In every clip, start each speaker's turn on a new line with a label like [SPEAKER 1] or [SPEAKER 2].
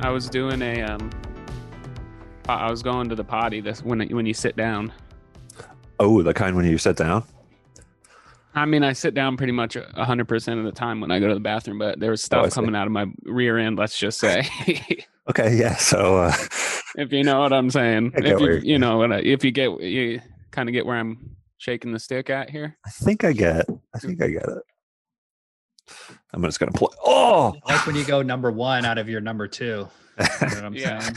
[SPEAKER 1] I was doing a um, I I was going to the potty. This when when you sit down.
[SPEAKER 2] Oh, the kind when you sit down.
[SPEAKER 1] I mean, I sit down pretty much hundred percent of the time when I go to the bathroom, but there was
[SPEAKER 2] Oh,
[SPEAKER 1] stuff
[SPEAKER 2] I see.
[SPEAKER 1] coming out of my rear end. Let's just say,
[SPEAKER 2] Okay, yeah. So uh,
[SPEAKER 1] if you know what I'm saying,
[SPEAKER 2] I
[SPEAKER 1] if
[SPEAKER 2] get what
[SPEAKER 1] you,
[SPEAKER 2] you're-
[SPEAKER 1] you know what I, if you get you kind of get where I'm shaking the stick at here.
[SPEAKER 2] I think I get. I think I get it. I'm just gonna play. Oh,
[SPEAKER 3] Like when you go number one out of your number two. You know what I'm
[SPEAKER 1] Yeah.
[SPEAKER 3] saying?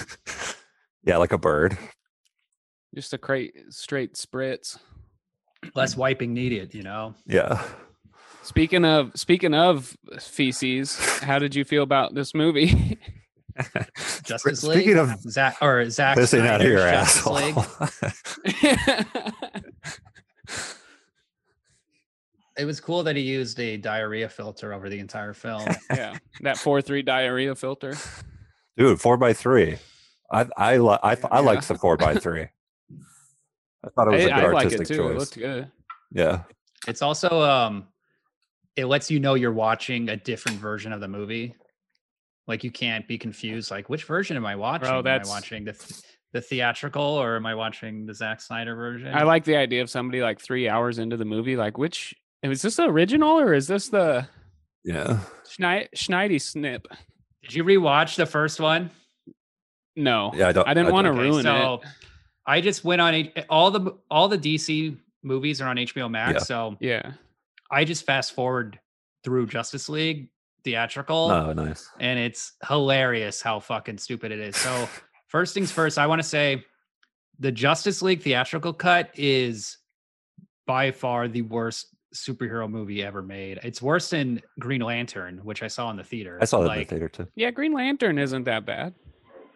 [SPEAKER 2] yeah, like a bird.
[SPEAKER 1] Just a crate straight spritz.
[SPEAKER 3] Less wiping needed, you know?
[SPEAKER 2] Yeah.
[SPEAKER 1] Speaking of speaking of feces, how did you feel about this movie?
[SPEAKER 3] Justice League.
[SPEAKER 2] Speaking of
[SPEAKER 3] Zach or Zach.
[SPEAKER 2] this ain't out of your
[SPEAKER 3] Snyder's Justice
[SPEAKER 2] asshole.
[SPEAKER 3] League. It was cool that he used a diarrhea filter over the entire film.
[SPEAKER 1] yeah, that four three diarrhea filter.
[SPEAKER 2] Dude, four by three. I I li- I, th- I
[SPEAKER 1] Yeah.
[SPEAKER 2] liked the four by three. I thought it was
[SPEAKER 1] I,
[SPEAKER 2] a good
[SPEAKER 1] I like
[SPEAKER 2] artistic
[SPEAKER 1] it too. It
[SPEAKER 2] choice.
[SPEAKER 1] looked good.
[SPEAKER 2] yeah.
[SPEAKER 3] It's also um it lets you know you're watching a different version of the movie. Like you can't be confused like which version am I watching?
[SPEAKER 1] that's-
[SPEAKER 3] Am I watching the th- the theatrical or am I watching the Zack Snyder version?
[SPEAKER 1] I like the idea of somebody like three hours into the movie, like which is this the original or is this the
[SPEAKER 2] Yeah.
[SPEAKER 1] Schneid, Schneidy snip?
[SPEAKER 3] Did you rewatch the first one?
[SPEAKER 1] No,
[SPEAKER 2] Yeah. I don't.
[SPEAKER 1] I didn't want to
[SPEAKER 3] Okay,
[SPEAKER 1] ruin it.
[SPEAKER 3] so I just went on H- all the all the DC movies are on HBO Max,
[SPEAKER 2] Yeah.
[SPEAKER 3] so
[SPEAKER 1] Yeah,
[SPEAKER 3] I just fast forward through Justice League theatrical.
[SPEAKER 2] No, Oh, nice.
[SPEAKER 3] and it's hilarious how fucking stupid it is. So, first things first, I want to say the Justice League theatrical cut is by far the worst superhero movie ever made. It's worse than Green Lantern, which I saw in the theater.
[SPEAKER 2] I saw that in
[SPEAKER 3] Like,
[SPEAKER 2] the theater too.
[SPEAKER 1] yeah. Green Lantern isn't that bad.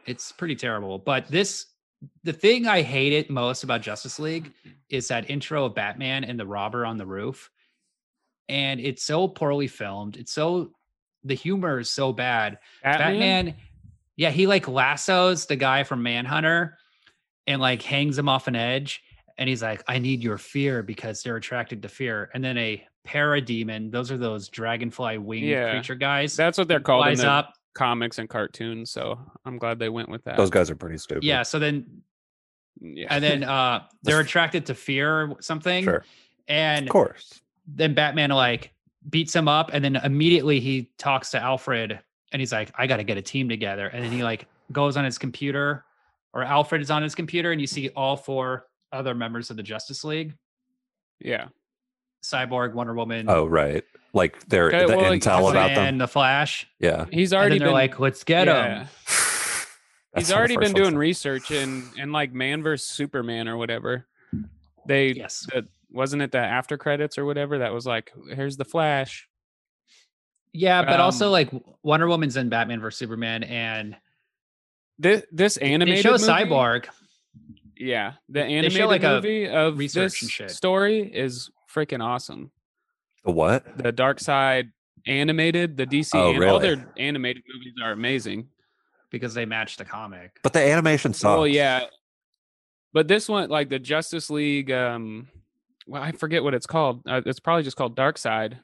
[SPEAKER 3] It's pretty terrible. But this, the thing I hate it most about Justice League
[SPEAKER 1] Mm-hmm.
[SPEAKER 3] is that intro of Batman and the robber on the roof. And it's so poorly filmed. It's so, the humor is so bad. Batman? yeah, he like lassos the guy from Manhunter and like hangs him off an edge. And he's like, I need your fear because they're attracted to fear. And then a parademon, those are those dragonfly winged
[SPEAKER 1] Yeah.
[SPEAKER 3] creature guys.
[SPEAKER 1] That's what they're called in
[SPEAKER 3] flies
[SPEAKER 1] the
[SPEAKER 3] up.
[SPEAKER 1] comics and cartoons. So I'm glad they went with that.
[SPEAKER 2] Those guys are pretty stupid.
[SPEAKER 3] Yeah. So then,
[SPEAKER 1] yeah.
[SPEAKER 3] and then uh they're attracted to fear or something.
[SPEAKER 2] Sure. Of
[SPEAKER 3] And
[SPEAKER 2] course.
[SPEAKER 3] then Batman like beats him up, and then immediately he talks to Alfred, and he's like, "I got to get a team together." And then he like goes on his computer, or Alfred is on his computer, and you see all four other members of the Justice League:
[SPEAKER 1] yeah.
[SPEAKER 3] Cyborg, Wonder Woman,
[SPEAKER 2] Oh, right. Like they're
[SPEAKER 1] Mm-hmm. Okay,
[SPEAKER 2] the
[SPEAKER 1] well, like,
[SPEAKER 2] intel
[SPEAKER 1] that's
[SPEAKER 2] about
[SPEAKER 3] and
[SPEAKER 2] them.
[SPEAKER 3] the Flash.
[SPEAKER 2] Yeah.
[SPEAKER 1] He's
[SPEAKER 3] And
[SPEAKER 1] already
[SPEAKER 3] then they're
[SPEAKER 1] been
[SPEAKER 3] like, "Let's get
[SPEAKER 1] yeah.
[SPEAKER 3] him."
[SPEAKER 1] He's
[SPEAKER 2] That's
[SPEAKER 1] already
[SPEAKER 2] the
[SPEAKER 1] been
[SPEAKER 2] first
[SPEAKER 1] doing
[SPEAKER 2] one.
[SPEAKER 1] research and and like Man versus Superman or whatever. They
[SPEAKER 3] Yes.
[SPEAKER 1] that wasn't it the after credits or whatever that was like here's the Flash.
[SPEAKER 3] Yeah, but also
[SPEAKER 1] Um,
[SPEAKER 3] like Wonder Woman's in Batman vs Superman, and
[SPEAKER 1] This this
[SPEAKER 3] they
[SPEAKER 1] animated
[SPEAKER 3] show
[SPEAKER 1] movie,
[SPEAKER 3] Cyborg.
[SPEAKER 1] Yeah, the animated
[SPEAKER 3] like, a
[SPEAKER 1] movie of
[SPEAKER 3] research
[SPEAKER 1] this
[SPEAKER 3] and shit.
[SPEAKER 1] story is freaking awesome.
[SPEAKER 2] the what?
[SPEAKER 1] The Dark Side animated, the DC,
[SPEAKER 2] Oh,
[SPEAKER 1] and all
[SPEAKER 2] really?
[SPEAKER 1] their animated movies are amazing.
[SPEAKER 3] Because they match the comic.
[SPEAKER 2] But the animation sucks.
[SPEAKER 1] Well, Oh, yeah, but this one, like the Justice League, um, well, I forget what it's called. Uh, it's probably just called Dark Side,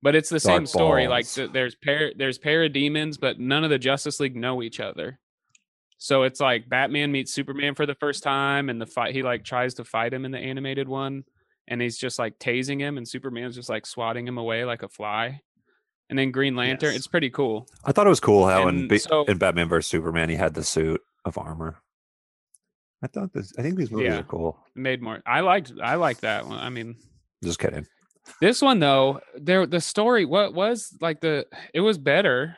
[SPEAKER 1] but it's the same
[SPEAKER 2] Dark
[SPEAKER 1] story. Like
[SPEAKER 2] Balls.
[SPEAKER 1] th- there's par- there's parademons, but none of the Justice League know each other. So it's like Batman meets Superman for the first time, and the fight he like tries to fight him in the animated one, and he's just like tasing him, and Superman's just like swatting him away like a fly. And then Green Lantern,
[SPEAKER 3] Yes.
[SPEAKER 1] it's pretty cool.
[SPEAKER 2] I thought it was cool how in,
[SPEAKER 1] And
[SPEAKER 2] Ba-
[SPEAKER 1] so-
[SPEAKER 2] in Batman vs Superman he had the suit of armor. I thought this. I think these movies
[SPEAKER 1] Yeah.
[SPEAKER 2] are cool.
[SPEAKER 1] It made more. I liked. I liked that one. I mean,
[SPEAKER 2] Just kidding.
[SPEAKER 1] This one though, there the story what was like the it was better.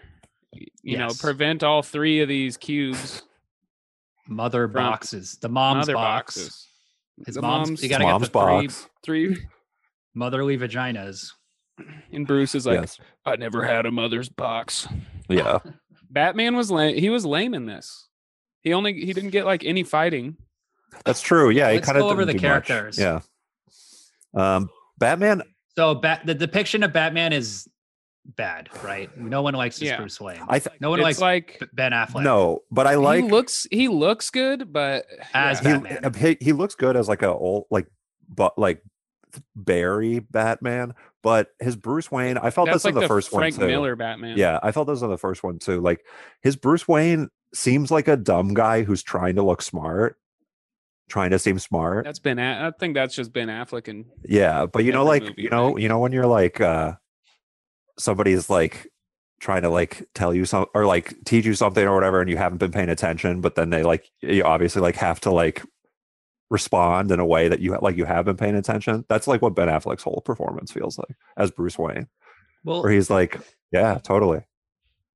[SPEAKER 1] y- You
[SPEAKER 3] Yes.
[SPEAKER 1] know, prevent all three of these cubes
[SPEAKER 3] Mother
[SPEAKER 1] From
[SPEAKER 3] boxes, the
[SPEAKER 1] from
[SPEAKER 3] mom's
[SPEAKER 1] other
[SPEAKER 3] box,
[SPEAKER 1] boxes.
[SPEAKER 3] His
[SPEAKER 1] The
[SPEAKER 3] mom's- you gotta get
[SPEAKER 2] Mom's
[SPEAKER 3] the three-
[SPEAKER 2] box.
[SPEAKER 1] three
[SPEAKER 3] motherly vaginas.
[SPEAKER 1] and Bruce is like,
[SPEAKER 2] yes.
[SPEAKER 1] I never had a mother's box.
[SPEAKER 2] Yeah.
[SPEAKER 1] Batman was lame. He was lame in this. He only he didn't get like any fighting.
[SPEAKER 2] That's true. Yeah. He
[SPEAKER 3] Let's
[SPEAKER 2] kind of
[SPEAKER 3] go over the characters.
[SPEAKER 2] Yeah. Um, Batman.
[SPEAKER 3] So bat the depiction of Batman is bad, right? No one likes this
[SPEAKER 1] Yeah.
[SPEAKER 3] Bruce Wayne.
[SPEAKER 2] I th-
[SPEAKER 3] no one
[SPEAKER 1] It's
[SPEAKER 3] likes
[SPEAKER 1] like
[SPEAKER 3] B- Ben Affleck.
[SPEAKER 2] no, but I like
[SPEAKER 1] he looks he looks good, but
[SPEAKER 3] As
[SPEAKER 1] yeah.
[SPEAKER 2] he,
[SPEAKER 3] Batman.
[SPEAKER 2] uh, he he looks good as like a old like but like Barry Batman, but his Bruce Wayne. I felt
[SPEAKER 1] that's
[SPEAKER 2] this
[SPEAKER 1] like
[SPEAKER 2] in the first
[SPEAKER 1] Frank
[SPEAKER 2] one too.
[SPEAKER 1] Miller Batman.
[SPEAKER 2] Yeah, I felt this in the first one too. Like his Bruce Wayne seems like a dumb guy who's trying to look smart, trying to seem smart.
[SPEAKER 1] That's Ben. A- I think that's just Ben Affleck and
[SPEAKER 2] yeah, but you know,
[SPEAKER 1] every
[SPEAKER 2] like
[SPEAKER 1] movie,
[SPEAKER 2] you know,
[SPEAKER 1] right?
[SPEAKER 2] you know when you're like uh somebody's like trying to like tell you some or like teach you something or whatever, and you haven't been paying attention, but then they like you obviously like have to like respond in a way that you like you have been paying attention. That's like what Ben Affleck's whole performance feels like as Bruce Wayne,
[SPEAKER 3] Well,
[SPEAKER 2] where he's like, yeah, totally,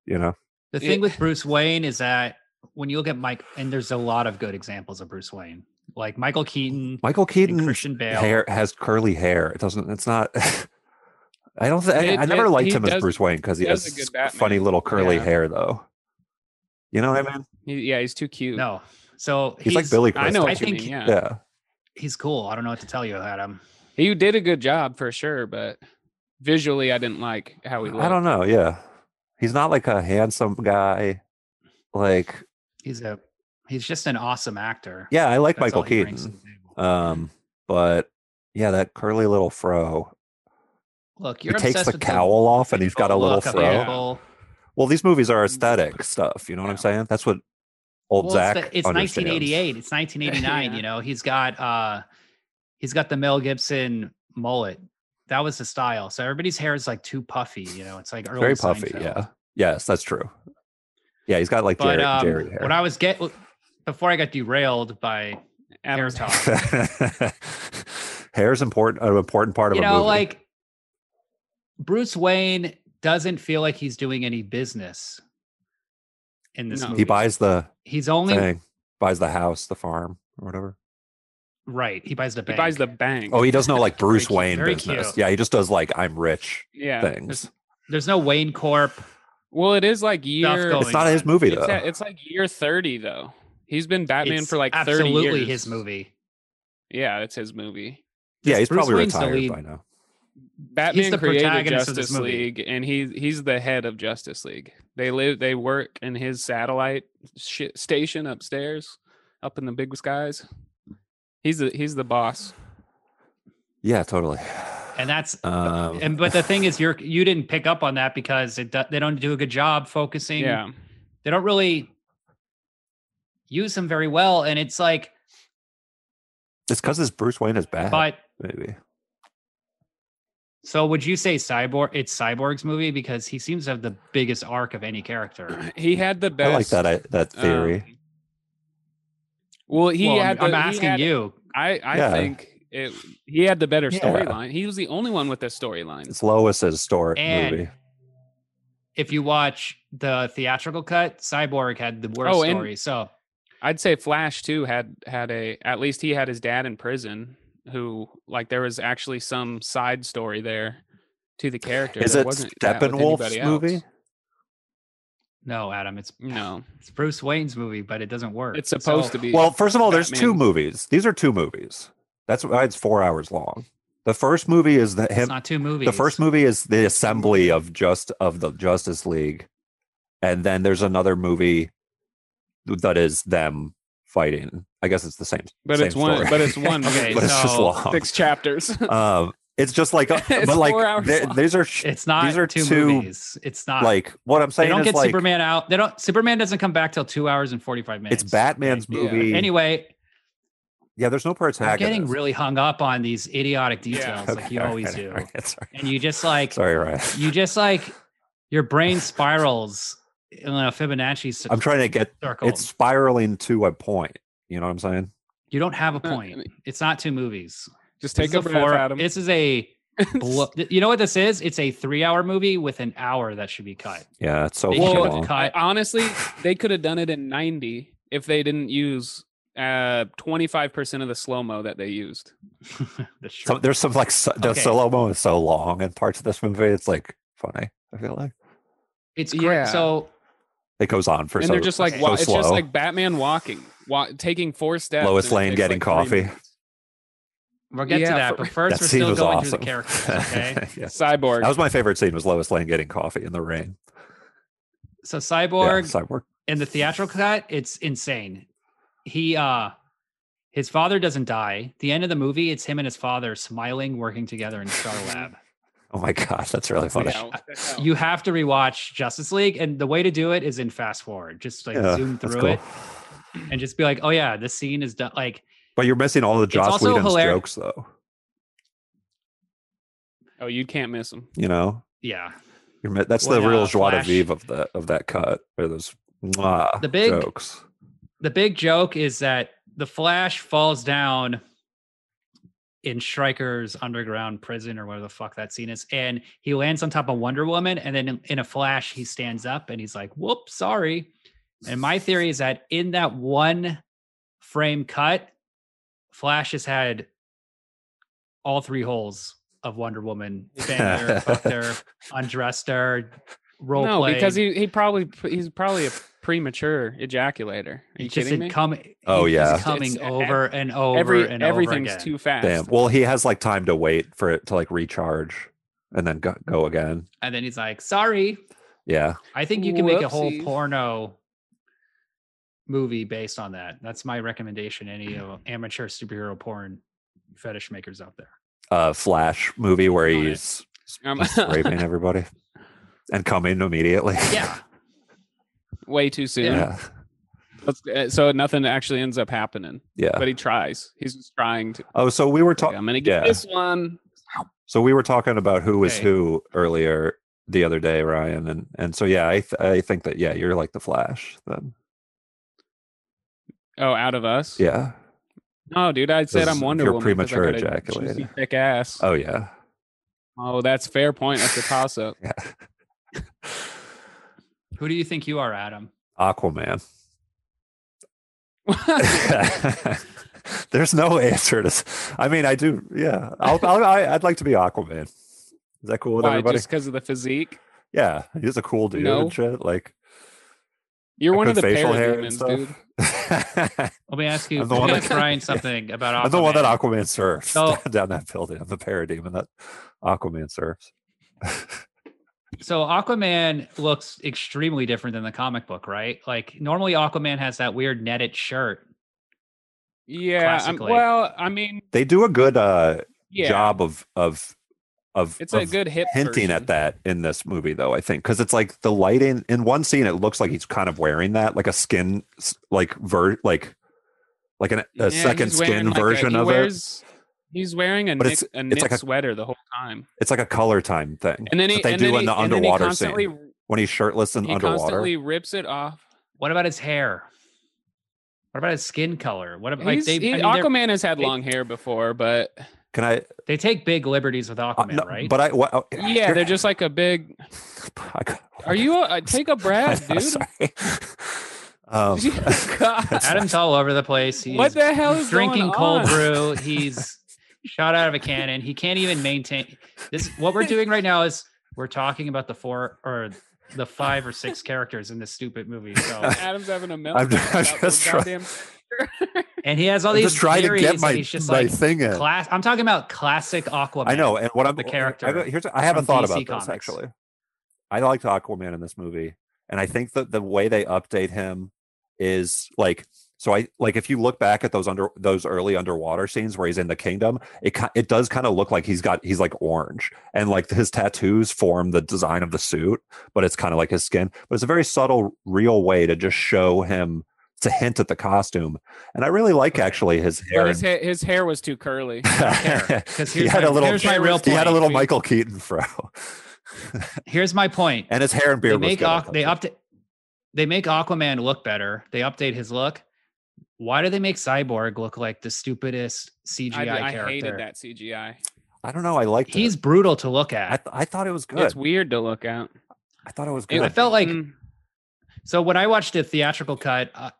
[SPEAKER 2] you know.
[SPEAKER 3] the
[SPEAKER 1] it-
[SPEAKER 3] thing with Bruce Wayne is that when you look at Mike, and there's a lot of good examples of Bruce Wayne, like Michael Keaton,
[SPEAKER 2] Michael
[SPEAKER 3] and
[SPEAKER 2] Keaton
[SPEAKER 3] Christian Bale.
[SPEAKER 2] hair has curly hair. It doesn't. It's not. I don't. think
[SPEAKER 1] He
[SPEAKER 2] I, I never
[SPEAKER 1] does-
[SPEAKER 2] liked
[SPEAKER 1] he
[SPEAKER 2] him as
[SPEAKER 1] does-
[SPEAKER 2] Bruce Wayne because he
[SPEAKER 1] does
[SPEAKER 2] has
[SPEAKER 1] a good
[SPEAKER 2] s- funny
[SPEAKER 1] Batman.
[SPEAKER 2] little curly
[SPEAKER 1] Yeah.
[SPEAKER 2] hair, though. You know what I mean?
[SPEAKER 1] he, yeah, he's too cute.
[SPEAKER 3] No, so
[SPEAKER 2] He's, like Billy
[SPEAKER 1] I
[SPEAKER 2] Crystal.
[SPEAKER 1] know what
[SPEAKER 3] I
[SPEAKER 1] you
[SPEAKER 3] think-
[SPEAKER 1] mean. Yeah.
[SPEAKER 2] yeah.
[SPEAKER 3] He's cool. I don't know what to tell you about him.
[SPEAKER 1] he did a good job for sure, but visually, I didn't like how he looked.
[SPEAKER 2] I don't know. Yeah, he's not like a handsome guy. Like,
[SPEAKER 3] He's a he's just an awesome actor.
[SPEAKER 2] yeah, I like
[SPEAKER 3] That's all
[SPEAKER 2] Michael
[SPEAKER 3] he brings to
[SPEAKER 2] Keaton.
[SPEAKER 3] the table.
[SPEAKER 2] Um, but yeah, that curly little fro.
[SPEAKER 3] Look,
[SPEAKER 2] He
[SPEAKER 3] you're
[SPEAKER 2] takes
[SPEAKER 3] obsessed
[SPEAKER 2] the
[SPEAKER 3] with
[SPEAKER 2] cowl off, and he's got a little
[SPEAKER 3] look of
[SPEAKER 2] fro.
[SPEAKER 1] Yeah.
[SPEAKER 3] people.
[SPEAKER 2] Well, these movies are aesthetic stuff. You know what I'm
[SPEAKER 1] Yeah.
[SPEAKER 2] saying? That's what old
[SPEAKER 3] Well,
[SPEAKER 2] Zach.
[SPEAKER 3] it's, the- it's
[SPEAKER 2] understands.
[SPEAKER 3] 1988. It's 1989.
[SPEAKER 1] Yeah.
[SPEAKER 3] You know, he's got uh, he's got the Mel Gibson mullet. That was the style. So everybody's hair is like too puffy. You know, it's like early
[SPEAKER 2] very puffy.
[SPEAKER 3] Seinfeld.
[SPEAKER 2] Yeah. Yes, that's true. Yeah, he's got like
[SPEAKER 3] But
[SPEAKER 2] Jerry,
[SPEAKER 3] um,
[SPEAKER 2] Jerry hair.
[SPEAKER 3] when I was get before I got derailed by hair
[SPEAKER 1] Adam's-
[SPEAKER 3] talk,
[SPEAKER 2] Hair's important, an important part of
[SPEAKER 3] you
[SPEAKER 2] a
[SPEAKER 3] know,
[SPEAKER 2] movie.
[SPEAKER 3] like Bruce Wayne doesn't feel like he's doing any business in this
[SPEAKER 1] No. He
[SPEAKER 3] movie.
[SPEAKER 2] he buys the
[SPEAKER 3] he's only
[SPEAKER 2] thing, buys the house, the farm, or whatever.
[SPEAKER 3] right. He buys the
[SPEAKER 1] He
[SPEAKER 3] bank.
[SPEAKER 1] buys the bank.
[SPEAKER 2] Oh, he does know like Bruce
[SPEAKER 3] cute,
[SPEAKER 2] Wayne
[SPEAKER 3] very
[SPEAKER 2] business.
[SPEAKER 3] cute.
[SPEAKER 2] Yeah, he just does like I'm rich
[SPEAKER 1] yeah.
[SPEAKER 2] things.
[SPEAKER 3] There's no Wayne Corp.
[SPEAKER 1] Well, it is like year.
[SPEAKER 3] going
[SPEAKER 2] It's not his
[SPEAKER 3] on.
[SPEAKER 2] movie though.
[SPEAKER 1] It's, at- it's like year thirty though. He's been Batman
[SPEAKER 3] It's
[SPEAKER 1] for like thirty
[SPEAKER 3] absolutely
[SPEAKER 1] years.
[SPEAKER 3] his movie.
[SPEAKER 1] Yeah, it's his movie.
[SPEAKER 2] yeah,
[SPEAKER 3] Just
[SPEAKER 2] he's
[SPEAKER 3] Bruce
[SPEAKER 2] probably
[SPEAKER 3] Wayne's the
[SPEAKER 2] retired
[SPEAKER 3] lead.
[SPEAKER 2] by now.
[SPEAKER 1] Batman
[SPEAKER 3] the
[SPEAKER 1] created
[SPEAKER 3] protagonist of this
[SPEAKER 1] Justice
[SPEAKER 3] movie.
[SPEAKER 1] League, and he he's the head of Justice League. They live, they work in his satellite shit station upstairs, up in the big skies. He's the he's the boss.
[SPEAKER 2] Yeah, totally.
[SPEAKER 3] and that's
[SPEAKER 2] um,
[SPEAKER 3] and but the thing is you're you didn't pick up on that because it do, they don't do a good job focusing
[SPEAKER 1] Yeah,
[SPEAKER 3] they don't really use him very well and it's like
[SPEAKER 2] it's because this Bruce Wayne is bad.
[SPEAKER 3] but
[SPEAKER 2] maybe
[SPEAKER 3] so would you say cyborg it's cyborg's movie because he seems to have the biggest arc of any character
[SPEAKER 1] he had the
[SPEAKER 2] I like
[SPEAKER 1] best.
[SPEAKER 2] that I, that
[SPEAKER 3] uh,
[SPEAKER 1] um,
[SPEAKER 2] theory.
[SPEAKER 1] well, he
[SPEAKER 3] well,
[SPEAKER 1] had.
[SPEAKER 3] I'm, I'm
[SPEAKER 1] the- he
[SPEAKER 3] asking
[SPEAKER 1] had-
[SPEAKER 3] you
[SPEAKER 1] I I
[SPEAKER 2] Yeah.
[SPEAKER 1] think it, he had the better
[SPEAKER 2] Yeah.
[SPEAKER 1] storyline. He was the only one with this storyline.
[SPEAKER 2] it's Lois's story
[SPEAKER 3] And-
[SPEAKER 2] movie.
[SPEAKER 3] if you watch the theatrical cut cyborg had the worst
[SPEAKER 1] Oh, and-
[SPEAKER 3] story so
[SPEAKER 1] I'd say Flash too had had a at least he had his dad in prison who like there was actually some side story there to the character.
[SPEAKER 2] Is
[SPEAKER 1] that
[SPEAKER 2] it
[SPEAKER 1] wasn't that with
[SPEAKER 2] Steppenwolf's
[SPEAKER 1] anybody else.
[SPEAKER 2] movie?
[SPEAKER 3] no adam it's
[SPEAKER 1] No.
[SPEAKER 3] it's bruce wayne's movie but it doesn't work
[SPEAKER 1] It's supposed
[SPEAKER 3] So-
[SPEAKER 1] to be
[SPEAKER 2] Well, first of all, there's two
[SPEAKER 1] Batman.
[SPEAKER 2] movies. These are two movies. That's why it's four hours long. The first movie is the
[SPEAKER 3] it's
[SPEAKER 2] him.
[SPEAKER 3] not two movies
[SPEAKER 2] The first movie is the assembly of just of the Justice League, and then there's another movie that is them fighting. I guess it's the same.
[SPEAKER 1] but
[SPEAKER 2] same
[SPEAKER 1] it's one
[SPEAKER 2] story.
[SPEAKER 1] but it's one
[SPEAKER 3] Okay,
[SPEAKER 2] but
[SPEAKER 1] movie.
[SPEAKER 2] it's just
[SPEAKER 3] so
[SPEAKER 2] long.
[SPEAKER 1] six chapters.
[SPEAKER 2] Um, it's just like, a,
[SPEAKER 1] It's
[SPEAKER 2] but like
[SPEAKER 1] four hours
[SPEAKER 2] th-
[SPEAKER 1] long.
[SPEAKER 2] these are sh-
[SPEAKER 3] It's not
[SPEAKER 2] These are
[SPEAKER 3] two,
[SPEAKER 2] two,
[SPEAKER 3] movies. It's not
[SPEAKER 2] like what I'm
[SPEAKER 3] they
[SPEAKER 2] saying
[SPEAKER 3] don't
[SPEAKER 2] is
[SPEAKER 3] get
[SPEAKER 2] like
[SPEAKER 3] Superman out. They don't Superman doesn't come back till two hours and forty five minutes.
[SPEAKER 2] it's Batman's
[SPEAKER 1] Yeah.
[SPEAKER 2] movie. Yeah,
[SPEAKER 3] Anyway,
[SPEAKER 2] there's no
[SPEAKER 3] I'm
[SPEAKER 2] protagonist.
[SPEAKER 3] getting really hung up on these idiotic
[SPEAKER 1] Yeah.
[SPEAKER 3] details like
[SPEAKER 2] Okay,
[SPEAKER 3] you
[SPEAKER 2] all
[SPEAKER 3] always
[SPEAKER 2] right,
[SPEAKER 3] do.
[SPEAKER 2] all right, sorry.
[SPEAKER 3] And you just like
[SPEAKER 2] sorry, Ryan.
[SPEAKER 3] you just like your brain spirals in a Fibonacci c-
[SPEAKER 2] I'm trying to get
[SPEAKER 3] circle.
[SPEAKER 2] it's spiraling to a point. You know what I'm saying?
[SPEAKER 3] you don't have a
[SPEAKER 1] Uh, I
[SPEAKER 3] point.
[SPEAKER 1] mean-
[SPEAKER 3] It's not two movies.
[SPEAKER 1] Just
[SPEAKER 3] This
[SPEAKER 1] take
[SPEAKER 3] is
[SPEAKER 1] a
[SPEAKER 3] a
[SPEAKER 1] breath,
[SPEAKER 3] four-
[SPEAKER 1] Adam.
[SPEAKER 3] This is a blo- you know what this is? It's a three hour movie with an hour that should be cut.
[SPEAKER 2] Yeah, it's so
[SPEAKER 3] They
[SPEAKER 2] fucking
[SPEAKER 1] should have
[SPEAKER 2] long.
[SPEAKER 3] cut.
[SPEAKER 1] I- honestly, they could have done it in 90 if they didn't use uh 25% of the slow-mo that they used.
[SPEAKER 3] That's true.
[SPEAKER 2] Some, there's some like so, the
[SPEAKER 3] Okay.
[SPEAKER 2] slow mo is so long in parts of this movie. It's like funny. I feel like
[SPEAKER 3] it's great.
[SPEAKER 1] Yeah.
[SPEAKER 3] So
[SPEAKER 2] it goes on for
[SPEAKER 1] and
[SPEAKER 2] so.
[SPEAKER 1] they're just like
[SPEAKER 3] okay.
[SPEAKER 1] wa-
[SPEAKER 2] so
[SPEAKER 1] it's
[SPEAKER 2] slow.
[SPEAKER 1] just like Batman walking, wa- taking four steps.
[SPEAKER 2] Lois
[SPEAKER 1] and it
[SPEAKER 2] Lane
[SPEAKER 1] takes,
[SPEAKER 2] getting
[SPEAKER 1] three
[SPEAKER 2] coffee.
[SPEAKER 1] minutes.
[SPEAKER 3] we'll get to
[SPEAKER 1] Yeah,
[SPEAKER 3] that.
[SPEAKER 1] for-
[SPEAKER 3] But first
[SPEAKER 2] that
[SPEAKER 3] we're
[SPEAKER 2] scene
[SPEAKER 3] still
[SPEAKER 2] was
[SPEAKER 3] going
[SPEAKER 2] awesome.
[SPEAKER 3] through the characters. Okay.
[SPEAKER 2] Yeah.
[SPEAKER 1] Cyborg.
[SPEAKER 2] That was my favorite scene. Was Lois Lane getting coffee in the rain?
[SPEAKER 3] So
[SPEAKER 2] Yeah,
[SPEAKER 3] Cyborg
[SPEAKER 2] cyborg.
[SPEAKER 3] in the theatrical cut, it's insane. He uh his father doesn't die. The end of the movie, it's him and his father smiling, working together in Star Lab.
[SPEAKER 2] Oh my god, that's really funny.
[SPEAKER 1] No, what the hell?
[SPEAKER 3] You have to rewatch Justice League, and the way to do it is in fast forward. Just like
[SPEAKER 2] Yeah,
[SPEAKER 3] zoom
[SPEAKER 2] that's
[SPEAKER 3] through
[SPEAKER 2] cool.
[SPEAKER 3] it and just be like, "Oh yeah, this scene is done." Like,
[SPEAKER 2] But you're missing all the Joss
[SPEAKER 3] also
[SPEAKER 2] Whedon's
[SPEAKER 3] hilar-
[SPEAKER 2] jokes, though.
[SPEAKER 1] oh, you can't miss them.
[SPEAKER 2] You know,
[SPEAKER 3] yeah,
[SPEAKER 2] you're, mi- that's
[SPEAKER 3] When,
[SPEAKER 2] the real
[SPEAKER 3] uh,
[SPEAKER 2] joie de
[SPEAKER 3] Flash-
[SPEAKER 2] vivre of that of that cut. Or those mwah,
[SPEAKER 3] The big-
[SPEAKER 2] jokes.
[SPEAKER 3] the big joke is that the Flash falls down in Stryker's underground prison or whatever the fuck that scene is, and he lands on top of Wonder Woman, and then in, in a flash he stands up and he's like, "Whoops, sorry." And my theory is that in that one frame cut, Flash has had all three holes of Wonder Woman, banged her, fucked her, undressed her, role
[SPEAKER 1] no, because he, he probably he's probably a premature ejaculator. Are you
[SPEAKER 3] It's just
[SPEAKER 1] kidding me?
[SPEAKER 3] in come-
[SPEAKER 2] Oh,
[SPEAKER 3] he's
[SPEAKER 2] yeah.
[SPEAKER 3] just
[SPEAKER 2] It's-
[SPEAKER 3] coming
[SPEAKER 1] it's- e-,
[SPEAKER 3] over and over
[SPEAKER 1] Every
[SPEAKER 3] and
[SPEAKER 1] everything's
[SPEAKER 3] over again.
[SPEAKER 1] too fast.
[SPEAKER 2] Damn. Well, he has like time to wait for it to like recharge and then go, go again.
[SPEAKER 3] and then he's like, "Sorry,
[SPEAKER 2] Yeah.
[SPEAKER 3] I think you can make a whole
[SPEAKER 1] Whoopsies.
[SPEAKER 3] porno movie based on that." That's my recommendation. Any uh, amateur superhero porn fetish makers out there?
[SPEAKER 2] Uh, Flash movie where
[SPEAKER 1] Got it.
[SPEAKER 2] he's
[SPEAKER 1] Um,
[SPEAKER 2] just raping everybody and coming immediately.
[SPEAKER 3] Yeah,
[SPEAKER 1] way too soon.
[SPEAKER 2] Yeah.
[SPEAKER 1] Let's- uh, So nothing actually ends up happening.
[SPEAKER 2] Yeah.
[SPEAKER 1] But he tries. He's just trying to.
[SPEAKER 2] Oh, so we were
[SPEAKER 1] Like,
[SPEAKER 2] talking.
[SPEAKER 1] I'm gonna get
[SPEAKER 2] yeah.
[SPEAKER 1] this one.
[SPEAKER 2] So we were talking about who is
[SPEAKER 3] Okay.
[SPEAKER 2] who earlier the other day, Ryan, and and so yeah, I th- I think that yeah, you're like the Flash then.
[SPEAKER 1] Oh, out of us.
[SPEAKER 2] Yeah.
[SPEAKER 1] No, dude, I said
[SPEAKER 2] This
[SPEAKER 1] I'm
[SPEAKER 2] is
[SPEAKER 1] Wonder
[SPEAKER 2] pure
[SPEAKER 1] Woman. 'cause I
[SPEAKER 2] premature
[SPEAKER 1] got a juicy
[SPEAKER 2] ejaculator.
[SPEAKER 1] Thick ass.
[SPEAKER 2] Oh yeah.
[SPEAKER 1] oh, that's fair point. That's a toss up.
[SPEAKER 2] Yeah.
[SPEAKER 3] who do you think you are, Adam?
[SPEAKER 2] Aquaman. There's no answer to. s- I mean, I do. Yeah, I'll, I'll, I, I'd like to be Aquaman. Is that cool with
[SPEAKER 1] Why?
[SPEAKER 2] everybody?
[SPEAKER 1] Just because of the physique.
[SPEAKER 2] Yeah, he's a cool dude
[SPEAKER 1] No.
[SPEAKER 2] and shit. Like
[SPEAKER 1] You're
[SPEAKER 2] I
[SPEAKER 1] one of the
[SPEAKER 2] put facial hair and
[SPEAKER 1] parademons, dude.
[SPEAKER 2] stuff.
[SPEAKER 3] Let me ask you.
[SPEAKER 2] I'm the
[SPEAKER 3] let
[SPEAKER 2] one
[SPEAKER 3] me
[SPEAKER 2] that-
[SPEAKER 3] ask Ryan something about.
[SPEAKER 2] I'm the one that
[SPEAKER 3] Aquaman.
[SPEAKER 2] Aquaman surfs
[SPEAKER 3] So-
[SPEAKER 2] down that building. I'm the parademon that Aquaman surfs.
[SPEAKER 3] So Aquaman looks extremely different than the comic book, right? Like normally Aquaman has that weird netted shirt.
[SPEAKER 1] Yeah. I'm-
[SPEAKER 3] Classically.
[SPEAKER 1] well, I mean,
[SPEAKER 2] They do a good uh,
[SPEAKER 1] yeah.
[SPEAKER 2] job of of of
[SPEAKER 1] It's a
[SPEAKER 2] of
[SPEAKER 1] good hip
[SPEAKER 2] hinting
[SPEAKER 1] version.
[SPEAKER 2] at that in this movie though i think because it's like the lighting in one scene it looks like he's kind of wearing that like a skin s- like ver like like an,
[SPEAKER 1] Yeah,
[SPEAKER 2] a
[SPEAKER 1] he's
[SPEAKER 2] second
[SPEAKER 1] wearing
[SPEAKER 2] skin
[SPEAKER 1] like a-
[SPEAKER 2] version
[SPEAKER 1] he
[SPEAKER 2] of it
[SPEAKER 1] wears, He's wearing a
[SPEAKER 2] But
[SPEAKER 1] knit,
[SPEAKER 2] it's-
[SPEAKER 1] a
[SPEAKER 2] it's
[SPEAKER 1] knit
[SPEAKER 2] like a-
[SPEAKER 1] sweater the whole time,
[SPEAKER 2] it's like a color time thing
[SPEAKER 1] and then he,
[SPEAKER 2] that they
[SPEAKER 1] and
[SPEAKER 2] do
[SPEAKER 1] then
[SPEAKER 2] in
[SPEAKER 1] he-
[SPEAKER 2] the
[SPEAKER 1] and then he
[SPEAKER 2] underwater
[SPEAKER 1] constantly,
[SPEAKER 2] scene when he's shirtless and
[SPEAKER 1] He
[SPEAKER 2] underwater
[SPEAKER 1] constantly rips it off.
[SPEAKER 3] What about his hair? What about his skin color? What about like
[SPEAKER 1] He's-
[SPEAKER 3] they?
[SPEAKER 1] he-
[SPEAKER 3] I mean, they're-
[SPEAKER 1] Aquaman has had
[SPEAKER 3] they-
[SPEAKER 1] long hair before, but
[SPEAKER 2] can i
[SPEAKER 3] They take big liberties with
[SPEAKER 2] uh,
[SPEAKER 3] Aquaman,
[SPEAKER 2] no,
[SPEAKER 3] right?
[SPEAKER 2] but i what oh,
[SPEAKER 1] yeah, they're just like a big.
[SPEAKER 2] I got-
[SPEAKER 1] Are you? A, uh, take a
[SPEAKER 2] I'm
[SPEAKER 1] breath, dude.
[SPEAKER 2] sorry. um,
[SPEAKER 1] God.
[SPEAKER 2] that's-
[SPEAKER 3] Adam's all over the place. He's
[SPEAKER 1] What the hell is
[SPEAKER 3] drinking
[SPEAKER 1] going
[SPEAKER 3] cold
[SPEAKER 1] on?
[SPEAKER 3] brew. He's shot out of a cannon. He can't even maintain this. What we're doing right now is we're talking about the four or the five or six characters in this stupid movie. So,
[SPEAKER 1] Adam's having a meltdown.
[SPEAKER 2] I'm just, I'm
[SPEAKER 1] about
[SPEAKER 2] just
[SPEAKER 1] the
[SPEAKER 2] trying,
[SPEAKER 1] goddamn-
[SPEAKER 3] and he has all
[SPEAKER 2] I'm
[SPEAKER 3] these
[SPEAKER 2] just trying to
[SPEAKER 3] theories,
[SPEAKER 2] get my,
[SPEAKER 3] and he's just
[SPEAKER 2] my
[SPEAKER 3] like
[SPEAKER 2] thing in.
[SPEAKER 3] class. I'm talking about classic Aquaman.
[SPEAKER 2] I know, and what I'm
[SPEAKER 3] the
[SPEAKER 2] I-
[SPEAKER 3] character
[SPEAKER 2] I, got- here's, I haven't
[SPEAKER 3] from
[SPEAKER 2] thought
[SPEAKER 3] DC
[SPEAKER 2] about
[SPEAKER 3] Comics.
[SPEAKER 2] this actually. I liked Aquaman in this movie, and I think that the way they update him is like so. I like if you look back at those under those early underwater scenes where he's in the kingdom, it ki- it does kind of look like he's got he's like orange, and like his tattoos form the design of the suit, but it's kind of like his skin. But it's a very subtle, real way to just show him to hint at the costume, and I really like actually his hair.
[SPEAKER 1] But his, ha- his hair was too curly.
[SPEAKER 3] hair, 'cause
[SPEAKER 2] he
[SPEAKER 3] here's
[SPEAKER 2] had
[SPEAKER 3] my-
[SPEAKER 2] a little
[SPEAKER 3] here's my real
[SPEAKER 2] he had a
[SPEAKER 1] point.
[SPEAKER 2] little
[SPEAKER 1] We-
[SPEAKER 2] Michael Keaton fro.
[SPEAKER 3] Here's my point.
[SPEAKER 2] And his hair and beard.
[SPEAKER 3] They
[SPEAKER 2] was
[SPEAKER 3] make
[SPEAKER 2] good, I
[SPEAKER 3] Aqu- they
[SPEAKER 2] thought,
[SPEAKER 3] update they make Aquaman look better. They update his look. Why do they make Cyborg look like the stupidest CGI
[SPEAKER 1] I, I
[SPEAKER 3] character?
[SPEAKER 1] hated that CGI.
[SPEAKER 2] too. I don't know. I liked
[SPEAKER 3] He's
[SPEAKER 2] it.
[SPEAKER 3] brutal to look at.
[SPEAKER 2] I, th- I thought it was good.
[SPEAKER 1] It's weird to look at.
[SPEAKER 2] I thought it was
[SPEAKER 1] it-
[SPEAKER 2] good.
[SPEAKER 3] I felt like
[SPEAKER 1] Mm.
[SPEAKER 3] so when I watched the theatrical cut, uh,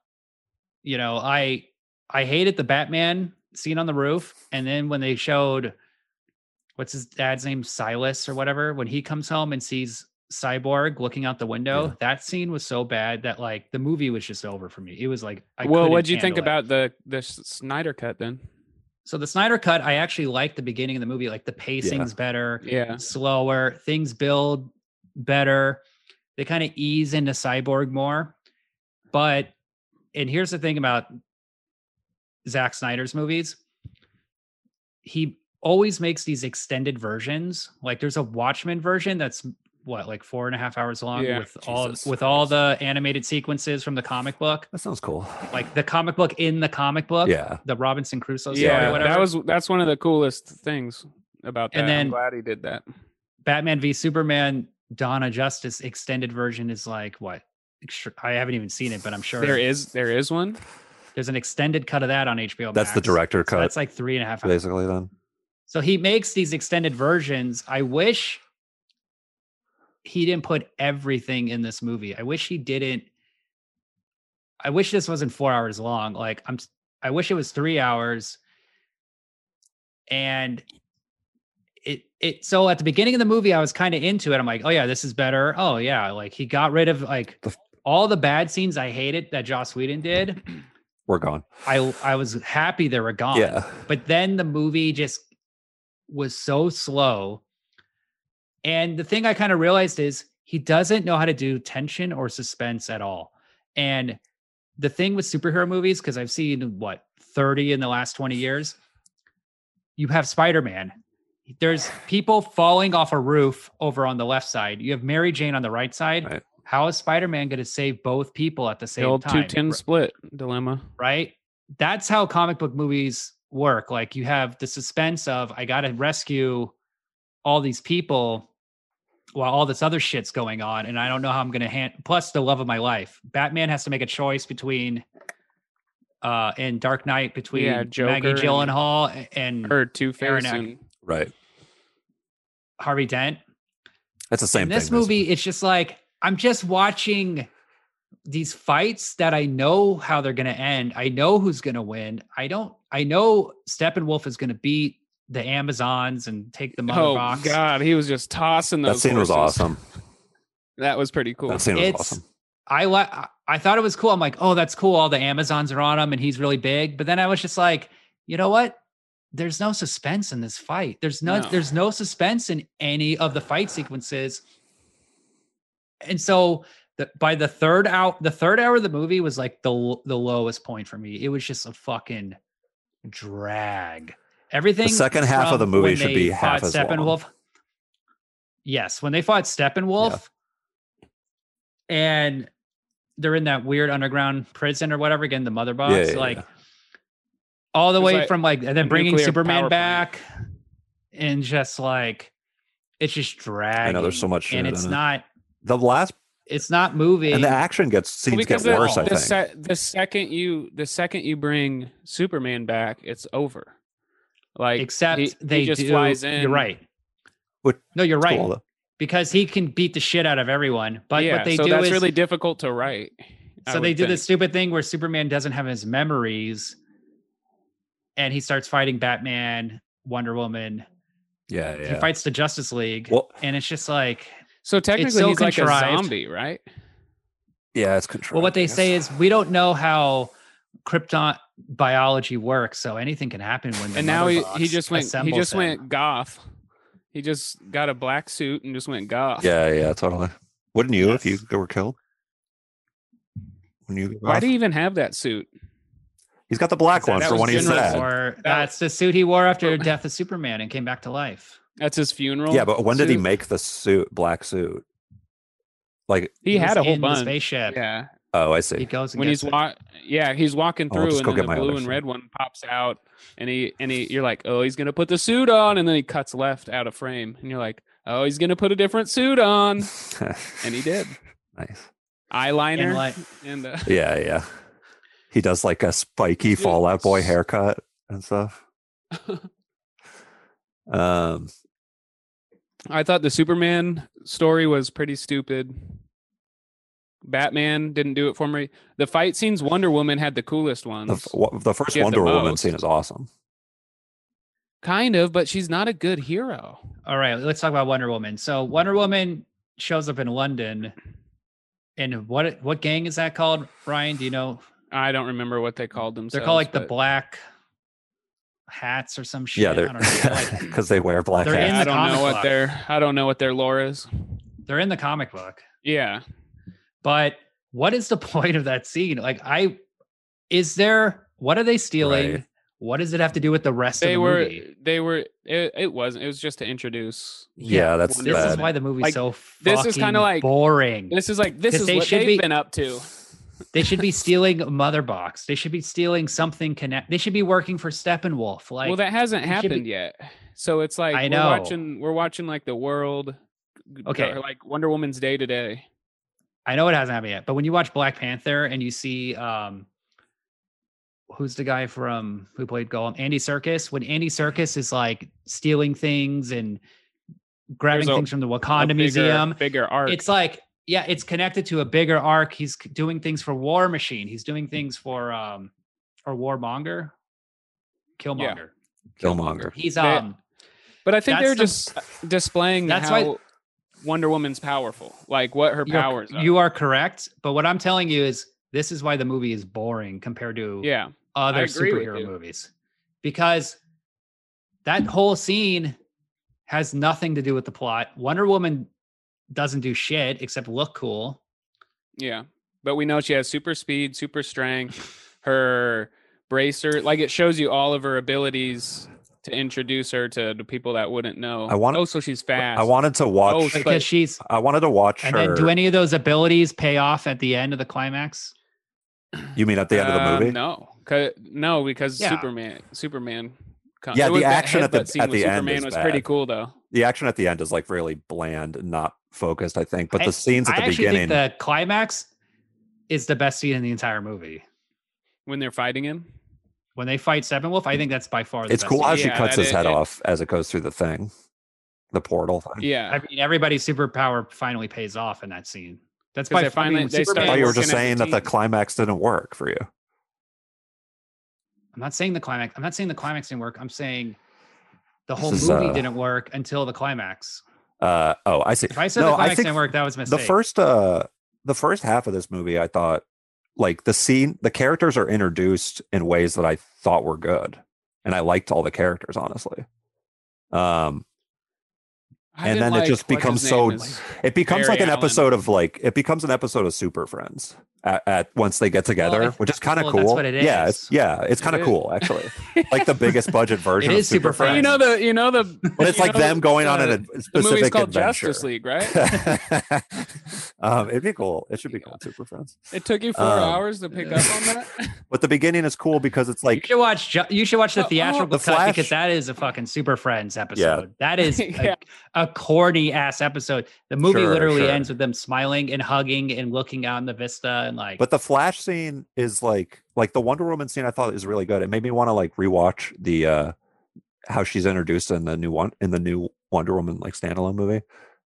[SPEAKER 3] you know, I I hated the Batman scene on the roof, and then when they showed what's his dad's name, Silas or whatever, when he comes home and sees Cyborg looking out the window,
[SPEAKER 2] Yeah.
[SPEAKER 3] that scene was so bad that like the movie was just over for me. It was like, I
[SPEAKER 1] well,
[SPEAKER 3] couldn't
[SPEAKER 1] what'd you think
[SPEAKER 3] handle
[SPEAKER 1] about
[SPEAKER 3] it.
[SPEAKER 1] the the S- Snyder cut then?
[SPEAKER 3] So the Snyder cut, I actually like the beginning of the movie. Like the pacing's better,
[SPEAKER 1] Yeah,
[SPEAKER 3] slower, things build better. They kind of ease into Cyborg more. But and here's the thing about Zack Snyder's movies. He always makes these extended versions. Like there's a Watchmen version that's what like four and a half hours long
[SPEAKER 1] Yeah.
[SPEAKER 3] with all
[SPEAKER 2] Jesus
[SPEAKER 3] with all the animated sequences from the comic book,
[SPEAKER 2] That sounds cool.
[SPEAKER 3] like the comic book in the comic book.
[SPEAKER 2] Yeah.
[SPEAKER 3] The Robinson Crusoe story,
[SPEAKER 1] yeah,
[SPEAKER 3] whatever.
[SPEAKER 1] that was that's one of the coolest things about that.
[SPEAKER 3] And
[SPEAKER 1] I'm
[SPEAKER 3] then-
[SPEAKER 1] glad he did that.
[SPEAKER 3] Batman v Superman Dawn of Justice extended version is like what? Extr- I haven't even seen it, but I'm sure
[SPEAKER 1] There is there is one.
[SPEAKER 3] there's an extended cut of that on HBO.
[SPEAKER 2] That's the
[SPEAKER 3] Max.
[SPEAKER 2] director
[SPEAKER 3] So
[SPEAKER 2] cut,
[SPEAKER 3] that's like three and a half hours.
[SPEAKER 2] basically. Then
[SPEAKER 3] So he makes these extended versions. I wish he didn't put everything in this movie. I wish he didn't. I wish this wasn't four hours long. Like I'm, s- I wish it was three hours. And it it so at the beginning of the movie, I was kind of into it. I'm like, oh yeah, this is better. Oh yeah, like he got rid of like
[SPEAKER 2] The f-
[SPEAKER 3] all the bad scenes I hated that Joss Whedon did.
[SPEAKER 2] we're gone.
[SPEAKER 3] I I was happy they were gone
[SPEAKER 2] Yeah.
[SPEAKER 3] but then the movie just was so slow and the thing i kind of realized is he doesn't know how to do tension or suspense at all and the thing with superhero movies because i've seen what 30 in the last 20 years you have spider-man there's people falling off a roof over on the left side you have mary jane on the right side
[SPEAKER 2] Right.
[SPEAKER 3] how is spider-man going to save both people at the
[SPEAKER 1] The
[SPEAKER 3] same
[SPEAKER 1] old
[SPEAKER 3] time
[SPEAKER 1] two ten split dilemma.
[SPEAKER 3] right? That's how comic book movies work. Like you have the suspense of I got to rescue all these people while all this other shit's going on, and I don't know how I'm going to hand. Plus the love of my life. Batman has to make a choice between, uh, in Dark Knight between
[SPEAKER 1] Yeah, Joker
[SPEAKER 3] Maggie
[SPEAKER 1] and-
[SPEAKER 3] Gyllenhaal a- and,
[SPEAKER 1] Or two face
[SPEAKER 3] Aaron Eck-
[SPEAKER 1] and
[SPEAKER 2] Right.
[SPEAKER 3] Harvey Dent.
[SPEAKER 2] That's the same
[SPEAKER 3] in this
[SPEAKER 2] thing. basically.
[SPEAKER 3] movie, it's just like I'm just watching these fights that I know how they're going to end. I know who's going to win. I don't. I know Steppenwolf is going to beat the Amazons and take the mother
[SPEAKER 1] Oh
[SPEAKER 3] box.
[SPEAKER 1] god, he was just tossing those.
[SPEAKER 2] that scene was
[SPEAKER 1] horses.
[SPEAKER 2] awesome.
[SPEAKER 1] That was pretty cool.
[SPEAKER 2] That scene was
[SPEAKER 3] It's-
[SPEAKER 2] awesome.
[SPEAKER 3] I like. I thought it was cool. I'm like, oh, that's cool. All the Amazons are on him, and he's really big. But then I was just like, you know what? There's no suspense in this fight. There's no,
[SPEAKER 1] No.
[SPEAKER 3] There's no suspense in any of the fight sequences. And so, the, by the third out, the third hour of the movie was like the l- the lowest point for me. It was just a fucking drag. Everything.
[SPEAKER 2] second half of
[SPEAKER 3] from
[SPEAKER 2] the movie
[SPEAKER 3] when
[SPEAKER 2] should
[SPEAKER 3] they
[SPEAKER 2] be half
[SPEAKER 3] fought
[SPEAKER 2] as long.
[SPEAKER 3] Yes, when they fought Steppenwolf, and they're in that weird underground prison or whatever again, the mother box,
[SPEAKER 2] Yeah, yeah,
[SPEAKER 3] like
[SPEAKER 2] yeah.
[SPEAKER 3] all the
[SPEAKER 1] It's
[SPEAKER 3] way
[SPEAKER 1] like
[SPEAKER 3] from like and
[SPEAKER 1] a
[SPEAKER 3] then bringing
[SPEAKER 1] nuclear
[SPEAKER 3] Superman
[SPEAKER 1] power plant.
[SPEAKER 3] back, and just like it's just dragging.
[SPEAKER 2] I know there's so much.
[SPEAKER 3] and
[SPEAKER 2] shit
[SPEAKER 3] it's
[SPEAKER 2] in it.
[SPEAKER 3] not,
[SPEAKER 2] the last
[SPEAKER 3] it's not moving.
[SPEAKER 2] and the action gets scenes get
[SPEAKER 1] because the,
[SPEAKER 2] worse. I
[SPEAKER 1] the
[SPEAKER 2] think.
[SPEAKER 1] se- the second you the second you bring Superman back, it's over. Like
[SPEAKER 3] except
[SPEAKER 1] he- he
[SPEAKER 3] they
[SPEAKER 1] just
[SPEAKER 3] do,
[SPEAKER 1] flies in.
[SPEAKER 3] You're right.
[SPEAKER 2] Which-
[SPEAKER 3] no, you're
[SPEAKER 2] It's
[SPEAKER 3] right
[SPEAKER 2] cool, though.
[SPEAKER 3] because he can beat the shit out of everyone. But
[SPEAKER 1] yeah,
[SPEAKER 3] what they
[SPEAKER 1] so
[SPEAKER 3] do
[SPEAKER 1] that's
[SPEAKER 3] is
[SPEAKER 1] really difficult to write. I
[SPEAKER 3] So they
[SPEAKER 1] would
[SPEAKER 3] do
[SPEAKER 1] think.
[SPEAKER 3] this stupid thing where Superman doesn't have his memories and he starts fighting Batman, Wonder Woman.
[SPEAKER 2] Yeah,
[SPEAKER 3] He
[SPEAKER 2] yeah.
[SPEAKER 3] fights the Justice League.
[SPEAKER 2] Well,
[SPEAKER 3] and it's just like,
[SPEAKER 1] So technically,
[SPEAKER 3] so
[SPEAKER 1] he's like a
[SPEAKER 3] contrived.
[SPEAKER 1] zombie, right?
[SPEAKER 2] yeah, it's control.
[SPEAKER 3] well, what they say is we don't know how Krypton biology works, so anything can happen when. The
[SPEAKER 1] And now
[SPEAKER 3] mother
[SPEAKER 1] he,
[SPEAKER 3] box
[SPEAKER 1] he just went he
[SPEAKER 3] assembles
[SPEAKER 1] just
[SPEAKER 3] him.
[SPEAKER 1] went goth. He just got a black suit and just went goth.
[SPEAKER 2] Yeah, yeah, totally. Wouldn't you if
[SPEAKER 3] Yes.
[SPEAKER 2] you were killed? When you,
[SPEAKER 1] Why do you even have that suit?
[SPEAKER 2] he's got the black
[SPEAKER 3] That
[SPEAKER 2] one for
[SPEAKER 1] was
[SPEAKER 2] when he's
[SPEAKER 1] General
[SPEAKER 2] sad.
[SPEAKER 3] Or that's the suit he wore after death of Superman and came back to life.
[SPEAKER 1] That's his funeral.
[SPEAKER 2] Yeah, but when did he
[SPEAKER 1] suit?
[SPEAKER 2] make the suit black suit? Like,
[SPEAKER 1] He,
[SPEAKER 3] was
[SPEAKER 1] had a whole
[SPEAKER 3] in the
[SPEAKER 1] bunch.
[SPEAKER 3] spaceship.
[SPEAKER 1] Yeah,
[SPEAKER 2] oh, I
[SPEAKER 3] He
[SPEAKER 2] see.
[SPEAKER 3] goes and
[SPEAKER 1] when
[SPEAKER 3] gets
[SPEAKER 1] he's
[SPEAKER 3] it.
[SPEAKER 1] wa- yeah, he's walking
[SPEAKER 2] Oh, I'll
[SPEAKER 1] through,
[SPEAKER 2] just
[SPEAKER 1] and
[SPEAKER 2] go
[SPEAKER 1] then
[SPEAKER 2] get
[SPEAKER 1] the
[SPEAKER 2] my
[SPEAKER 1] blue
[SPEAKER 2] other
[SPEAKER 1] and
[SPEAKER 2] suit.
[SPEAKER 1] red one pops out, and he and he, you're like, oh, he's gonna put the suit on, and then he cuts left out of frame, and you're like, oh, he's gonna put a different suit on, and he did
[SPEAKER 2] nice.
[SPEAKER 1] eyeliner
[SPEAKER 3] And
[SPEAKER 1] and,
[SPEAKER 3] like,
[SPEAKER 1] uh,
[SPEAKER 2] Yeah, yeah. He does like a spiky
[SPEAKER 1] Dude,
[SPEAKER 2] Fallout Boy
[SPEAKER 1] s-
[SPEAKER 2] haircut and stuff. Um,
[SPEAKER 1] I thought the Superman story was pretty stupid. Batman didn't do it for me. The fight scenes, Wonder Woman had the coolest
[SPEAKER 2] the,
[SPEAKER 1] ones,
[SPEAKER 2] f- wa- the first
[SPEAKER 1] Get the
[SPEAKER 2] Wonder Woman
[SPEAKER 1] most.
[SPEAKER 2] scene is awesome.
[SPEAKER 1] kind of, but she's not a good hero.
[SPEAKER 3] All right, let's talk about Wonder Woman. So Wonder Woman shows up in London, and what what gang is that called? Ryan, do you know?
[SPEAKER 1] I don't remember what they called themselves.
[SPEAKER 3] They're called like the
[SPEAKER 1] but-
[SPEAKER 3] Black Hats or some shit.
[SPEAKER 2] Yeah,
[SPEAKER 3] I don't know. They're,
[SPEAKER 2] they're
[SPEAKER 3] like-
[SPEAKER 2] because they wear black
[SPEAKER 3] They're in
[SPEAKER 1] Yeah,
[SPEAKER 2] hats.
[SPEAKER 1] I
[SPEAKER 3] the
[SPEAKER 1] don't know
[SPEAKER 3] comic
[SPEAKER 1] what
[SPEAKER 3] book.
[SPEAKER 1] their I don't know what their lore is.
[SPEAKER 3] they're in the comic book,
[SPEAKER 1] Yeah.
[SPEAKER 3] but what is the point of that scene? Like, I is there? What are they stealing?
[SPEAKER 2] Right.
[SPEAKER 3] What does it have to do with the rest of
[SPEAKER 1] They
[SPEAKER 3] the
[SPEAKER 1] were
[SPEAKER 3] movie?
[SPEAKER 1] they were it, it wasn't it was just to introduce.
[SPEAKER 2] Yeah, that's
[SPEAKER 1] Wonder
[SPEAKER 3] This is
[SPEAKER 2] bad.
[SPEAKER 3] why the movie's
[SPEAKER 1] Like,
[SPEAKER 3] so
[SPEAKER 1] this is
[SPEAKER 3] kind
[SPEAKER 1] kinda
[SPEAKER 3] of
[SPEAKER 1] like-
[SPEAKER 3] boring.
[SPEAKER 1] This is like this
[SPEAKER 3] 'Cause
[SPEAKER 1] is
[SPEAKER 3] they
[SPEAKER 1] what
[SPEAKER 3] should
[SPEAKER 1] they've
[SPEAKER 3] be-
[SPEAKER 1] been up to.
[SPEAKER 3] They should be stealing Mother Box. They should be stealing something connect. They should be working for Steppenwolf. Like
[SPEAKER 1] well, that hasn't
[SPEAKER 3] it should be-
[SPEAKER 1] happened yet. So it's like
[SPEAKER 3] I
[SPEAKER 1] we're
[SPEAKER 3] know.
[SPEAKER 1] watching we're watching like the world g-
[SPEAKER 3] Okay.
[SPEAKER 1] or, like Wonder Woman's day to day.
[SPEAKER 3] I know it hasn't happened yet, but when you watch Black Panther and you see um who's the guy from who played Gollum? Andy Circus. When Andy Circus is like stealing things and grabbing
[SPEAKER 1] There's a-
[SPEAKER 3] things from the
[SPEAKER 1] A
[SPEAKER 3] Wakanda
[SPEAKER 1] bigger-
[SPEAKER 3] Museum,
[SPEAKER 1] Bigger arc.
[SPEAKER 3] it's like yeah, it's connected to a bigger arc. He's c- doing things for War Machine. He's doing things for um or Warmonger, Killmonger.
[SPEAKER 2] Killmonger.
[SPEAKER 3] He's
[SPEAKER 1] They-
[SPEAKER 3] um
[SPEAKER 1] But I think
[SPEAKER 3] That's
[SPEAKER 1] they're
[SPEAKER 3] the-
[SPEAKER 1] just uh, displaying
[SPEAKER 3] That's why-
[SPEAKER 1] how Wonder Woman's powerful, like what her
[SPEAKER 3] You're-
[SPEAKER 1] powers are.
[SPEAKER 3] You are correct, but what I'm telling you is this is why the movie is boring compared to
[SPEAKER 1] yeah,
[SPEAKER 3] other
[SPEAKER 1] agree with
[SPEAKER 3] superhero
[SPEAKER 1] you.
[SPEAKER 3] movies because that whole scene has nothing to do with the plot. Wonder Woman doesn't do shit except look cool.
[SPEAKER 1] yeah. But we know she has super speed, super strength, her bracer. Like it shows you all of her abilities to introduce her to the people that wouldn't know.
[SPEAKER 2] I wanna-
[SPEAKER 1] Oh, so she's fast.
[SPEAKER 2] I wanted to watch.
[SPEAKER 1] Oh,
[SPEAKER 3] Because
[SPEAKER 1] but-
[SPEAKER 3] she's
[SPEAKER 2] I wanted to watch
[SPEAKER 3] and
[SPEAKER 2] her.
[SPEAKER 3] then do any of those abilities pay off at the end of the climax?
[SPEAKER 2] you mean at the end of
[SPEAKER 1] Um,
[SPEAKER 2] the movie?
[SPEAKER 1] No, 'Cause- no, because
[SPEAKER 3] Yeah.
[SPEAKER 1] Superman. Superman. comes-
[SPEAKER 2] Yeah,
[SPEAKER 1] It
[SPEAKER 2] the
[SPEAKER 1] was that
[SPEAKER 2] action at the-
[SPEAKER 1] headbutt scene
[SPEAKER 2] at
[SPEAKER 1] with
[SPEAKER 2] the end
[SPEAKER 1] Superman
[SPEAKER 2] is
[SPEAKER 1] was pretty
[SPEAKER 2] bad.
[SPEAKER 1] cool though.
[SPEAKER 2] The action at the end is like really bland and not focused. I think, but
[SPEAKER 3] I-
[SPEAKER 2] the scenes at
[SPEAKER 3] I
[SPEAKER 2] the
[SPEAKER 3] actually
[SPEAKER 2] beginning.
[SPEAKER 3] think the climax is the best scene in the entire movie.
[SPEAKER 1] When they're fighting him,
[SPEAKER 3] When they fight Steppenwolf, I think that's by far the
[SPEAKER 2] it's
[SPEAKER 3] best
[SPEAKER 2] cool
[SPEAKER 3] scene.
[SPEAKER 2] how she
[SPEAKER 1] Yeah,
[SPEAKER 2] cuts
[SPEAKER 1] that
[SPEAKER 2] his
[SPEAKER 1] is-
[SPEAKER 2] head
[SPEAKER 1] it-
[SPEAKER 2] off as it goes through the thing, the portal thing.
[SPEAKER 1] yeah.
[SPEAKER 3] I mean, everybody's superpower finally pays off in that scene. That's
[SPEAKER 1] 'Cause
[SPEAKER 3] why
[SPEAKER 1] they finally- they start
[SPEAKER 2] I thought you were
[SPEAKER 1] working
[SPEAKER 2] just
[SPEAKER 1] as a
[SPEAKER 2] saying that the
[SPEAKER 1] team.
[SPEAKER 2] climax didn't work for you.
[SPEAKER 3] I'm not saying the climax. I'm not saying the climax didn't work. I'm saying the
[SPEAKER 2] This
[SPEAKER 3] whole
[SPEAKER 2] is,
[SPEAKER 3] movie
[SPEAKER 2] uh,
[SPEAKER 3] didn't work until the climax.
[SPEAKER 2] Uh, oh, I see.
[SPEAKER 3] If I said
[SPEAKER 2] no,
[SPEAKER 3] the
[SPEAKER 2] I
[SPEAKER 3] climax
[SPEAKER 2] think
[SPEAKER 3] didn't work, that was a
[SPEAKER 2] the
[SPEAKER 3] mistake.
[SPEAKER 2] first uh the first half of this movie i thought like the scene the characters are introduced in ways that i thought were good and i liked all the characters honestly um
[SPEAKER 1] I
[SPEAKER 2] and
[SPEAKER 1] didn't
[SPEAKER 2] then it just
[SPEAKER 1] what's his
[SPEAKER 2] becomes
[SPEAKER 1] name
[SPEAKER 2] so-
[SPEAKER 1] is-
[SPEAKER 2] it becomes
[SPEAKER 1] Barry
[SPEAKER 2] like an
[SPEAKER 1] Allen.
[SPEAKER 2] episode of like it becomes an episode of super friends at, at once they get together
[SPEAKER 3] I-
[SPEAKER 2] which is kind of
[SPEAKER 3] well,
[SPEAKER 2] cool
[SPEAKER 3] that's what it
[SPEAKER 2] yeah
[SPEAKER 3] is.
[SPEAKER 2] it's, yeah it's
[SPEAKER 1] It
[SPEAKER 2] kind of
[SPEAKER 1] is.
[SPEAKER 2] cool actually like the biggest budget version of
[SPEAKER 3] is Super
[SPEAKER 2] super
[SPEAKER 1] Well,
[SPEAKER 2] friends
[SPEAKER 1] you know the you know the
[SPEAKER 2] but it's
[SPEAKER 1] you
[SPEAKER 2] like
[SPEAKER 1] know
[SPEAKER 2] them going on
[SPEAKER 1] the-
[SPEAKER 2] an a
[SPEAKER 1] the movie's
[SPEAKER 2] specific
[SPEAKER 1] called
[SPEAKER 2] adventure
[SPEAKER 1] Justice League, right?
[SPEAKER 2] um, it'd be cool. It should be called Super Friends.
[SPEAKER 1] It took you four
[SPEAKER 2] Um,
[SPEAKER 1] hours to pick up on that.
[SPEAKER 2] But the beginning is cool because it's
[SPEAKER 3] you
[SPEAKER 2] like
[SPEAKER 3] should watch. Ju- You should watch the
[SPEAKER 1] Oh, oh,
[SPEAKER 3] theatrical
[SPEAKER 2] The
[SPEAKER 3] cut
[SPEAKER 2] Flash-
[SPEAKER 3] because that is a fucking Super Friends episode. That is a,
[SPEAKER 1] Yeah.
[SPEAKER 3] a corny ass episode. The movie
[SPEAKER 2] Sure,
[SPEAKER 3] literally
[SPEAKER 2] sure.
[SPEAKER 3] ends with them smiling and hugging and looking out in the vista and like.
[SPEAKER 2] but the flash scene is like like the Wonder Woman scene I thought is really good. It made me want to like rewatch the uh how she's introduced in the new one in the new Wonder Woman like standalone movie.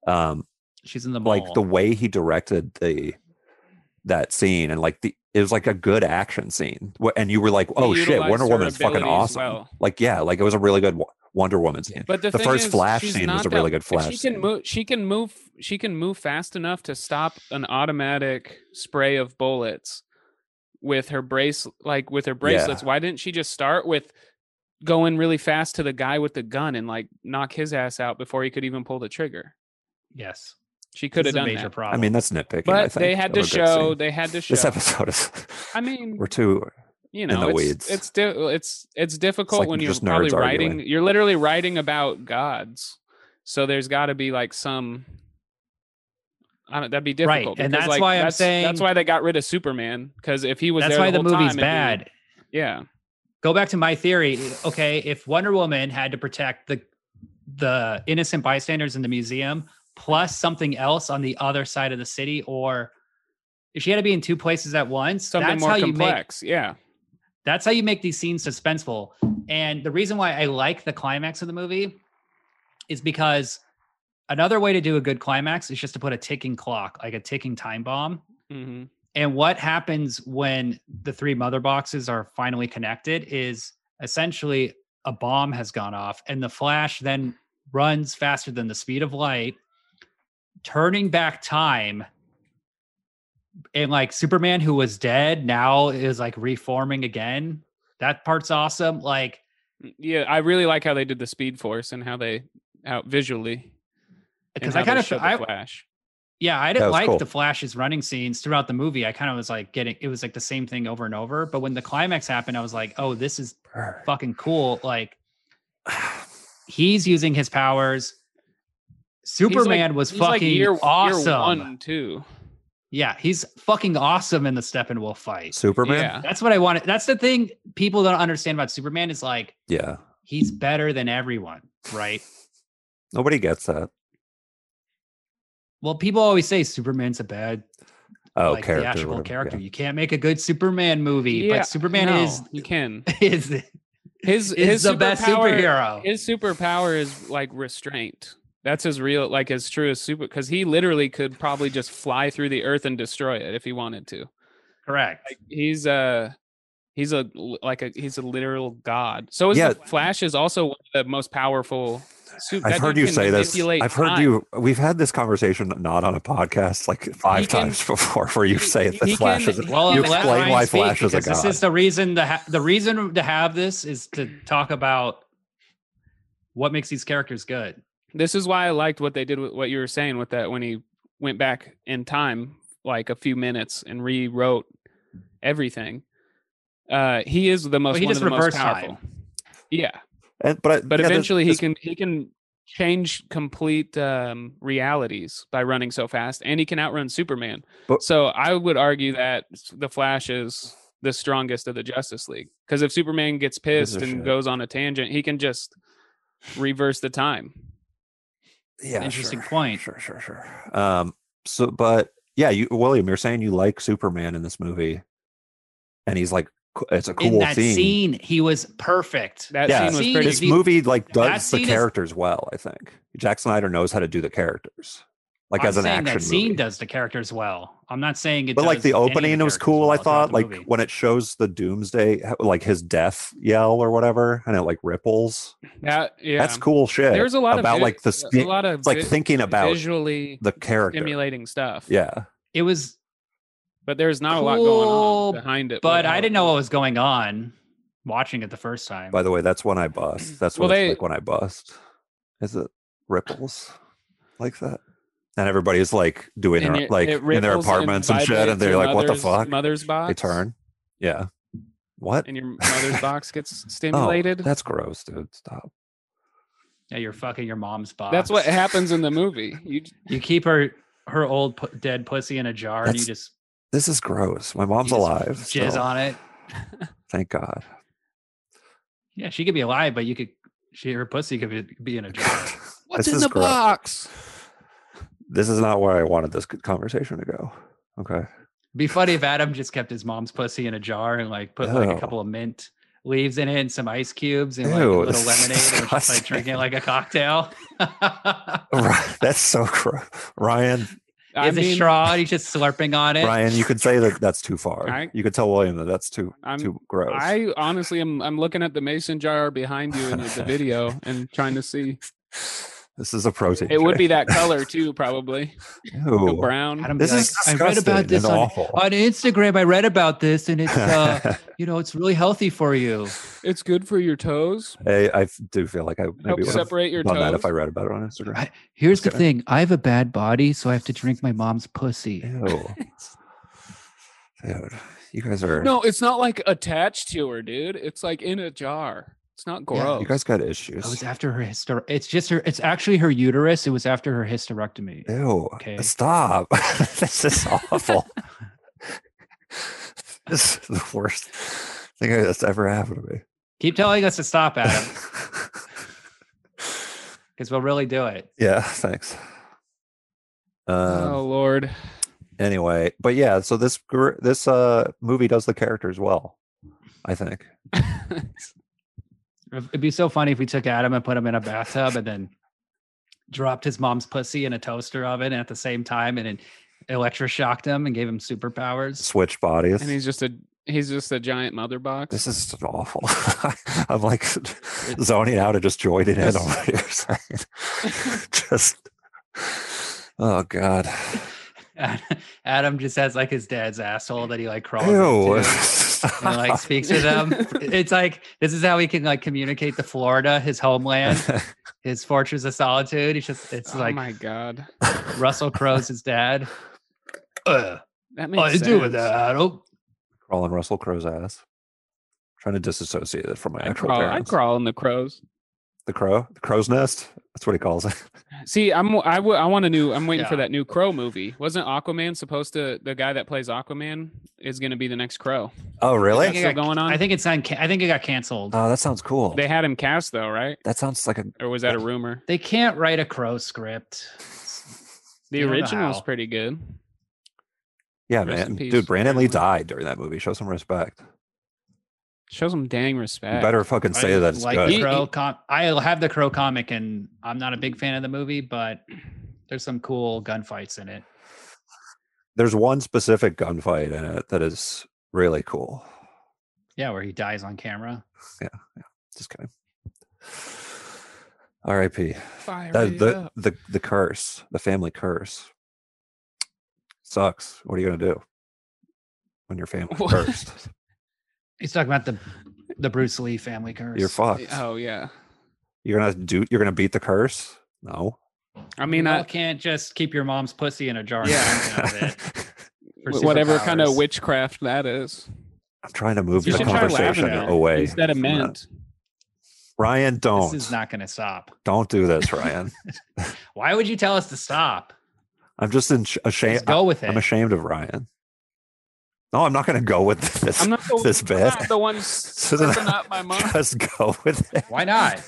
[SPEAKER 2] Um
[SPEAKER 3] she's in the mall.
[SPEAKER 2] like the way he directed the that scene and like the it was like a good action scene. Wh- And you were like, "Oh shit,
[SPEAKER 1] utilized
[SPEAKER 2] Wonder
[SPEAKER 1] her
[SPEAKER 2] Woman is fucking
[SPEAKER 1] abilities
[SPEAKER 2] awesome."
[SPEAKER 1] well.
[SPEAKER 2] Like yeah, like it was a really good Wo- Wonder Woman scene.
[SPEAKER 1] But the,
[SPEAKER 2] The
[SPEAKER 1] thing
[SPEAKER 2] first
[SPEAKER 1] is,
[SPEAKER 2] Flash
[SPEAKER 1] she's
[SPEAKER 2] scene was
[SPEAKER 1] not
[SPEAKER 2] a really
[SPEAKER 1] that-
[SPEAKER 2] good Flash
[SPEAKER 1] She
[SPEAKER 2] scene.
[SPEAKER 1] can move. She can move. She can move fast enough to stop an automatic spray of bullets with her brace, like with her bracelets. Why didn't she just start with going really fast to the guy with the gun and like knock his ass out before he could even pull the trigger?
[SPEAKER 3] yes,
[SPEAKER 1] She could
[SPEAKER 3] This
[SPEAKER 1] have
[SPEAKER 3] is
[SPEAKER 1] done
[SPEAKER 3] a major
[SPEAKER 1] that.
[SPEAKER 2] I
[SPEAKER 3] problem.
[SPEAKER 2] mean, that's nitpicking. I
[SPEAKER 1] But
[SPEAKER 2] think,
[SPEAKER 1] they had
[SPEAKER 2] of a
[SPEAKER 1] to
[SPEAKER 2] good
[SPEAKER 1] show.
[SPEAKER 2] scene.
[SPEAKER 1] They had to show.
[SPEAKER 2] This episode is
[SPEAKER 1] I mean,
[SPEAKER 2] we're too
[SPEAKER 1] you
[SPEAKER 2] the
[SPEAKER 1] know, it's,
[SPEAKER 2] weeds.
[SPEAKER 1] it's di- it's it's difficult
[SPEAKER 2] like
[SPEAKER 1] when you're
[SPEAKER 2] just nerds
[SPEAKER 1] probably
[SPEAKER 2] arguing.
[SPEAKER 1] writing. You're literally writing about gods, so there's got to be like some. I don't, that'd be
[SPEAKER 3] Right,
[SPEAKER 1] difficult,
[SPEAKER 3] and
[SPEAKER 1] because,
[SPEAKER 3] that's
[SPEAKER 1] like,
[SPEAKER 3] why I'm
[SPEAKER 1] that's, that's
[SPEAKER 3] saying-
[SPEAKER 1] why they got rid of Superman because if he was
[SPEAKER 3] that's
[SPEAKER 1] there
[SPEAKER 3] why the,
[SPEAKER 1] whole
[SPEAKER 3] movie's
[SPEAKER 1] time, it'd be-
[SPEAKER 3] bad.
[SPEAKER 1] yeah,
[SPEAKER 3] go back to my theory. Okay, if Wonder Woman had to protect the the innocent bystanders in the museum, plus something else on the other side of the city, or if she had to be in two places at once,
[SPEAKER 1] something
[SPEAKER 3] that's
[SPEAKER 1] more
[SPEAKER 3] how you make
[SPEAKER 1] complex. yeah,
[SPEAKER 3] that's how you make these scenes suspenseful. And the reason why I like the climax of the movie is because another way to do a good climax is just to put a ticking clock, like a ticking time bomb.
[SPEAKER 1] hmm
[SPEAKER 3] And what happens when the three mother boxes are finally connected is essentially a bomb has gone off, and the flash then runs faster than the speed of light, turning back time. And like Superman, who was dead, now is like reforming again. That part's awesome. Like,
[SPEAKER 1] Mm, yeah. I really like how they did the Speed Force and how they out visually and
[SPEAKER 3] because
[SPEAKER 1] how
[SPEAKER 3] I
[SPEAKER 1] they
[SPEAKER 3] kind
[SPEAKER 1] showed
[SPEAKER 3] of,
[SPEAKER 1] the
[SPEAKER 3] I,
[SPEAKER 1] Flash.
[SPEAKER 3] Yeah, I
[SPEAKER 2] That
[SPEAKER 3] didn't
[SPEAKER 2] was
[SPEAKER 3] like
[SPEAKER 2] cool.
[SPEAKER 3] the Flash's running scenes throughout the movie. I kind of was like getting it was like the same thing over and over. But when the climax happened, I was like, oh, this is fucking cool. Like he's using his powers.
[SPEAKER 1] He's like-
[SPEAKER 3] Superman was
[SPEAKER 1] he's
[SPEAKER 3] fucking
[SPEAKER 1] like year- year
[SPEAKER 3] awesome.
[SPEAKER 1] one too.
[SPEAKER 3] Yeah, he's fucking awesome in the Steppenwolf fight.
[SPEAKER 2] Superman?
[SPEAKER 3] That's what I wanted. That's the thing people don't understand about Superman is like
[SPEAKER 2] Yeah.
[SPEAKER 3] he's better than everyone, right?
[SPEAKER 2] Nobody gets that.
[SPEAKER 3] Well, people always say Superman's a bad
[SPEAKER 2] Oh,
[SPEAKER 3] like
[SPEAKER 2] character.
[SPEAKER 3] theatrical
[SPEAKER 2] whatever,
[SPEAKER 3] character. You can't make a good Superman movie,
[SPEAKER 1] Yeah,
[SPEAKER 3] but Superman
[SPEAKER 1] No,
[SPEAKER 3] is
[SPEAKER 1] you can
[SPEAKER 3] is is,
[SPEAKER 1] his his
[SPEAKER 3] the best
[SPEAKER 1] superpower-
[SPEAKER 3] superhero.
[SPEAKER 1] His superpower is like restraint. That's as real, like as true as super, because he literally could probably just fly through the earth and destroy it if he wanted to.
[SPEAKER 3] Correct.
[SPEAKER 1] Like he's a, he's a like a he's a literal god. So is
[SPEAKER 2] Yeah.
[SPEAKER 1] the Flash is also one of the most powerful. Super,
[SPEAKER 2] I've
[SPEAKER 1] that
[SPEAKER 2] heard
[SPEAKER 1] dude
[SPEAKER 2] you
[SPEAKER 1] can
[SPEAKER 2] say this.
[SPEAKER 1] manipulate
[SPEAKER 2] I've heard
[SPEAKER 1] time.
[SPEAKER 2] you. We've had this conversation not on a podcast like five
[SPEAKER 1] can-
[SPEAKER 2] times before, where you
[SPEAKER 1] he-
[SPEAKER 2] say that
[SPEAKER 1] he
[SPEAKER 2] Flash
[SPEAKER 1] can-
[SPEAKER 2] is.
[SPEAKER 1] he
[SPEAKER 3] Well,
[SPEAKER 2] You
[SPEAKER 3] let
[SPEAKER 2] explain
[SPEAKER 3] Ryan
[SPEAKER 2] why
[SPEAKER 3] speak,
[SPEAKER 2] Flash is a
[SPEAKER 3] because This
[SPEAKER 2] god.
[SPEAKER 3] is the reason to ha- the reason to have this is to talk about what makes these characters good.
[SPEAKER 1] this is why I liked what they did with what you were saying with that when he went back in time like a few minutes and rewrote everything. Uh, he is the most
[SPEAKER 3] he
[SPEAKER 1] one
[SPEAKER 3] just
[SPEAKER 1] of the most
[SPEAKER 3] reversed time.
[SPEAKER 1] powerful. Yeah,
[SPEAKER 2] And, but I-
[SPEAKER 1] but
[SPEAKER 2] yeah, this-
[SPEAKER 1] eventually he
[SPEAKER 2] this-
[SPEAKER 1] can he can change complete um, realities by running so fast, and he can outrun Superman.
[SPEAKER 2] But-
[SPEAKER 1] so I would argue that the Flash is the strongest of the Justice League because if Superman gets
[SPEAKER 2] Gives
[SPEAKER 1] pissed
[SPEAKER 2] a
[SPEAKER 1] and
[SPEAKER 2] shit.
[SPEAKER 1] goes on a tangent, he can just reverse the time.
[SPEAKER 2] yeah,
[SPEAKER 3] Interesting
[SPEAKER 2] sure.
[SPEAKER 3] point.
[SPEAKER 2] Sure, sure, sure. Um, so, but yeah, you, William, you're saying you like Superman in this movie, and he's like, co- it's a cool
[SPEAKER 3] In that
[SPEAKER 2] theme.
[SPEAKER 3] scene, he was perfect.
[SPEAKER 1] That
[SPEAKER 2] Yeah,
[SPEAKER 1] scene was
[SPEAKER 3] See,
[SPEAKER 1] pretty.
[SPEAKER 2] this
[SPEAKER 3] the-
[SPEAKER 2] movie like
[SPEAKER 3] that
[SPEAKER 2] does the
[SPEAKER 3] scene is-
[SPEAKER 2] characters well. I think Jack Snyder knows how to do the characters, like
[SPEAKER 3] I'm
[SPEAKER 2] as an
[SPEAKER 3] saying
[SPEAKER 2] action
[SPEAKER 3] that scene
[SPEAKER 2] movie.
[SPEAKER 3] does the characters well. I'm not saying it.
[SPEAKER 2] but like
[SPEAKER 3] does
[SPEAKER 2] the
[SPEAKER 3] any of
[SPEAKER 2] opening, it was
[SPEAKER 3] characters
[SPEAKER 2] cool. I
[SPEAKER 3] well throughout
[SPEAKER 2] thought
[SPEAKER 3] the
[SPEAKER 2] like
[SPEAKER 3] movie.
[SPEAKER 2] when it shows the Doomsday, h- like his death yell or whatever, and it like ripples.
[SPEAKER 1] That yeah,
[SPEAKER 2] That's cool shit.
[SPEAKER 1] There's a lot
[SPEAKER 2] about
[SPEAKER 1] of vi-
[SPEAKER 2] like the
[SPEAKER 1] a
[SPEAKER 2] spe-
[SPEAKER 1] lot of
[SPEAKER 2] it's like
[SPEAKER 1] vi-
[SPEAKER 2] thinking about
[SPEAKER 1] visually
[SPEAKER 2] the character.
[SPEAKER 1] stimulating stuff.
[SPEAKER 2] Yeah,
[SPEAKER 3] it was,
[SPEAKER 1] but there's not a lot going
[SPEAKER 3] Cool,
[SPEAKER 1] on behind it.
[SPEAKER 3] but
[SPEAKER 1] with
[SPEAKER 3] I
[SPEAKER 2] uh,
[SPEAKER 1] how-
[SPEAKER 3] didn't know what was going on watching it the first time.
[SPEAKER 2] By the way, that's when I bust. That's what
[SPEAKER 1] Well,
[SPEAKER 2] it's
[SPEAKER 1] they-
[SPEAKER 2] like when I bust. Is it ripples like that? And everybody's like doing
[SPEAKER 1] and
[SPEAKER 2] their
[SPEAKER 1] it-
[SPEAKER 2] like
[SPEAKER 1] it
[SPEAKER 2] in their
[SPEAKER 1] ripples
[SPEAKER 2] apartments and, shit, and
[SPEAKER 1] vibrates
[SPEAKER 2] they're
[SPEAKER 1] your
[SPEAKER 2] like, "What the
[SPEAKER 1] mother's-
[SPEAKER 2] fuck?"
[SPEAKER 1] Mother's box.
[SPEAKER 2] They turn. Yeah. What?
[SPEAKER 1] and your mother's box gets
[SPEAKER 2] Oh,
[SPEAKER 1] stimulated. that's,
[SPEAKER 2] that's gross, dude. Stop.
[SPEAKER 3] yeah, you're fucking your mom's box.
[SPEAKER 1] what happens in the movie. You
[SPEAKER 3] You keep her her old pu- dead pussy in a jar, and you just
[SPEAKER 2] This is gross. My mom's
[SPEAKER 3] You just
[SPEAKER 2] alive.
[SPEAKER 3] jizz
[SPEAKER 2] still.
[SPEAKER 3] on it.
[SPEAKER 2] Thank God.
[SPEAKER 3] Yeah, she could be alive, but you could she her pussy could be, be in a jar.
[SPEAKER 2] What's in the box? This is not where I wanted this conversation to go. Okay.
[SPEAKER 3] be funny if Adam just kept his mom's pussy in a jar and like put like
[SPEAKER 2] Ew.
[SPEAKER 3] a couple of mint leaves in it and some ice cubes and like a
[SPEAKER 2] Ew,
[SPEAKER 3] little
[SPEAKER 2] this is
[SPEAKER 3] lemonade and was just like
[SPEAKER 2] disgusting.
[SPEAKER 3] drinking it like a cocktail.
[SPEAKER 2] Right. Oh, That's so gross. Ryan,
[SPEAKER 3] He
[SPEAKER 1] I
[SPEAKER 3] has a
[SPEAKER 1] mean,
[SPEAKER 3] straw and he's just slurping on it.
[SPEAKER 2] Ryan, you could say that that's too far.
[SPEAKER 1] I-
[SPEAKER 2] you could tell William that that's too
[SPEAKER 1] I'm-
[SPEAKER 2] too gross.
[SPEAKER 1] I honestly am. I'm looking at the mason jar behind you in the video and trying to see.
[SPEAKER 2] this is a protein.
[SPEAKER 1] It would be that
[SPEAKER 2] shake.
[SPEAKER 1] color too, probably the
[SPEAKER 2] Ew.
[SPEAKER 1] brown.
[SPEAKER 3] Adam be
[SPEAKER 2] This
[SPEAKER 3] like,
[SPEAKER 2] is
[SPEAKER 3] I read
[SPEAKER 2] disgusting
[SPEAKER 3] about this
[SPEAKER 2] and
[SPEAKER 3] on,
[SPEAKER 2] awful.
[SPEAKER 3] on Instagram. I read about this and it's uh you know it's really healthy for you.
[SPEAKER 1] It's good for your toes.
[SPEAKER 2] I, I do feel like I maybe
[SPEAKER 1] Help
[SPEAKER 2] would have
[SPEAKER 1] separate your
[SPEAKER 2] done that
[SPEAKER 1] toes.
[SPEAKER 2] if I read about it on Instagram.
[SPEAKER 3] I- Here's the
[SPEAKER 2] Okay.
[SPEAKER 3] thing: I have a bad body, so I have to drink my mom's pussy.
[SPEAKER 2] Ew. Dude, you guys are
[SPEAKER 1] No, it's not like attached to her, dude. It's like in a jar. It's not
[SPEAKER 3] Yeah, you
[SPEAKER 1] gross.
[SPEAKER 2] you guys got
[SPEAKER 3] It was
[SPEAKER 2] issues.
[SPEAKER 3] after her hyster. It's just her. It's actually her uterus. It was after her hysterectomy.
[SPEAKER 2] Ew.
[SPEAKER 3] Okay.
[SPEAKER 2] Stop. this is awful. this is the worst thing that's ever happened to me.
[SPEAKER 3] Keep telling us to stop, Adam, because we'll really do it.
[SPEAKER 2] yeah, thanks. Um,
[SPEAKER 1] oh Lord.
[SPEAKER 2] anyway, but yeah, so this gr- this uh movie does the characters well, I think.
[SPEAKER 3] It'd be so funny if we took Adam and put him in a bathtub and then dropped his mom's pussy in a toaster oven at the same time and then electroshocked him and gave him superpowers.
[SPEAKER 2] Switch bodies.
[SPEAKER 1] and he's just a he's just a giant mother box.
[SPEAKER 2] this is just awful. I'm like zoning out and just joining in on what you're saying. just oh god.
[SPEAKER 3] Adam just has like his dad's asshole that he like crawls
[SPEAKER 2] Ew.
[SPEAKER 3] into and like speaks to them. It's like this is how he can like communicate to Florida, his homeland, his fortress of solitude. He's just it's
[SPEAKER 1] oh
[SPEAKER 3] like
[SPEAKER 1] my god,
[SPEAKER 3] Russell Crowe's his dad. Uh,
[SPEAKER 1] that
[SPEAKER 3] what
[SPEAKER 1] makes
[SPEAKER 3] you
[SPEAKER 1] sense.
[SPEAKER 3] doing there, Adam?
[SPEAKER 2] Crawling Russell Crowe's ass. Trying to disassociate it from my
[SPEAKER 1] I
[SPEAKER 2] actual
[SPEAKER 1] crawl, I
[SPEAKER 2] parents.
[SPEAKER 1] crawl in the crows.
[SPEAKER 2] The crow, the crow's nest. That's what he calls it.
[SPEAKER 1] See, I'm I, w- I want a new. I'm waiting for
[SPEAKER 3] Yeah.
[SPEAKER 1] that new Crow movie. Wasn't Aquaman supposed to? The guy that plays Aquaman is going to be the next Crow.
[SPEAKER 2] Oh,
[SPEAKER 1] That's
[SPEAKER 2] really?
[SPEAKER 3] Yeah.
[SPEAKER 1] still going on.
[SPEAKER 3] I think it's on. ca- I think it got canceled.
[SPEAKER 2] Oh, that sounds cool.
[SPEAKER 1] they had him cast though, right?
[SPEAKER 2] That sounds like a.
[SPEAKER 1] Or was that a rumor?
[SPEAKER 3] they can't write a crow script.
[SPEAKER 1] The
[SPEAKER 3] You don't know
[SPEAKER 1] original's
[SPEAKER 3] how.
[SPEAKER 1] pretty good.
[SPEAKER 2] Yeah,
[SPEAKER 1] Rest in
[SPEAKER 2] man.
[SPEAKER 1] peace,
[SPEAKER 2] Dude, Brandon Lee
[SPEAKER 1] Brandon
[SPEAKER 2] died during that movie. Show some respect.
[SPEAKER 1] Shows him dang
[SPEAKER 2] You
[SPEAKER 1] respect.
[SPEAKER 2] better fucking say that it's
[SPEAKER 3] like
[SPEAKER 2] good.
[SPEAKER 3] the crow. Com- I have the crow comic, and I'm not a big fan of the movie, but there's some cool gunfights in it.
[SPEAKER 2] There's one specific gunfight in it that is really cool.
[SPEAKER 3] Yeah, where he dies on camera.
[SPEAKER 2] Just kidding. R.I.P.
[SPEAKER 1] Fire
[SPEAKER 2] That-
[SPEAKER 1] it
[SPEAKER 2] the,
[SPEAKER 1] up.
[SPEAKER 2] the the curse, the family curse, sucks. What are you gonna do when your family
[SPEAKER 1] What?
[SPEAKER 2] cursed?
[SPEAKER 3] He's talking about the the Bruce Lee family curse.
[SPEAKER 2] You're fucked.
[SPEAKER 1] Oh yeah.
[SPEAKER 2] You're gonna do. You're gonna beat the curse. No.
[SPEAKER 1] I
[SPEAKER 3] I mean,
[SPEAKER 1] mean,
[SPEAKER 3] you all
[SPEAKER 1] I,
[SPEAKER 3] can't just keep your mom's pussy in a jar.
[SPEAKER 1] Yeah.
[SPEAKER 3] And drink out of it for
[SPEAKER 1] wh- whatever kind of
[SPEAKER 3] superpowers.
[SPEAKER 1] witchcraft that is,
[SPEAKER 2] I'm trying to move
[SPEAKER 1] You
[SPEAKER 2] the
[SPEAKER 1] should try
[SPEAKER 2] conversation
[SPEAKER 1] lavender
[SPEAKER 2] away.
[SPEAKER 1] instead of
[SPEAKER 2] from that.
[SPEAKER 1] mint.
[SPEAKER 2] Ryan,
[SPEAKER 3] This
[SPEAKER 2] don't
[SPEAKER 3] is not going to stop.
[SPEAKER 2] don't do this, Ryan.
[SPEAKER 3] Why would you tell us to stop?
[SPEAKER 2] I'm just in, ashamed.
[SPEAKER 3] Just go with it.
[SPEAKER 2] I'm ashamed of Ryan. No, I'm not gonna go with this.
[SPEAKER 1] I'm not the,
[SPEAKER 2] this
[SPEAKER 1] I'm
[SPEAKER 2] bit.
[SPEAKER 1] not the one slipping up my mom.
[SPEAKER 2] Just go with it.
[SPEAKER 3] Why not?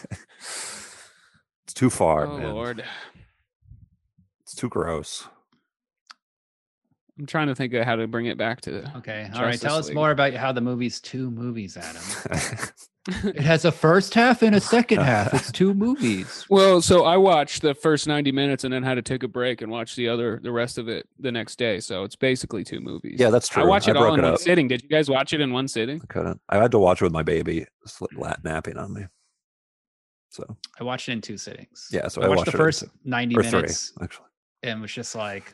[SPEAKER 2] It's too far,
[SPEAKER 1] Oh
[SPEAKER 2] man.
[SPEAKER 1] lord,
[SPEAKER 2] It's too gross.
[SPEAKER 1] I'm trying to think of how to bring it back to.
[SPEAKER 3] Okay. All right.
[SPEAKER 1] Justice
[SPEAKER 3] Tell us
[SPEAKER 1] League.
[SPEAKER 3] more about how the movie's two movies, Adam. It has a first half and a second half. It's two movies.
[SPEAKER 1] Well, so I watched the first 90 minutes and then had to take a break and watch the other the rest of it the next day. So it's basically two movies.
[SPEAKER 2] yeah, that's true.
[SPEAKER 1] I watched it all
[SPEAKER 2] broke
[SPEAKER 1] in
[SPEAKER 2] it
[SPEAKER 1] one
[SPEAKER 2] up.
[SPEAKER 1] sitting. Did you guys watch it in one sitting?
[SPEAKER 2] I couldn't. I had to watch it with my baby sl- lat napping on me. So
[SPEAKER 3] I watched it in two sittings.
[SPEAKER 2] Yeah, so
[SPEAKER 3] I
[SPEAKER 2] I watched
[SPEAKER 3] watched the
[SPEAKER 2] it in
[SPEAKER 3] first
[SPEAKER 2] two-
[SPEAKER 3] ninety
[SPEAKER 2] or three
[SPEAKER 3] minutes
[SPEAKER 2] actually.
[SPEAKER 3] and was just like,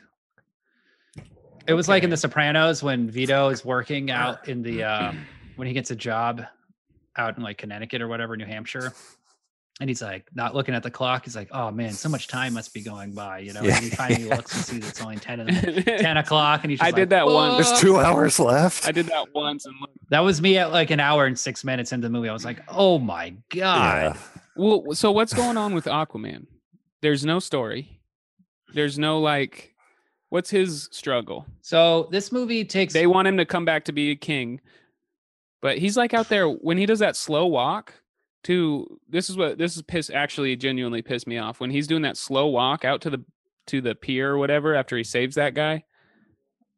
[SPEAKER 3] it was like in
[SPEAKER 1] Okay.
[SPEAKER 3] The Sopranos when Vito is working out in the uh, when he gets a job out in like Connecticut or whatever, New Hampshire. And he's like, not looking at the clock. He's like, oh man, so much time must be going by, you know.
[SPEAKER 2] Yeah,
[SPEAKER 3] And he finally
[SPEAKER 2] yeah.
[SPEAKER 3] looks and sees it's only ten, in the, ten o'clock, and he's.
[SPEAKER 1] I
[SPEAKER 3] Just like,
[SPEAKER 1] did that once.
[SPEAKER 2] There's two hours left.
[SPEAKER 1] Uh, I did that once and looked.
[SPEAKER 3] That was me at like an hour and six minutes into the movie. I was like, oh my
[SPEAKER 2] yeah,
[SPEAKER 3] god.
[SPEAKER 1] Well, so what's going on with Aquaman? There's no story. There's no like what's his struggle?
[SPEAKER 3] So this movie takes
[SPEAKER 1] They want him to come back to be a king. But he's like out there when he does that slow walk to this is what this is piss actually genuinely pissed me off. When he's doing that slow walk out to the to the pier or whatever after he saves that guy.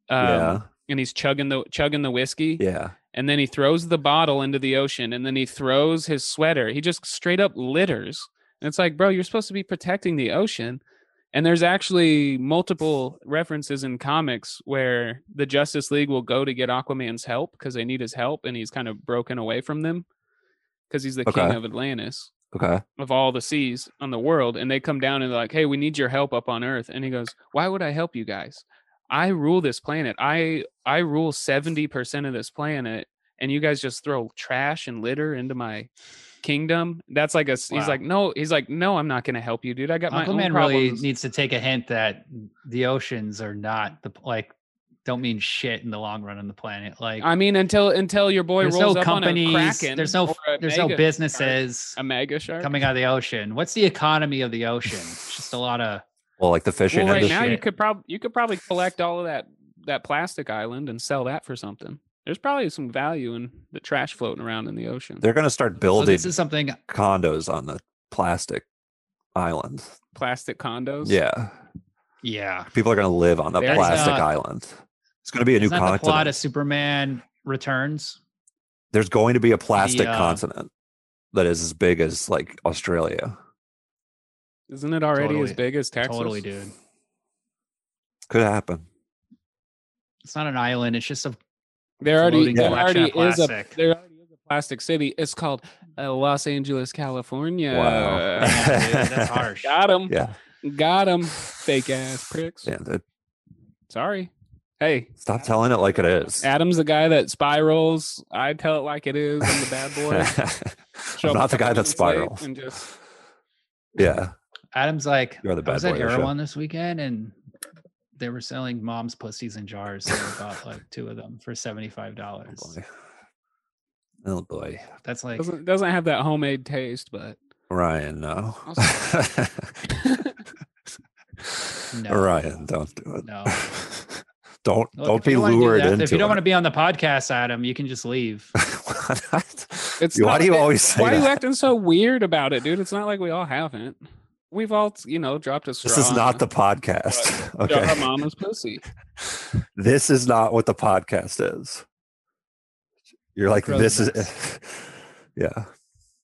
[SPEAKER 1] Um,
[SPEAKER 2] yeah,
[SPEAKER 1] and he's chugging the chugging the whiskey.
[SPEAKER 2] yeah.
[SPEAKER 1] and then he throws the bottle into the ocean and then he throws his sweater he just straight up litters and it's like bro you're supposed to be protecting the ocean and there's actually multiple references in comics where the justice league will go to get aquaman's help because they need his help and he's kind of broken away from them because he's the king
[SPEAKER 2] Okay.
[SPEAKER 1] of atlantis
[SPEAKER 2] Okay.
[SPEAKER 1] of all the seas on the world and they come down and they're like hey we need your help up on earth and he goes why would i help you guys i rule this planet i i rule 70% of this planet and you guys just throw trash and litter into my kingdom that's like a s-
[SPEAKER 3] Wow.
[SPEAKER 1] he's like no he's like no i'm not gonna help you dude i got my own
[SPEAKER 3] Aquaman really
[SPEAKER 1] problems
[SPEAKER 3] needs to take a hint that the oceans are not the like don't mean shit in the long run on the planet. Like
[SPEAKER 1] i mean until until your boy
[SPEAKER 3] there's
[SPEAKER 1] rolls
[SPEAKER 3] no
[SPEAKER 1] up on a
[SPEAKER 3] companies,
[SPEAKER 1] kraken
[SPEAKER 3] there's no
[SPEAKER 1] or a
[SPEAKER 3] there's no
[SPEAKER 1] mega-
[SPEAKER 3] businesses
[SPEAKER 1] a mega shark
[SPEAKER 3] coming out of the ocean. What's the economy of the ocean? It's just a lot of
[SPEAKER 2] Well, like the
[SPEAKER 1] well
[SPEAKER 2] fishing
[SPEAKER 1] right
[SPEAKER 2] industry.
[SPEAKER 1] now you
[SPEAKER 3] shit.
[SPEAKER 1] could probably you could probably collect all of that that plastic island and sell that for something there's probably some value in the trash floating around in the ocean
[SPEAKER 2] They're gonna start
[SPEAKER 3] so
[SPEAKER 2] building
[SPEAKER 3] this is something
[SPEAKER 2] condos on the plastic island.
[SPEAKER 1] plastic condos
[SPEAKER 2] Yeah,
[SPEAKER 3] yeah.
[SPEAKER 2] people are gonna live on the
[SPEAKER 1] There's
[SPEAKER 2] plastic
[SPEAKER 3] not-
[SPEAKER 2] island. It's gonna be a new
[SPEAKER 3] Is that the
[SPEAKER 2] continent.
[SPEAKER 3] plot of Superman returns?
[SPEAKER 2] There's going to be a plastic
[SPEAKER 3] uh,
[SPEAKER 2] continent that is as big as like Australia.
[SPEAKER 1] isn't it already as
[SPEAKER 3] Totally.
[SPEAKER 1] big as texas
[SPEAKER 3] Totally, dude.
[SPEAKER 2] Could happen.
[SPEAKER 3] It's not an island, it's just a
[SPEAKER 1] there already
[SPEAKER 3] floating
[SPEAKER 1] there
[SPEAKER 3] collection
[SPEAKER 1] already
[SPEAKER 3] of
[SPEAKER 1] is a
[SPEAKER 3] plastic.
[SPEAKER 1] there already is a plastic city it's called uh, los angeles california
[SPEAKER 2] Wow.
[SPEAKER 3] Yeah, dude, that's harsh.
[SPEAKER 1] got him
[SPEAKER 2] Yeah.
[SPEAKER 1] got him fake ass pricks
[SPEAKER 2] Yeah. that-
[SPEAKER 1] Sorry. Hey,
[SPEAKER 2] Stop telling it like it is.
[SPEAKER 1] Adam's the guy that spirals. I tell it like it is. I'm the bad boy. Show
[SPEAKER 2] I'm
[SPEAKER 1] up
[SPEAKER 2] not
[SPEAKER 1] five
[SPEAKER 2] the guy that
[SPEAKER 1] minutes late
[SPEAKER 2] spirals.
[SPEAKER 1] And just
[SPEAKER 2] yeah.
[SPEAKER 3] Adam's like,
[SPEAKER 2] You're the
[SPEAKER 3] I was
[SPEAKER 2] bad
[SPEAKER 3] at
[SPEAKER 2] boy, Alicia.
[SPEAKER 3] Erewhon this weekend and they were selling mom's pussies in jars. So I bought like two of them for
[SPEAKER 2] Oh
[SPEAKER 3] $75.
[SPEAKER 2] boy. Oh boy.
[SPEAKER 3] That's like,
[SPEAKER 1] doesn't doesn't have that homemade taste, but
[SPEAKER 2] Ryan, no.
[SPEAKER 3] No.
[SPEAKER 2] Ryan, don't do it.
[SPEAKER 3] No.
[SPEAKER 2] don't
[SPEAKER 3] Look,
[SPEAKER 2] don't
[SPEAKER 3] if you
[SPEAKER 2] be
[SPEAKER 3] don't wanna do
[SPEAKER 2] lured
[SPEAKER 3] that-
[SPEAKER 2] into
[SPEAKER 3] If you don't want
[SPEAKER 2] it.
[SPEAKER 3] to be on the podcast, Adam, you can just leave.
[SPEAKER 2] What?
[SPEAKER 1] It's
[SPEAKER 2] why
[SPEAKER 1] not-
[SPEAKER 2] do you always say
[SPEAKER 1] why are you
[SPEAKER 2] that?
[SPEAKER 1] acting so weird about it, dude? It's not like we all haven't. We've all, you know, dropped a straw.
[SPEAKER 2] This is
[SPEAKER 1] on
[SPEAKER 2] not
[SPEAKER 1] a-
[SPEAKER 2] the podcast.
[SPEAKER 1] jar of
[SPEAKER 2] Okay.
[SPEAKER 1] mama's pussy.
[SPEAKER 2] This is not what the podcast is. You're like,
[SPEAKER 3] Grown
[SPEAKER 2] this
[SPEAKER 3] mess.
[SPEAKER 2] is yeah.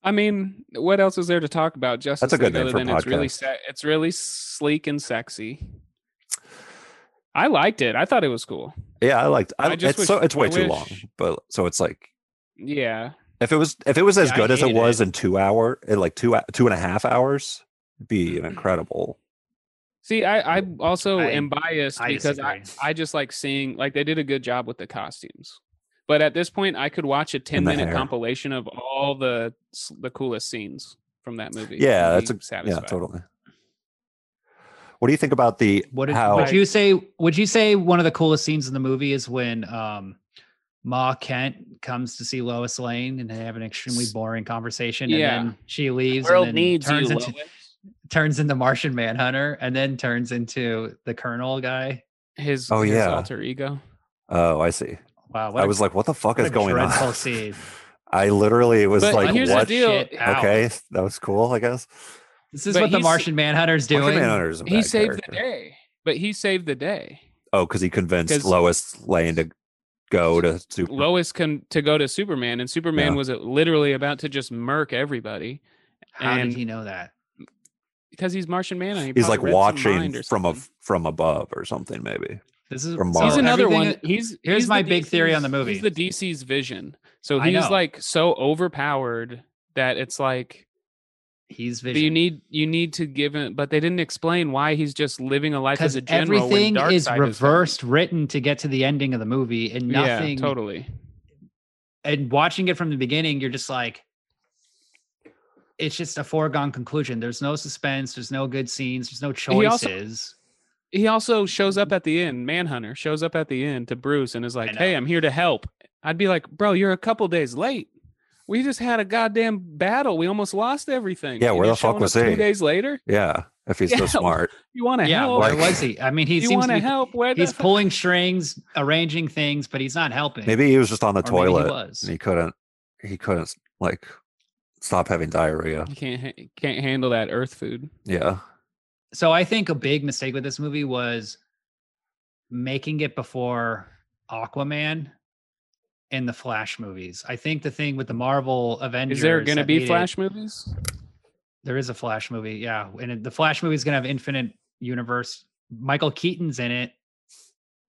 [SPEAKER 1] I mean, what else is there to talk about? Just
[SPEAKER 2] a good name
[SPEAKER 1] other
[SPEAKER 2] for a
[SPEAKER 1] than it's really
[SPEAKER 2] podcast.
[SPEAKER 1] se- it's really sleek and sexy. I liked it. I thought it was cool.
[SPEAKER 2] Yeah, I liked I,
[SPEAKER 1] I just
[SPEAKER 2] it's so
[SPEAKER 1] wish-
[SPEAKER 2] it's way
[SPEAKER 1] I
[SPEAKER 2] too long.
[SPEAKER 1] wish-
[SPEAKER 2] But so it's like
[SPEAKER 1] Yeah,
[SPEAKER 2] if it was if it was as
[SPEAKER 3] Yeah, I
[SPEAKER 2] good as it
[SPEAKER 3] hated
[SPEAKER 2] was in two hour in like two two and a half hours, it'd
[SPEAKER 1] Mm-hmm.
[SPEAKER 2] be an incredible.
[SPEAKER 1] See, I, I also
[SPEAKER 3] I-
[SPEAKER 1] am biased
[SPEAKER 3] I
[SPEAKER 1] because I,
[SPEAKER 3] disagree.
[SPEAKER 1] I just like seeing like they did a good job with the costumes. But at this point, I could watch a ten
[SPEAKER 2] the
[SPEAKER 1] minute
[SPEAKER 2] hair.
[SPEAKER 1] compilation of all the s- the coolest scenes from that movie. and
[SPEAKER 2] Yeah, that's
[SPEAKER 1] be
[SPEAKER 2] a- Yeah,
[SPEAKER 1] satisfied.
[SPEAKER 2] totally. What do you think about the
[SPEAKER 3] What did,
[SPEAKER 2] how
[SPEAKER 3] would you say? Would you say one of the coolest scenes in the movie is when um, Ma Kent comes to see Lois Lane and they have an extremely
[SPEAKER 1] S-
[SPEAKER 3] boring conversation,
[SPEAKER 1] Yeah.
[SPEAKER 3] and then she leaves.
[SPEAKER 1] world
[SPEAKER 3] and then
[SPEAKER 1] needs you.
[SPEAKER 3] turns into
[SPEAKER 1] Lois.
[SPEAKER 3] turns into Martian Manhunter, and then turns into the Colonel guy.
[SPEAKER 1] His
[SPEAKER 2] Oh,
[SPEAKER 1] his
[SPEAKER 2] yeah.
[SPEAKER 1] alter ego.
[SPEAKER 2] Oh, I see.
[SPEAKER 3] Wow, what
[SPEAKER 2] I
[SPEAKER 3] a-
[SPEAKER 2] was like, what the fuck
[SPEAKER 3] what
[SPEAKER 2] is
[SPEAKER 3] a
[SPEAKER 2] going
[SPEAKER 3] dreadful
[SPEAKER 2] on?
[SPEAKER 3] scene.
[SPEAKER 2] I literally was
[SPEAKER 1] But
[SPEAKER 2] like,
[SPEAKER 1] here's
[SPEAKER 2] what?
[SPEAKER 1] the deal.
[SPEAKER 3] Shit, out.
[SPEAKER 2] Okay, that was cool, I guess.
[SPEAKER 3] This is
[SPEAKER 1] But
[SPEAKER 3] what the
[SPEAKER 1] he's-
[SPEAKER 3] Martian Manhunter's
[SPEAKER 2] Martian
[SPEAKER 3] doing.
[SPEAKER 2] Manhunter is a
[SPEAKER 1] He
[SPEAKER 2] bad
[SPEAKER 1] saved
[SPEAKER 2] character.
[SPEAKER 1] the day, but he saved the day.
[SPEAKER 2] Oh, because he convinced
[SPEAKER 1] 'Cause-
[SPEAKER 2] Lois Lane to go to Super.
[SPEAKER 1] Lois can to go to Superman, and Superman
[SPEAKER 2] Yeah.
[SPEAKER 1] was uh, literally about to just murk everybody
[SPEAKER 3] How
[SPEAKER 1] And-
[SPEAKER 3] did he know that?
[SPEAKER 1] because he's Martian Man. and he
[SPEAKER 2] He's
[SPEAKER 1] probably
[SPEAKER 2] like
[SPEAKER 1] read some
[SPEAKER 2] watching
[SPEAKER 1] mind or
[SPEAKER 2] from a,
[SPEAKER 1] something.
[SPEAKER 2] from above or something, maybe.
[SPEAKER 3] This is
[SPEAKER 2] From
[SPEAKER 3] so
[SPEAKER 2] Mars.
[SPEAKER 1] he's another
[SPEAKER 3] everything-
[SPEAKER 1] one. He's
[SPEAKER 3] here's
[SPEAKER 1] he's
[SPEAKER 3] my
[SPEAKER 1] the
[SPEAKER 3] big theory on the
[SPEAKER 1] DC's
[SPEAKER 3] movie.
[SPEAKER 1] He's the DC's vision. So
[SPEAKER 3] I
[SPEAKER 1] he's
[SPEAKER 3] know.
[SPEAKER 1] like so overpowered that it's like
[SPEAKER 3] He's
[SPEAKER 1] but
[SPEAKER 3] vision.
[SPEAKER 1] you need you need to give him. But they didn't explain why he's just living a life as
[SPEAKER 3] because
[SPEAKER 1] a general. when
[SPEAKER 3] everything
[SPEAKER 1] Darkseid
[SPEAKER 3] is
[SPEAKER 1] coming.
[SPEAKER 3] reversed written to get to the ending of the movie and nothing
[SPEAKER 1] Yeah, totally.
[SPEAKER 3] and watching it from the beginning you're just like it's just a foregone conclusion there's no suspense there's no good scenes there's no
[SPEAKER 1] He also-
[SPEAKER 3] choices
[SPEAKER 1] He also shows up at the end. Manhunter shows up at the end to Bruce and is like,
[SPEAKER 3] know.
[SPEAKER 1] "Hey, I'm here to help." I'd be like, "Bro, you're a couple days late. We just had a goddamn battle. We almost lost everything.
[SPEAKER 2] Yeah,
[SPEAKER 1] and
[SPEAKER 2] where
[SPEAKER 1] you're
[SPEAKER 2] the fuck
[SPEAKER 1] showing
[SPEAKER 2] was
[SPEAKER 1] up Two
[SPEAKER 2] he?
[SPEAKER 1] days later,
[SPEAKER 2] Yeah, if he's so
[SPEAKER 1] Yeah, oh,
[SPEAKER 2] smart.
[SPEAKER 1] you want to
[SPEAKER 3] yeah
[SPEAKER 1] help?
[SPEAKER 3] where
[SPEAKER 2] like-
[SPEAKER 3] was he i mean he
[SPEAKER 1] you
[SPEAKER 3] seems
[SPEAKER 1] want
[SPEAKER 3] to
[SPEAKER 1] to
[SPEAKER 3] be
[SPEAKER 1] help? Where the
[SPEAKER 3] he's
[SPEAKER 1] fuck-
[SPEAKER 3] pulling strings arranging things but he's not helping
[SPEAKER 2] Maybe he was just on the
[SPEAKER 3] Or maybe he
[SPEAKER 2] toilet
[SPEAKER 3] was.
[SPEAKER 2] and he couldn't. He couldn't like stop having diarrhea.
[SPEAKER 1] You can't ha- can't handle that Earth food.
[SPEAKER 2] Yeah.
[SPEAKER 3] so i think a big mistake with this movie was making it before aquaman and the flash movies i think the thing with the marvel avengers
[SPEAKER 1] Is there going to
[SPEAKER 3] that
[SPEAKER 1] be
[SPEAKER 3] needed-
[SPEAKER 1] Flash movies?
[SPEAKER 3] There is a Flash movie, yeah, and it- the Flash movie is gonna have infinite universe. Michael Keaton's in it,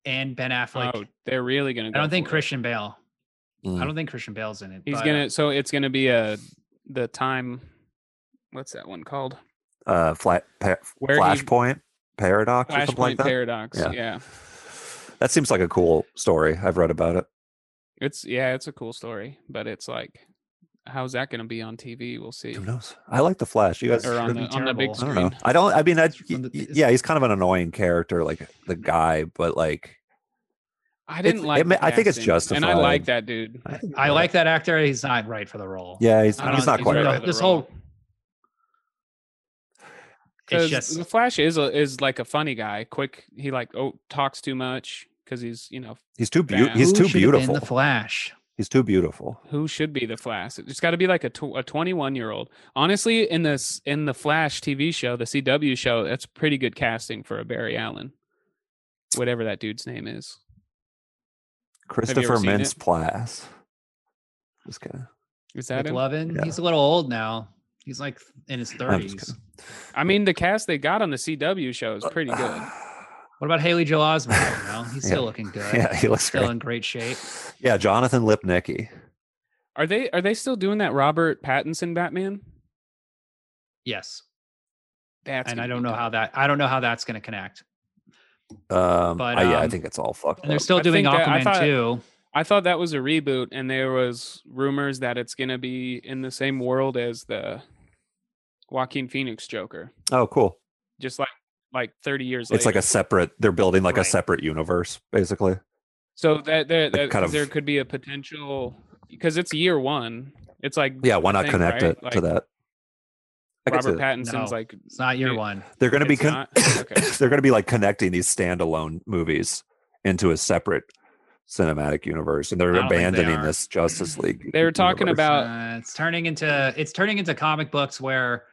[SPEAKER 3] and Ben Affleck.
[SPEAKER 1] oh, they're really going to.
[SPEAKER 3] I don't think Christian Bale.
[SPEAKER 2] Mm.
[SPEAKER 3] I don't think Christian Bale's in it.
[SPEAKER 1] He's
[SPEAKER 3] but,
[SPEAKER 1] gonna. So it's going to be a the time. What's that one called?
[SPEAKER 2] Uh, flat pa-
[SPEAKER 1] Where he-
[SPEAKER 2] flashpoint paradox or
[SPEAKER 1] Flashpoint
[SPEAKER 2] something like that.
[SPEAKER 1] Paradox.
[SPEAKER 2] Yeah.
[SPEAKER 1] Yeah.
[SPEAKER 2] That seems like a cool story. I've read about it.
[SPEAKER 1] it's yeah, it's a cool story, but it's like, how's that going to be on TV? We'll see.
[SPEAKER 2] Who knows? I like the Flash. You guys,
[SPEAKER 1] Or on
[SPEAKER 2] should-
[SPEAKER 1] the,
[SPEAKER 3] be
[SPEAKER 1] on the big
[SPEAKER 2] I don't
[SPEAKER 1] screen.
[SPEAKER 2] know. I don't. I mean, I,
[SPEAKER 3] From the- it's-
[SPEAKER 2] yeah, he's kind of an annoying character, like the guy, but like
[SPEAKER 1] I didn't
[SPEAKER 2] It's- it
[SPEAKER 1] like.
[SPEAKER 2] ma-
[SPEAKER 1] the
[SPEAKER 2] I think it's
[SPEAKER 1] casting, And I
[SPEAKER 2] justified.
[SPEAKER 1] like that dude.
[SPEAKER 3] I like that actor. He's not right for the role.
[SPEAKER 2] Yeah, he's,
[SPEAKER 1] I don't
[SPEAKER 2] he's
[SPEAKER 1] know,
[SPEAKER 2] not
[SPEAKER 1] he's
[SPEAKER 2] quite.
[SPEAKER 1] really
[SPEAKER 2] right.
[SPEAKER 1] good.
[SPEAKER 3] This
[SPEAKER 1] the role.
[SPEAKER 3] whole it's
[SPEAKER 1] Because
[SPEAKER 3] just
[SPEAKER 1] the Flash is a, is like a funny guy. Quick, he like oh talks too much because he's you know
[SPEAKER 2] He's too
[SPEAKER 1] Yeah.
[SPEAKER 2] beautiful. He's
[SPEAKER 3] who
[SPEAKER 2] too
[SPEAKER 3] should have been The
[SPEAKER 2] beautiful.
[SPEAKER 3] Flash.
[SPEAKER 2] He's too beautiful.
[SPEAKER 1] who should be the Flash. It's got to be like a tw- a 21 year old. Honestly, in this in the Flash TV show, the CW show, that's pretty good casting for a Barry Allen, whatever that dude's name is.
[SPEAKER 2] Christopher
[SPEAKER 1] seen it?
[SPEAKER 2] Mintz Plasse. Just kidding.
[SPEAKER 1] Is that him?
[SPEAKER 3] McLovin.
[SPEAKER 2] Yeah.
[SPEAKER 3] He's a little old now. He's like in his
[SPEAKER 2] I'm just
[SPEAKER 3] thirties.
[SPEAKER 2] kidding.
[SPEAKER 1] I mean, the cast they got on the CW show is pretty good.
[SPEAKER 3] What about Haley Joel Osment? I don't know. He's still
[SPEAKER 2] Yeah.
[SPEAKER 3] looking good.
[SPEAKER 2] yeah, he looks
[SPEAKER 3] Still
[SPEAKER 2] great.
[SPEAKER 3] in great shape.
[SPEAKER 2] Yeah, Jonathan Lipnicki.
[SPEAKER 1] Are they are they still doing that Robert Pattinson Batman?
[SPEAKER 3] Yes.
[SPEAKER 1] That's
[SPEAKER 3] and
[SPEAKER 1] gonna
[SPEAKER 3] I
[SPEAKER 1] be
[SPEAKER 3] don't know
[SPEAKER 1] dope.
[SPEAKER 3] how that I don't know how that's going to connect.
[SPEAKER 2] Um,
[SPEAKER 3] But,
[SPEAKER 2] I- yeah, I
[SPEAKER 3] um,
[SPEAKER 2] think it's all fucked
[SPEAKER 3] And they're
[SPEAKER 2] up.
[SPEAKER 3] still
[SPEAKER 1] I
[SPEAKER 3] doing
[SPEAKER 1] think that- I
[SPEAKER 3] Aquaman
[SPEAKER 1] thought-
[SPEAKER 3] too.
[SPEAKER 1] I thought that was a reboot, and there was rumors that it's gonna be in the same world as the Joaquin Phoenix Joker,
[SPEAKER 2] oh, cool.
[SPEAKER 1] just like like 30 years
[SPEAKER 2] It's like
[SPEAKER 1] later.
[SPEAKER 2] a separate. They're building like a
[SPEAKER 3] Right.
[SPEAKER 2] separate universe, basically.
[SPEAKER 1] so that there that,
[SPEAKER 2] kind of-
[SPEAKER 1] there could be a potential because it's year one. It's like
[SPEAKER 2] Yeah, why
[SPEAKER 1] I
[SPEAKER 2] not
[SPEAKER 1] think,
[SPEAKER 2] connect
[SPEAKER 1] right?
[SPEAKER 2] it to
[SPEAKER 1] Like,
[SPEAKER 2] that? I could see
[SPEAKER 1] Robert
[SPEAKER 2] that.
[SPEAKER 1] Pattinson's
[SPEAKER 3] No.
[SPEAKER 1] like
[SPEAKER 3] It's not year
[SPEAKER 1] Dude,
[SPEAKER 3] one.
[SPEAKER 2] They're going to be
[SPEAKER 1] It's
[SPEAKER 2] con-
[SPEAKER 1] not? Okay.
[SPEAKER 2] they're going to be like connecting these standalone movies into a separate cinematic universe, and they're
[SPEAKER 3] I don't think they
[SPEAKER 2] abandoning
[SPEAKER 3] are.
[SPEAKER 2] this
[SPEAKER 1] Mm.
[SPEAKER 2] Justice League.
[SPEAKER 1] They were talking
[SPEAKER 2] universe.
[SPEAKER 1] about-
[SPEAKER 3] Uh, it's turning into it's turning into comic books where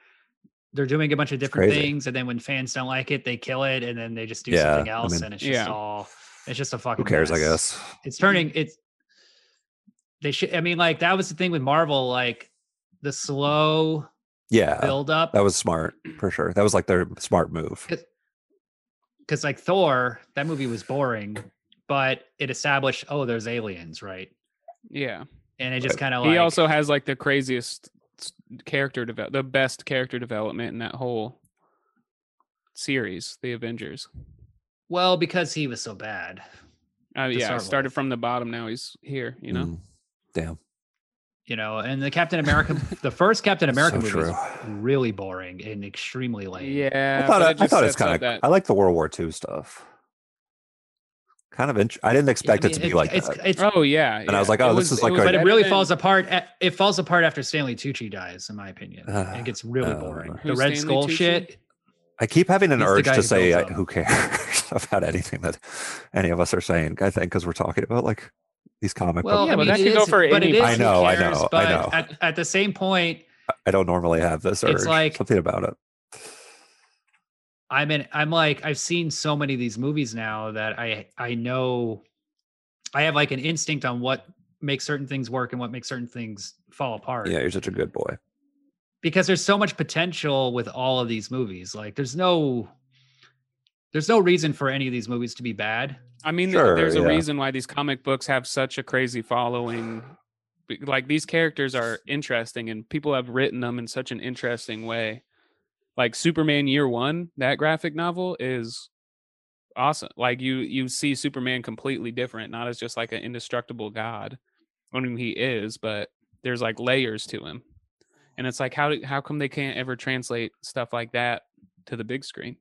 [SPEAKER 3] they're doing a bunch of different
[SPEAKER 2] crazy.
[SPEAKER 3] things, and then when fans don't like it, they kill it, and then they just do
[SPEAKER 2] Yeah,
[SPEAKER 3] something
[SPEAKER 2] I
[SPEAKER 3] else,
[SPEAKER 2] mean-
[SPEAKER 3] and it's just
[SPEAKER 1] Yeah.
[SPEAKER 3] all it's just a fucking.
[SPEAKER 2] who cares? uh, I
[SPEAKER 3] mess.
[SPEAKER 2] guess
[SPEAKER 3] it's turning it's they should i mean like that was the thing with marvel like the slow
[SPEAKER 2] yeah,
[SPEAKER 3] build up
[SPEAKER 2] that was smart for sure. That was like their smart move.
[SPEAKER 3] because like thor that movie was boring but it established oh there's aliens right
[SPEAKER 1] yeah.
[SPEAKER 3] and it just kind of like
[SPEAKER 1] He also has like the craziest s- character develop, the best character development in that whole series, The Avengers.
[SPEAKER 3] well because he was so bad
[SPEAKER 1] Uh,
[SPEAKER 3] To
[SPEAKER 1] yeah,
[SPEAKER 3] start
[SPEAKER 1] started
[SPEAKER 3] with.
[SPEAKER 1] from the bottom. Now he's here. You know,
[SPEAKER 2] Mm,
[SPEAKER 3] you know and the captain america the first captain america
[SPEAKER 2] so
[SPEAKER 3] movie
[SPEAKER 2] true.
[SPEAKER 3] was really boring and extremely lame
[SPEAKER 1] yeah.
[SPEAKER 2] I thought
[SPEAKER 1] but
[SPEAKER 2] I,
[SPEAKER 1] it just
[SPEAKER 2] thought it's
[SPEAKER 1] sets up
[SPEAKER 2] kind of.
[SPEAKER 1] that.
[SPEAKER 2] I like the World War II stuff. Kind of. Int- I didn't
[SPEAKER 3] Yeah, I
[SPEAKER 2] expect it
[SPEAKER 3] mean,
[SPEAKER 2] to be
[SPEAKER 3] it's-
[SPEAKER 2] like
[SPEAKER 3] it's,
[SPEAKER 2] that.
[SPEAKER 3] it's
[SPEAKER 1] Oh yeah,
[SPEAKER 2] I was like, oh, this is like a-
[SPEAKER 3] but it
[SPEAKER 1] better
[SPEAKER 3] really
[SPEAKER 1] than-
[SPEAKER 3] falls apart. At, it falls apart after Stanley Tucci dies, in my opinion.
[SPEAKER 2] Uh,
[SPEAKER 3] it gets really
[SPEAKER 2] uh,
[SPEAKER 3] boring.
[SPEAKER 1] Who's
[SPEAKER 3] The
[SPEAKER 1] Stanley
[SPEAKER 3] Red Skull
[SPEAKER 1] Tucci?
[SPEAKER 3] shit.
[SPEAKER 2] I keep having an
[SPEAKER 3] He's the
[SPEAKER 2] urge
[SPEAKER 3] guy
[SPEAKER 2] to
[SPEAKER 3] who
[SPEAKER 2] say
[SPEAKER 3] builds
[SPEAKER 2] I-
[SPEAKER 3] them.
[SPEAKER 2] who cares about anything that any of us are saying. I think because we're talking about like these comic books.
[SPEAKER 3] Well,
[SPEAKER 1] Yeah,
[SPEAKER 3] I
[SPEAKER 1] but
[SPEAKER 3] mean,
[SPEAKER 1] that
[SPEAKER 3] it
[SPEAKER 1] could go
[SPEAKER 3] is-
[SPEAKER 1] for
[SPEAKER 3] but it
[SPEAKER 1] anybody.
[SPEAKER 3] is
[SPEAKER 2] I
[SPEAKER 3] who
[SPEAKER 2] know, I
[SPEAKER 3] cares,
[SPEAKER 2] know, I
[SPEAKER 3] but
[SPEAKER 2] know.
[SPEAKER 3] At, at the same point,
[SPEAKER 2] I don't normally have this urge.
[SPEAKER 3] It's like-
[SPEAKER 2] something about it.
[SPEAKER 3] I'm in. I'm like I've seen so many of these movies now that I I know I have like an instinct on what makes certain things work and what makes certain things fall apart.
[SPEAKER 2] Yeah, you're such a good boy.
[SPEAKER 3] because there's so much potential with all of these movies. Like there's no there's no reason for any of these movies to be bad.
[SPEAKER 1] I mean, th-
[SPEAKER 2] Sure,
[SPEAKER 1] there's a
[SPEAKER 2] yeah.
[SPEAKER 1] reason why these comic books have such a crazy following. Be- Like these characters are interesting, and people have written them in such an interesting way. Like Superman Year One, that graphic novel is awesome. Like you, you see Superman completely different, not as just like an indestructible god. I mean, he is, but there's like layers to him, and it's like how do- how come they can't ever translate stuff like that to the big screen?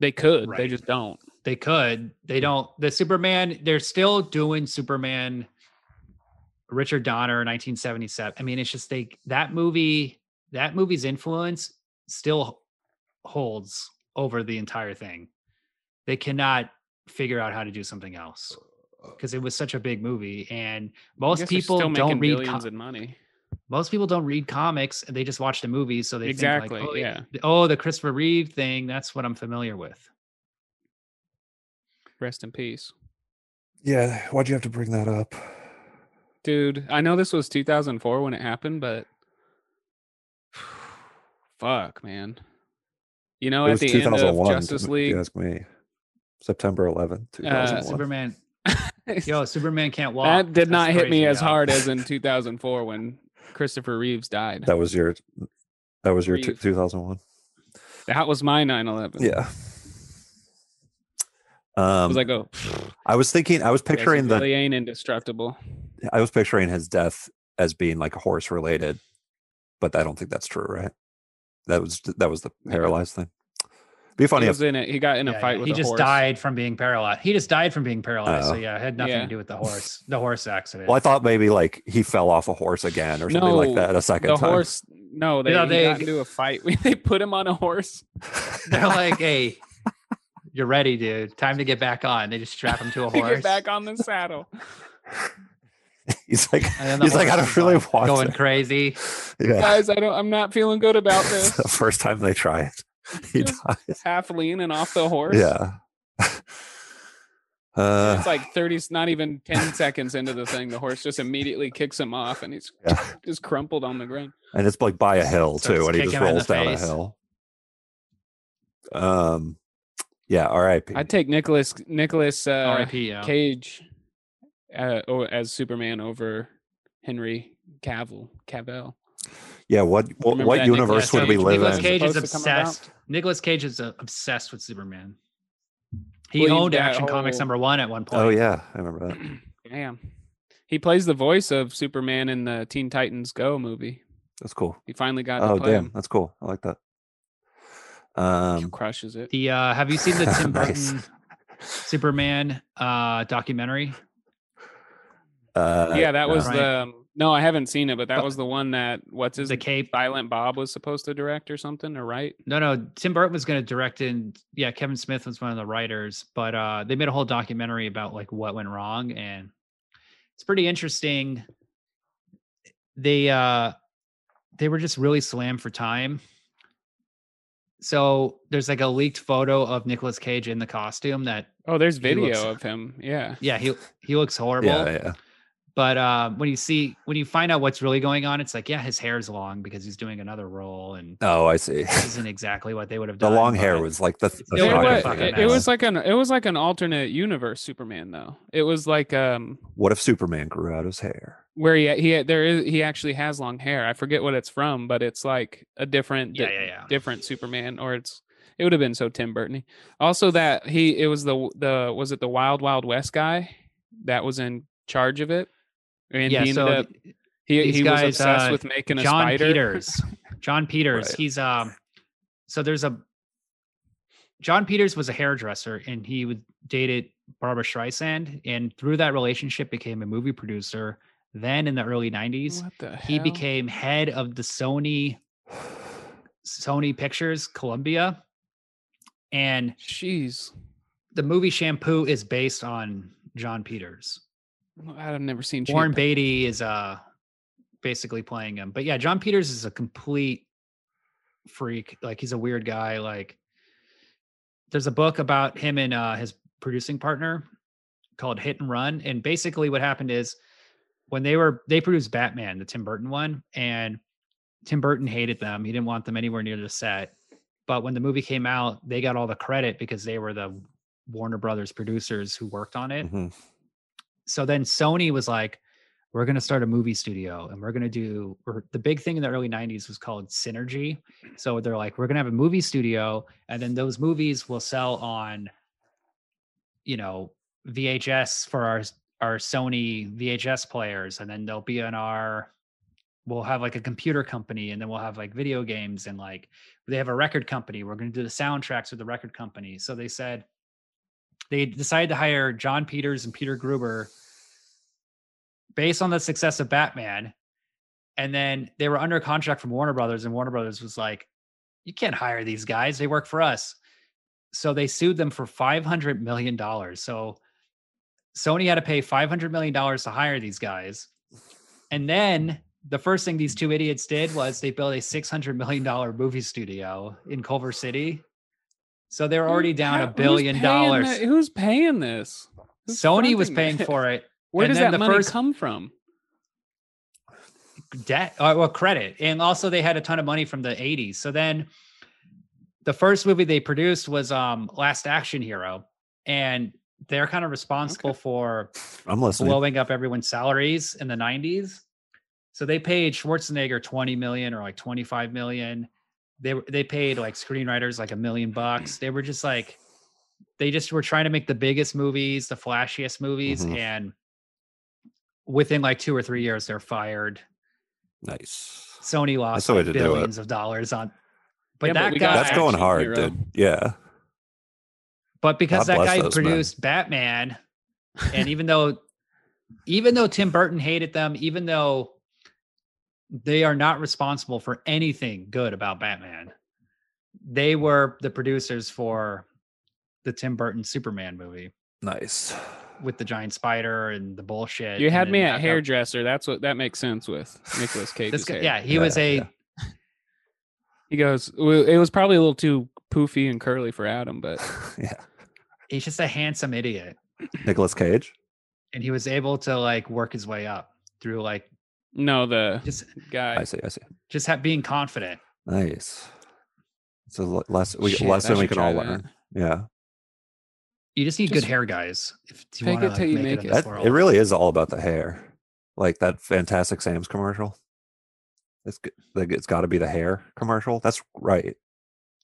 [SPEAKER 1] They could, they
[SPEAKER 3] Right.
[SPEAKER 1] just don't.
[SPEAKER 3] They could.
[SPEAKER 1] Hmm.
[SPEAKER 3] They don't the Superman, they're still doing Superman Richard Donner 1977. I mean, it's just they that movie that movie's influence still holds over the entire thing. They cannot figure out how to do something else because it was such a big movie and
[SPEAKER 1] Uh, I guess
[SPEAKER 3] most
[SPEAKER 1] they're
[SPEAKER 3] people
[SPEAKER 1] still
[SPEAKER 3] don't
[SPEAKER 1] making
[SPEAKER 3] read
[SPEAKER 1] billions
[SPEAKER 3] co-
[SPEAKER 1] in money.
[SPEAKER 3] most people don't read comics they just watch the movies so they
[SPEAKER 1] Exactly,
[SPEAKER 3] think like, oh,
[SPEAKER 1] yeah.
[SPEAKER 3] oh the christopher reeve thing that's what i'm familiar with
[SPEAKER 1] Rest in peace,
[SPEAKER 2] Yeah, why'd you have to bring that up?
[SPEAKER 1] dude. I know this was 2004 when it happened, but fuck, man. You know, Oh,
[SPEAKER 2] it
[SPEAKER 1] at
[SPEAKER 2] was
[SPEAKER 1] the end of
[SPEAKER 2] 2001.
[SPEAKER 1] Justice
[SPEAKER 2] if
[SPEAKER 1] League,
[SPEAKER 2] You ask me. September 11th,
[SPEAKER 1] Uh,
[SPEAKER 2] 2001.
[SPEAKER 3] Uh, superman yo superman can't walk
[SPEAKER 1] that did
[SPEAKER 3] That's
[SPEAKER 1] not hit me
[SPEAKER 3] crazy,
[SPEAKER 1] as
[SPEAKER 3] yo.
[SPEAKER 1] hard as in 2004 when Christopher Reeves died.
[SPEAKER 2] that was your. That was your t-
[SPEAKER 1] Reeve.
[SPEAKER 2] 2001.
[SPEAKER 1] That was my 9/11.
[SPEAKER 2] Yeah.
[SPEAKER 1] I
[SPEAKER 2] Um,
[SPEAKER 1] was like, oh,
[SPEAKER 2] I was thinking, I was
[SPEAKER 1] you guys
[SPEAKER 2] picturing the
[SPEAKER 1] really ain't indestructible.
[SPEAKER 2] I was picturing his death as being like horse related, but I don't think that's true, right? That was that was the paralyzed thing. Be funny
[SPEAKER 1] He
[SPEAKER 2] if
[SPEAKER 1] was in it. He got in a
[SPEAKER 3] Yeah,
[SPEAKER 1] fight
[SPEAKER 3] yeah,
[SPEAKER 1] with
[SPEAKER 3] he
[SPEAKER 1] a
[SPEAKER 3] just
[SPEAKER 1] horse.
[SPEAKER 3] died from being paralyzed he just died from being paralyzed so
[SPEAKER 2] Oh.
[SPEAKER 3] yeah it had nothing
[SPEAKER 1] Yeah.
[SPEAKER 3] to do with the horse the horse accident
[SPEAKER 2] well, I thought maybe like he fell off a horse again or something like
[SPEAKER 1] No,
[SPEAKER 2] that a second
[SPEAKER 1] The
[SPEAKER 2] time.
[SPEAKER 1] horse. No, they,
[SPEAKER 3] Yeah,
[SPEAKER 1] he
[SPEAKER 3] they-
[SPEAKER 1] got into a fight. they put him on a horse.
[SPEAKER 3] they're like hey you're ready dude time to get back on they just strap him to a
[SPEAKER 1] to get
[SPEAKER 3] horse
[SPEAKER 1] back on the saddle.
[SPEAKER 2] he's like,
[SPEAKER 3] and then the
[SPEAKER 2] he's like, I
[SPEAKER 3] horse
[SPEAKER 2] don't
[SPEAKER 3] is
[SPEAKER 2] really
[SPEAKER 3] like
[SPEAKER 2] want
[SPEAKER 3] going
[SPEAKER 2] it.
[SPEAKER 3] crazy
[SPEAKER 2] Yeah,
[SPEAKER 1] Guys, I don't I'm not feeling good about
[SPEAKER 2] It's
[SPEAKER 1] this.
[SPEAKER 2] the first time they try it, he
[SPEAKER 1] Just
[SPEAKER 2] dies.
[SPEAKER 1] Half leaning off the horse.
[SPEAKER 2] Yeah. Uh,
[SPEAKER 1] It's like 30, not even 10 seconds into the thing. The horse just immediately kicks him off and he's
[SPEAKER 2] yeah.
[SPEAKER 1] just crumpled on the ground.
[SPEAKER 2] and it's like by a hill
[SPEAKER 3] Starts
[SPEAKER 2] too, and
[SPEAKER 3] to
[SPEAKER 2] he
[SPEAKER 3] kick
[SPEAKER 2] just
[SPEAKER 3] him in the
[SPEAKER 2] rolls down a
[SPEAKER 3] face.
[SPEAKER 2] hill. Um, yeah. R.I.P.
[SPEAKER 1] I'd take Nicholas Nicholas uh,
[SPEAKER 3] rip yo.
[SPEAKER 1] Cage uh, o- as Superman over Henry Cavill. Cavill.
[SPEAKER 2] Yeah, what what,
[SPEAKER 1] Remember
[SPEAKER 2] what
[SPEAKER 1] that Nicolas
[SPEAKER 2] universe would
[SPEAKER 1] Cage
[SPEAKER 2] we live
[SPEAKER 3] Nicolas
[SPEAKER 2] in?
[SPEAKER 3] Cage is
[SPEAKER 1] Supposed to come about?
[SPEAKER 3] obsessed. Nicolas Cage is uh, obsessed with Superman. He
[SPEAKER 1] Well, he- oh.
[SPEAKER 3] owned
[SPEAKER 1] that
[SPEAKER 3] Action Comics
[SPEAKER 1] whole-
[SPEAKER 3] number one at one point.
[SPEAKER 2] Oh yeah, I remember that.
[SPEAKER 1] Damn. He plays the voice of Superman in the Teen Titans Go movie.
[SPEAKER 2] That's cool.
[SPEAKER 1] He finally got
[SPEAKER 2] Oh
[SPEAKER 1] to play
[SPEAKER 2] damn,
[SPEAKER 1] him.
[SPEAKER 2] that's cool. I like that.
[SPEAKER 1] He
[SPEAKER 2] Um,
[SPEAKER 1] crushes it.
[SPEAKER 3] The uh, have you seen the Tim
[SPEAKER 2] Nice.
[SPEAKER 3] Burton Superman uh, documentary?
[SPEAKER 2] uh,
[SPEAKER 1] yeah, that
[SPEAKER 2] no.
[SPEAKER 1] was
[SPEAKER 3] Right.
[SPEAKER 1] the um, no, I haven't seen it, but that
[SPEAKER 3] But-
[SPEAKER 1] was the one that what's his
[SPEAKER 3] The Cape.
[SPEAKER 1] Silent Bob was supposed to direct or something, or right?
[SPEAKER 3] No, no. Tim Burton was going to direct it, and yeah, Kevin Smith was one of the writers. But uh, they made a whole documentary about like what went wrong, and it's pretty interesting. They uh, they were just really slammed for time. So there's like a leaked photo of Nicolas Cage in the costume that
[SPEAKER 1] Oh, there's
[SPEAKER 3] He
[SPEAKER 1] video
[SPEAKER 3] looks-
[SPEAKER 1] of him. Yeah.
[SPEAKER 3] yeah he he looks horrible.
[SPEAKER 2] yeah, yeah.
[SPEAKER 3] But uh, when you see when you find out what's really going on, it's like yeah, his hair's long because he's doing another role, and
[SPEAKER 2] Oh, I see.
[SPEAKER 3] this isn't exactly what they would have
[SPEAKER 2] the
[SPEAKER 3] done.
[SPEAKER 2] long hair
[SPEAKER 3] but-
[SPEAKER 2] was like the. the
[SPEAKER 3] It
[SPEAKER 1] It
[SPEAKER 3] was
[SPEAKER 2] shocking
[SPEAKER 1] was,
[SPEAKER 3] fucking
[SPEAKER 2] thing,
[SPEAKER 1] it,
[SPEAKER 2] yeah.
[SPEAKER 1] it was like an it was like an alternate universe Superman though. It was like um
[SPEAKER 2] What if Superman grew out his hair?
[SPEAKER 1] where he he there is he actually has long hair. I forget what it's from, but it's like a different
[SPEAKER 3] Yeah, yeah, yeah.
[SPEAKER 1] different Superman or it's it would have been so Tim Burton. Also that he it was the the was it the Wild Wild West guy that was in charge of it and
[SPEAKER 3] yeah,
[SPEAKER 1] he ended
[SPEAKER 3] so
[SPEAKER 1] up
[SPEAKER 3] th-
[SPEAKER 1] he,
[SPEAKER 3] these
[SPEAKER 1] he was
[SPEAKER 3] guys,
[SPEAKER 1] obsessed
[SPEAKER 3] uh,
[SPEAKER 1] with making a
[SPEAKER 3] John
[SPEAKER 1] spider.
[SPEAKER 3] Peters. John Peters.
[SPEAKER 2] Right.
[SPEAKER 3] He's um. So there's a. John Peters was a hairdresser, and he would dated Barbara Streisand, and through that relationship became a movie producer. Then in the early '90s,
[SPEAKER 1] What the
[SPEAKER 3] he
[SPEAKER 1] hell?
[SPEAKER 3] became head of the Sony Sony Pictures Columbia, and
[SPEAKER 1] Jeez,
[SPEAKER 3] the movie Shampoo is based on John Peters.
[SPEAKER 1] I've never seen.
[SPEAKER 3] Warren
[SPEAKER 1] Champ-
[SPEAKER 3] Beatty is uh basically playing him. But yeah, John Peters is a complete freak. Like he's a weird guy. Like there's a book about him and uh his producing partner called Hit and Run. And basically what happened is when they were they produced Batman, the Tim Burton one, and Tim Burton hated them. He didn't want them anywhere near the set. But when the movie came out, they got all the credit because they were the Warner Brothers producers who worked on it
[SPEAKER 2] Mhm.
[SPEAKER 3] so then Sony was like, we're going to start a movie studio and we're going to do or the big thing in the early 90s was called Synergy. So they're like, we're going to have a movie studio and then those movies will sell on, you know, VHS for our, our Sony VHS players. And then they'll be on our, we'll have like a computer company and then we'll have like video games and like they have a record company. We're going to do the soundtracks with the record company. So they said, they decided to hire John Peters and Peter Gruber based on the success of Batman. And then they were under contract from Warner Brothers, and Warner Brothers was like, you can't hire these guys. They work for us. So they sued them for $500 million. So Sony had to pay $500 million to hire these guys. And then the first thing these two idiots did was they built a $600 million movie studio in Culver City. So they were
[SPEAKER 1] Who-
[SPEAKER 3] already down
[SPEAKER 1] how-
[SPEAKER 3] a
[SPEAKER 1] who's
[SPEAKER 3] billion
[SPEAKER 1] paying
[SPEAKER 3] dollars.
[SPEAKER 1] thi- who's paying this? Who's
[SPEAKER 3] Sony was
[SPEAKER 1] fronting
[SPEAKER 3] paying
[SPEAKER 1] this?
[SPEAKER 3] for it.
[SPEAKER 1] Where
[SPEAKER 3] and
[SPEAKER 1] does
[SPEAKER 3] then
[SPEAKER 1] that
[SPEAKER 3] the
[SPEAKER 1] money
[SPEAKER 3] first-
[SPEAKER 1] come from?
[SPEAKER 3] Debt, uh, well, credit, and also they had a ton of money from the '80s. So then, the first movie they produced was um, Last Action Hero, and they're kind of responsible for
[SPEAKER 2] I'm listening.
[SPEAKER 3] blowing up everyone's salaries in the 90s. So they paid Schwarzenegger 20 million or like 25 million. They were- they paid like screenwriters like a million bucks. They were just like they just were trying to make the biggest movies, the flashiest movies
[SPEAKER 2] Mhm.
[SPEAKER 3] and within like 2 or 3 years they're fired.
[SPEAKER 2] nice.
[SPEAKER 3] Sony lost
[SPEAKER 2] the way to
[SPEAKER 3] like
[SPEAKER 2] do it.
[SPEAKER 3] billions of dollars on but
[SPEAKER 1] Yeah, but
[SPEAKER 3] that
[SPEAKER 1] we
[SPEAKER 3] guy
[SPEAKER 1] got
[SPEAKER 2] That's going
[SPEAKER 1] action
[SPEAKER 2] hard,
[SPEAKER 1] hero.
[SPEAKER 2] dude. Yeah.
[SPEAKER 3] but because
[SPEAKER 2] God
[SPEAKER 3] that
[SPEAKER 2] bless
[SPEAKER 3] guy
[SPEAKER 2] those men.
[SPEAKER 3] produced Batman, and even though, even though Tim Burton hated them, even though they are not responsible for anything good about Batman, they were the producers for the Tim Burton Superman movie
[SPEAKER 2] Nice.
[SPEAKER 3] with the giant spider and the bullshit.
[SPEAKER 1] You
[SPEAKER 3] and
[SPEAKER 1] had
[SPEAKER 3] then
[SPEAKER 1] me
[SPEAKER 3] that
[SPEAKER 1] at
[SPEAKER 3] guy-
[SPEAKER 1] hairdresser. That's what that makes sense with Nicholas
[SPEAKER 3] This
[SPEAKER 1] Cage's
[SPEAKER 3] guy,
[SPEAKER 1] hair.
[SPEAKER 3] yeah, he
[SPEAKER 2] Yeah,
[SPEAKER 3] was a
[SPEAKER 2] yeah.
[SPEAKER 1] he goes. "Well, It was probably a little too poofy and curly for Adam, but
[SPEAKER 2] yeah.
[SPEAKER 3] he's just a handsome idiot,
[SPEAKER 2] Nicholas Cage.
[SPEAKER 3] and he was able to like work his way up through like
[SPEAKER 1] no, the
[SPEAKER 3] just
[SPEAKER 1] guy.
[SPEAKER 2] I see. I see.
[SPEAKER 3] just ha- being confident.
[SPEAKER 2] Nice. It's a le- lesson we,
[SPEAKER 1] Shit, I
[SPEAKER 2] lesson we
[SPEAKER 1] should
[SPEAKER 2] can all
[SPEAKER 1] try that.
[SPEAKER 2] learn. Yeah.
[SPEAKER 3] You just need
[SPEAKER 1] Just
[SPEAKER 3] good hair guys. If you
[SPEAKER 1] fake
[SPEAKER 3] want to
[SPEAKER 1] it till
[SPEAKER 3] like,
[SPEAKER 1] you
[SPEAKER 3] make,
[SPEAKER 1] make
[SPEAKER 3] it, in
[SPEAKER 1] it.
[SPEAKER 3] this
[SPEAKER 2] That,
[SPEAKER 3] world.
[SPEAKER 2] it really is all about the hair. Like that Fantastic Sam's commercial. It's g- like it's got to be the hair commercial. That's right.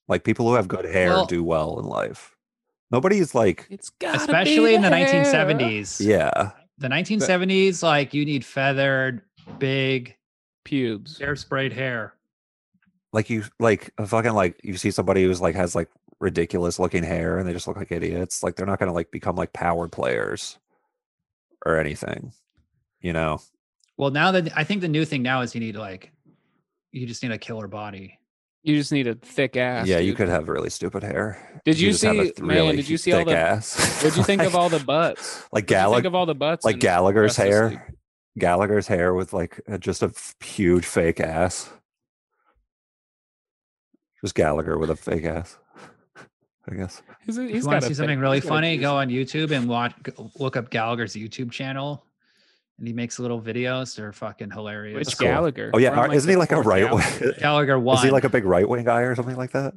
[SPEAKER 2] Like people who have good hair
[SPEAKER 3] Well-
[SPEAKER 2] do well in life. Nobody's like,
[SPEAKER 1] It's got
[SPEAKER 3] especially in the 1970s.
[SPEAKER 2] yeah,
[SPEAKER 3] The 1970s, like you need feathered, big,
[SPEAKER 1] pubes.
[SPEAKER 3] hair sprayed hair.
[SPEAKER 2] like you like a fucking like you see somebody who's like has like ridiculous looking hair and they just look like idiots. Like they're not gonna like become like power players or anything, you know?
[SPEAKER 3] Well, now that I think the new thing now is you need like, you just need a killer body.
[SPEAKER 1] You just need a thick ass.
[SPEAKER 2] yeah, you
[SPEAKER 1] dude.
[SPEAKER 2] could have really stupid hair.
[SPEAKER 1] Did you
[SPEAKER 2] just have a
[SPEAKER 1] see-
[SPEAKER 2] th-
[SPEAKER 1] man, did you see all
[SPEAKER 2] thick
[SPEAKER 1] the-
[SPEAKER 2] ass.
[SPEAKER 1] What'd you think of
[SPEAKER 2] Like-
[SPEAKER 1] all the butts?
[SPEAKER 2] like
[SPEAKER 1] What'd you
[SPEAKER 2] Gallagher?
[SPEAKER 1] think of all the butts?
[SPEAKER 2] like
[SPEAKER 1] in
[SPEAKER 2] Gallagher's
[SPEAKER 1] Justice
[SPEAKER 2] hair.
[SPEAKER 1] League?
[SPEAKER 2] Gallagher's hair with like a, just a f- huge fake ass. Just Gallagher with a fake ass. I guess.
[SPEAKER 1] He's,
[SPEAKER 3] If
[SPEAKER 1] he's
[SPEAKER 3] you want
[SPEAKER 1] got
[SPEAKER 3] to
[SPEAKER 1] a
[SPEAKER 3] see
[SPEAKER 1] thick-
[SPEAKER 3] something really
[SPEAKER 1] he's got a
[SPEAKER 3] funny,
[SPEAKER 1] juicy-
[SPEAKER 3] go on YouTube and watch, go- look up Gallagher's YouTube channel. And he makes little videos. They're fucking hilarious.
[SPEAKER 1] Which
[SPEAKER 2] cool.
[SPEAKER 1] Gallagher?
[SPEAKER 2] Oh yeah,
[SPEAKER 1] We're on,
[SPEAKER 2] are- isn't he
[SPEAKER 1] the
[SPEAKER 2] like a
[SPEAKER 1] fourth
[SPEAKER 2] right wing?
[SPEAKER 1] Gallagher today.
[SPEAKER 3] Gallagher one.
[SPEAKER 2] Is he like a big right wing guy or something like that?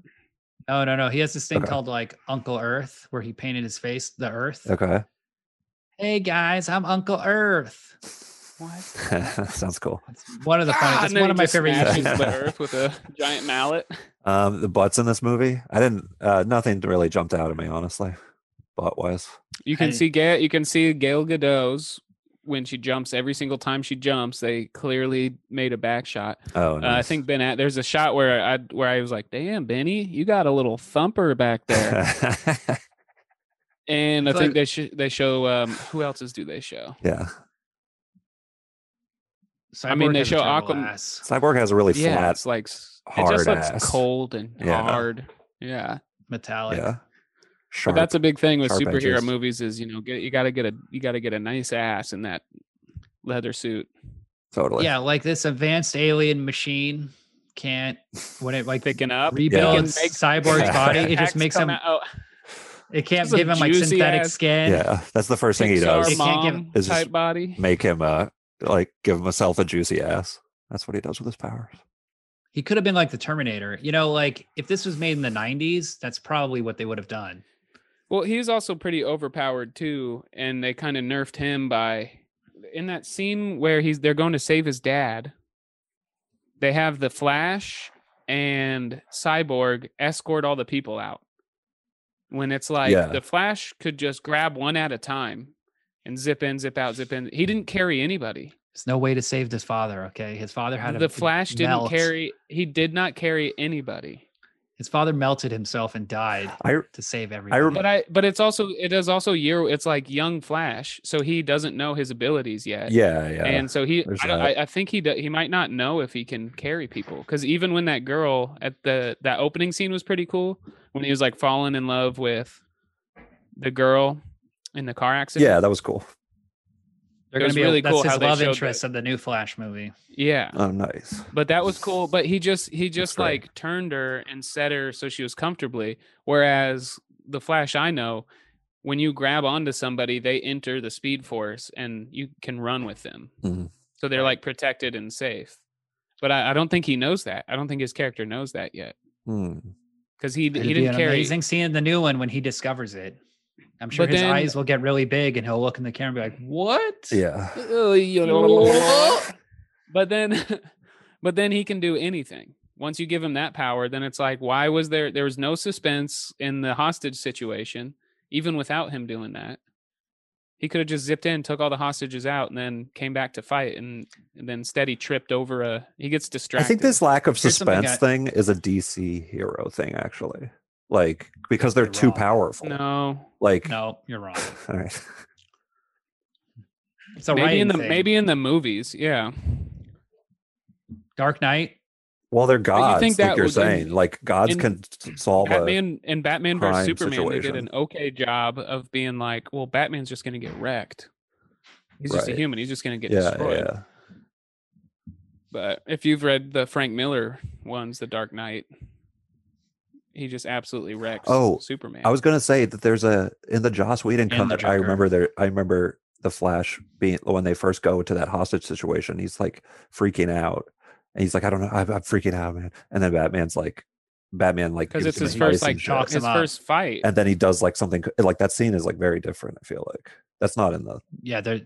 [SPEAKER 3] no, no, no. He has this thing
[SPEAKER 2] Okay.
[SPEAKER 3] called like Uncle Earth, where he painted his face the Earth.
[SPEAKER 2] Okay.
[SPEAKER 3] Hey guys, I'm Uncle Earth.
[SPEAKER 2] Sounds cool.
[SPEAKER 3] It's one of the funniest.
[SPEAKER 1] Ah,
[SPEAKER 3] it's
[SPEAKER 1] and then
[SPEAKER 3] one
[SPEAKER 1] he
[SPEAKER 3] of my
[SPEAKER 1] just
[SPEAKER 3] favorite.
[SPEAKER 1] smashes
[SPEAKER 2] YouTubers.
[SPEAKER 1] the earth with a giant mallet.
[SPEAKER 2] Um, the butts in this movie, I didn't. Uh, nothing really jumped out at me, honestly. Butt wise,
[SPEAKER 1] You can
[SPEAKER 3] didn't-
[SPEAKER 1] see Ga- you can see Gail Godot's when she jumps every single time she jumps. They clearly made a back shot. Uh,
[SPEAKER 2] oh,
[SPEAKER 1] I
[SPEAKER 2] nice.
[SPEAKER 1] think Ben. At- There's a shot where I where I was like, "Damn, Benny, you got a little thumper back there." And I
[SPEAKER 3] It's
[SPEAKER 1] think
[SPEAKER 3] like-
[SPEAKER 1] they sh- they show um, who else's do they show?
[SPEAKER 2] yeah,
[SPEAKER 3] Cyborg
[SPEAKER 1] I mean, they
[SPEAKER 3] has a
[SPEAKER 1] show
[SPEAKER 3] terrible
[SPEAKER 1] Aquam-
[SPEAKER 3] ass.
[SPEAKER 2] Cyborg has a really
[SPEAKER 1] yeah,
[SPEAKER 2] flat.
[SPEAKER 1] it's like s- it
[SPEAKER 2] hard
[SPEAKER 1] just looks
[SPEAKER 2] ass.
[SPEAKER 1] cold and
[SPEAKER 2] Yeah.
[SPEAKER 1] hard. Yeah,
[SPEAKER 3] metallic.
[SPEAKER 2] yeah,
[SPEAKER 1] but
[SPEAKER 2] sharp.
[SPEAKER 1] that's a big thing with
[SPEAKER 2] sharp
[SPEAKER 1] superhero
[SPEAKER 2] edges.
[SPEAKER 1] movies is you know get, you got to get a you got to get a nice ass in that leather suit.
[SPEAKER 2] totally.
[SPEAKER 3] Yeah, like this advanced alien machine can't when it like
[SPEAKER 1] Picking up,
[SPEAKER 3] rebuilds
[SPEAKER 1] Yeah. Make-
[SPEAKER 3] Cyborg's body, it
[SPEAKER 1] Axe
[SPEAKER 3] just makes
[SPEAKER 1] come
[SPEAKER 3] him.
[SPEAKER 1] out- oh,
[SPEAKER 3] It can't
[SPEAKER 1] Just a
[SPEAKER 3] give him like
[SPEAKER 1] juicy
[SPEAKER 3] synthetic
[SPEAKER 1] ass-
[SPEAKER 3] skin.
[SPEAKER 2] yeah. That's the first thing he
[SPEAKER 1] Pixar
[SPEAKER 2] does.
[SPEAKER 3] It can't give him-
[SPEAKER 1] mom
[SPEAKER 2] It's just-
[SPEAKER 1] type body.
[SPEAKER 2] make him uh like give himself a juicy ass. That's what he does with his powers.
[SPEAKER 3] He could have been like the Terminator. You know, like if this was made in the 90s, that's probably what they would have done.
[SPEAKER 1] Well, he's also pretty overpowered too, and they kind of nerfed him by in that scene where he's they're going to save his dad. They have the Flash and Cyborg escort all the people out. When it's like
[SPEAKER 2] Yeah.
[SPEAKER 1] the Flash could just grab one at a time and zip in, zip out, zip in. He didn't carry anybody.
[SPEAKER 3] There's no way to save his father. Okay, his father had
[SPEAKER 1] The Flash didn't
[SPEAKER 3] melt.
[SPEAKER 1] carry. He did not carry anybody.
[SPEAKER 3] His father melted himself and died
[SPEAKER 2] I
[SPEAKER 3] to save everyone.
[SPEAKER 2] rem-
[SPEAKER 1] But I. But it's also it is also year. It's like young Flash, so he doesn't know his abilities yet.
[SPEAKER 2] yeah, yeah.
[SPEAKER 1] and so he
[SPEAKER 2] there's
[SPEAKER 1] I, don't-
[SPEAKER 2] that.
[SPEAKER 1] I, I think he do- he might not know if he can carry people because even when that girl at the that opening scene was pretty cool when he was like falling in love with the girl in the car accident
[SPEAKER 2] yeah, that was cool.
[SPEAKER 3] They're
[SPEAKER 1] it
[SPEAKER 3] going
[SPEAKER 1] was
[SPEAKER 3] to be
[SPEAKER 1] really
[SPEAKER 3] really that's
[SPEAKER 1] cool
[SPEAKER 3] his
[SPEAKER 1] how they
[SPEAKER 3] love
[SPEAKER 1] showed
[SPEAKER 3] interest of the new Flash movie.
[SPEAKER 1] yeah
[SPEAKER 2] Oh nice.
[SPEAKER 1] but that was cool but he just he just
[SPEAKER 2] great.
[SPEAKER 1] like turned her and set her so she was comfortably whereas the flash i know when you grab onto somebody they enter the speed force and you can run with them
[SPEAKER 2] Mhm.
[SPEAKER 1] so they're like protected and safe but I, I don't think he knows that i don't think his character knows that yet
[SPEAKER 2] Hmm.
[SPEAKER 1] because he,
[SPEAKER 3] It'd
[SPEAKER 1] he
[SPEAKER 3] be
[SPEAKER 1] didn't
[SPEAKER 3] an
[SPEAKER 1] carry
[SPEAKER 3] amazing scene in the new one when he discovers it. I'm sure
[SPEAKER 1] But
[SPEAKER 3] his
[SPEAKER 1] then-
[SPEAKER 3] eyes will get really big and he'll look in the camera and be like, "What?"
[SPEAKER 2] Yeah.
[SPEAKER 1] but then but then he can do anything once you give him that power then it's like why was there there was no suspense in the hostage situation even without him doing that he could have just zipped in took all the hostages out and then came back to fight and, and then instead he tripped over a he gets
[SPEAKER 2] I
[SPEAKER 1] distracted
[SPEAKER 2] think this lack of
[SPEAKER 3] Here's something
[SPEAKER 2] suspense
[SPEAKER 3] I-
[SPEAKER 2] thing is a DC hero thing actually. Like because they're
[SPEAKER 3] You're
[SPEAKER 2] too
[SPEAKER 3] wrong.
[SPEAKER 2] powerful.
[SPEAKER 1] no
[SPEAKER 2] Like
[SPEAKER 3] No, you're wrong.
[SPEAKER 2] all right.
[SPEAKER 3] It's a
[SPEAKER 1] maybe in
[SPEAKER 3] writing
[SPEAKER 1] the
[SPEAKER 3] thing.
[SPEAKER 1] maybe in the movies yeah
[SPEAKER 3] Dark Knight.
[SPEAKER 2] Well, they're
[SPEAKER 1] you
[SPEAKER 2] gods.
[SPEAKER 1] think
[SPEAKER 2] like
[SPEAKER 1] that
[SPEAKER 2] you're
[SPEAKER 1] was in-
[SPEAKER 2] saying like gods
[SPEAKER 1] in
[SPEAKER 2] can s- solve a
[SPEAKER 1] Batman and Batman versus
[SPEAKER 2] crime
[SPEAKER 1] Superman they did
[SPEAKER 2] situation.
[SPEAKER 1] an okay job of being like, well, Batman's just gonna get wrecked. He's just a
[SPEAKER 2] Right.
[SPEAKER 1] human. He's just gonna get
[SPEAKER 2] yeah,
[SPEAKER 1] destroyed.
[SPEAKER 2] yeah.
[SPEAKER 1] But if you've read the Frank Miller ones, The Dark Knight, he just absolutely wrecks
[SPEAKER 2] Oh,
[SPEAKER 1] Superman.
[SPEAKER 2] I was gonna say that there's a in the Joss Whedon
[SPEAKER 3] And the
[SPEAKER 2] cut. I
[SPEAKER 3] Joker.
[SPEAKER 2] remember there. I remember the Flash being when they first go to that hostage situation. He's like freaking out, and he's like, "I don't know, I'm, I'm freaking out, man." And then Batman's like, "Batman like
[SPEAKER 1] because
[SPEAKER 2] gives
[SPEAKER 1] it's
[SPEAKER 2] him
[SPEAKER 1] his
[SPEAKER 2] advice
[SPEAKER 1] first like
[SPEAKER 2] and shit.
[SPEAKER 3] talks
[SPEAKER 1] his
[SPEAKER 3] him up.
[SPEAKER 1] first fight.
[SPEAKER 2] and then he does like something like that scene is like very different. I feel like that's not in the.
[SPEAKER 3] Yeah, there.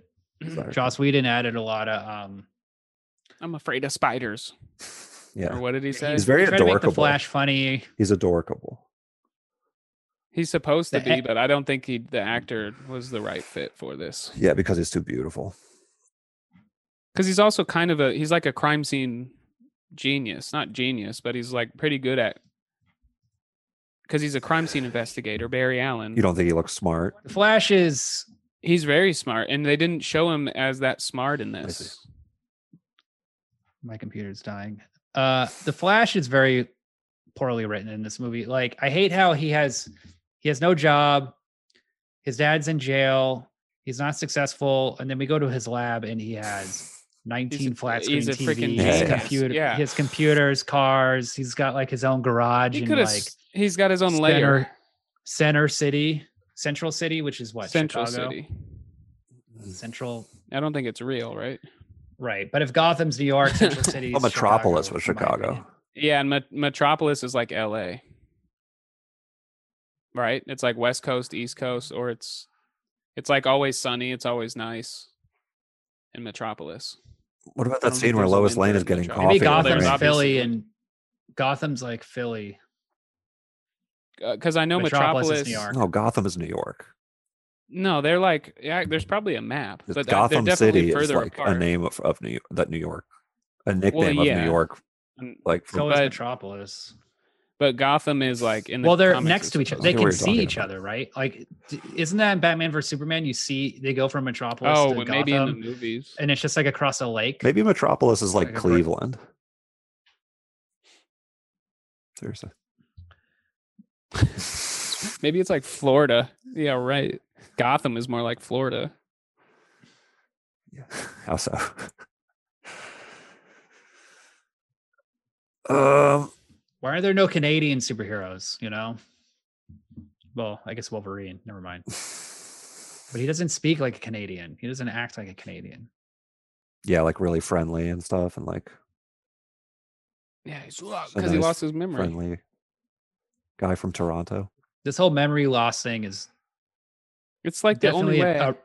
[SPEAKER 2] Sorry.
[SPEAKER 3] Joss Whedon added a lot of. um
[SPEAKER 1] I'm afraid of spiders.
[SPEAKER 2] Yeah,
[SPEAKER 1] Or what did he say?
[SPEAKER 2] He's very
[SPEAKER 3] he tried to make the
[SPEAKER 2] adorkable.
[SPEAKER 3] Flash funny.
[SPEAKER 2] he's adorable.
[SPEAKER 1] He's supposed to
[SPEAKER 3] The
[SPEAKER 1] be,
[SPEAKER 3] ac-
[SPEAKER 1] but I don't think he the actor was the right fit for this.
[SPEAKER 2] Yeah, because it's too beautiful.
[SPEAKER 1] Because he's also kind of a he's like a crime scene genius, not genius, but he's like pretty good at. Because he's a crime scene investigator, Barry Allen.
[SPEAKER 2] You don't think he looks smart?
[SPEAKER 3] The Flash is
[SPEAKER 1] He's very smart, and they didn't show him as that smart in
[SPEAKER 2] I see.
[SPEAKER 1] this.
[SPEAKER 3] my computer's dying. Uh The Flash is very poorly written in this movie. Like I hate how he has he has no job. His dad's in jail. He's not successful and then we go to his lab and he has 19 flat screen
[SPEAKER 1] he's a freaking
[SPEAKER 3] TVs,
[SPEAKER 2] genius.
[SPEAKER 3] computer,
[SPEAKER 1] Yeah.
[SPEAKER 3] his computers, cars. He's got like his own garage
[SPEAKER 1] He
[SPEAKER 3] in
[SPEAKER 1] could have.
[SPEAKER 3] like
[SPEAKER 1] he's got his own layer.
[SPEAKER 3] Center, Center City, Central City, which is what
[SPEAKER 1] Central
[SPEAKER 3] Chicago?
[SPEAKER 1] City.
[SPEAKER 3] Central,
[SPEAKER 1] I don't think it's real, right?
[SPEAKER 3] right? But if Gotham's New York, Central City,
[SPEAKER 2] A
[SPEAKER 3] is
[SPEAKER 2] metropolis
[SPEAKER 3] Chicago,
[SPEAKER 2] was
[SPEAKER 3] in my
[SPEAKER 2] Chicago.
[SPEAKER 3] opinion.
[SPEAKER 1] Yeah, and Met- Metropolis is like L.A. Right? It's like West Coast, East Coast, or it's it's like always sunny. It's always nice. In Metropolis,
[SPEAKER 2] What
[SPEAKER 1] I
[SPEAKER 2] about that
[SPEAKER 1] don't think
[SPEAKER 2] scene where
[SPEAKER 1] there's a
[SPEAKER 2] Lois
[SPEAKER 1] winter
[SPEAKER 2] Lane
[SPEAKER 1] in
[SPEAKER 2] is getting
[SPEAKER 1] Metro.
[SPEAKER 2] coffee?
[SPEAKER 1] Maybe
[SPEAKER 2] with
[SPEAKER 3] Maybe
[SPEAKER 2] her
[SPEAKER 1] There's
[SPEAKER 3] Gotham's
[SPEAKER 2] man?
[SPEAKER 1] obviously-
[SPEAKER 3] Philly and Gotham's like Philly.
[SPEAKER 1] because uh, I know Metropolis.
[SPEAKER 3] Metropolis is New York.
[SPEAKER 2] No, Gotham is New York.
[SPEAKER 1] No, they're like yeah. There's probably a map,
[SPEAKER 2] It's
[SPEAKER 1] but they're-
[SPEAKER 2] Gotham
[SPEAKER 1] they're definitely
[SPEAKER 2] City is
[SPEAKER 1] further
[SPEAKER 2] like
[SPEAKER 1] apart.
[SPEAKER 2] a name of, of New that New York, a nickname of
[SPEAKER 1] yeah.
[SPEAKER 2] New York.
[SPEAKER 1] And-
[SPEAKER 2] Like from-
[SPEAKER 3] So is
[SPEAKER 1] But-
[SPEAKER 3] Metropolis.
[SPEAKER 1] But Gotham is like in the
[SPEAKER 3] Well, they're
[SPEAKER 1] comics
[SPEAKER 3] next
[SPEAKER 1] is
[SPEAKER 3] to each other.
[SPEAKER 2] I
[SPEAKER 3] They
[SPEAKER 2] get what
[SPEAKER 3] can
[SPEAKER 2] you're
[SPEAKER 3] see
[SPEAKER 2] talking
[SPEAKER 3] each
[SPEAKER 2] about.
[SPEAKER 3] other, right? Like, d- isn't that in Batman versus Superman? You see, they go from Metropolis
[SPEAKER 1] Oh,
[SPEAKER 3] to
[SPEAKER 1] but maybe in the
[SPEAKER 3] Gotham,
[SPEAKER 1] movies.
[SPEAKER 3] and it's just like across a lake.
[SPEAKER 2] maybe Metropolis is like
[SPEAKER 3] Like a brick-
[SPEAKER 2] Cleveland. Seriously,
[SPEAKER 1] Maybe it's like Florida. Yeah, right. Gotham is more like Florida.
[SPEAKER 2] yeah. how so? um,
[SPEAKER 3] Why are there no Canadian superheroes? You know. Well, I guess Wolverine. Never mind. But he doesn't speak like a Canadian. He doesn't act like a Canadian.
[SPEAKER 2] yeah, like really friendly and stuff, and like
[SPEAKER 1] Yeah, he's because
[SPEAKER 2] A
[SPEAKER 1] he
[SPEAKER 2] nice
[SPEAKER 1] lost his memory.
[SPEAKER 2] friendly guy from Toronto.
[SPEAKER 3] This whole memory loss thing is
[SPEAKER 1] It's like the only
[SPEAKER 3] definitely
[SPEAKER 1] way.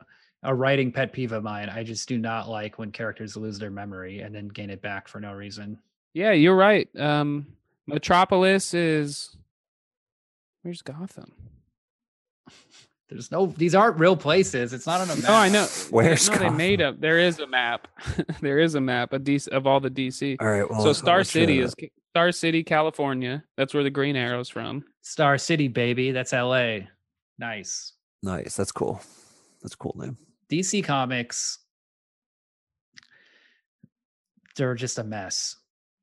[SPEAKER 3] a, a writing pet peeve of mine. I just do not like when characters lose their memory and then gain it back for no reason.
[SPEAKER 1] yeah, you're right. Um, Metropolis is. Where's Gotham?
[SPEAKER 3] There's no; these aren't real places. It's not on a map.
[SPEAKER 1] No, Oh, I know.
[SPEAKER 2] Where's
[SPEAKER 1] no, they made
[SPEAKER 2] Gotham?
[SPEAKER 1] up. There is a map. there is a map. A DC of all the DC.
[SPEAKER 2] All right, well,
[SPEAKER 1] so
[SPEAKER 2] I'll
[SPEAKER 1] Star
[SPEAKER 2] let you-
[SPEAKER 1] City is Star City, California. That's where the Green Arrow's from.
[SPEAKER 3] Star City, baby. That's L.A. Nice.
[SPEAKER 2] nice. That's cool. That's a cool name.
[SPEAKER 3] DC Comics. They're just a mess.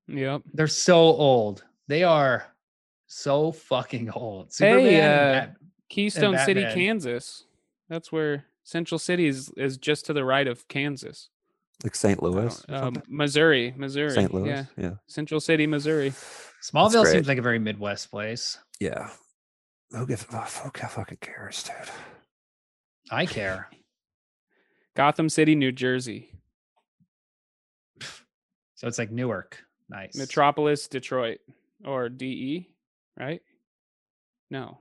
[SPEAKER 1] Yep.
[SPEAKER 3] They're so old. They are so fucking old. Superman. and
[SPEAKER 1] uh,
[SPEAKER 3] Bat-
[SPEAKER 1] Keystone City,
[SPEAKER 3] Batman.
[SPEAKER 1] Kansas. That's where Central City is, is just to the right of Kansas.
[SPEAKER 2] Like St. Louis,
[SPEAKER 1] Uh, Missouri, Missouri.
[SPEAKER 2] St. Louis.
[SPEAKER 1] Yeah.
[SPEAKER 2] yeah.
[SPEAKER 1] Central City, Missouri.
[SPEAKER 3] Smallville
[SPEAKER 2] great.
[SPEAKER 3] seems like a very Midwest place.
[SPEAKER 2] Yeah. Who gives oh, fuck, who fucking cares, dude?
[SPEAKER 3] I care.
[SPEAKER 1] Gotham City, New Jersey.
[SPEAKER 3] So it's like Newark. Nice.
[SPEAKER 1] Metropolis, Detroit. Or DE, right? No.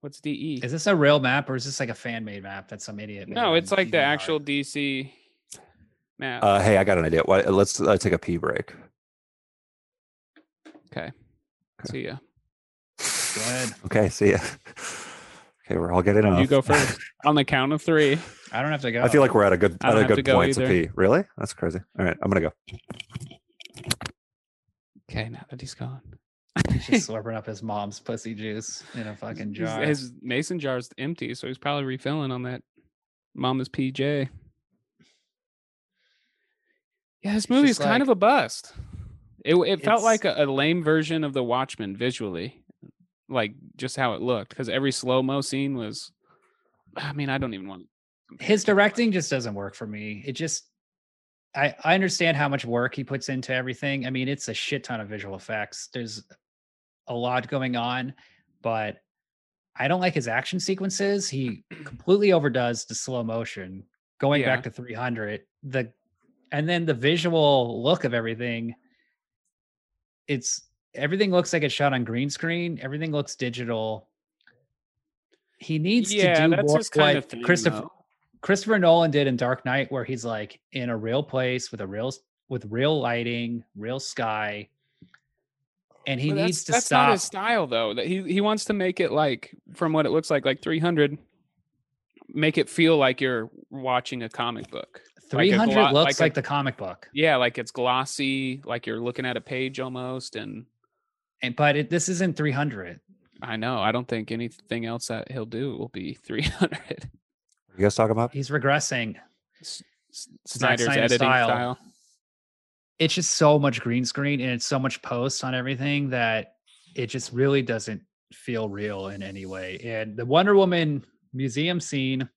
[SPEAKER 1] What's DE?
[SPEAKER 3] Is this a real map or is this like a fan made map that some idiot? made
[SPEAKER 1] no,
[SPEAKER 3] on
[SPEAKER 1] it's like the
[SPEAKER 3] DeviantArt?
[SPEAKER 1] actual DC map.
[SPEAKER 2] Uh, hey, I got an idea. Why, let's uh, take a pee break.
[SPEAKER 1] okay. See ya.
[SPEAKER 3] Go ahead.
[SPEAKER 2] Okay, see ya. Okay, we're all getting off.
[SPEAKER 1] You go first on the count of three.
[SPEAKER 3] I don't have to go.
[SPEAKER 2] I feel like we're at a good
[SPEAKER 1] I
[SPEAKER 2] at
[SPEAKER 1] don't
[SPEAKER 2] a
[SPEAKER 1] have to
[SPEAKER 2] good
[SPEAKER 1] go
[SPEAKER 2] point to
[SPEAKER 1] either.
[SPEAKER 2] pee. Really? That's crazy. All right, I'm gonna go.
[SPEAKER 1] Okay, now that he's gone.
[SPEAKER 3] he's just slurping up his mom's pussy juice in a fucking
[SPEAKER 1] He's-
[SPEAKER 3] jar.
[SPEAKER 1] His mason jar's empty, so he's probably refilling on that mama's PJ. Yeah, this
[SPEAKER 3] It's
[SPEAKER 1] movie is
[SPEAKER 3] just
[SPEAKER 1] kind of
[SPEAKER 3] like-
[SPEAKER 1] a bust. It it felt
[SPEAKER 3] It's-
[SPEAKER 1] like a, a lame version of The Watchmen visually, like just how it looked, because every slow mo scene was. I mean, I don't even want.
[SPEAKER 3] His directing just doesn't work for me. It just, I I understand how much work he puts into everything. I mean, it's a shit ton of visual effects. There's a lot going on, but I don't like his action sequences. He completely overdoes the slow motion. Going
[SPEAKER 1] Yeah.
[SPEAKER 3] back to 300, the and then the visual look of everything it's everything looks like it's shot on green screen everything looks digital he needs
[SPEAKER 1] yeah,
[SPEAKER 3] to do
[SPEAKER 1] that's
[SPEAKER 3] more
[SPEAKER 1] his kind
[SPEAKER 3] what
[SPEAKER 1] of thing.
[SPEAKER 3] christopher
[SPEAKER 1] though.
[SPEAKER 3] christopher nolan did in dark knight where he's like in a real place with a real s- with real lighting real sky and he
[SPEAKER 1] But
[SPEAKER 3] needs
[SPEAKER 1] that's,
[SPEAKER 3] to
[SPEAKER 1] that's not
[SPEAKER 3] stop.
[SPEAKER 1] his style though. That he he wants to make it like from what it looks like, like 300, make it feel like you're watching a comic book. like a
[SPEAKER 3] Three hundred
[SPEAKER 1] glo-
[SPEAKER 3] looks
[SPEAKER 1] like
[SPEAKER 3] like,
[SPEAKER 1] a-
[SPEAKER 3] the comic book,
[SPEAKER 1] Yeah, like it's glossy, like you're looking at a page almost. And
[SPEAKER 3] and but it, this isn't three hundred.
[SPEAKER 1] I know I don't think anything else that he'll do will be 300.
[SPEAKER 2] You guys talking about?
[SPEAKER 3] He's regressing.
[SPEAKER 1] S- Snyder's
[SPEAKER 3] Snyder's
[SPEAKER 1] editing
[SPEAKER 3] style.
[SPEAKER 1] style.
[SPEAKER 3] It's just so much green screen and it's so much posts on everything that it just really doesn't feel real in any way. And the Wonder Woman museum scene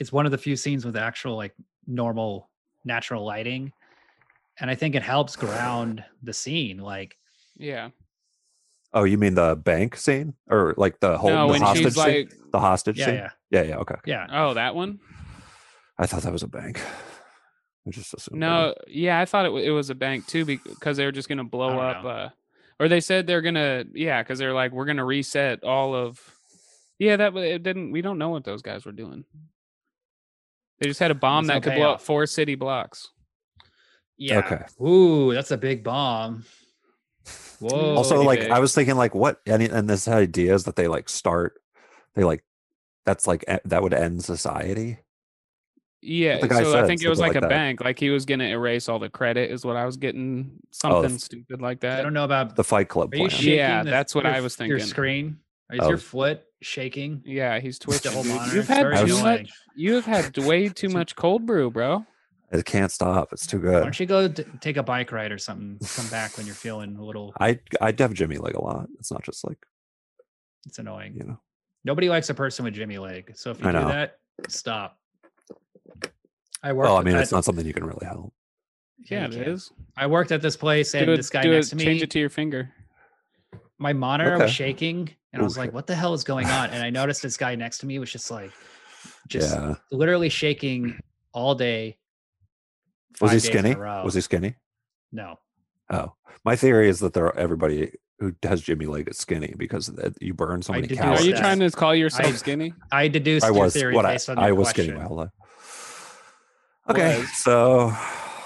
[SPEAKER 3] is one of the few scenes with actual like normal natural lighting. And I think it helps ground the scene. Like
[SPEAKER 1] Yeah.
[SPEAKER 2] Oh, you mean the bank scene or like the whole
[SPEAKER 1] no,
[SPEAKER 2] the
[SPEAKER 1] when
[SPEAKER 2] hostage
[SPEAKER 1] she's
[SPEAKER 2] scene?
[SPEAKER 1] like,
[SPEAKER 2] the hostage
[SPEAKER 3] yeah,
[SPEAKER 2] scene?
[SPEAKER 3] yeah,
[SPEAKER 2] yeah, yeah. Okay,
[SPEAKER 3] yeah.
[SPEAKER 1] oh, that one.
[SPEAKER 2] I thought that was a bank. I just assumed. it was.
[SPEAKER 1] No, yeah, I thought it, wa- it was a bank too because they were just going to blow
[SPEAKER 3] don't
[SPEAKER 1] up.
[SPEAKER 3] know.
[SPEAKER 1] Uh, or they said they're going to, yeah, because they're like, we're going to reset all of. Yeah, that wa- it didn't. We don't know what those guys were doing. They just had a bomb
[SPEAKER 3] There's
[SPEAKER 1] that
[SPEAKER 3] no
[SPEAKER 1] could blow up
[SPEAKER 3] payoff.
[SPEAKER 1] four city blocks.
[SPEAKER 3] Yeah.
[SPEAKER 2] Okay.
[SPEAKER 3] Ooh, that's a big bomb. Whoa.
[SPEAKER 2] also
[SPEAKER 1] Totally
[SPEAKER 2] like
[SPEAKER 1] big.
[SPEAKER 2] i was thinking like what and, and this idea is that they like start they like that's like e- that would end society
[SPEAKER 1] Yeah,
[SPEAKER 2] the guy
[SPEAKER 1] so I
[SPEAKER 2] said,
[SPEAKER 1] think it was
[SPEAKER 2] something
[SPEAKER 1] like,
[SPEAKER 2] like
[SPEAKER 1] a
[SPEAKER 2] that.
[SPEAKER 1] bank. Like he was going to erase all the credit, is what I was
[SPEAKER 2] Oh,
[SPEAKER 1] getting. Something
[SPEAKER 2] f-
[SPEAKER 1] stupid like that.
[SPEAKER 3] I don't know about
[SPEAKER 2] the fight club
[SPEAKER 3] Are you
[SPEAKER 2] plan
[SPEAKER 3] shaking?
[SPEAKER 1] Yeah,
[SPEAKER 3] the-
[SPEAKER 1] that's what
[SPEAKER 3] your-
[SPEAKER 1] I was
[SPEAKER 3] Your
[SPEAKER 1] thinking.
[SPEAKER 3] screen is
[SPEAKER 2] Oh.
[SPEAKER 3] your foot shaking?
[SPEAKER 1] Yeah, he's twitching.
[SPEAKER 3] Double
[SPEAKER 1] dude.
[SPEAKER 3] monitor.
[SPEAKER 1] You've
[SPEAKER 3] It's very
[SPEAKER 1] had too
[SPEAKER 3] annoying.
[SPEAKER 1] much. You have had way too much cold brew, bro.
[SPEAKER 2] it can't stop it's too
[SPEAKER 3] Why
[SPEAKER 2] good
[SPEAKER 3] don't you go t- take a bike ride or something? Come back when you're feeling a little.
[SPEAKER 2] i i have jimmy leg a lot it's not just like
[SPEAKER 3] It's annoying.
[SPEAKER 2] you know
[SPEAKER 3] Nobody likes a person with Jimmy leg. So if you
[SPEAKER 2] I
[SPEAKER 3] do
[SPEAKER 2] know.
[SPEAKER 3] that, stop. I worked.
[SPEAKER 2] well i
[SPEAKER 3] at
[SPEAKER 2] mean
[SPEAKER 3] that-
[SPEAKER 2] it's not something you can really help
[SPEAKER 1] Yeah,
[SPEAKER 3] you
[SPEAKER 1] it
[SPEAKER 3] can't.
[SPEAKER 1] is.
[SPEAKER 3] I worked at this place, and
[SPEAKER 1] Do it-
[SPEAKER 3] this guy
[SPEAKER 1] do
[SPEAKER 3] next
[SPEAKER 1] it-
[SPEAKER 3] to me,
[SPEAKER 1] Change it to your finger.
[SPEAKER 3] my monitor
[SPEAKER 2] Okay.
[SPEAKER 3] was shaking, and I
[SPEAKER 2] Oh,
[SPEAKER 3] was like,
[SPEAKER 2] shit.
[SPEAKER 3] "What the hell is going on?" And I noticed this guy next to me was just like, just
[SPEAKER 2] yeah
[SPEAKER 3] literally shaking all day.
[SPEAKER 2] was he
[SPEAKER 3] five days in a
[SPEAKER 2] skinny
[SPEAKER 3] row.
[SPEAKER 2] was he skinny
[SPEAKER 3] No.
[SPEAKER 2] oh my theory is that there are everybody who has jimmy leg is skinny because that you burn so
[SPEAKER 3] I
[SPEAKER 2] many
[SPEAKER 3] deduced
[SPEAKER 1] Are
[SPEAKER 2] calories
[SPEAKER 1] you
[SPEAKER 3] that.
[SPEAKER 1] trying to call yourself
[SPEAKER 3] I-
[SPEAKER 1] skinny?
[SPEAKER 3] I deduced
[SPEAKER 2] i
[SPEAKER 3] your
[SPEAKER 2] was
[SPEAKER 3] theory
[SPEAKER 2] what i,
[SPEAKER 3] based on that
[SPEAKER 2] I was
[SPEAKER 3] question.
[SPEAKER 2] skinny my whole life okay
[SPEAKER 1] Was.
[SPEAKER 2] so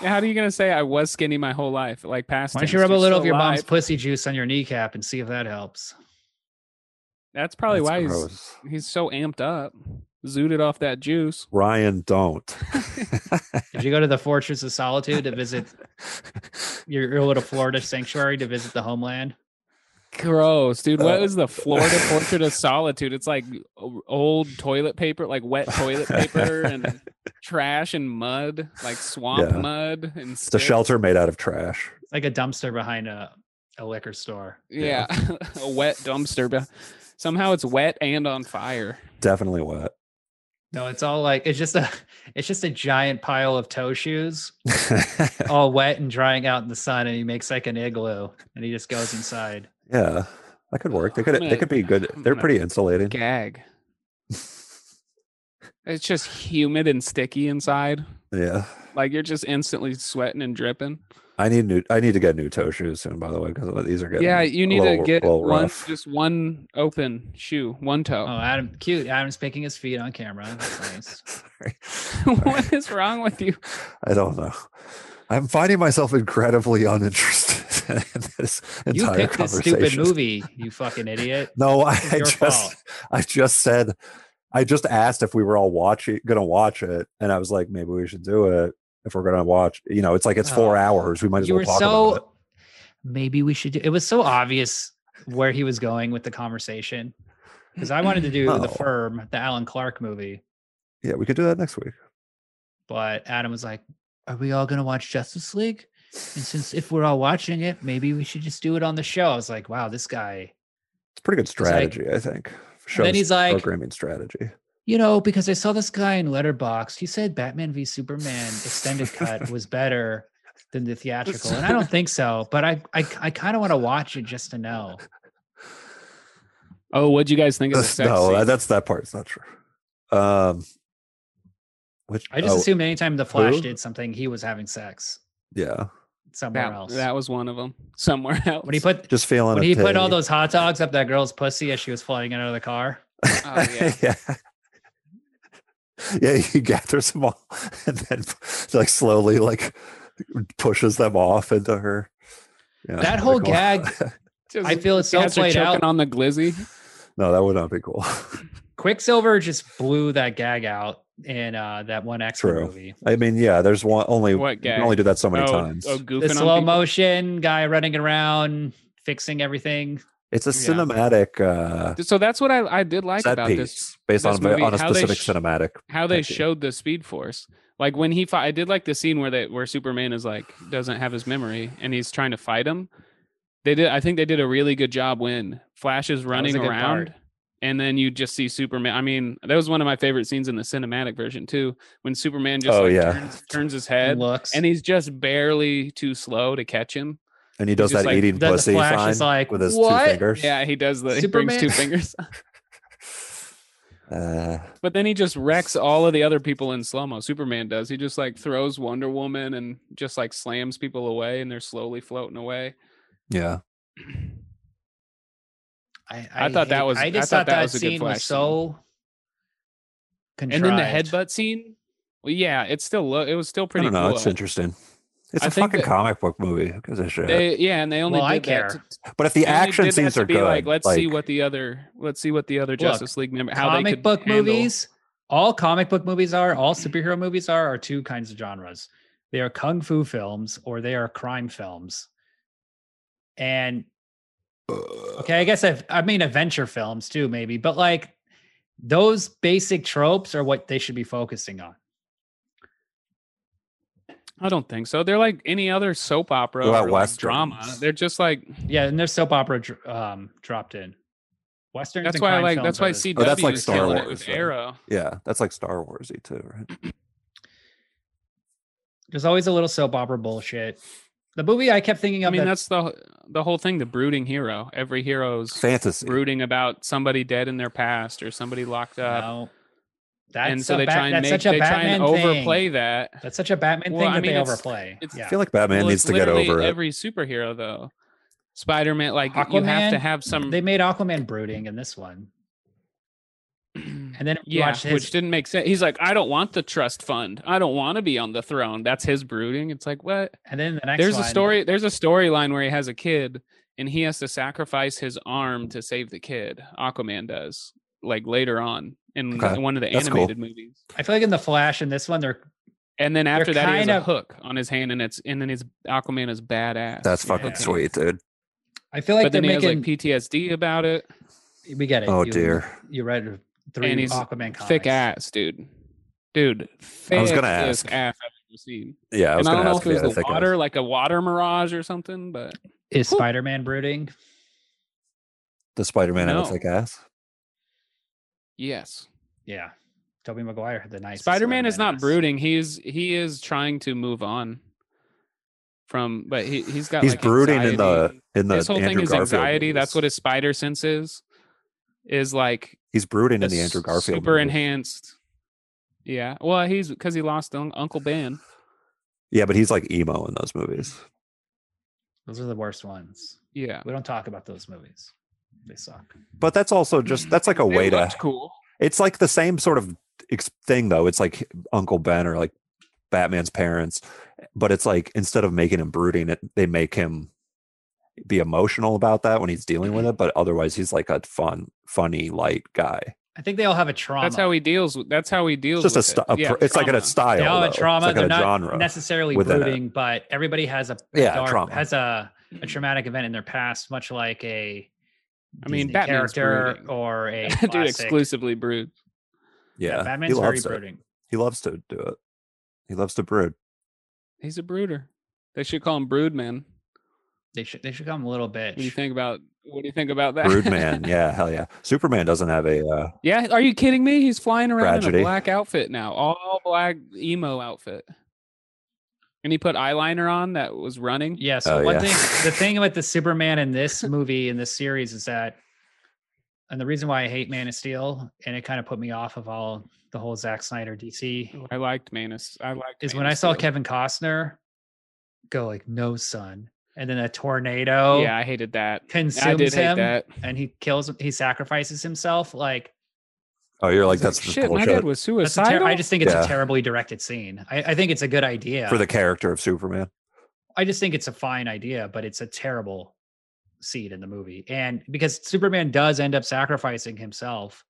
[SPEAKER 1] Yeah, How are you gonna say I was skinny my whole life? Like past.
[SPEAKER 3] Why don't you
[SPEAKER 1] tense,
[SPEAKER 3] rub a
[SPEAKER 1] you're
[SPEAKER 3] little
[SPEAKER 1] still
[SPEAKER 3] of your mom's
[SPEAKER 1] alive.
[SPEAKER 3] pussy juice on your kneecap and see if that helps?
[SPEAKER 1] That's probably
[SPEAKER 2] that's
[SPEAKER 1] why he's,
[SPEAKER 2] gross.
[SPEAKER 1] he's so amped up, zooted off that juice.
[SPEAKER 2] Ryan, don't.
[SPEAKER 3] Did you go to the Fortress of Solitude to visit your, your little Florida sanctuary to visit the homeland?
[SPEAKER 1] Gross, dude. What
[SPEAKER 2] Uh,
[SPEAKER 1] is the Florida portrait of solitude? It's like o- old toilet paper, like wet toilet paper and trash and mud, like swamp
[SPEAKER 2] Yeah.
[SPEAKER 1] mud and
[SPEAKER 2] it's a
[SPEAKER 1] sticks.
[SPEAKER 2] shelter made out of trash.
[SPEAKER 3] It's like a dumpster behind a, a liquor store.
[SPEAKER 1] Yeah, a wet dumpster. But somehow it's wet and on fire.
[SPEAKER 2] Definitely wet.
[SPEAKER 3] No, it's all like it's just a it's just a giant pile of toe shoes, all wet and drying out in the sun, and he makes like an igloo and he just goes inside.
[SPEAKER 2] yeah, that could work. They
[SPEAKER 1] I'm
[SPEAKER 2] could.
[SPEAKER 1] gonna-
[SPEAKER 2] they could be good.
[SPEAKER 1] I'm
[SPEAKER 2] They're
[SPEAKER 1] gonna
[SPEAKER 2] pretty insulated.
[SPEAKER 1] Gag. It's just humid and sticky inside.
[SPEAKER 2] Yeah,
[SPEAKER 1] Like you're just instantly sweating and dripping.
[SPEAKER 2] I need new. I need to get new toe shoes soon. By the way, because these are getting
[SPEAKER 1] yeah, you
[SPEAKER 2] a
[SPEAKER 1] need
[SPEAKER 2] little-
[SPEAKER 1] to get
[SPEAKER 2] little
[SPEAKER 1] one,
[SPEAKER 2] rough. Uh,
[SPEAKER 1] just one open shoe, one
[SPEAKER 3] Oh,
[SPEAKER 1] toe.
[SPEAKER 3] Adam, cute. Adam's picking his feet on camera. That's nice.
[SPEAKER 2] Sorry.
[SPEAKER 1] what is wrong with you?
[SPEAKER 2] I don't know. I'm finding myself incredibly uninterested in this
[SPEAKER 3] You
[SPEAKER 2] entire
[SPEAKER 3] picked this
[SPEAKER 2] conversation.
[SPEAKER 3] stupid movie, you fucking idiot.
[SPEAKER 2] No, I
[SPEAKER 3] It's your
[SPEAKER 2] just
[SPEAKER 3] fault.
[SPEAKER 2] I just said I just asked if we were all watching gonna watch it and I was like maybe we should do it if we're gonna watch you know it's like it's four
[SPEAKER 3] Oh.
[SPEAKER 2] hours we might as
[SPEAKER 3] you
[SPEAKER 2] well
[SPEAKER 3] were
[SPEAKER 2] talk
[SPEAKER 3] so
[SPEAKER 2] about
[SPEAKER 3] maybe we should do it was so obvious where he was going with the conversation because i wanted to do the
[SPEAKER 2] Oh.
[SPEAKER 3] firm the alan clark movie
[SPEAKER 2] it. Yeah, we could do that next week.
[SPEAKER 3] but adam was like are we all going to watch justice league and since if we're all watching it maybe we should just do it on the show i was like wow this guy
[SPEAKER 2] It's a pretty good
[SPEAKER 3] like-
[SPEAKER 2] strategy, I think. Shows
[SPEAKER 3] then he's like-
[SPEAKER 2] programming strategy.
[SPEAKER 3] you know because i saw this guy in letterbox he said batman v superman extended cut was better than the theatrical and i don't think so but i i, I kind of want to watch it just to know
[SPEAKER 1] Oh, what'd you guys think of the sex
[SPEAKER 2] no,
[SPEAKER 1] scene?
[SPEAKER 2] that's that part's not true. Um which
[SPEAKER 3] i just
[SPEAKER 2] oh,
[SPEAKER 3] assume anytime the flash
[SPEAKER 2] Who?
[SPEAKER 3] did something he was having sex
[SPEAKER 2] yeah,
[SPEAKER 3] somewhere
[SPEAKER 1] that,
[SPEAKER 3] else.
[SPEAKER 1] that was one of them. Somewhere else.
[SPEAKER 3] when he put
[SPEAKER 2] just feeling
[SPEAKER 3] when
[SPEAKER 2] a
[SPEAKER 3] he put all
[SPEAKER 2] pig.
[SPEAKER 3] those hot dogs up that girl's pussy as she was flying out of the car.
[SPEAKER 1] Oh, yeah.
[SPEAKER 2] yeah. Yeah, he gathers them all and then like slowly like pushes them off into her. Yeah,
[SPEAKER 3] That whole
[SPEAKER 2] cool.
[SPEAKER 3] gag-
[SPEAKER 1] Just
[SPEAKER 3] I feel it's so
[SPEAKER 1] cats are
[SPEAKER 3] played
[SPEAKER 1] choking
[SPEAKER 3] out.
[SPEAKER 1] on the glizzy.
[SPEAKER 2] no, that would not be cool.
[SPEAKER 3] Quicksilver just blew that gag out in uh, that one X Men
[SPEAKER 2] True.
[SPEAKER 3] movie.
[SPEAKER 2] I mean, yeah, there's one only.
[SPEAKER 1] What
[SPEAKER 2] You
[SPEAKER 1] gag?
[SPEAKER 2] can only do that so many
[SPEAKER 1] oh,
[SPEAKER 2] times.
[SPEAKER 1] oh,
[SPEAKER 3] The
[SPEAKER 1] goofing
[SPEAKER 3] slow
[SPEAKER 1] on people?
[SPEAKER 3] motion guy running around fixing everything.
[SPEAKER 2] It's a
[SPEAKER 3] yeah.
[SPEAKER 2] cinematic uh,
[SPEAKER 1] So that's what I, I did like
[SPEAKER 2] set
[SPEAKER 1] about
[SPEAKER 2] piece
[SPEAKER 1] this
[SPEAKER 2] based
[SPEAKER 1] this
[SPEAKER 2] on a-
[SPEAKER 1] movie,
[SPEAKER 2] on a
[SPEAKER 1] how they
[SPEAKER 2] specific
[SPEAKER 1] sh-
[SPEAKER 2] cinematic.
[SPEAKER 1] how they
[SPEAKER 2] Thank you.
[SPEAKER 1] showed the Speed Force. Like when he fought, I did like the scene where they where Superman is like doesn't have his memory and he's trying to fight him. They did. I think they did a really good job when Flash is running
[SPEAKER 3] a good
[SPEAKER 1] around,
[SPEAKER 3] part.
[SPEAKER 1] and then you just see Superman. I mean, that was one of my favorite scenes in the cinematic version too. When Superman just
[SPEAKER 2] Oh,
[SPEAKER 1] like,
[SPEAKER 2] yeah.
[SPEAKER 1] turns, turns his
[SPEAKER 3] And
[SPEAKER 1] head
[SPEAKER 3] looks
[SPEAKER 1] and he's just barely too slow to catch him.
[SPEAKER 2] And he does
[SPEAKER 1] just
[SPEAKER 2] that
[SPEAKER 1] like-
[SPEAKER 2] eating
[SPEAKER 3] the, the
[SPEAKER 2] pussy
[SPEAKER 3] Flash
[SPEAKER 2] sign
[SPEAKER 3] is like
[SPEAKER 2] with his
[SPEAKER 3] what?
[SPEAKER 2] two fingers.
[SPEAKER 1] Yeah, he does. The, he
[SPEAKER 3] Superman-
[SPEAKER 1] brings two fingers,
[SPEAKER 2] Uh,
[SPEAKER 1] but then he just wrecks all of the other people in slow mo. Superman does. He just like throws Wonder Woman and just like slams people away, and they're slowly floating away.
[SPEAKER 2] yeah,
[SPEAKER 3] I,
[SPEAKER 1] I thought that
[SPEAKER 3] hate-
[SPEAKER 1] was-
[SPEAKER 3] I
[SPEAKER 1] I
[SPEAKER 3] just
[SPEAKER 1] thought
[SPEAKER 3] thought
[SPEAKER 1] that
[SPEAKER 3] that,
[SPEAKER 1] was a good
[SPEAKER 3] scene
[SPEAKER 1] Flash
[SPEAKER 3] was
[SPEAKER 1] scene.
[SPEAKER 3] so. Contrived.
[SPEAKER 1] And then the headbutt scene. Well, yeah, it's still lo- it was still
[SPEAKER 2] I
[SPEAKER 1] pretty
[SPEAKER 2] don't know.
[SPEAKER 1] cool.
[SPEAKER 2] It's interesting. It's
[SPEAKER 1] I
[SPEAKER 2] a
[SPEAKER 1] think
[SPEAKER 2] fucking
[SPEAKER 1] that-
[SPEAKER 2] comic book movie. Who gives a shit?
[SPEAKER 1] They, yeah, and they only
[SPEAKER 3] Well,
[SPEAKER 1] did
[SPEAKER 3] I
[SPEAKER 1] that
[SPEAKER 3] care.
[SPEAKER 1] to-
[SPEAKER 2] but if the
[SPEAKER 1] they only
[SPEAKER 2] action
[SPEAKER 1] did that
[SPEAKER 2] scenes
[SPEAKER 1] to
[SPEAKER 2] are
[SPEAKER 1] be
[SPEAKER 2] good,
[SPEAKER 1] like let's see what the other let's see what the other Justice League member how they
[SPEAKER 3] comic
[SPEAKER 1] could
[SPEAKER 3] book
[SPEAKER 1] handle-
[SPEAKER 3] movies. All comic book movies are, all superhero movies are, are two kinds of genres. They are kung fu films or they are crime films. And okay, I guess I've, I mean adventure films too, maybe, but like those basic tropes are what they should be focusing on.
[SPEAKER 1] I don't think so. They're like any other soap opera
[SPEAKER 2] What about
[SPEAKER 1] or like
[SPEAKER 2] Westerns?
[SPEAKER 1] drama. They're just like
[SPEAKER 3] Yeah, and there's soap opera dr- um, dropped in. Westerns.
[SPEAKER 1] that's
[SPEAKER 3] and
[SPEAKER 1] why I
[SPEAKER 3] crime
[SPEAKER 1] like
[SPEAKER 3] films
[SPEAKER 1] that's
[SPEAKER 3] are
[SPEAKER 1] why
[SPEAKER 3] the-
[SPEAKER 1] CW
[SPEAKER 2] Oh, that's like
[SPEAKER 1] is
[SPEAKER 2] Star
[SPEAKER 1] killing it
[SPEAKER 2] Wars,
[SPEAKER 1] with
[SPEAKER 2] though.
[SPEAKER 1] Arrow.
[SPEAKER 2] yeah, that's like Star Warsy too, right?
[SPEAKER 3] there's always a little soap opera bullshit. The movie I kept thinking of.
[SPEAKER 1] I mean
[SPEAKER 3] that-
[SPEAKER 1] that's the the whole thing. The brooding hero. Every hero's
[SPEAKER 2] Fantasy.
[SPEAKER 1] brooding about somebody dead in their past or somebody locked up.
[SPEAKER 3] no. That's
[SPEAKER 1] uh, and so
[SPEAKER 3] a
[SPEAKER 1] they
[SPEAKER 3] Bat-
[SPEAKER 1] try and
[SPEAKER 3] that's
[SPEAKER 1] make
[SPEAKER 3] such a
[SPEAKER 1] they try
[SPEAKER 3] Batman
[SPEAKER 1] and
[SPEAKER 3] thing.
[SPEAKER 1] overplay that.
[SPEAKER 3] That's such a Batman
[SPEAKER 1] Well,
[SPEAKER 3] thing
[SPEAKER 1] I
[SPEAKER 3] that
[SPEAKER 1] mean,
[SPEAKER 3] they
[SPEAKER 1] it's-
[SPEAKER 3] overplay.
[SPEAKER 1] it's
[SPEAKER 2] I
[SPEAKER 3] yeah.
[SPEAKER 2] feel like Batman
[SPEAKER 1] Well,
[SPEAKER 2] needs
[SPEAKER 1] it's
[SPEAKER 2] to get
[SPEAKER 1] literally
[SPEAKER 2] over it.
[SPEAKER 1] every superhero though. Spider Man, like you have to
[SPEAKER 3] Aquaman,
[SPEAKER 1] have some.
[SPEAKER 3] They made Aquaman brooding in this one, and then if you
[SPEAKER 1] yeah,
[SPEAKER 3] watch his,
[SPEAKER 1] which didn't make sense. He's like, I don't want the trust fund. I don't want to be on the throne. That's his brooding. It's like what?
[SPEAKER 3] and then the next
[SPEAKER 1] there's
[SPEAKER 3] one,
[SPEAKER 1] a story. There's a storyline where he has a kid and he has to sacrifice his arm to save the kid. Aquaman does like later on in
[SPEAKER 2] Okay,
[SPEAKER 1] one of the
[SPEAKER 2] that's cool.
[SPEAKER 1] animated movies.
[SPEAKER 3] I feel like in the Flash and this one, they're
[SPEAKER 1] And then after that, he has
[SPEAKER 3] kind
[SPEAKER 1] a
[SPEAKER 3] of-
[SPEAKER 1] hook on his hand, and it's and then his Aquaman is badass.
[SPEAKER 2] That's fucking
[SPEAKER 3] Yeah.
[SPEAKER 2] sweet, dude.
[SPEAKER 3] I feel like
[SPEAKER 1] but
[SPEAKER 3] they're
[SPEAKER 1] then he
[SPEAKER 3] making.
[SPEAKER 1] has like PTSD about it.
[SPEAKER 3] we get it.
[SPEAKER 2] Oh
[SPEAKER 3] you,
[SPEAKER 2] dear.
[SPEAKER 3] you read three
[SPEAKER 1] And he's
[SPEAKER 3] Aquaman comics.
[SPEAKER 1] Thick ass, dude. Dude, thick
[SPEAKER 2] I was gonna
[SPEAKER 1] ass
[SPEAKER 2] ask.
[SPEAKER 1] ass I've ever seen.
[SPEAKER 2] Yeah, I was
[SPEAKER 1] and I
[SPEAKER 2] gonna
[SPEAKER 1] don't know if
[SPEAKER 2] ask you.
[SPEAKER 1] it
[SPEAKER 2] I
[SPEAKER 1] was the
[SPEAKER 2] think I was-
[SPEAKER 1] water, like a water mirage or something, but
[SPEAKER 3] Is Spider Man brooding?
[SPEAKER 2] the Spider-Man
[SPEAKER 1] No.
[SPEAKER 2] out of thick ass.
[SPEAKER 1] yes.
[SPEAKER 3] Yeah, Tobey Maguire had the nice.
[SPEAKER 1] Spider Man is not brooding. He's he is trying to move on from but he he's got
[SPEAKER 2] He's
[SPEAKER 1] like,
[SPEAKER 2] brooding in the
[SPEAKER 1] anxiety.
[SPEAKER 2] in the
[SPEAKER 1] his whole
[SPEAKER 2] Andrew
[SPEAKER 1] thing is
[SPEAKER 2] Garfield
[SPEAKER 1] anxiety. That's
[SPEAKER 2] movies.
[SPEAKER 1] what his spider sense is. Is like
[SPEAKER 2] he's brooding in
[SPEAKER 1] the
[SPEAKER 2] the Andrew
[SPEAKER 1] s-
[SPEAKER 2] Garfield.
[SPEAKER 1] super
[SPEAKER 2] movies.
[SPEAKER 1] enhanced. Yeah. Well, he's because he lost un- Uncle Ben.
[SPEAKER 2] Yeah, but he's like emo in those movies.
[SPEAKER 3] Those are the worst ones.
[SPEAKER 1] Yeah.
[SPEAKER 3] We don't talk about those movies. They suck.
[SPEAKER 2] But that's also just that's like a
[SPEAKER 1] They
[SPEAKER 2] way to.
[SPEAKER 1] looked cool.
[SPEAKER 2] It's like the same sort of ex- thing though. It's like Uncle Ben or like Batman's parents, but it's like instead of making him brooding, it, they make him be emotional about that when he's dealing
[SPEAKER 3] Mm-hmm.
[SPEAKER 2] with it. But otherwise, he's like a fun, funny, light guy.
[SPEAKER 3] I think they all have a trauma.
[SPEAKER 1] That's how he deals with. That's how he deals.
[SPEAKER 2] It's just a,
[SPEAKER 1] with
[SPEAKER 2] st-
[SPEAKER 1] it.
[SPEAKER 2] a
[SPEAKER 1] Yeah,
[SPEAKER 2] pr- it's like in a
[SPEAKER 1] trauma.
[SPEAKER 2] style.
[SPEAKER 3] they all
[SPEAKER 2] though.
[SPEAKER 3] have
[SPEAKER 2] It's
[SPEAKER 3] trauma.
[SPEAKER 2] like in
[SPEAKER 3] They're
[SPEAKER 2] a
[SPEAKER 3] not
[SPEAKER 2] genre.
[SPEAKER 3] necessarily
[SPEAKER 2] within it.
[SPEAKER 3] brooding, but everybody has a
[SPEAKER 2] Yeah,
[SPEAKER 3] dark,
[SPEAKER 2] trauma.
[SPEAKER 3] has a, a traumatic event in their past, much like a
[SPEAKER 1] I mean,
[SPEAKER 3] Disney
[SPEAKER 1] Batman's
[SPEAKER 3] character
[SPEAKER 1] brooding.
[SPEAKER 3] or a
[SPEAKER 1] dude
[SPEAKER 3] classic.
[SPEAKER 1] exclusively brood.
[SPEAKER 2] yeah, he
[SPEAKER 3] Batman's very
[SPEAKER 2] loves it.
[SPEAKER 3] brooding.
[SPEAKER 2] He loves to do it. He loves to brood.
[SPEAKER 1] He's a brooder. They should call him Broodman.
[SPEAKER 3] They should they should call him a little bitch.
[SPEAKER 1] What do you think about? What do you think about that?
[SPEAKER 2] Broodman. yeah, hell yeah. Superman doesn't have a. Uh,
[SPEAKER 1] yeah. Are you kidding me? He's flying around in a
[SPEAKER 2] Tragedy.
[SPEAKER 1] black outfit now, all black emo outfit, and he put eyeliner on that was running.
[SPEAKER 3] Yeah. So
[SPEAKER 2] Oh,
[SPEAKER 3] one
[SPEAKER 2] yeah.
[SPEAKER 3] thing, the thing with the Superman in this movie in this series is that, and the reason why I hate Man of Steel, and it kind of put me off of all the whole Zack Snyder DC
[SPEAKER 1] Oh, I liked Manus. I liked
[SPEAKER 3] is
[SPEAKER 1] Man
[SPEAKER 3] when
[SPEAKER 1] of
[SPEAKER 3] I saw
[SPEAKER 1] Steel.
[SPEAKER 3] Kevin Costner go like no son, and then a tornado
[SPEAKER 1] Yeah, I hated that.
[SPEAKER 3] consumes
[SPEAKER 1] I did hate
[SPEAKER 3] him,
[SPEAKER 1] that.
[SPEAKER 3] and he kills him. He sacrifices himself. Like
[SPEAKER 2] oh, you're like
[SPEAKER 1] It's
[SPEAKER 2] that's just
[SPEAKER 1] shit. My
[SPEAKER 2] bullshit
[SPEAKER 1] dad was
[SPEAKER 3] that's a ter-
[SPEAKER 1] suicidal.
[SPEAKER 3] I just think it's
[SPEAKER 2] Yeah.
[SPEAKER 3] a terribly directed scene. I, I think it's a good idea.
[SPEAKER 2] for the character of Superman.
[SPEAKER 3] I just think it's a fine idea, but it's a terrible seed in the movie. And because Superman does end up sacrificing himself,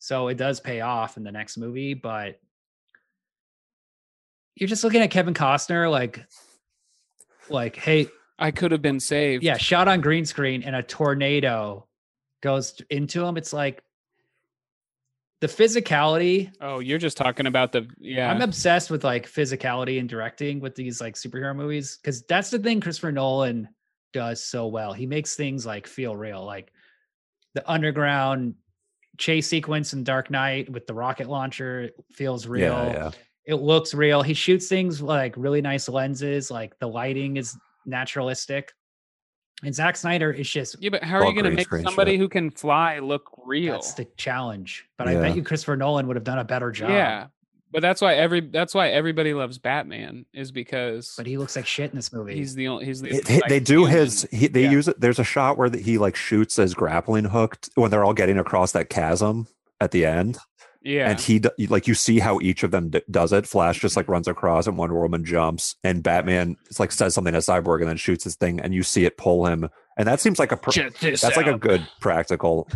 [SPEAKER 3] so it does pay off in the next movie, but you're just looking at Kevin Costner like like hey,
[SPEAKER 1] I could have been saved.
[SPEAKER 3] yeah, shot on green screen and a tornado goes into him. It's like the physicality
[SPEAKER 1] Oh, you're just talking about the yeah.
[SPEAKER 3] I'm obsessed with like physicality and directing with these like superhero movies because that's the thing Christopher Nolan does so well. He makes things like feel real, like the underground chase sequence in Dark Knight with the rocket launcher feels real.
[SPEAKER 2] Yeah, yeah.
[SPEAKER 3] It looks real. He shoots things with, like really nice lenses, like the lighting is naturalistic. And Zack Snyder is just
[SPEAKER 1] yeah, but how are you
[SPEAKER 2] Bug
[SPEAKER 1] going to
[SPEAKER 2] green
[SPEAKER 1] make
[SPEAKER 2] screen
[SPEAKER 1] somebody
[SPEAKER 2] shit.
[SPEAKER 1] who can fly look real?
[SPEAKER 3] that's the challenge. But I
[SPEAKER 2] Yeah.
[SPEAKER 3] bet you Christopher Nolan would have done a better job.
[SPEAKER 1] yeah, but that's why every that's why everybody loves Batman is because
[SPEAKER 3] But he looks like shit in this movie.
[SPEAKER 1] he's the only he's the
[SPEAKER 2] It-
[SPEAKER 1] only,
[SPEAKER 2] they
[SPEAKER 1] like,
[SPEAKER 2] do
[SPEAKER 1] human.
[SPEAKER 2] his. He, they
[SPEAKER 1] Yeah.
[SPEAKER 2] use it. There's a shot where that he like shoots his grappling hook t- when they're all getting across that chasm at the end,
[SPEAKER 1] yeah.
[SPEAKER 2] and he d- like you see how each of them d- does it. Flash just like runs across, and Wonder Woman jumps, and Batman it's like says something to Cyborg, and then shoots his thing, and you see it pull him, and that seems like a pr-
[SPEAKER 1] Check this
[SPEAKER 2] that's like a
[SPEAKER 1] out.
[SPEAKER 2] good practical.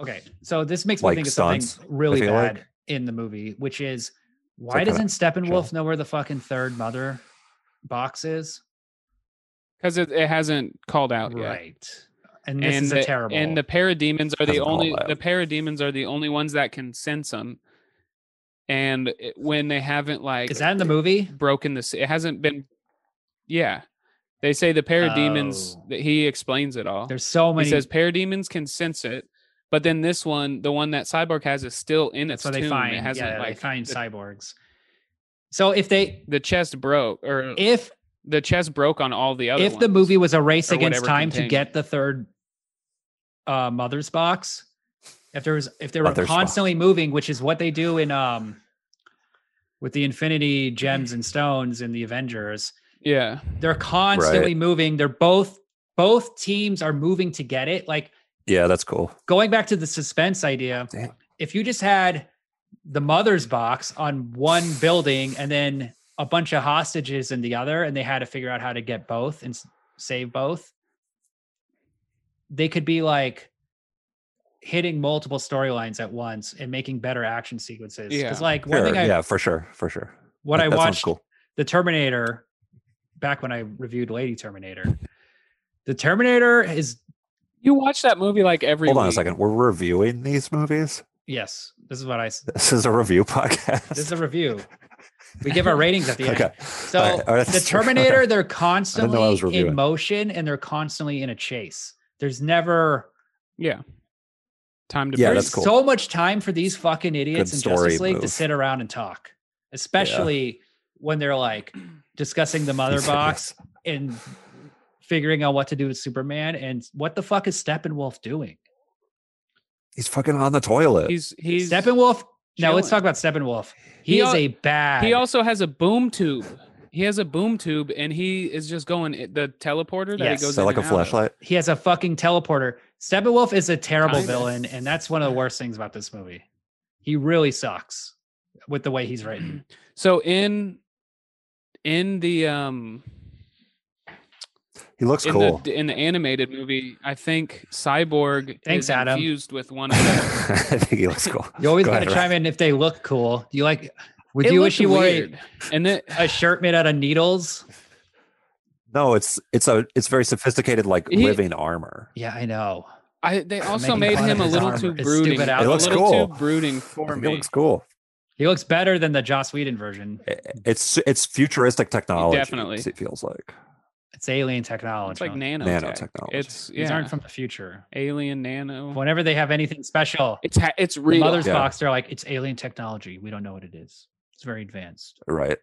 [SPEAKER 3] Okay, so this makes me
[SPEAKER 2] Like
[SPEAKER 3] think of
[SPEAKER 2] stunts,
[SPEAKER 3] something really
[SPEAKER 2] feel like.
[SPEAKER 3] bad in the movie, which is why
[SPEAKER 2] like kinda
[SPEAKER 3] doesn't Steppenwolf know where the fucking third mother box is?
[SPEAKER 1] because it, it hasn't called out yet.
[SPEAKER 3] Right, and this
[SPEAKER 1] Oh, and
[SPEAKER 3] is
[SPEAKER 1] the,
[SPEAKER 3] a terrible.
[SPEAKER 1] And the parademons are the
[SPEAKER 2] Hasn't called
[SPEAKER 1] only
[SPEAKER 2] out.
[SPEAKER 1] the parademons are the only ones that can sense them. And it- when they haven't like
[SPEAKER 3] is that in the movie?
[SPEAKER 1] broken this, it hasn't been. Yeah, they say the parademons.
[SPEAKER 3] Oh.
[SPEAKER 1] That he explains it all.
[SPEAKER 3] There's so many.
[SPEAKER 1] he says parademons can sense it, but then this one, the one that Cyborg has, is still in its
[SPEAKER 3] that's what they
[SPEAKER 1] tomb.
[SPEAKER 3] find.
[SPEAKER 1] it hasn't
[SPEAKER 3] yeah,
[SPEAKER 1] like
[SPEAKER 3] they find
[SPEAKER 1] the,
[SPEAKER 3] cyborgs. So if they,
[SPEAKER 1] the chest broke or
[SPEAKER 3] if
[SPEAKER 1] the chest broke on all the other.
[SPEAKER 3] if the
[SPEAKER 1] ones.
[SPEAKER 3] movie was a race
[SPEAKER 1] or
[SPEAKER 3] against
[SPEAKER 1] whatever
[SPEAKER 3] time to
[SPEAKER 1] contained
[SPEAKER 3] get the third uh mother's box if there was if they were
[SPEAKER 2] Mother's box.
[SPEAKER 3] constantly moving which is what they do in um with the infinity gems and stones in the avengers
[SPEAKER 1] yeah,
[SPEAKER 3] they're constantly moving they're both both teams are moving to get it like
[SPEAKER 2] Yeah, that's cool.
[SPEAKER 3] going back to the suspense idea,
[SPEAKER 2] Dang.
[SPEAKER 3] if you just had the mother's box on one building and then a bunch of hostages in the other, and they had to figure out how to get both and s- save both, they could be like hitting multiple storylines at once and making better action sequences.
[SPEAKER 1] Yeah.
[SPEAKER 3] Because, like, one
[SPEAKER 2] Sure,
[SPEAKER 3] thing I,
[SPEAKER 2] yeah, for sure, for sure.
[SPEAKER 3] what I
[SPEAKER 2] That sounds
[SPEAKER 3] watched the Terminator back when I reviewed Lady Terminator, the Terminator is
[SPEAKER 1] you watch that movie like every.
[SPEAKER 2] Hold on a
[SPEAKER 1] week.
[SPEAKER 2] second. We're reviewing these movies.
[SPEAKER 3] yes, this is what I s-
[SPEAKER 2] This is a review podcast.
[SPEAKER 3] This is a review. We give our ratings at the end.
[SPEAKER 2] okay.
[SPEAKER 3] So
[SPEAKER 2] All right, all right,
[SPEAKER 3] the
[SPEAKER 2] that's true. Okay.
[SPEAKER 3] Terminator, they're
[SPEAKER 2] I was
[SPEAKER 3] constantly in
[SPEAKER 2] reviewing.
[SPEAKER 3] motion and they're constantly in a chase. There's never
[SPEAKER 1] Yeah. Time to
[SPEAKER 2] Yeah,
[SPEAKER 1] breathe.
[SPEAKER 2] that's
[SPEAKER 3] there's
[SPEAKER 2] cool.
[SPEAKER 3] so much time for these fucking idiots
[SPEAKER 2] Good
[SPEAKER 3] in
[SPEAKER 2] story
[SPEAKER 3] Justice League to
[SPEAKER 2] move.
[SPEAKER 3] sit around and talk, especially when they're like discussing the mother
[SPEAKER 2] Yes.
[SPEAKER 3] box and figuring out what to do with Superman and what the fuck is Steppenwolf doing?
[SPEAKER 2] He's fucking on the toilet.
[SPEAKER 1] He's he's
[SPEAKER 3] Steppenwolf. Now let's talk
[SPEAKER 1] chilling.
[SPEAKER 3] about Steppenwolf. He,
[SPEAKER 1] He
[SPEAKER 3] is
[SPEAKER 1] al-
[SPEAKER 3] a bad.
[SPEAKER 1] he also has a boom tube. He has a boom tube, and he is just going the teleporter that
[SPEAKER 3] Yes.
[SPEAKER 1] he goes
[SPEAKER 2] Is that
[SPEAKER 1] in
[SPEAKER 2] like a
[SPEAKER 1] and out of.
[SPEAKER 2] flashlight?
[SPEAKER 3] he has a fucking teleporter. Steppenwolf is a terrible
[SPEAKER 1] Kinda.
[SPEAKER 3] villain, and that's one of the worst things about this movie. He really sucks with the way he's written.
[SPEAKER 1] So in in the um
[SPEAKER 2] He looks
[SPEAKER 1] in
[SPEAKER 2] cool.
[SPEAKER 1] the in the animated movie, I think Cyborg
[SPEAKER 3] Thanks,
[SPEAKER 1] is
[SPEAKER 3] Adam.
[SPEAKER 1] infused with one. Another.
[SPEAKER 2] I think he looks cool.
[SPEAKER 3] You always
[SPEAKER 2] Go
[SPEAKER 3] got to
[SPEAKER 2] ahead,
[SPEAKER 3] chime in if they look cool. You like? Would
[SPEAKER 1] It
[SPEAKER 3] you
[SPEAKER 1] looked
[SPEAKER 3] wish you wore a,
[SPEAKER 1] weird. and then
[SPEAKER 3] a shirt made out of needles?
[SPEAKER 2] No, it's it's a it's very sophisticated, like
[SPEAKER 1] He-
[SPEAKER 2] living armor.
[SPEAKER 3] Yeah, I know.
[SPEAKER 1] I they also
[SPEAKER 3] making
[SPEAKER 1] made
[SPEAKER 3] fun of
[SPEAKER 1] him a
[SPEAKER 3] his
[SPEAKER 1] little
[SPEAKER 3] armor.
[SPEAKER 1] too
[SPEAKER 3] His
[SPEAKER 1] brooding.
[SPEAKER 3] stupid
[SPEAKER 1] A
[SPEAKER 2] outfit. looks
[SPEAKER 1] little too
[SPEAKER 2] cool.
[SPEAKER 1] brooding
[SPEAKER 2] I
[SPEAKER 1] for
[SPEAKER 2] think It
[SPEAKER 1] me.
[SPEAKER 2] looks cool.
[SPEAKER 3] He looks better than the Joss Whedon version.
[SPEAKER 2] I- It's it's futuristic technology.
[SPEAKER 1] Definitely.
[SPEAKER 2] it feels like
[SPEAKER 3] It's alien technology.
[SPEAKER 1] It's like nanotech.
[SPEAKER 2] nanotechnology.
[SPEAKER 1] It's
[SPEAKER 3] These
[SPEAKER 1] yeah,
[SPEAKER 3] aren't from the future.
[SPEAKER 1] alien nano.
[SPEAKER 3] Whenever they have anything special,
[SPEAKER 1] It's ha- it's
[SPEAKER 3] the
[SPEAKER 1] real.
[SPEAKER 3] mother's
[SPEAKER 2] Yeah.
[SPEAKER 3] box, they're like, "It's alien technology. We don't know what it is. It's very advanced."
[SPEAKER 2] right.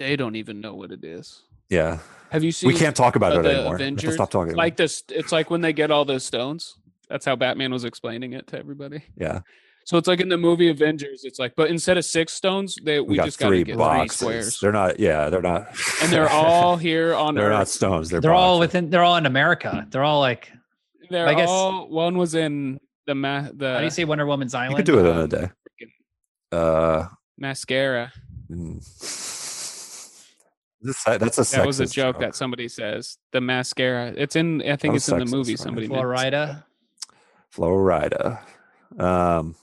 [SPEAKER 1] they don't even know what it is.
[SPEAKER 2] Yeah,
[SPEAKER 1] Have you seen?
[SPEAKER 2] we can't talk about
[SPEAKER 1] uh,
[SPEAKER 2] it
[SPEAKER 1] the
[SPEAKER 2] anymore. We have to
[SPEAKER 1] Avengers,
[SPEAKER 2] Stop talking.
[SPEAKER 1] It's
[SPEAKER 2] about
[SPEAKER 1] like
[SPEAKER 2] it.
[SPEAKER 1] this. It's like when they get all those stones. That's how Batman was explaining it to everybody.
[SPEAKER 2] Yeah,
[SPEAKER 1] So it's like in the movie Avengers. It's like, but instead of six stones, they we,
[SPEAKER 2] we, got
[SPEAKER 1] just got to
[SPEAKER 2] three
[SPEAKER 1] get
[SPEAKER 2] boxes.
[SPEAKER 1] three squares,
[SPEAKER 2] They're not. Yeah, they're not.
[SPEAKER 1] and they're all here on
[SPEAKER 2] they're not
[SPEAKER 1] Earth.
[SPEAKER 2] stones. They're
[SPEAKER 3] They're all
[SPEAKER 2] boxes.
[SPEAKER 3] within. They're all in America. They're all like
[SPEAKER 1] They're
[SPEAKER 3] I guess-
[SPEAKER 1] all. One was in the ma-
[SPEAKER 3] How do you
[SPEAKER 1] the
[SPEAKER 3] say Wonder Woman's
[SPEAKER 2] You
[SPEAKER 3] Island?
[SPEAKER 2] could do it in a
[SPEAKER 1] um,
[SPEAKER 2] day. Uh,
[SPEAKER 1] mascara.
[SPEAKER 2] mm. This, that's a
[SPEAKER 1] That was a
[SPEAKER 2] sexist
[SPEAKER 1] joke, that somebody says. The mascara. It's in. I
[SPEAKER 2] That
[SPEAKER 1] think
[SPEAKER 2] was
[SPEAKER 1] it's in the
[SPEAKER 2] sexist,
[SPEAKER 1] movie.
[SPEAKER 2] right?
[SPEAKER 1] Somebody. made-
[SPEAKER 3] Florida.
[SPEAKER 2] Florida. Um,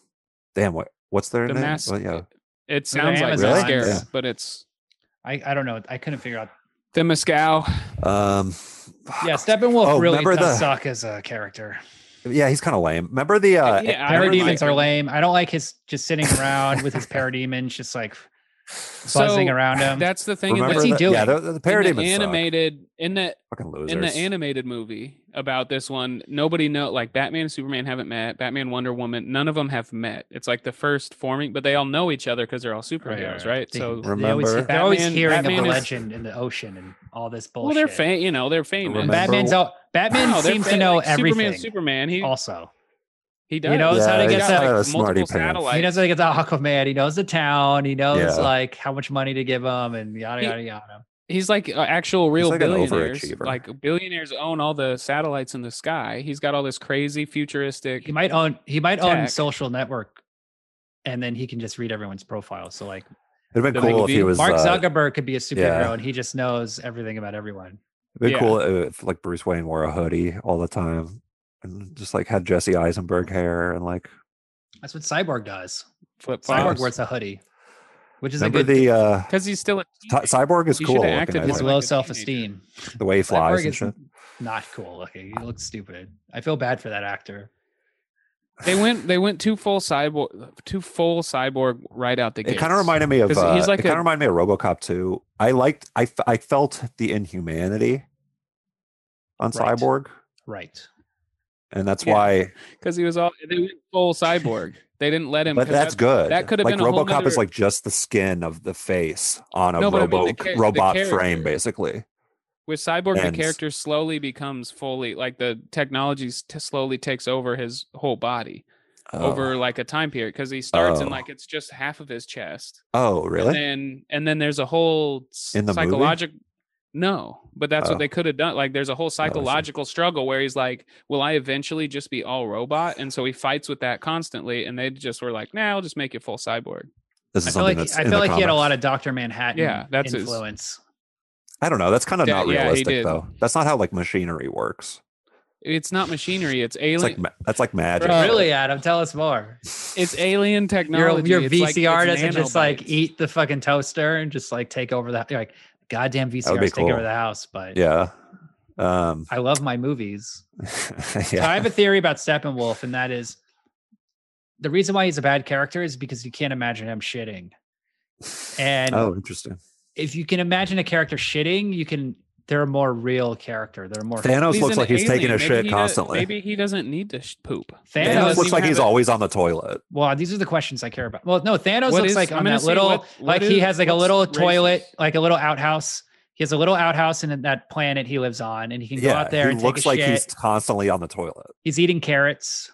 [SPEAKER 2] damn, what what's their
[SPEAKER 1] The
[SPEAKER 2] name?
[SPEAKER 1] mask-
[SPEAKER 2] Well, yeah,
[SPEAKER 1] It sounds like
[SPEAKER 3] Amazons.
[SPEAKER 1] mascara,
[SPEAKER 2] Yeah.
[SPEAKER 1] but it's
[SPEAKER 3] I, I don't know. I couldn't figure out.
[SPEAKER 1] the Moscow.
[SPEAKER 2] um,
[SPEAKER 3] Yeah, Steppenwolf
[SPEAKER 2] Oh,
[SPEAKER 3] really
[SPEAKER 2] remember the-
[SPEAKER 3] does suck as a character.
[SPEAKER 2] yeah, he's kind of lame. Remember the uh,
[SPEAKER 1] Yeah, I remember
[SPEAKER 3] Parademons
[SPEAKER 1] that.
[SPEAKER 3] are lame. I don't like his just sitting around with his parademons just like buzzing
[SPEAKER 1] So,
[SPEAKER 3] around him.
[SPEAKER 1] That's the thing. in
[SPEAKER 2] remember
[SPEAKER 1] the-
[SPEAKER 3] What's he
[SPEAKER 2] the,
[SPEAKER 3] doing?
[SPEAKER 2] Yeah, the, the parody
[SPEAKER 1] in the animated in the
[SPEAKER 2] fucking losers.
[SPEAKER 1] in the animated movie about this one, nobody know like Batman and Superman haven't met. Batman, Wonder Woman, none of them have met. It's like the first forming, but they all know each other because they're all superheroes, right?
[SPEAKER 3] They-
[SPEAKER 1] So
[SPEAKER 3] they always,
[SPEAKER 2] Remember-
[SPEAKER 3] they're always
[SPEAKER 1] Batman-
[SPEAKER 3] hearing
[SPEAKER 1] Batman
[SPEAKER 3] of the
[SPEAKER 1] is-
[SPEAKER 3] legend in the ocean and all this bullshit.
[SPEAKER 1] well, they're fa- you know they're famous.
[SPEAKER 2] Remember-
[SPEAKER 3] Batman's out. Batman
[SPEAKER 1] No, they're
[SPEAKER 3] seems
[SPEAKER 1] fa-
[SPEAKER 3] to know
[SPEAKER 1] like,
[SPEAKER 3] everything.
[SPEAKER 1] Superman, Superman, he
[SPEAKER 3] also,
[SPEAKER 1] he does.
[SPEAKER 3] knows how to
[SPEAKER 1] He's
[SPEAKER 3] get
[SPEAKER 1] got,
[SPEAKER 3] that-
[SPEAKER 2] Kinda
[SPEAKER 1] like, multiple
[SPEAKER 2] smarty pants.
[SPEAKER 1] satellites.
[SPEAKER 3] he knows like it's Aquaman. He knows the town. He knows
[SPEAKER 2] Yeah.
[SPEAKER 3] like how much money to give him and yada
[SPEAKER 1] He-
[SPEAKER 3] yada yada.
[SPEAKER 1] He's like a actual real
[SPEAKER 2] like an
[SPEAKER 1] billionaires.
[SPEAKER 2] overachiever.
[SPEAKER 1] Like billionaires own all the satellites in the sky. He's got all this crazy futuristic.
[SPEAKER 3] He might own. He might own
[SPEAKER 1] Tech.
[SPEAKER 3] social network, and then he can just read everyone's profile. So like
[SPEAKER 2] It'd been
[SPEAKER 1] the
[SPEAKER 2] cool if
[SPEAKER 1] movie.
[SPEAKER 2] he was
[SPEAKER 3] Mark
[SPEAKER 2] uh,
[SPEAKER 3] Zuckerberg could be a superhero,
[SPEAKER 2] yeah.
[SPEAKER 3] and he just knows everything about everyone.
[SPEAKER 2] It'd be
[SPEAKER 1] Yeah.
[SPEAKER 2] cool if like Bruce Wayne wore a hoodie all the time and just like had Jesse Eisenberg hair and like
[SPEAKER 3] That's what Cyborg does.
[SPEAKER 1] flip
[SPEAKER 3] Cyborg
[SPEAKER 2] Fox.
[SPEAKER 1] flops
[SPEAKER 3] wears a hoodie, which is a
[SPEAKER 2] remember
[SPEAKER 3] good
[SPEAKER 2] the uh
[SPEAKER 1] because he's still a
[SPEAKER 2] Cy-
[SPEAKER 1] teenager.
[SPEAKER 2] Cyborg is
[SPEAKER 1] He
[SPEAKER 2] cool
[SPEAKER 1] should've
[SPEAKER 2] looking,
[SPEAKER 1] acted
[SPEAKER 2] I
[SPEAKER 1] more
[SPEAKER 3] his
[SPEAKER 2] think.
[SPEAKER 1] like
[SPEAKER 3] low
[SPEAKER 1] a
[SPEAKER 3] self
[SPEAKER 1] teenager.
[SPEAKER 3] esteem.
[SPEAKER 2] the way he flies
[SPEAKER 3] Cyborg
[SPEAKER 2] and
[SPEAKER 3] is
[SPEAKER 2] shit.
[SPEAKER 3] not cool looking. He looks stupid. I feel bad for that actor.
[SPEAKER 1] They went they went too full cyborg too full cyborg right out the gate.
[SPEAKER 2] It kind of reminded me of
[SPEAKER 1] 'Cause
[SPEAKER 2] uh,
[SPEAKER 1] he's like
[SPEAKER 2] it kind
[SPEAKER 1] a-
[SPEAKER 2] of reminded me of RoboCop 2. I liked I f- I felt the inhumanity on
[SPEAKER 3] Right.
[SPEAKER 2] Cyborg
[SPEAKER 3] Right.
[SPEAKER 2] and that's
[SPEAKER 1] Yeah.
[SPEAKER 2] why
[SPEAKER 1] because he was all they went full cyborg. They didn't let him.
[SPEAKER 2] but
[SPEAKER 1] 'cause
[SPEAKER 2] that's good.
[SPEAKER 1] that could've
[SPEAKER 2] like
[SPEAKER 1] been a whole
[SPEAKER 2] RoboCop
[SPEAKER 1] nother-
[SPEAKER 2] is like just the skin of the face on a
[SPEAKER 1] No, but I mean the
[SPEAKER 2] robo
[SPEAKER 1] char- the
[SPEAKER 2] robot frame
[SPEAKER 1] character.
[SPEAKER 2] basically.
[SPEAKER 1] with cyborg
[SPEAKER 2] ends.
[SPEAKER 1] the character slowly becomes fully like the technology s- t- slowly takes over his whole body over like a time period because he starts and
[SPEAKER 2] Oh.
[SPEAKER 1] like it's just half of his chest.
[SPEAKER 2] Oh,
[SPEAKER 1] And
[SPEAKER 2] really?
[SPEAKER 1] then and then there's a whole s-
[SPEAKER 2] In the movie?
[SPEAKER 1] psychologic no, but that's
[SPEAKER 2] Oh.
[SPEAKER 1] what they could have done. Like there's a whole psychological struggle where he's like, Will I eventually just be all robot? And so he fights with that constantly, and they just were like, Nah, I'll just make you full cyborg.
[SPEAKER 2] This
[SPEAKER 3] I
[SPEAKER 2] is
[SPEAKER 3] feel
[SPEAKER 2] something
[SPEAKER 3] like
[SPEAKER 2] that's
[SPEAKER 3] I
[SPEAKER 2] in the
[SPEAKER 3] feel like he had a
[SPEAKER 2] comics.
[SPEAKER 3] lot of Doctor Manhattan.
[SPEAKER 1] Yeah, that's his-
[SPEAKER 3] influence.
[SPEAKER 2] I don't know. That's kind of
[SPEAKER 1] Yeah,
[SPEAKER 2] not
[SPEAKER 1] yeah, he
[SPEAKER 2] realistic,
[SPEAKER 1] did.
[SPEAKER 2] though. That's not how like machinery works.
[SPEAKER 1] It's not machinery, it's
[SPEAKER 2] It's
[SPEAKER 1] alien
[SPEAKER 2] like
[SPEAKER 1] it's,
[SPEAKER 2] ma- that's like magic.
[SPEAKER 1] Bro,
[SPEAKER 3] Really, Adam, tell us more.
[SPEAKER 1] alien
[SPEAKER 3] Your
[SPEAKER 1] technology.
[SPEAKER 3] your
[SPEAKER 1] It's like-
[SPEAKER 3] VCR
[SPEAKER 1] it's
[SPEAKER 3] doesn't just like
[SPEAKER 1] nanobites.
[SPEAKER 3] eat the fucking toaster and just like take over the you're like goddamn VCRs take
[SPEAKER 2] cool.
[SPEAKER 3] over the house. But
[SPEAKER 2] Yeah. Um,
[SPEAKER 3] I love my movies. So I
[SPEAKER 2] yeah.
[SPEAKER 3] have a theory about Steppenwolf, and that is the reason why he's a bad character is because you can't imagine him shitting. And
[SPEAKER 2] oh, interesting.
[SPEAKER 3] if you can imagine a character shitting, you can. They're a more real character. They're more.
[SPEAKER 2] Thanos
[SPEAKER 1] He's
[SPEAKER 2] looks
[SPEAKER 1] an
[SPEAKER 2] like he's taking
[SPEAKER 1] alien.
[SPEAKER 2] a
[SPEAKER 1] Maybe
[SPEAKER 2] shit
[SPEAKER 1] he does-
[SPEAKER 2] constantly.
[SPEAKER 1] maybe he doesn't need to sh- poop.
[SPEAKER 2] Thanos
[SPEAKER 3] Thanos
[SPEAKER 1] doesn't
[SPEAKER 2] looks
[SPEAKER 1] even
[SPEAKER 2] like
[SPEAKER 1] have
[SPEAKER 2] he's
[SPEAKER 1] a-
[SPEAKER 2] always on the toilet.
[SPEAKER 3] Well, these are the questions I care about. Well, no, Thanos
[SPEAKER 1] What
[SPEAKER 3] looks
[SPEAKER 1] is-
[SPEAKER 3] like
[SPEAKER 1] I'm
[SPEAKER 3] on
[SPEAKER 1] gonna
[SPEAKER 3] that
[SPEAKER 1] see
[SPEAKER 3] little,
[SPEAKER 1] what- what
[SPEAKER 3] like he
[SPEAKER 1] is-
[SPEAKER 3] has like a
[SPEAKER 1] what's
[SPEAKER 3] little
[SPEAKER 1] racist?
[SPEAKER 3] toilet, like a little outhouse. He has a little outhouse in that planet he lives on, and he can go out there
[SPEAKER 2] he
[SPEAKER 3] and take
[SPEAKER 2] looks
[SPEAKER 3] a
[SPEAKER 2] like
[SPEAKER 3] shit.
[SPEAKER 2] he's
[SPEAKER 3] He's,
[SPEAKER 2] constantly on the toilet.
[SPEAKER 3] eating carrots.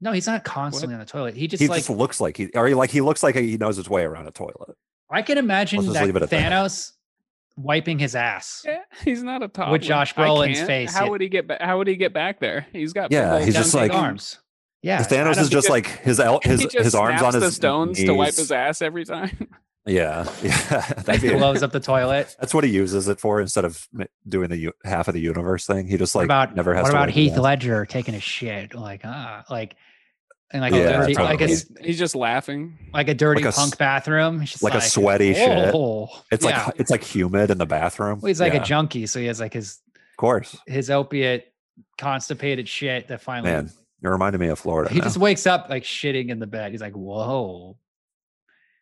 [SPEAKER 3] No, he's not constantly on the toilet. He just
[SPEAKER 2] he
[SPEAKER 3] like
[SPEAKER 2] just looks like he, or he like he looks like he knows his way around a toilet.
[SPEAKER 3] I can imagine
[SPEAKER 2] just
[SPEAKER 3] that
[SPEAKER 2] leave it at that.
[SPEAKER 3] Thanos wiping his ass.
[SPEAKER 1] Yeah, he's not a toddler.
[SPEAKER 3] Josh
[SPEAKER 1] I
[SPEAKER 3] Brolin's
[SPEAKER 1] can't.
[SPEAKER 3] face,
[SPEAKER 1] How
[SPEAKER 3] yeah.
[SPEAKER 1] would he get back? How would he get back there? He's got big
[SPEAKER 2] Yeah,
[SPEAKER 1] old
[SPEAKER 2] he's just
[SPEAKER 1] gigantic
[SPEAKER 2] like-
[SPEAKER 3] arms. Yeah,
[SPEAKER 2] Thanos
[SPEAKER 1] Adam,
[SPEAKER 2] is
[SPEAKER 1] he
[SPEAKER 2] just
[SPEAKER 1] just-
[SPEAKER 2] like his el-
[SPEAKER 1] He
[SPEAKER 2] his
[SPEAKER 1] just
[SPEAKER 2] his arms on
[SPEAKER 1] snaps the
[SPEAKER 2] his
[SPEAKER 1] stones to wipe
[SPEAKER 2] knees.
[SPEAKER 1] his ass every time.
[SPEAKER 2] Yeah, yeah. That'd be,
[SPEAKER 3] blows up the toilet.
[SPEAKER 2] that's what he uses it for instead of m- doing the u- half of the universe thing. He just
[SPEAKER 3] What
[SPEAKER 2] like
[SPEAKER 3] about
[SPEAKER 2] never has.
[SPEAKER 3] what
[SPEAKER 2] to
[SPEAKER 3] about
[SPEAKER 2] wipe
[SPEAKER 3] Heath
[SPEAKER 2] his ass.
[SPEAKER 3] Ledger taking a shit? Like ah, like and like
[SPEAKER 2] Yeah,
[SPEAKER 3] a dirty, like
[SPEAKER 2] probably.
[SPEAKER 3] a
[SPEAKER 1] he's, he's just laughing.
[SPEAKER 3] like a dirty
[SPEAKER 2] Like a s-
[SPEAKER 3] punk bathroom. It's just
[SPEAKER 2] like a sweaty shit.
[SPEAKER 3] "Whoa."
[SPEAKER 2] It's
[SPEAKER 3] Yeah.
[SPEAKER 2] like it's like humid in the bathroom.
[SPEAKER 3] Well, he's like
[SPEAKER 2] Yeah,
[SPEAKER 3] a junkie, so he has like his
[SPEAKER 2] of course,
[SPEAKER 3] his opiate constipated shit that finally
[SPEAKER 2] man. You're reminding me of Florida.
[SPEAKER 3] he
[SPEAKER 2] now.
[SPEAKER 3] just wakes up like shitting in the bed. He's like, "Whoa,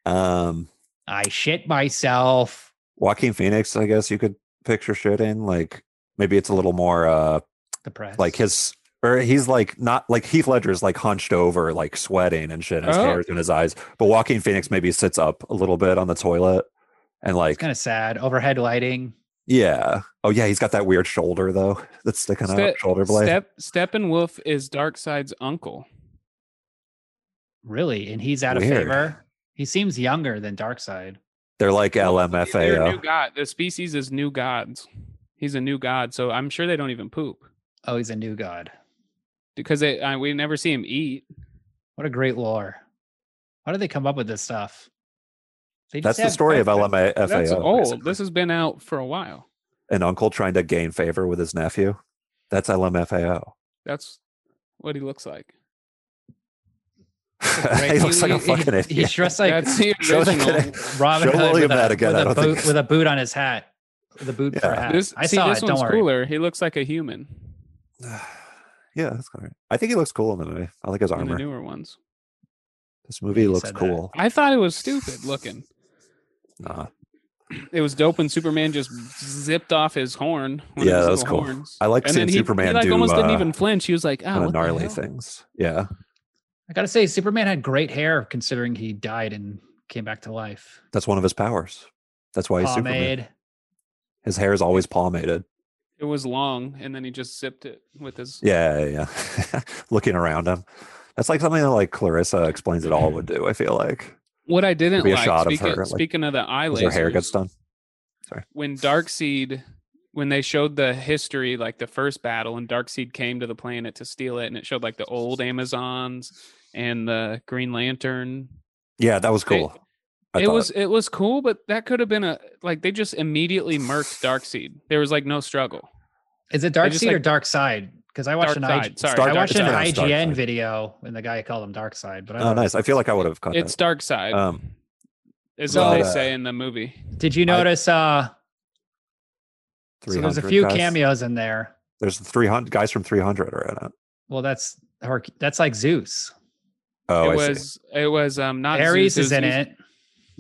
[SPEAKER 2] um,
[SPEAKER 3] I shit myself."
[SPEAKER 2] Joaquin Phoenix. I guess you could picture shit in like maybe it's a little more uh
[SPEAKER 3] Depressed.
[SPEAKER 2] like his or he's like not like Heath Ledger's like hunched over like sweating and shit. And his
[SPEAKER 1] Oh.
[SPEAKER 2] hair's in his eyes, but Joaquin Phoenix maybe sits up a little bit on the toilet and
[SPEAKER 3] it's
[SPEAKER 2] like
[SPEAKER 3] kind of sad. Overhead lighting.
[SPEAKER 2] yeah, oh yeah, he's got that weird shoulder though that's sticking
[SPEAKER 1] Ste-
[SPEAKER 2] out shoulder blade.
[SPEAKER 1] Step Steppenwolf is Darkseid's uncle.
[SPEAKER 3] Really, and he's out
[SPEAKER 2] Weird.
[SPEAKER 3] of favor. He seems younger than Darkseid.
[SPEAKER 2] They're like
[SPEAKER 1] They're new
[SPEAKER 2] LMFAO.
[SPEAKER 1] god. The species is new gods. He's a new god, so I'm sure they don't even poop
[SPEAKER 3] Oh, he's a new god.
[SPEAKER 1] because they, I, we never see him eat.
[SPEAKER 3] What a great lore. How did they come up with this stuff? They just
[SPEAKER 2] That's the
[SPEAKER 3] have-
[SPEAKER 2] story of LMFAO.
[SPEAKER 1] That's old.
[SPEAKER 2] basically.
[SPEAKER 1] This has been out for a while.
[SPEAKER 2] An uncle trying to gain favor with his nephew. That's LMFAO.
[SPEAKER 1] That's what he looks like.
[SPEAKER 2] he looks like a fucking
[SPEAKER 3] He's
[SPEAKER 2] idiot.
[SPEAKER 3] dressed like
[SPEAKER 1] That's the
[SPEAKER 2] Show that
[SPEAKER 1] original.
[SPEAKER 2] kid-
[SPEAKER 3] Robin
[SPEAKER 2] Show
[SPEAKER 3] Hood
[SPEAKER 2] William
[SPEAKER 3] with a,
[SPEAKER 2] that again.
[SPEAKER 3] with,
[SPEAKER 2] I
[SPEAKER 3] a
[SPEAKER 2] don't
[SPEAKER 3] boot,
[SPEAKER 2] think-
[SPEAKER 3] with a boot on his hat. With a boot for a
[SPEAKER 2] Yeah.
[SPEAKER 3] hat.
[SPEAKER 1] This,
[SPEAKER 3] I
[SPEAKER 1] see,
[SPEAKER 3] saw
[SPEAKER 1] this
[SPEAKER 3] it. Don't
[SPEAKER 1] one's
[SPEAKER 3] worry.
[SPEAKER 1] cooler. He looks like a human
[SPEAKER 2] yeah, that's all right. I think he looks cool in the movie. I like his
[SPEAKER 1] in the
[SPEAKER 2] armor.
[SPEAKER 1] newer ones.
[SPEAKER 2] This movie
[SPEAKER 3] You
[SPEAKER 2] looks
[SPEAKER 3] said that.
[SPEAKER 2] cool.
[SPEAKER 1] I thought it was stupid looking.
[SPEAKER 3] Oh,
[SPEAKER 2] Nah.
[SPEAKER 1] It was dope when Superman just zipped off his horn. one of
[SPEAKER 2] Yeah,
[SPEAKER 1] his
[SPEAKER 2] that was
[SPEAKER 1] little
[SPEAKER 2] cool.
[SPEAKER 1] horns.
[SPEAKER 2] I like
[SPEAKER 1] And then
[SPEAKER 2] seeing
[SPEAKER 1] he- He
[SPEAKER 2] Superman
[SPEAKER 1] like
[SPEAKER 2] do,
[SPEAKER 1] almost didn't
[SPEAKER 2] uh,
[SPEAKER 1] even flinch. He was like, "Oh,
[SPEAKER 2] Kind of
[SPEAKER 1] what the
[SPEAKER 2] gnarly
[SPEAKER 1] hell?"
[SPEAKER 2] things. Yeah.
[SPEAKER 3] I gotta say, Superman had great hair considering he died and came back to life.
[SPEAKER 2] That's one of his powers. That's why he's Superman.
[SPEAKER 3] Pomade.
[SPEAKER 2] His hair is always palmated.
[SPEAKER 1] It was long, and then he just zipped it with his.
[SPEAKER 2] Yeah, yeah. yeah. Looking around him. That's like something that like Clarissa explains it all would do, I feel like.
[SPEAKER 1] What I didn't
[SPEAKER 2] Could be a
[SPEAKER 1] like.
[SPEAKER 2] shot of
[SPEAKER 1] speaking,
[SPEAKER 2] her, like,
[SPEAKER 1] speaking of the eye
[SPEAKER 2] As her hair
[SPEAKER 1] lasers,
[SPEAKER 2] gets done.
[SPEAKER 1] when Darkseid, when they showed the history, like the first battle, and Darkseid came to the planet to steal it, and it showed like the old Amazons and the Green Lantern.
[SPEAKER 2] Yeah, that was
[SPEAKER 1] They-
[SPEAKER 2] cool. I
[SPEAKER 1] It
[SPEAKER 2] thought.
[SPEAKER 1] was it was cool, but that could have been a like they just immediately murked Darkseid. There was like no struggle.
[SPEAKER 3] Is it Dark
[SPEAKER 1] just,
[SPEAKER 3] Seed or
[SPEAKER 1] like-
[SPEAKER 3] Dark Side? Because I watched
[SPEAKER 1] Dark
[SPEAKER 3] an
[SPEAKER 1] Side.
[SPEAKER 3] IG,
[SPEAKER 1] Sorry,
[SPEAKER 2] Dark
[SPEAKER 3] I watched an
[SPEAKER 2] Side. Dark Side.
[SPEAKER 3] IGN video and the guy called him Dark Side. But I
[SPEAKER 2] Oh
[SPEAKER 3] don't-
[SPEAKER 2] nice. I feel like I would have caught
[SPEAKER 1] It's
[SPEAKER 2] that.
[SPEAKER 1] Dark Side.
[SPEAKER 2] Um
[SPEAKER 1] is
[SPEAKER 2] but,
[SPEAKER 1] what they
[SPEAKER 2] uh,
[SPEAKER 1] say in the movie.
[SPEAKER 3] did you
[SPEAKER 2] I-
[SPEAKER 3] notice? uh, so there's a
[SPEAKER 2] 300
[SPEAKER 3] few
[SPEAKER 2] guys.
[SPEAKER 3] cameos in there.
[SPEAKER 2] There's three hundred guys from three hundred are in it.
[SPEAKER 3] Well, that's Herc- that's like Zeus.
[SPEAKER 2] Oh,
[SPEAKER 1] it
[SPEAKER 2] I see.
[SPEAKER 1] was it was um not
[SPEAKER 3] Ares
[SPEAKER 1] Zeus,
[SPEAKER 3] is
[SPEAKER 1] it was
[SPEAKER 3] in
[SPEAKER 1] Zeus-
[SPEAKER 3] it.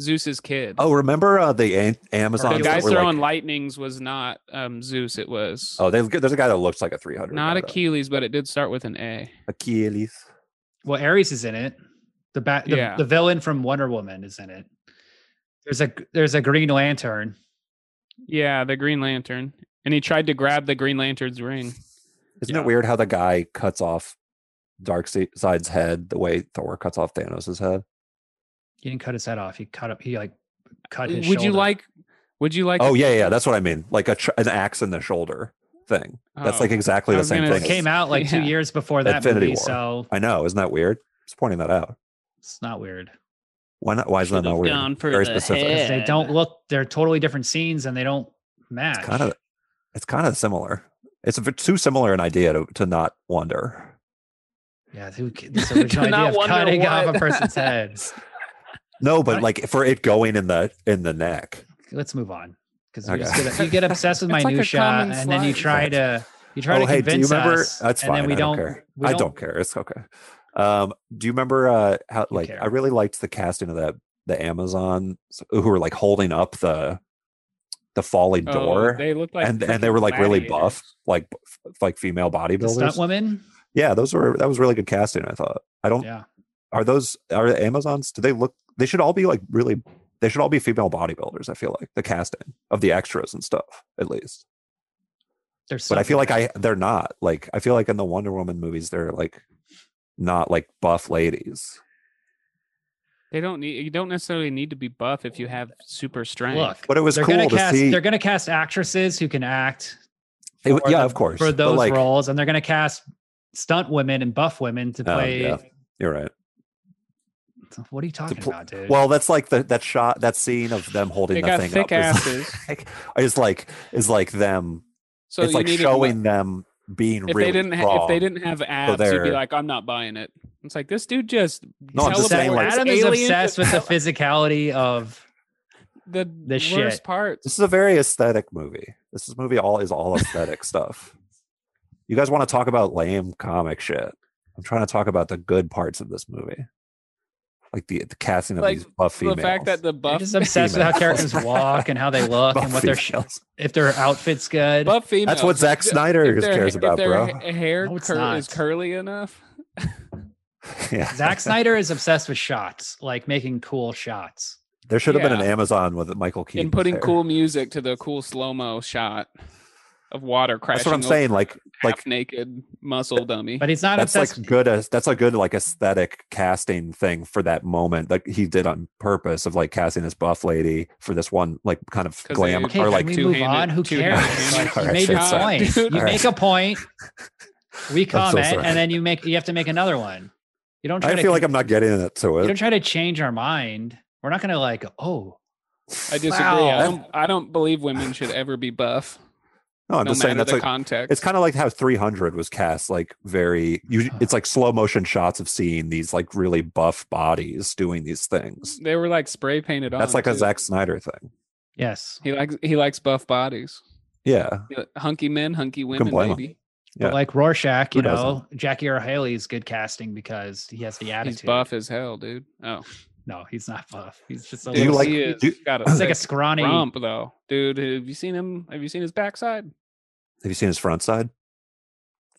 [SPEAKER 1] Zeus's kid.
[SPEAKER 2] Oh, remember uh, the An- Amazon
[SPEAKER 1] the
[SPEAKER 3] Zeus
[SPEAKER 1] guy
[SPEAKER 3] that were,
[SPEAKER 1] throwing lightnings was not um Zeus. It was
[SPEAKER 2] Oh, they, there's a guy that looks like a 300.
[SPEAKER 1] not
[SPEAKER 2] though.
[SPEAKER 1] Achilles, but it did start with an A.
[SPEAKER 2] Achilles.
[SPEAKER 3] Well, Ares is in it. The bat, the,
[SPEAKER 1] Yeah.
[SPEAKER 3] the villain from Wonder Woman is in it. There's a there's a Green Lantern.
[SPEAKER 1] Yeah, the Green Lantern, and he tried to grab the Green Lantern's ring.
[SPEAKER 2] Isn't
[SPEAKER 1] Yeah.
[SPEAKER 2] it weird how the guy cuts off Darkseid's head the way Thor cuts off Thanos' head?
[SPEAKER 3] He didn't cut his head off. He cut up. He like cut
[SPEAKER 1] Would
[SPEAKER 3] his.
[SPEAKER 1] you
[SPEAKER 3] shoulder.
[SPEAKER 1] like? Would you like?
[SPEAKER 2] Oh yeah, yeah, that's what I mean. Like a tr- an axe in the shoulder thing. That's like
[SPEAKER 1] oh,
[SPEAKER 2] exactly
[SPEAKER 1] I
[SPEAKER 2] the
[SPEAKER 1] was
[SPEAKER 2] same
[SPEAKER 1] gonna
[SPEAKER 3] Well,
[SPEAKER 2] thing.
[SPEAKER 3] it
[SPEAKER 1] say-
[SPEAKER 2] as-
[SPEAKER 3] came out like two
[SPEAKER 1] Yeah.
[SPEAKER 3] years before that
[SPEAKER 2] Infinity
[SPEAKER 3] movie,
[SPEAKER 2] War.
[SPEAKER 3] so
[SPEAKER 2] I know, isn't that weird? Just pointing that out.
[SPEAKER 3] it's not weird.
[SPEAKER 2] Why not? Why is that
[SPEAKER 1] Should've
[SPEAKER 2] not weird?
[SPEAKER 1] gone for
[SPEAKER 2] Very
[SPEAKER 1] the
[SPEAKER 2] specific.
[SPEAKER 1] head.
[SPEAKER 3] Because they don't look. They're totally different scenes, and they don't match.
[SPEAKER 2] It's kind of, it's kind of similar. It's a bit too similar an idea to, to not wonder.
[SPEAKER 3] yeah. Who, ca- this original
[SPEAKER 1] not
[SPEAKER 3] idea of
[SPEAKER 1] wonder
[SPEAKER 3] cutting off
[SPEAKER 1] what-
[SPEAKER 3] a person's head.
[SPEAKER 2] No, but
[SPEAKER 3] Right.
[SPEAKER 2] like for it going in the in the neck.
[SPEAKER 3] Let's move on because
[SPEAKER 2] Okay.
[SPEAKER 3] you, just get- you get obsessed with
[SPEAKER 1] It's like a
[SPEAKER 3] minutia,
[SPEAKER 1] common
[SPEAKER 3] and then you
[SPEAKER 1] slide.
[SPEAKER 3] try to you try to
[SPEAKER 2] Oh, do
[SPEAKER 3] convince
[SPEAKER 2] you remember?
[SPEAKER 3] us,
[SPEAKER 2] That's
[SPEAKER 3] and
[SPEAKER 2] fine.
[SPEAKER 3] then we
[SPEAKER 2] I
[SPEAKER 3] don't.
[SPEAKER 2] don't, care.
[SPEAKER 3] we
[SPEAKER 2] I don't care. It's okay. Um, do you remember uh, how
[SPEAKER 3] You
[SPEAKER 2] like
[SPEAKER 3] care.
[SPEAKER 2] I really liked the casting of that the Amazons who were like holding up the the falling
[SPEAKER 1] oh,
[SPEAKER 2] door,
[SPEAKER 1] They looked like
[SPEAKER 2] and and they were like really
[SPEAKER 1] gladiators.
[SPEAKER 2] buff, like f- like female
[SPEAKER 3] The stunt
[SPEAKER 2] bodybuilders.
[SPEAKER 3] woman.
[SPEAKER 2] Yeah, those were that was really good casting. I thought. I don't.
[SPEAKER 3] Yeah.
[SPEAKER 2] Are those are the Amazons? Do they look? They should all be like really. They should all be female bodybuilders. I feel like the casting of the extras and stuff, at least
[SPEAKER 3] There's
[SPEAKER 2] but I
[SPEAKER 3] some-
[SPEAKER 2] feel like I they're not like I feel like in the Wonder Woman movies they're like not like buff ladies.
[SPEAKER 1] They don't need. You don't necessarily need to be buff if you have super strength.
[SPEAKER 3] look.
[SPEAKER 2] But it was
[SPEAKER 3] they're
[SPEAKER 2] cool
[SPEAKER 3] gonna
[SPEAKER 2] to
[SPEAKER 3] cast.
[SPEAKER 2] see.
[SPEAKER 3] They're gonna cast actresses who can act.
[SPEAKER 2] It-
[SPEAKER 3] for
[SPEAKER 2] yeah,
[SPEAKER 3] the-
[SPEAKER 2] of course.
[SPEAKER 3] for
[SPEAKER 2] but,
[SPEAKER 3] those
[SPEAKER 2] like,
[SPEAKER 3] roles, and they're gonna cast stunt women and buff women to
[SPEAKER 2] Oh,
[SPEAKER 3] play.
[SPEAKER 2] yeah. You're right.
[SPEAKER 3] What are you talking
[SPEAKER 2] pl-
[SPEAKER 3] about, dude?
[SPEAKER 2] Well, that's like the that shot that scene of them holding
[SPEAKER 1] They
[SPEAKER 2] the
[SPEAKER 1] got
[SPEAKER 2] thing
[SPEAKER 1] thick
[SPEAKER 2] up is
[SPEAKER 1] asses.
[SPEAKER 2] like, is like is like them.
[SPEAKER 1] so
[SPEAKER 2] it's
[SPEAKER 1] you
[SPEAKER 2] like
[SPEAKER 1] needed
[SPEAKER 2] showing them being
[SPEAKER 1] if
[SPEAKER 2] really
[SPEAKER 1] they didn't ha-
[SPEAKER 2] strong.
[SPEAKER 1] if they didn't have abs, you'd be
[SPEAKER 2] they're-
[SPEAKER 1] like, I'm not buying it. It's like this dude just
[SPEAKER 2] No, I'm just saying,
[SPEAKER 1] teleports
[SPEAKER 2] like-
[SPEAKER 3] Adam is
[SPEAKER 1] aliens
[SPEAKER 3] obsessed with the
[SPEAKER 1] to-
[SPEAKER 3] physicality of.
[SPEAKER 1] the,
[SPEAKER 3] this
[SPEAKER 1] worst
[SPEAKER 3] shit.
[SPEAKER 1] parts.
[SPEAKER 2] This is a very aesthetic movie. This is movie all is all aesthetic stuff. You guys want to talk about lame comic shit? I'm trying to talk about the good parts of this movie, like the, the casting of
[SPEAKER 1] Like,
[SPEAKER 2] these buff
[SPEAKER 1] The
[SPEAKER 2] females.
[SPEAKER 1] fact that the
[SPEAKER 3] He's
[SPEAKER 1] buff
[SPEAKER 3] just obsessed with how
[SPEAKER 2] females.
[SPEAKER 3] characters walk and how they look
[SPEAKER 2] Buff
[SPEAKER 3] and what their sh-
[SPEAKER 2] females.
[SPEAKER 3] if their outfits good.
[SPEAKER 1] buff females.
[SPEAKER 2] That's what Zack
[SPEAKER 1] If
[SPEAKER 2] Snyder
[SPEAKER 1] their-
[SPEAKER 2] cares
[SPEAKER 1] if
[SPEAKER 2] about,
[SPEAKER 1] their
[SPEAKER 2] bro.
[SPEAKER 1] ha- Hair
[SPEAKER 3] No, it's
[SPEAKER 1] cur-
[SPEAKER 3] not.
[SPEAKER 1] is curly enough.
[SPEAKER 2] yeah.
[SPEAKER 3] Zack Snyder is obsessed with shots, like making cool shots.
[SPEAKER 2] There should have been an
[SPEAKER 1] yeah.
[SPEAKER 2] Amazon with Michael Keaton.
[SPEAKER 1] and putting cool music to the cool slow mo shot of water crashing.
[SPEAKER 2] That's what I'm saying. Like, like
[SPEAKER 1] half naked muscle dummy.
[SPEAKER 3] But he's not
[SPEAKER 2] that's
[SPEAKER 3] obsessed.
[SPEAKER 2] like good as that's a good like aesthetic casting thing for that moment that he did on purpose of like casting this buff lady for this one like kind of
[SPEAKER 1] 'Cause
[SPEAKER 2] glam
[SPEAKER 1] they-
[SPEAKER 3] okay,
[SPEAKER 2] or
[SPEAKER 3] can
[SPEAKER 2] like
[SPEAKER 3] we move
[SPEAKER 1] two-handed-
[SPEAKER 3] on? Who
[SPEAKER 1] two-handed
[SPEAKER 3] cares?
[SPEAKER 2] hand.
[SPEAKER 3] Like, you
[SPEAKER 2] Alright,
[SPEAKER 3] made your
[SPEAKER 2] shit,
[SPEAKER 1] sorry.
[SPEAKER 3] point.
[SPEAKER 1] Dude.
[SPEAKER 3] You make a point. We
[SPEAKER 2] so
[SPEAKER 3] comment,
[SPEAKER 2] sorry.
[SPEAKER 3] and then you make you have to make another one. You don't. Try
[SPEAKER 2] I
[SPEAKER 3] to
[SPEAKER 2] feel like
[SPEAKER 3] con-
[SPEAKER 2] I'm not getting it to
[SPEAKER 3] You don't
[SPEAKER 2] it.
[SPEAKER 3] try to change our mind. We're not going to like. Oh,
[SPEAKER 1] I disagree.
[SPEAKER 3] Wow.
[SPEAKER 1] I, don't, I don't believe women should ever be buff,
[SPEAKER 2] No, I'm
[SPEAKER 1] no
[SPEAKER 2] just
[SPEAKER 1] matter
[SPEAKER 2] saying
[SPEAKER 1] the
[SPEAKER 2] that's like
[SPEAKER 1] context.
[SPEAKER 2] it's kind of like how 300 was cast like very you it's like slow motion shots of seeing these like really buff bodies doing these things.
[SPEAKER 1] they were like spray painted on.
[SPEAKER 2] That's like a
[SPEAKER 1] too.
[SPEAKER 2] Zack Snyder thing.
[SPEAKER 3] Yes.
[SPEAKER 1] He likes he likes buff bodies.
[SPEAKER 2] Yeah.
[SPEAKER 1] He li- Hunky men, hunky women,
[SPEAKER 2] blame him.
[SPEAKER 1] baby.
[SPEAKER 2] Yeah.
[SPEAKER 3] But like Rorschach,
[SPEAKER 2] Who
[SPEAKER 3] you know, Jackie Earl Haley's good casting because he has the attitude.
[SPEAKER 1] He's buff as hell, dude. Oh,
[SPEAKER 3] No, he's not buff. He's just a
[SPEAKER 2] Do you
[SPEAKER 3] little,
[SPEAKER 2] like-
[SPEAKER 1] he is.
[SPEAKER 2] do-
[SPEAKER 1] got a
[SPEAKER 3] he's like a
[SPEAKER 1] thick
[SPEAKER 3] scrawny.
[SPEAKER 1] rump though, dude. Have you seen him? Have you seen his backside?
[SPEAKER 2] Have you seen his front side?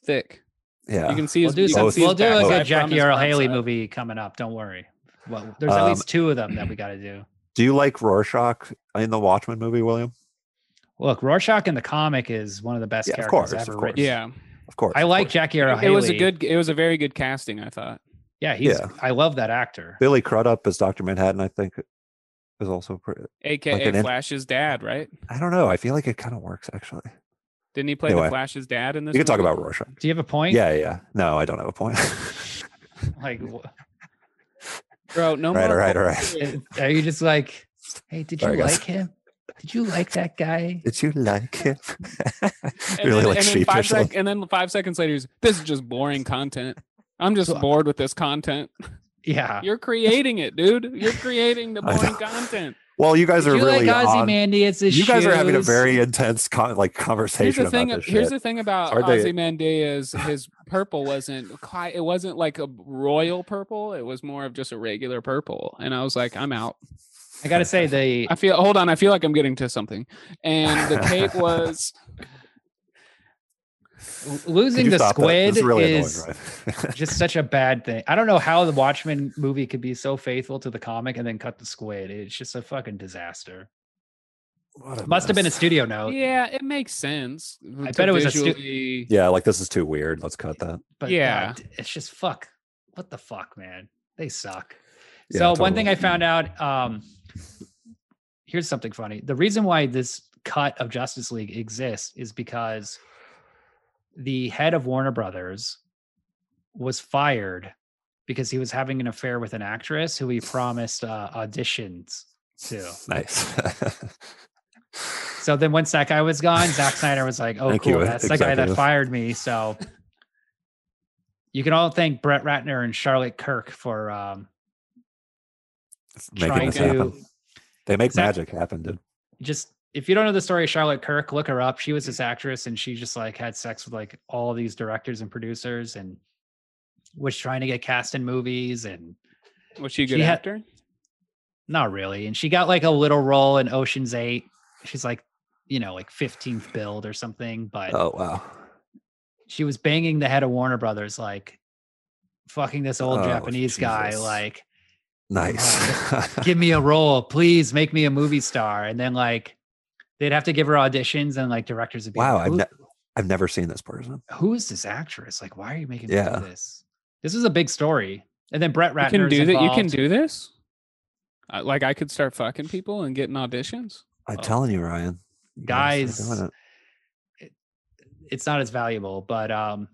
[SPEAKER 1] Thick.
[SPEAKER 2] Yeah.
[SPEAKER 1] You can see
[SPEAKER 3] We'll
[SPEAKER 1] his.
[SPEAKER 3] do,
[SPEAKER 1] you
[SPEAKER 3] some,
[SPEAKER 1] can
[SPEAKER 2] both-
[SPEAKER 1] see his
[SPEAKER 3] we'll do a
[SPEAKER 1] backside
[SPEAKER 3] good
[SPEAKER 1] from
[SPEAKER 3] Jackie
[SPEAKER 1] his
[SPEAKER 3] Earl
[SPEAKER 1] front
[SPEAKER 3] Haley
[SPEAKER 1] side.
[SPEAKER 3] movie coming up. Don't worry. Well, there's at
[SPEAKER 2] Um,
[SPEAKER 3] least two of them that we got to do.
[SPEAKER 2] Do you like Rorschach in the Watchmen movie, William?
[SPEAKER 3] Look, Rorschach in the comic is one of the best
[SPEAKER 2] Yeah, of
[SPEAKER 3] characters
[SPEAKER 2] course, of
[SPEAKER 3] ever
[SPEAKER 2] course.
[SPEAKER 3] written.
[SPEAKER 1] Yeah,
[SPEAKER 2] Of course.
[SPEAKER 3] I
[SPEAKER 2] of
[SPEAKER 3] like
[SPEAKER 2] course.
[SPEAKER 3] Jackie Earl
[SPEAKER 1] it
[SPEAKER 3] Haley.
[SPEAKER 1] was a good. It was a very good casting. I thought.
[SPEAKER 3] Yeah, he's.
[SPEAKER 2] Yeah.
[SPEAKER 3] I love that actor.
[SPEAKER 2] Billy Crudup as Dr. Manhattan, I think is also pretty
[SPEAKER 1] AKA
[SPEAKER 2] an in-
[SPEAKER 1] Flash's dad, right?
[SPEAKER 2] I don't know. I feel like it kind of works actually.
[SPEAKER 1] Didn't he play
[SPEAKER 2] Anyway.
[SPEAKER 1] the Flash's dad in this?
[SPEAKER 2] We can talk
[SPEAKER 1] movie?
[SPEAKER 2] about Rorschach.
[SPEAKER 3] Do you have a point?
[SPEAKER 2] Yeah, yeah. No, I don't have a point.
[SPEAKER 3] Like, wh-
[SPEAKER 1] bro. No
[SPEAKER 2] All right, all
[SPEAKER 1] more.
[SPEAKER 2] right, all right.
[SPEAKER 3] are you just like, hey, did
[SPEAKER 2] Sorry,
[SPEAKER 3] you
[SPEAKER 2] guys.
[SPEAKER 3] like him? Did you like that guy?
[SPEAKER 2] Did you like him?
[SPEAKER 1] And
[SPEAKER 2] really
[SPEAKER 1] then,
[SPEAKER 2] like
[SPEAKER 1] and then five
[SPEAKER 2] sheepishly.
[SPEAKER 1] sec- and then five seconds later, he's, this is just boring content. I'm just
[SPEAKER 3] So-
[SPEAKER 1] bored with this content.
[SPEAKER 3] Yeah.
[SPEAKER 1] You're creating it, dude. You're creating the
[SPEAKER 2] I
[SPEAKER 1] boring
[SPEAKER 2] know.
[SPEAKER 1] content.
[SPEAKER 2] Well, you guys
[SPEAKER 3] Did
[SPEAKER 2] are
[SPEAKER 3] you
[SPEAKER 2] really
[SPEAKER 3] like
[SPEAKER 2] on.
[SPEAKER 3] Ozymandias?
[SPEAKER 2] You guys are having a
[SPEAKER 3] shoes?
[SPEAKER 2] very intense con- like
[SPEAKER 1] Here's
[SPEAKER 2] conversation
[SPEAKER 1] the
[SPEAKER 2] about
[SPEAKER 1] thing.
[SPEAKER 2] this
[SPEAKER 1] Here's
[SPEAKER 2] shit.
[SPEAKER 1] the thing about
[SPEAKER 2] It's hard to-
[SPEAKER 1] Ozymandias. His purple wasn't quite. It wasn't like a royal purple. It was more of just a regular purple. And I was like, I'm out.
[SPEAKER 3] I gotta say the
[SPEAKER 1] I feel. Hold on. I feel like I'm getting to something. And the cape was.
[SPEAKER 2] Could
[SPEAKER 3] losing
[SPEAKER 2] you
[SPEAKER 3] the
[SPEAKER 2] stop that?
[SPEAKER 3] squid
[SPEAKER 2] This is really
[SPEAKER 3] is
[SPEAKER 2] annoying, right?
[SPEAKER 3] just such a bad thing. I don't know how the Watchmen movie could be so faithful to the comic and then cut the squid. It's just a fucking disaster.
[SPEAKER 2] What a
[SPEAKER 3] Must have been a
[SPEAKER 2] mess.
[SPEAKER 3] studio note,
[SPEAKER 1] Yeah, it makes sense.
[SPEAKER 3] I
[SPEAKER 1] to
[SPEAKER 3] bet it was a stu-
[SPEAKER 1] visually-
[SPEAKER 2] Yeah, like this is too weird. Let's cut that.
[SPEAKER 3] but
[SPEAKER 1] Yeah.
[SPEAKER 3] God, it's just fuck. What the fuck, man? They suck.
[SPEAKER 2] Yeah,
[SPEAKER 3] so one thing
[SPEAKER 2] totally.
[SPEAKER 3] I found out. Um, here's something funny. The reason why this cut of Justice League exists is because the head of Warner Brothers was fired because he was having an affair with an actress who he promised uh, auditions to.
[SPEAKER 2] Nice.
[SPEAKER 3] So then once that guy was gone, Zack Snyder was like, "Oh,
[SPEAKER 2] Thank
[SPEAKER 3] cool,
[SPEAKER 2] you,
[SPEAKER 3] that's the guy that
[SPEAKER 2] executive."
[SPEAKER 3] fired me." So you can all thank Brett Ratner and Charlotte Kirk for um,
[SPEAKER 2] Making
[SPEAKER 3] trying
[SPEAKER 2] this
[SPEAKER 3] to
[SPEAKER 2] happen. They make
[SPEAKER 3] Zach-
[SPEAKER 2] magic happen, dude.
[SPEAKER 3] just if you don't know the story of Charlotte Kirk, look her up. She was this actress and she just like had sex with like all these directors and producers and was trying to get cast in movies and
[SPEAKER 1] Was she a good
[SPEAKER 3] She had-
[SPEAKER 1] actor?
[SPEAKER 3] not really. And she got like a little role in Ocean's Eight. She's like, you know, like 15th build or something, but
[SPEAKER 2] Oh wow.
[SPEAKER 3] she was banging the head of Warner Brothers, like fucking this old
[SPEAKER 2] Oh,
[SPEAKER 3] Japanese guy,
[SPEAKER 2] Jesus.
[SPEAKER 3] like,
[SPEAKER 2] Nice.
[SPEAKER 3] give me a role, please make me a movie star. And then like they'd have to give her auditions and like directors would be
[SPEAKER 2] Wow,
[SPEAKER 3] like,
[SPEAKER 2] I've
[SPEAKER 3] "Who-
[SPEAKER 2] ne- I've never seen this person.
[SPEAKER 3] who is this actress? Like, why are you making me
[SPEAKER 2] Yeah.
[SPEAKER 3] do this? This is a big story. And then Brett
[SPEAKER 1] You
[SPEAKER 3] Ratner
[SPEAKER 1] can
[SPEAKER 3] is
[SPEAKER 1] do that. You can
[SPEAKER 3] involved.
[SPEAKER 1] do this. I, like I could start fucking people and getting auditions.
[SPEAKER 2] I'm
[SPEAKER 3] Oh.
[SPEAKER 2] telling you, Ryan. You gotta start
[SPEAKER 3] Guys,
[SPEAKER 2] doing it.
[SPEAKER 3] It's not as valuable, but um,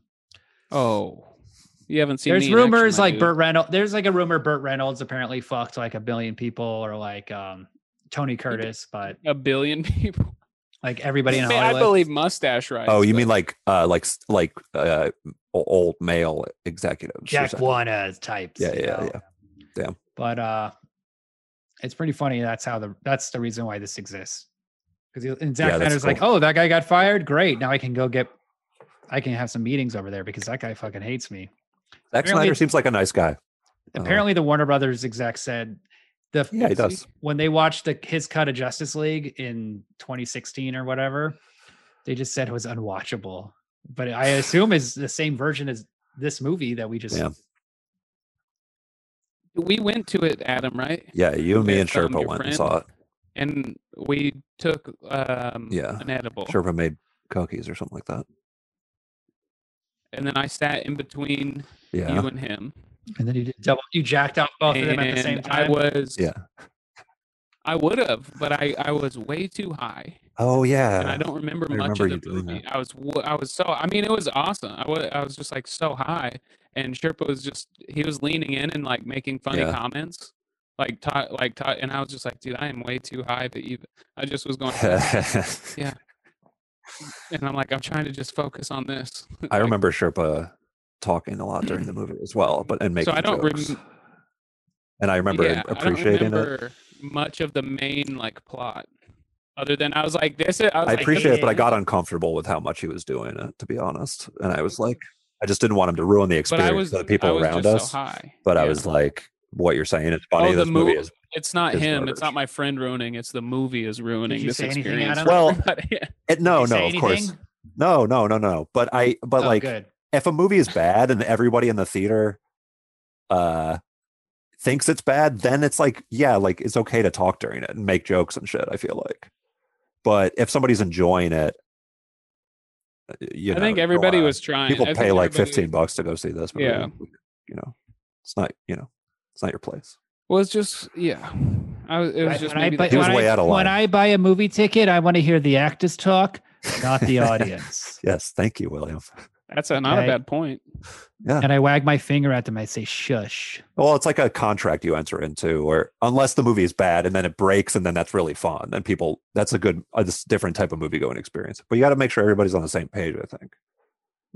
[SPEAKER 1] Oh, you haven't seen.
[SPEAKER 3] there's
[SPEAKER 1] me in action,
[SPEAKER 3] rumors
[SPEAKER 1] my
[SPEAKER 3] like
[SPEAKER 1] dude.
[SPEAKER 3] Burt Reynolds. There's like a rumor Burt Reynolds apparently fucked like a billion people, or like um Tony Curtis, but
[SPEAKER 1] A billion people.
[SPEAKER 3] like everybody in
[SPEAKER 1] Man, I
[SPEAKER 3] Hollywood.
[SPEAKER 1] believe mustache rides.
[SPEAKER 2] Oh, you
[SPEAKER 1] but
[SPEAKER 2] mean like uh like s- like uh o- old male executives? or
[SPEAKER 3] Jack
[SPEAKER 2] something.
[SPEAKER 3] Wana types.
[SPEAKER 2] Yeah,
[SPEAKER 3] you
[SPEAKER 2] yeah,
[SPEAKER 3] know?
[SPEAKER 2] yeah. Damn.
[SPEAKER 3] But uh, it's pretty funny. That's how the that's the reason why this exists. Because and Zack
[SPEAKER 2] Yeah, that's
[SPEAKER 3] Snyder's like,
[SPEAKER 2] cool.
[SPEAKER 3] oh, that guy got fired. Great, now I can go get, I can have some meetings over there because that guy fucking hates me.
[SPEAKER 2] Zack
[SPEAKER 3] Apparently-
[SPEAKER 2] Snyder seems like a nice guy. Uh-huh.
[SPEAKER 3] Apparently, the Warner Brothers exec said the
[SPEAKER 2] Yeah, he does.
[SPEAKER 3] when they watched the his cut of Justice League in 2016 or whatever, they just said it was unwatchable. But I assume is the same version as this movie that we just
[SPEAKER 2] Yeah.
[SPEAKER 1] we went to it, Adam, right?
[SPEAKER 2] Yeah, you and me
[SPEAKER 1] With,
[SPEAKER 2] and
[SPEAKER 1] um,
[SPEAKER 2] Sherpa
[SPEAKER 1] your
[SPEAKER 2] went
[SPEAKER 1] friend?
[SPEAKER 2] and saw it.
[SPEAKER 1] And we took um,
[SPEAKER 2] Yeah.
[SPEAKER 1] an edible,
[SPEAKER 2] Sherpa made cookies or something like that.
[SPEAKER 1] and then I sat in between
[SPEAKER 2] Yeah.
[SPEAKER 1] you and him,
[SPEAKER 3] and then you did double you jacked off both of them at the same
[SPEAKER 1] and I
[SPEAKER 3] time.
[SPEAKER 1] was
[SPEAKER 2] Yeah.
[SPEAKER 1] I would have, but I I was way too high.
[SPEAKER 2] Oh yeah.
[SPEAKER 1] and I don't remember
[SPEAKER 2] I
[SPEAKER 1] much
[SPEAKER 2] remember you
[SPEAKER 1] of the
[SPEAKER 2] doing that.
[SPEAKER 1] movie. I was wo- I was so I mean it was awesome. I was I was just like so high, and Sherpa was just he was leaning in and like making funny
[SPEAKER 2] Yeah.
[SPEAKER 1] comments Like Todd, like Todd, and I was just like, dude, I am way too high to even. I just was going,
[SPEAKER 2] I
[SPEAKER 1] and I'm like, I'm trying to just focus on this. Like,
[SPEAKER 2] remember Sherpa talking a lot during the movie as well, but and making
[SPEAKER 1] I don't rem-
[SPEAKER 2] jokes. and I remember
[SPEAKER 1] yeah,
[SPEAKER 2] appreciating
[SPEAKER 1] I don't remember much of the main like plot, other than I was like, this is. I, was
[SPEAKER 2] it. I
[SPEAKER 1] like,
[SPEAKER 2] appreciate it, but I
[SPEAKER 1] "Yeah."
[SPEAKER 2] got uncomfortable with how much he was doing it, to be honest. And I was like, I just didn't want him to ruin
[SPEAKER 1] But
[SPEAKER 2] the
[SPEAKER 1] I
[SPEAKER 2] experience
[SPEAKER 1] was
[SPEAKER 2] of the people
[SPEAKER 1] I was
[SPEAKER 2] around
[SPEAKER 1] just
[SPEAKER 2] us.
[SPEAKER 1] So high.
[SPEAKER 2] but I
[SPEAKER 1] Yeah.
[SPEAKER 2] was like, what you're saying is funny.
[SPEAKER 1] Oh, the
[SPEAKER 2] this movie
[SPEAKER 1] mo-
[SPEAKER 2] is
[SPEAKER 1] It's not
[SPEAKER 2] is
[SPEAKER 1] him.
[SPEAKER 2] garbage.
[SPEAKER 1] It's not my friend ruining. It's the movie is ruining
[SPEAKER 3] you
[SPEAKER 1] this
[SPEAKER 3] say anything,
[SPEAKER 1] experience.
[SPEAKER 3] Adam?
[SPEAKER 1] for
[SPEAKER 2] Well,
[SPEAKER 1] everybody.
[SPEAKER 2] it,
[SPEAKER 3] Did
[SPEAKER 2] no,
[SPEAKER 3] you
[SPEAKER 2] no,
[SPEAKER 3] say
[SPEAKER 2] of course,
[SPEAKER 3] anything?
[SPEAKER 2] no, no, no, no. But I, but
[SPEAKER 3] Oh,
[SPEAKER 2] like,
[SPEAKER 3] good.
[SPEAKER 2] if a movie is bad and everybody in the theater uh thinks it's bad then it's like yeah like it's okay to talk during it and make jokes and shit i feel like but if somebody's enjoying it uh, you
[SPEAKER 1] I
[SPEAKER 2] know
[SPEAKER 1] think
[SPEAKER 2] you
[SPEAKER 1] everybody
[SPEAKER 2] wanna-
[SPEAKER 1] was trying.
[SPEAKER 2] people
[SPEAKER 1] I think
[SPEAKER 2] pay like
[SPEAKER 1] everybody-
[SPEAKER 2] 15 bucks to go see this movie.
[SPEAKER 1] Yeah.
[SPEAKER 2] you know it's not you know it's not your place
[SPEAKER 1] Well, it's just yeah. I was, it was
[SPEAKER 3] I-
[SPEAKER 1] just
[SPEAKER 3] when I
[SPEAKER 1] maybe
[SPEAKER 3] buy-
[SPEAKER 1] the-
[SPEAKER 2] He was
[SPEAKER 3] when I-
[SPEAKER 2] way out of line.
[SPEAKER 3] When I buy a movie ticket, I want to hear the actors talk, not the audience.
[SPEAKER 2] yes thank you william
[SPEAKER 1] that's a, not a
[SPEAKER 3] Okay.
[SPEAKER 1] bad point.
[SPEAKER 2] yeah
[SPEAKER 3] and I wag my finger at them. I say, "Shush."
[SPEAKER 2] well it's like a contract you enter into or unless the movie is bad and then it breaks and then that's really fun and people that's a good a dis- different type of movie going experience but you got to make sure everybody's on the same page i think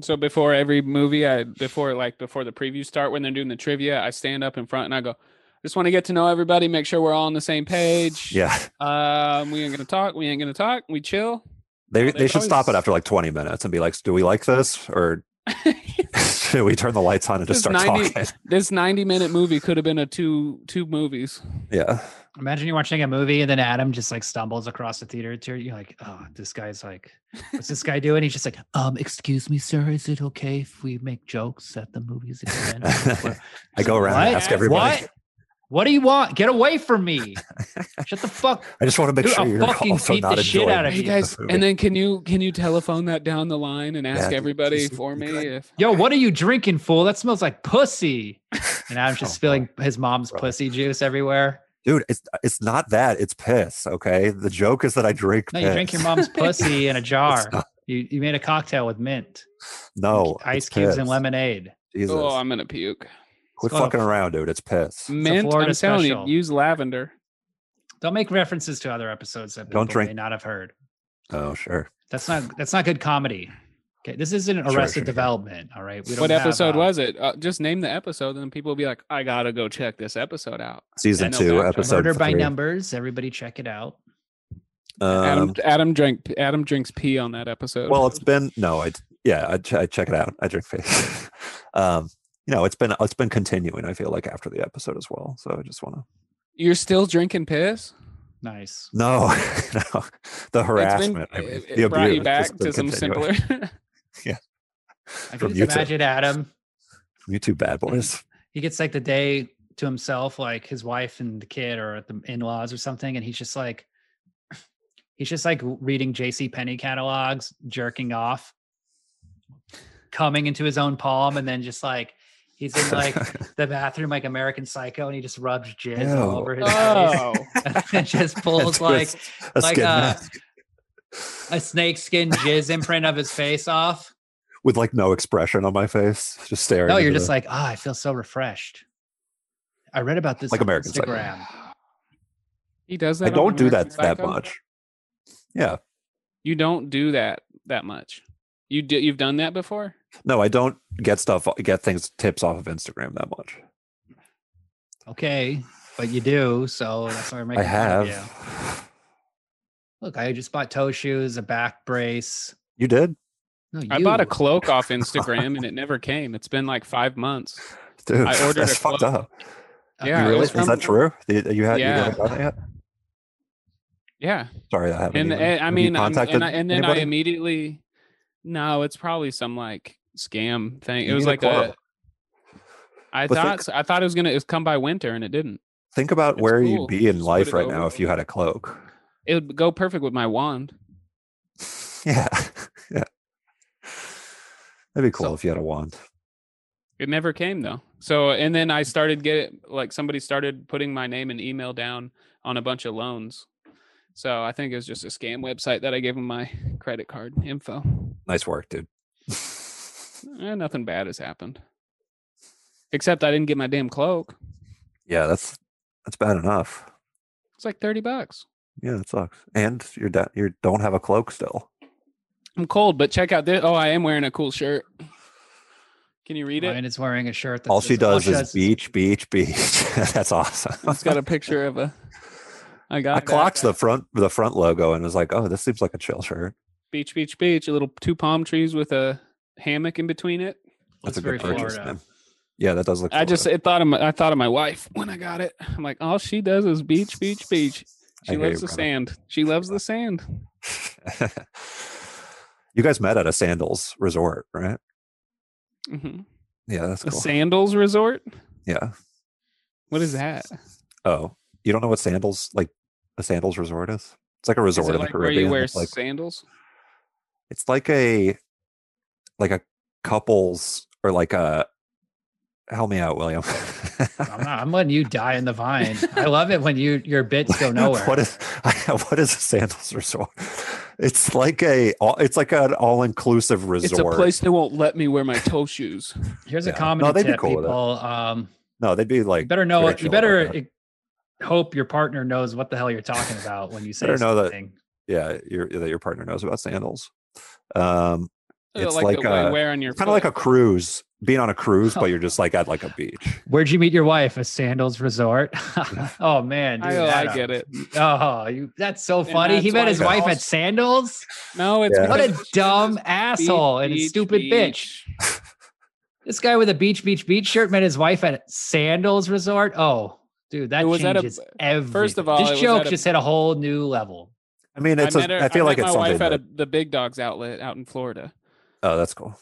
[SPEAKER 1] So before every movie, I before like before the previews start when they're doing the trivia, I stand up in front and I go, I "Just want to get to know everybody, make sure we're all on the same page."
[SPEAKER 2] yeah
[SPEAKER 1] Um, we ain't gonna talk. We ain't gonna talk. We chill.
[SPEAKER 2] They,
[SPEAKER 1] Well,
[SPEAKER 2] they
[SPEAKER 1] there's
[SPEAKER 2] should stop it
[SPEAKER 1] always-
[SPEAKER 2] after like 20 minutes and be like, do we like this? Or should we turn the lights on and just
[SPEAKER 1] This
[SPEAKER 2] start
[SPEAKER 1] 90
[SPEAKER 2] talking?
[SPEAKER 1] this ninety-minute movie could have been a two two movies.
[SPEAKER 2] Yeah.
[SPEAKER 3] Imagine you're watching a movie and then Adam just like stumbles across the theater to you're like, oh, this guy's like, what's this guy doing? He's just like, um, excuse me, sir, is it okay if we make jokes at the movie's expense? Or-
[SPEAKER 2] I go around
[SPEAKER 3] What?
[SPEAKER 2] and ask everybody.
[SPEAKER 3] What? What do you want? Get away from me! Shut the fuck!
[SPEAKER 2] I just want to make
[SPEAKER 3] Dude,
[SPEAKER 2] sure
[SPEAKER 3] I'll
[SPEAKER 2] you're
[SPEAKER 3] fucking
[SPEAKER 2] also
[SPEAKER 3] beat the
[SPEAKER 2] not
[SPEAKER 3] shit
[SPEAKER 2] enjoying
[SPEAKER 3] out of
[SPEAKER 2] the
[SPEAKER 1] Hey
[SPEAKER 3] you.
[SPEAKER 1] guys,
[SPEAKER 2] movie.
[SPEAKER 1] and then can you can you telephone that down the line and ask
[SPEAKER 2] dude,
[SPEAKER 1] everybody
[SPEAKER 2] just-
[SPEAKER 1] for
[SPEAKER 2] you
[SPEAKER 1] me
[SPEAKER 2] could.
[SPEAKER 1] if
[SPEAKER 3] Yo, what are you drinking, fool? That smells like pussy. And Adam's
[SPEAKER 2] Oh,
[SPEAKER 3] just spilling his mom's
[SPEAKER 2] Right.
[SPEAKER 3] pussy juice everywhere.
[SPEAKER 2] Dude, it's, it's not that. It's piss. Okay. The joke is that I drink
[SPEAKER 3] No,
[SPEAKER 2] piss.
[SPEAKER 3] you drink your mom's pussy in a jar.
[SPEAKER 2] not-
[SPEAKER 3] You you made a cocktail with mint,
[SPEAKER 2] No.
[SPEAKER 3] ice
[SPEAKER 2] it's
[SPEAKER 3] cubes,
[SPEAKER 2] piss.
[SPEAKER 3] and lemonade.
[SPEAKER 2] Jesus.
[SPEAKER 1] oh I'm gonna puke.
[SPEAKER 2] Quit
[SPEAKER 3] It's called a-
[SPEAKER 2] fucking around, dude. It's piss.
[SPEAKER 1] Mint.
[SPEAKER 3] Florida
[SPEAKER 1] I'm telling you,
[SPEAKER 3] special.
[SPEAKER 1] use lavender.
[SPEAKER 3] Don't make references to other episodes that people
[SPEAKER 2] Don't drink.
[SPEAKER 3] may not have heard.
[SPEAKER 2] Oh, sure.
[SPEAKER 3] That's not that's not good comedy. Okay, this isn't
[SPEAKER 2] sure,
[SPEAKER 3] Arrested
[SPEAKER 2] sure.
[SPEAKER 3] Development. All right,
[SPEAKER 1] What episode
[SPEAKER 3] was
[SPEAKER 1] was
[SPEAKER 3] it?
[SPEAKER 1] it? Uh, just name the episode, and people will be like, "I gotta go check this episode out."
[SPEAKER 2] Season
[SPEAKER 1] no
[SPEAKER 2] two,
[SPEAKER 1] background.
[SPEAKER 2] episode
[SPEAKER 3] Murder
[SPEAKER 2] three.
[SPEAKER 3] by Numbers. Everybody check it out.
[SPEAKER 1] Adam
[SPEAKER 2] Um,
[SPEAKER 1] Adam drank Adam drinks pee on that episode.
[SPEAKER 2] Well, it's been no, I yeah, I, ch- I check it out. I drink face. um, you know, it's been it's been continuing. I feel like after the episode as well. So I just want to
[SPEAKER 1] you're still drinking piss.
[SPEAKER 3] Nice.
[SPEAKER 2] no, no, the
[SPEAKER 1] It's been-
[SPEAKER 2] harassment, I mean,
[SPEAKER 1] it,
[SPEAKER 2] the
[SPEAKER 1] it brought you
[SPEAKER 2] abuse has
[SPEAKER 1] back
[SPEAKER 2] been
[SPEAKER 1] to some
[SPEAKER 2] continuing.
[SPEAKER 1] simpler.
[SPEAKER 3] I
[SPEAKER 2] From
[SPEAKER 3] can just
[SPEAKER 2] YouTube.
[SPEAKER 3] imagine Adam.
[SPEAKER 2] You two bad boys.
[SPEAKER 3] He gets like the day to himself, like his wife and the kid are at the in-laws or something, and he's just like, he's just like reading J.C. Penney catalogs, jerking off, coming into his own palm, and then just like he's in like the bathroom, like American Psycho, and he just rubs jizz all
[SPEAKER 2] Ew.
[SPEAKER 3] over his face,
[SPEAKER 1] oh,
[SPEAKER 3] and just pulls
[SPEAKER 2] Just
[SPEAKER 3] like
[SPEAKER 2] a
[SPEAKER 3] like,
[SPEAKER 2] skin
[SPEAKER 3] uh,
[SPEAKER 2] mask
[SPEAKER 3] a snake skin jizz imprint of his face off.
[SPEAKER 2] with like no expression on my face, just staring.
[SPEAKER 3] No,
[SPEAKER 2] into
[SPEAKER 3] you're just
[SPEAKER 2] the-
[SPEAKER 3] like, ah, I feel so refreshed. I read about this
[SPEAKER 2] Like
[SPEAKER 3] on
[SPEAKER 2] American Psycho.
[SPEAKER 3] Instagram.
[SPEAKER 1] he does that.
[SPEAKER 2] I
[SPEAKER 1] on
[SPEAKER 2] don't do that
[SPEAKER 1] American
[SPEAKER 2] that
[SPEAKER 1] Psycho?
[SPEAKER 2] much. Yeah,
[SPEAKER 1] You don't do that that much. You do, you've done that before.
[SPEAKER 2] no, I don't get stuff, get things, tips off of Instagram that much.
[SPEAKER 3] Okay, but you do, so that's why we're making.
[SPEAKER 2] I
[SPEAKER 3] fun
[SPEAKER 2] have.
[SPEAKER 3] of you. Look, I just bought toe shoes, a back brace.
[SPEAKER 2] You did.
[SPEAKER 3] No, you.
[SPEAKER 1] I bought a cloak off Instagram and it never came. It's been like five months.
[SPEAKER 2] Dude,
[SPEAKER 1] I ordered
[SPEAKER 2] that's
[SPEAKER 1] a
[SPEAKER 2] fucked
[SPEAKER 1] cloak.
[SPEAKER 2] up.
[SPEAKER 3] Uh,
[SPEAKER 1] Yeah,
[SPEAKER 2] you
[SPEAKER 1] it
[SPEAKER 2] really?
[SPEAKER 1] was
[SPEAKER 2] Is
[SPEAKER 1] from-
[SPEAKER 2] that true? You, you had
[SPEAKER 1] Yeah.
[SPEAKER 2] you haven't done it yet?
[SPEAKER 1] Yeah,
[SPEAKER 2] Sorry, I haven't.
[SPEAKER 1] and,
[SPEAKER 2] even-
[SPEAKER 1] and I
[SPEAKER 2] have you
[SPEAKER 1] mean, I'm-
[SPEAKER 2] contacted
[SPEAKER 1] and, I, and then
[SPEAKER 2] anybody?
[SPEAKER 1] I immediately. No, it's probably some like scam thing.
[SPEAKER 2] You
[SPEAKER 1] it was
[SPEAKER 2] need a
[SPEAKER 1] like
[SPEAKER 2] quorum.
[SPEAKER 1] a. I
[SPEAKER 2] But
[SPEAKER 1] thought I thought it was gonna it was come by winter and it didn't.
[SPEAKER 2] think about
[SPEAKER 1] it's
[SPEAKER 2] where
[SPEAKER 1] cool.
[SPEAKER 2] you'd be in
[SPEAKER 1] Just put
[SPEAKER 2] life
[SPEAKER 1] it
[SPEAKER 2] right
[SPEAKER 1] over.
[SPEAKER 2] now if you had a cloak.
[SPEAKER 1] It would go perfect with my wand.
[SPEAKER 2] Yeah, yeah. That'd be cool
[SPEAKER 3] So-
[SPEAKER 2] if you had a wand.
[SPEAKER 1] It never came though. So and then I started get like somebody started putting my name and email down on a bunch of loans. So I think it was just a scam website that I gave them my credit card info.
[SPEAKER 2] Nice work, dude.
[SPEAKER 1] Eh, nothing bad has happened. Except I didn't get my damn cloak.
[SPEAKER 2] yeah, that's That's bad enough.
[SPEAKER 1] It's like 30 bucks.
[SPEAKER 2] Yeah, that sucks. And you're da- you don't have a cloak still.
[SPEAKER 1] I'm cold, but check out this. Oh, I am wearing a cool shirt. Can you read it?
[SPEAKER 3] Ryan is wearing a shirt. That
[SPEAKER 2] All she
[SPEAKER 3] says- all
[SPEAKER 2] does is beach, beach, beach. That's awesome.
[SPEAKER 1] It's got a picture of a. I got
[SPEAKER 2] I
[SPEAKER 1] that.
[SPEAKER 2] clocked the front the front logo and was like, oh, this seems like a chill shirt.
[SPEAKER 1] beach, beach, beach. A little two palm trees with a hammock in between it.
[SPEAKER 2] That's
[SPEAKER 3] Looks
[SPEAKER 2] a
[SPEAKER 3] very
[SPEAKER 2] good purchase.
[SPEAKER 3] Florida.
[SPEAKER 2] man. Yeah, that does look.
[SPEAKER 1] I just
[SPEAKER 2] Florida.
[SPEAKER 1] it thought of my, I thought of my wife when I got it. I'm like, all she does is beach, beach, beach.
[SPEAKER 2] I
[SPEAKER 1] She
[SPEAKER 2] hear
[SPEAKER 1] loves
[SPEAKER 2] you,
[SPEAKER 1] the
[SPEAKER 2] brother.
[SPEAKER 1] sand. She loves the sand.
[SPEAKER 2] you guys met at a sandals resort, right?
[SPEAKER 1] hmm
[SPEAKER 2] Yeah, that's
[SPEAKER 1] A
[SPEAKER 2] cool.
[SPEAKER 1] sandals resort.
[SPEAKER 2] yeah.
[SPEAKER 1] What is that?
[SPEAKER 2] Oh, you don't know what sandals like a sandals resort is? It's like a
[SPEAKER 1] Is
[SPEAKER 2] resort
[SPEAKER 1] it
[SPEAKER 2] in the
[SPEAKER 1] like where
[SPEAKER 2] Caribbean.
[SPEAKER 1] you wear
[SPEAKER 2] that's like
[SPEAKER 1] sandals?
[SPEAKER 2] it's like a like a couples or like a help me out, William.
[SPEAKER 3] I'm, not, I'm letting you die in the vine. I love it when you your bits go nowhere.
[SPEAKER 2] What is what is a sandals resort? It's like a it's like an all inclusive resort.
[SPEAKER 1] It's a place they won't let me wear my toe shoes. Uh,
[SPEAKER 3] Here's a
[SPEAKER 2] Yeah.
[SPEAKER 3] comedy
[SPEAKER 2] No, they'd be
[SPEAKER 3] tip,
[SPEAKER 2] cool with it.
[SPEAKER 3] people. Um,
[SPEAKER 2] No, they'd be
[SPEAKER 3] you
[SPEAKER 2] like
[SPEAKER 3] better know
[SPEAKER 2] very
[SPEAKER 3] it.
[SPEAKER 2] chill
[SPEAKER 3] You
[SPEAKER 2] about
[SPEAKER 3] better
[SPEAKER 2] that.
[SPEAKER 3] e- hope your partner knows what the hell you're talking about when you say
[SPEAKER 2] Better know that-
[SPEAKER 3] something.
[SPEAKER 2] yeah, your that your partner knows about sandals. Um, It's like
[SPEAKER 1] the way
[SPEAKER 2] a-
[SPEAKER 1] uh, wear on your
[SPEAKER 2] kind of like
[SPEAKER 1] foot.
[SPEAKER 2] a cruise, being on a cruise, but you're just like at like a beach.
[SPEAKER 3] Where'd you meet your wife? A Sandals Resort. oh man, dude,
[SPEAKER 1] I,
[SPEAKER 3] Adam.
[SPEAKER 1] I get it.
[SPEAKER 3] Oh, you, that's so
[SPEAKER 1] And
[SPEAKER 3] funny. he
[SPEAKER 1] that's
[SPEAKER 3] met
[SPEAKER 1] why
[SPEAKER 3] his
[SPEAKER 1] it's
[SPEAKER 3] wife
[SPEAKER 1] all-
[SPEAKER 3] at Sandals.
[SPEAKER 1] No, it's
[SPEAKER 2] Yeah.
[SPEAKER 3] What a
[SPEAKER 1] because she
[SPEAKER 3] dumb
[SPEAKER 1] was
[SPEAKER 3] asshole and a
[SPEAKER 1] beach,
[SPEAKER 3] stupid bitch.
[SPEAKER 1] beach.
[SPEAKER 3] This guy with a beach, beach, beach shirt met his wife at Sandals Resort. Oh, dude, that
[SPEAKER 1] It was at a-
[SPEAKER 3] changes everything.
[SPEAKER 1] of all, it
[SPEAKER 3] this
[SPEAKER 1] was
[SPEAKER 3] joke
[SPEAKER 1] at a-
[SPEAKER 3] just hit a whole new level.
[SPEAKER 2] I mean, it's
[SPEAKER 1] I,
[SPEAKER 2] a I
[SPEAKER 1] met her,
[SPEAKER 2] feel like
[SPEAKER 1] met
[SPEAKER 2] it's
[SPEAKER 1] my
[SPEAKER 2] something.
[SPEAKER 1] wife at
[SPEAKER 2] That,
[SPEAKER 1] a, the Big Dogs outlet out in Florida.
[SPEAKER 2] oh, that's cool.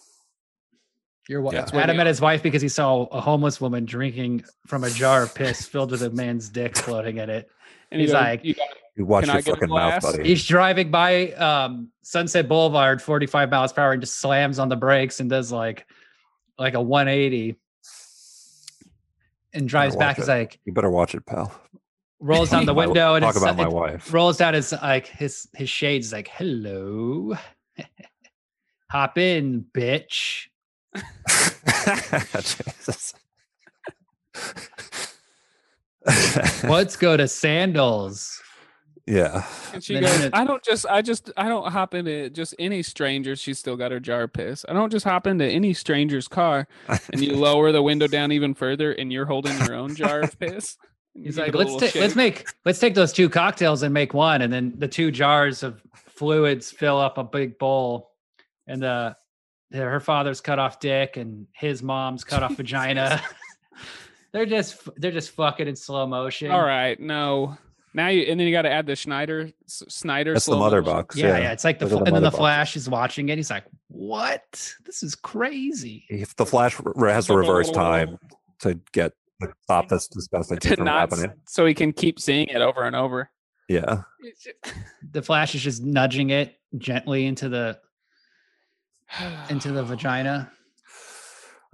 [SPEAKER 3] Your
[SPEAKER 2] Yeah.
[SPEAKER 3] wife.
[SPEAKER 2] That's
[SPEAKER 1] where
[SPEAKER 3] Adam
[SPEAKER 1] they
[SPEAKER 3] met his wife because he saw a homeless woman drinking from a jar of piss filled with a man's dick floating in it.
[SPEAKER 1] And
[SPEAKER 3] He's
[SPEAKER 1] he goes,
[SPEAKER 3] like,
[SPEAKER 1] "You got-
[SPEAKER 2] You watch
[SPEAKER 1] Can I
[SPEAKER 2] your
[SPEAKER 1] get a
[SPEAKER 2] fucking mouth,
[SPEAKER 1] glass?
[SPEAKER 2] buddy.
[SPEAKER 3] He's driving by um, Sunset Boulevard, 45 miles per hour, and just slams on the brakes and does like like a 180 and drives
[SPEAKER 2] watch
[SPEAKER 3] back. He's
[SPEAKER 2] it.
[SPEAKER 3] like
[SPEAKER 2] You better watch it, pal.
[SPEAKER 3] rolls down the
[SPEAKER 2] My-
[SPEAKER 3] window and
[SPEAKER 2] talk
[SPEAKER 3] it's,
[SPEAKER 2] about my
[SPEAKER 3] it
[SPEAKER 2] wife.
[SPEAKER 3] rolls down his like his his shades like hello. Hop in, bitch.
[SPEAKER 2] Jesus.
[SPEAKER 3] Let's go to sandals.
[SPEAKER 2] Yeah.
[SPEAKER 1] and she
[SPEAKER 3] Then
[SPEAKER 1] goes,
[SPEAKER 3] it-
[SPEAKER 1] I don't just, I just, I don't hop into just any stranger. She's still got her jar of piss. I don't just hop into any stranger's car. And you lower the window down even further, and you're holding your own jar of piss. And
[SPEAKER 3] He's
[SPEAKER 1] you
[SPEAKER 3] like,
[SPEAKER 1] give it a
[SPEAKER 3] let's
[SPEAKER 1] little
[SPEAKER 3] take let's
[SPEAKER 1] shake."
[SPEAKER 3] make let's take those two cocktails and make one, and then the two jars of fluids fill up a big bowl, and the, the- her father's cut off dick and his mom's cut off vagina. they're just they're just fucking in slow motion.
[SPEAKER 1] All right, no. Now you, and then you got to add the Schneider, S- Snyder.
[SPEAKER 2] That's the
[SPEAKER 1] slow
[SPEAKER 2] mother
[SPEAKER 1] motion.
[SPEAKER 2] box.
[SPEAKER 3] Yeah, yeah. It's like the,
[SPEAKER 2] Those are
[SPEAKER 3] fl-
[SPEAKER 2] the
[SPEAKER 3] and then the
[SPEAKER 2] mother boxes.
[SPEAKER 3] Flash is watching it. He's like, "What? This is crazy."
[SPEAKER 2] If the Flash r- has to reverse time to get to stop this disgusting thing
[SPEAKER 1] to
[SPEAKER 2] from
[SPEAKER 1] not,
[SPEAKER 2] happening.
[SPEAKER 1] so he can keep seeing it over and over.
[SPEAKER 2] Yeah.
[SPEAKER 1] It's
[SPEAKER 3] The Flash is just nudging it gently into the
[SPEAKER 1] just-
[SPEAKER 3] into the vagina.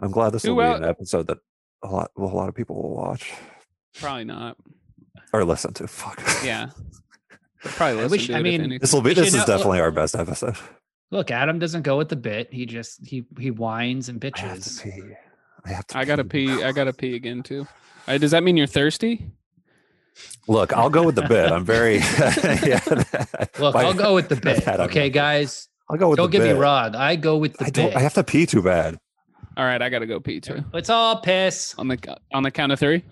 [SPEAKER 2] I'm glad this
[SPEAKER 1] Who
[SPEAKER 2] will be
[SPEAKER 1] el-
[SPEAKER 2] an episode that a lot a lot of people will watch
[SPEAKER 1] Probably not.
[SPEAKER 2] or listen to. Fuck.
[SPEAKER 1] Yeah. But probably
[SPEAKER 3] I
[SPEAKER 1] listen
[SPEAKER 3] wish-
[SPEAKER 1] to
[SPEAKER 3] I
[SPEAKER 1] it if
[SPEAKER 3] mean,
[SPEAKER 1] anything.
[SPEAKER 2] This will be
[SPEAKER 3] You should
[SPEAKER 2] this is
[SPEAKER 3] know-
[SPEAKER 2] definitely our best episode.
[SPEAKER 3] Look, Adam doesn't go with the bit. He just he he whines and
[SPEAKER 2] I have to
[SPEAKER 3] bitches.
[SPEAKER 2] pee. I have to
[SPEAKER 1] I gotta pee. I gotta pee again too. All right, does that mean you're thirsty?
[SPEAKER 2] Look, I'll go with the bit. I'm very yeah.
[SPEAKER 3] Look,
[SPEAKER 2] My-
[SPEAKER 3] I'll go with the bit.
[SPEAKER 2] Adam.
[SPEAKER 3] Okay, guys,
[SPEAKER 2] I'll go with
[SPEAKER 3] don't
[SPEAKER 2] the
[SPEAKER 3] get
[SPEAKER 2] bit.
[SPEAKER 3] me wrong. I go with the
[SPEAKER 2] I
[SPEAKER 3] bit.
[SPEAKER 2] don't I have to pee too bad.
[SPEAKER 1] All right, I gotta go pee too.
[SPEAKER 3] Let's all piss.
[SPEAKER 1] On the co- on the count of three.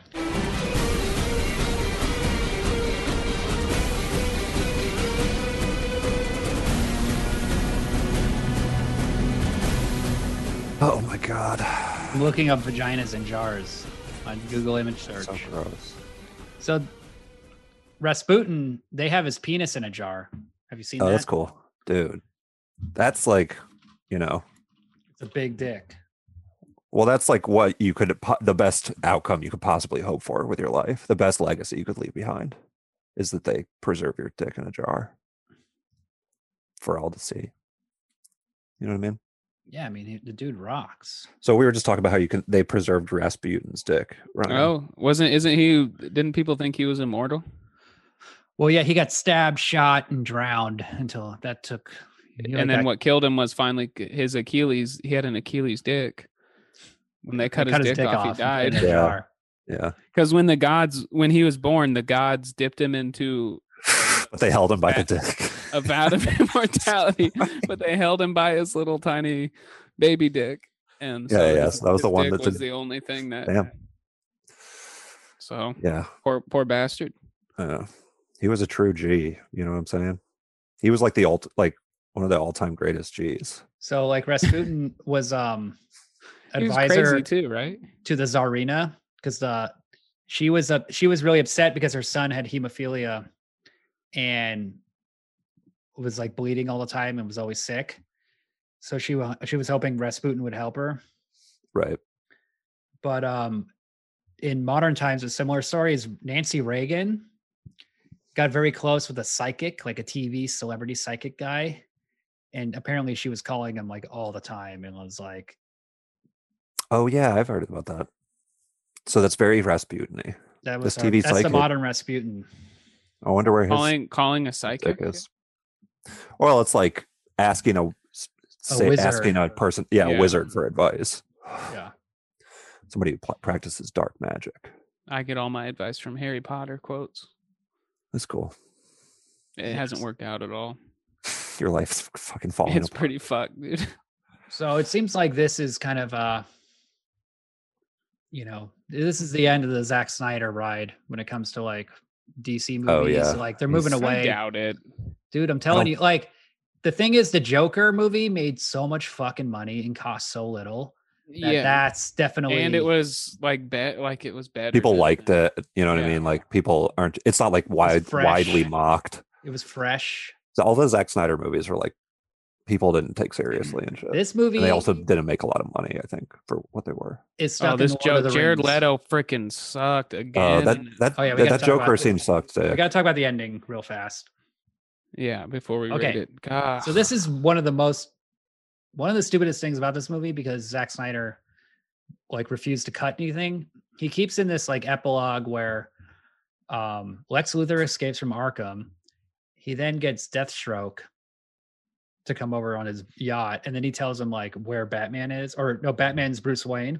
[SPEAKER 2] Oh my god.
[SPEAKER 3] I'm looking up vaginas in jars on Google image search.
[SPEAKER 2] So gross.
[SPEAKER 3] So Rasputin, they have his penis in a jar. Have you seen
[SPEAKER 2] Oh,
[SPEAKER 3] that?
[SPEAKER 2] that's cool. Dude. That's like, you know,
[SPEAKER 3] It's a big dick.
[SPEAKER 2] well, that's like what you could po- the best outcome you could possibly hope for with your life. The best legacy you could leave behind is that they preserve your dick in a jar for all to see. You know what I mean?
[SPEAKER 3] Yeah, I mean he- the dude rocks.
[SPEAKER 2] So we were just talking about how you can they preserved Rasputin's dick. Right.
[SPEAKER 1] Oh, wasn't isn't he? Didn't people think he was immortal?
[SPEAKER 3] Well, yeah, he got stabbed, shot, and drowned until that took. he only
[SPEAKER 1] and then
[SPEAKER 3] got-
[SPEAKER 1] what killed him was finally c- his Achilles. He had an Achilles dick. When they cut, his, dick off, he
[SPEAKER 3] and put it
[SPEAKER 1] died.
[SPEAKER 3] in a
[SPEAKER 2] Yeah.
[SPEAKER 3] jar.
[SPEAKER 2] Yeah.
[SPEAKER 1] Because when the gods, when he was born, the gods dipped him into
[SPEAKER 2] but they held him by the dick.
[SPEAKER 1] a vat of immortality, but they held him by his little tiny baby dick. And
[SPEAKER 2] Yeah,
[SPEAKER 1] so
[SPEAKER 2] yeah,
[SPEAKER 1] his-
[SPEAKER 2] so that was the
[SPEAKER 1] his
[SPEAKER 2] one
[SPEAKER 1] dick
[SPEAKER 2] that
[SPEAKER 1] was
[SPEAKER 2] did-
[SPEAKER 1] the only thing that.
[SPEAKER 2] Damn.
[SPEAKER 1] So
[SPEAKER 2] Yeah.
[SPEAKER 1] poor, poor bastard.
[SPEAKER 2] Uh, he was a true G. You know what I'm saying? He was like the alt, like one of the all time greatest Gs.
[SPEAKER 3] So like Rasputin was um
[SPEAKER 1] He was
[SPEAKER 3] advisor
[SPEAKER 1] crazy too, right?
[SPEAKER 3] to the Tsarina because the she was a she was really upset because her son had hemophilia and was like bleeding all the time and was always sick. So she wa- she was hoping Rasputin would help her,
[SPEAKER 2] Right.
[SPEAKER 3] but um in modern times a similar story is Nancy Reagan got very close with a psychic, like a TV celebrity psychic guy. And apparently she was calling him like all the time and was like
[SPEAKER 2] Oh, yeah. I've heard about that. So that's very Rasputin
[SPEAKER 3] That was
[SPEAKER 2] This
[SPEAKER 3] our-
[SPEAKER 2] TV
[SPEAKER 3] that's the
[SPEAKER 2] psychic.
[SPEAKER 3] modern Rasputin.
[SPEAKER 2] I wonder where his
[SPEAKER 1] Calling, calling a
[SPEAKER 2] dick
[SPEAKER 1] psychic.
[SPEAKER 2] is. Well, it's like asking a, s- say,
[SPEAKER 3] wizard.
[SPEAKER 2] asking a person, yeah,
[SPEAKER 1] Yeah.
[SPEAKER 2] a wizard for advice.
[SPEAKER 3] Yeah.
[SPEAKER 2] Somebody who pl- practices dark magic.
[SPEAKER 1] I get all my advice from Harry Potter quotes.
[SPEAKER 2] That's cool.
[SPEAKER 1] It hasn't
[SPEAKER 3] Yes.
[SPEAKER 1] worked out at all.
[SPEAKER 2] Your life's f- fucking falling
[SPEAKER 1] it's
[SPEAKER 2] apart.
[SPEAKER 1] pretty fucked, dude.
[SPEAKER 3] So it seems like this is kind of uh you know, this is the end of the Zack Snyder ride when it comes to like DC movies.
[SPEAKER 2] Oh, yeah. Oh.
[SPEAKER 3] Like they're
[SPEAKER 2] He's-
[SPEAKER 3] moving
[SPEAKER 2] I
[SPEAKER 1] I
[SPEAKER 3] away.
[SPEAKER 1] doubt it.
[SPEAKER 3] Dude, I'm telling
[SPEAKER 2] don't-
[SPEAKER 3] you, like the thing is the Joker movie made so much fucking money and cost so little. That
[SPEAKER 1] yeah,
[SPEAKER 3] That's definitely
[SPEAKER 1] and it was like bet, like it was better.
[SPEAKER 2] people
[SPEAKER 1] than-
[SPEAKER 2] liked it. You know what I
[SPEAKER 1] Yeah.
[SPEAKER 2] mean? Like people aren't. It's not like wide,
[SPEAKER 3] fresh.
[SPEAKER 2] widely mocked.
[SPEAKER 3] it was fresh.
[SPEAKER 2] So all the Zack Snyder movies were like people didn't
[SPEAKER 3] Mm,
[SPEAKER 2] take seriously and shit.
[SPEAKER 3] This movie
[SPEAKER 2] and they also didn't make a lot of money, I think, for what they were.
[SPEAKER 3] is stuck
[SPEAKER 1] Oh, this
[SPEAKER 3] in the Lord of
[SPEAKER 1] joke,
[SPEAKER 3] the
[SPEAKER 1] Jared
[SPEAKER 3] Rings.
[SPEAKER 1] Leto freaking sucked
[SPEAKER 2] Uh,
[SPEAKER 1] again.
[SPEAKER 2] that that
[SPEAKER 3] Oh, yeah,
[SPEAKER 2] that, that
[SPEAKER 3] we gotta talk about
[SPEAKER 2] Joker
[SPEAKER 3] it.
[SPEAKER 2] scene sucked.
[SPEAKER 3] We
[SPEAKER 2] Dick.
[SPEAKER 3] gotta talk about the ending real fast.
[SPEAKER 1] yeah, before we
[SPEAKER 3] Okay.
[SPEAKER 1] read it. God.
[SPEAKER 3] So this is one of the most one of the stupidest things about this movie because Zack Snyder like refused to cut anything. He keeps in this like epilogue where um Lex Luthor escapes from Arkham. He then gets Deathstroke to come over on his yacht and then he tells him like where Batman is or no Batman's Bruce Wayne.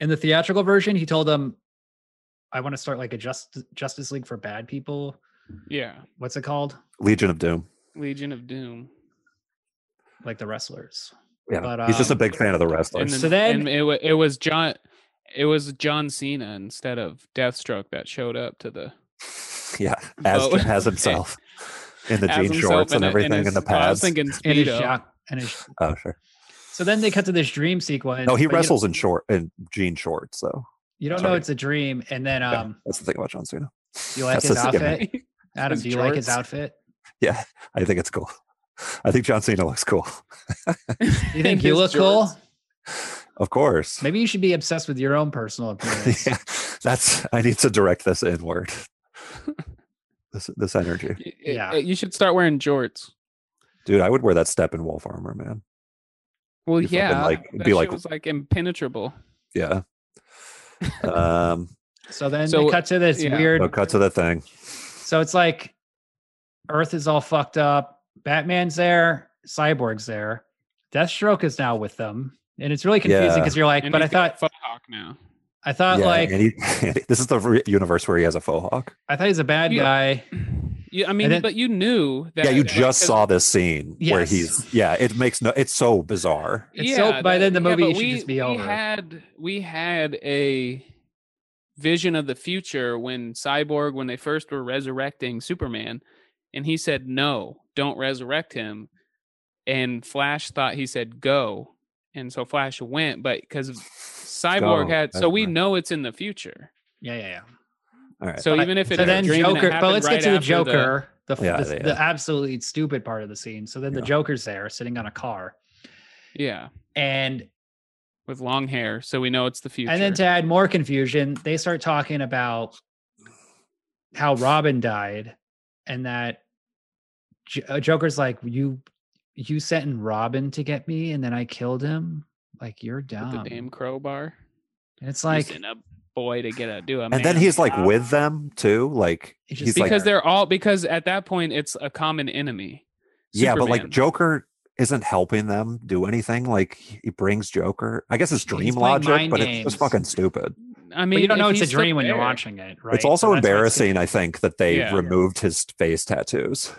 [SPEAKER 3] In the theatrical version, he told him I want to start like a just, Justice League for bad people.
[SPEAKER 1] yeah,
[SPEAKER 3] What's it called?
[SPEAKER 2] Legion of Doom.
[SPEAKER 1] Legion of Doom.
[SPEAKER 3] Like the wrestlers.
[SPEAKER 2] Yeah,
[SPEAKER 3] But,
[SPEAKER 2] he's just a
[SPEAKER 3] um,
[SPEAKER 2] big fan of the wrestlers.
[SPEAKER 1] And then,
[SPEAKER 3] So then-
[SPEAKER 1] and it, wa- it was John. It was John Cena instead of Deathstroke that showed up to the
[SPEAKER 2] yeah, as
[SPEAKER 1] Vote.
[SPEAKER 2] as himself in the
[SPEAKER 1] as
[SPEAKER 2] jean
[SPEAKER 1] himself
[SPEAKER 2] shorts and
[SPEAKER 1] a-
[SPEAKER 2] everything
[SPEAKER 1] his-
[SPEAKER 2] and the
[SPEAKER 1] oh, I was
[SPEAKER 2] pads.
[SPEAKER 1] thinking
[SPEAKER 3] and his
[SPEAKER 1] Speedo.
[SPEAKER 3] shock and his
[SPEAKER 2] Oh sure.
[SPEAKER 3] so then they cut to this dream sequence
[SPEAKER 2] No, he
[SPEAKER 3] but you don't-
[SPEAKER 2] wrestles in short in jean shorts. So
[SPEAKER 3] you don't, know
[SPEAKER 2] sorry.
[SPEAKER 3] it's a dream and then
[SPEAKER 2] yeah,
[SPEAKER 3] um
[SPEAKER 2] that's the thing about John Cena.
[SPEAKER 3] you like
[SPEAKER 2] That's
[SPEAKER 3] his
[SPEAKER 2] his gimmick.
[SPEAKER 3] outfit adam
[SPEAKER 1] His
[SPEAKER 3] do you like his
[SPEAKER 1] jorts.
[SPEAKER 3] outfit
[SPEAKER 2] Yeah, I think it's cool. I think John Cena looks cool.
[SPEAKER 3] do you think
[SPEAKER 1] And
[SPEAKER 3] you
[SPEAKER 1] his
[SPEAKER 3] look cool
[SPEAKER 1] jorts.
[SPEAKER 2] Of course.
[SPEAKER 3] maybe you should be obsessed with your own personal appearance
[SPEAKER 2] yeah, that's I need to direct this inward. this this energy.
[SPEAKER 1] Y- y-
[SPEAKER 3] Yeah.
[SPEAKER 1] You should start wearing jorts.
[SPEAKER 2] Dude, I would wear that Steppenwolf armor, man.
[SPEAKER 1] Well,
[SPEAKER 2] You fucking,
[SPEAKER 1] yeah,
[SPEAKER 2] like,
[SPEAKER 1] that
[SPEAKER 2] be like-
[SPEAKER 1] shit was like impenetrable.
[SPEAKER 2] Yeah. Um
[SPEAKER 3] so then
[SPEAKER 1] So,
[SPEAKER 3] they cut to this
[SPEAKER 1] yeah.
[SPEAKER 2] so
[SPEAKER 3] weird
[SPEAKER 2] cut to the thing.
[SPEAKER 3] so it's like earth is all fucked up batman's there cyborg's there deathstroke is now with them and it's really confusing
[SPEAKER 2] Yeah.
[SPEAKER 3] because you're like
[SPEAKER 1] And
[SPEAKER 3] but i
[SPEAKER 1] he's got
[SPEAKER 3] thought
[SPEAKER 1] a Mohawk now.
[SPEAKER 3] i thought
[SPEAKER 2] yeah,
[SPEAKER 3] like
[SPEAKER 2] and he- this is the re- universe where he has a faux hawk.
[SPEAKER 3] i thought he's a bad
[SPEAKER 1] Yeah.
[SPEAKER 3] guy
[SPEAKER 1] Yeah, I mean,
[SPEAKER 3] then-
[SPEAKER 1] but you knew that.
[SPEAKER 2] yeah, you
[SPEAKER 1] like,
[SPEAKER 2] just
[SPEAKER 1] 'cause-
[SPEAKER 2] saw this scene where
[SPEAKER 3] uh, Yes.
[SPEAKER 2] he's yeah, it makes no it's so bizarre.
[SPEAKER 3] It's so- by then the movie
[SPEAKER 1] but
[SPEAKER 3] should just be
[SPEAKER 1] we
[SPEAKER 3] over.
[SPEAKER 1] Had, we had a vision of the future when Cyborg, when they first were resurrecting Superman, and he said, no, don't resurrect him. And Flash thought he said, go. And so Flash went, but because Cyborg
[SPEAKER 2] Go.
[SPEAKER 1] had, so we
[SPEAKER 2] Cyborg.
[SPEAKER 1] know it's in the future.
[SPEAKER 3] yeah yeah yeah
[SPEAKER 2] All right.
[SPEAKER 1] So
[SPEAKER 3] But-
[SPEAKER 1] even if it's
[SPEAKER 3] so then Joker, but let's get to the
[SPEAKER 1] The,
[SPEAKER 3] Joker, the f-
[SPEAKER 2] Yeah,
[SPEAKER 3] the,
[SPEAKER 2] yeah.
[SPEAKER 3] the absolutely stupid part of the scene. So then the
[SPEAKER 2] Yeah.
[SPEAKER 3] Joker's there, sitting on a car,
[SPEAKER 1] yeah,
[SPEAKER 3] and
[SPEAKER 1] with long hair, so we know it's the future.
[SPEAKER 3] and then to add more confusion, they start talking about how Robin died, and that J- uh, Joker's like, "You, you sent in Robin to get me, and then I killed him. Like you're
[SPEAKER 1] with the
[SPEAKER 3] dumb."
[SPEAKER 1] damn crowbar.
[SPEAKER 3] and it's like,
[SPEAKER 1] using a boy to get a do a
[SPEAKER 2] and then he's like with them too, like
[SPEAKER 3] It's just
[SPEAKER 2] he's like
[SPEAKER 1] because they're all because at that point it's a common enemy.
[SPEAKER 2] Yeah, but like
[SPEAKER 1] Superman.
[SPEAKER 2] Joker isn't helping them do anything. Like he brings Joker. I guess it's
[SPEAKER 3] He's
[SPEAKER 2] dream
[SPEAKER 3] playing
[SPEAKER 2] logic,
[SPEAKER 3] mind
[SPEAKER 2] but it's
[SPEAKER 3] games.
[SPEAKER 2] just fucking stupid.
[SPEAKER 1] I mean,
[SPEAKER 3] But you don't
[SPEAKER 1] if
[SPEAKER 3] know it's a
[SPEAKER 1] he's still
[SPEAKER 3] dream when you're
[SPEAKER 1] there-
[SPEAKER 3] watching it, right?
[SPEAKER 2] It's also
[SPEAKER 3] So that's why
[SPEAKER 2] embarrassing, I think, that they
[SPEAKER 1] Yeah.
[SPEAKER 2] removed his face tattoos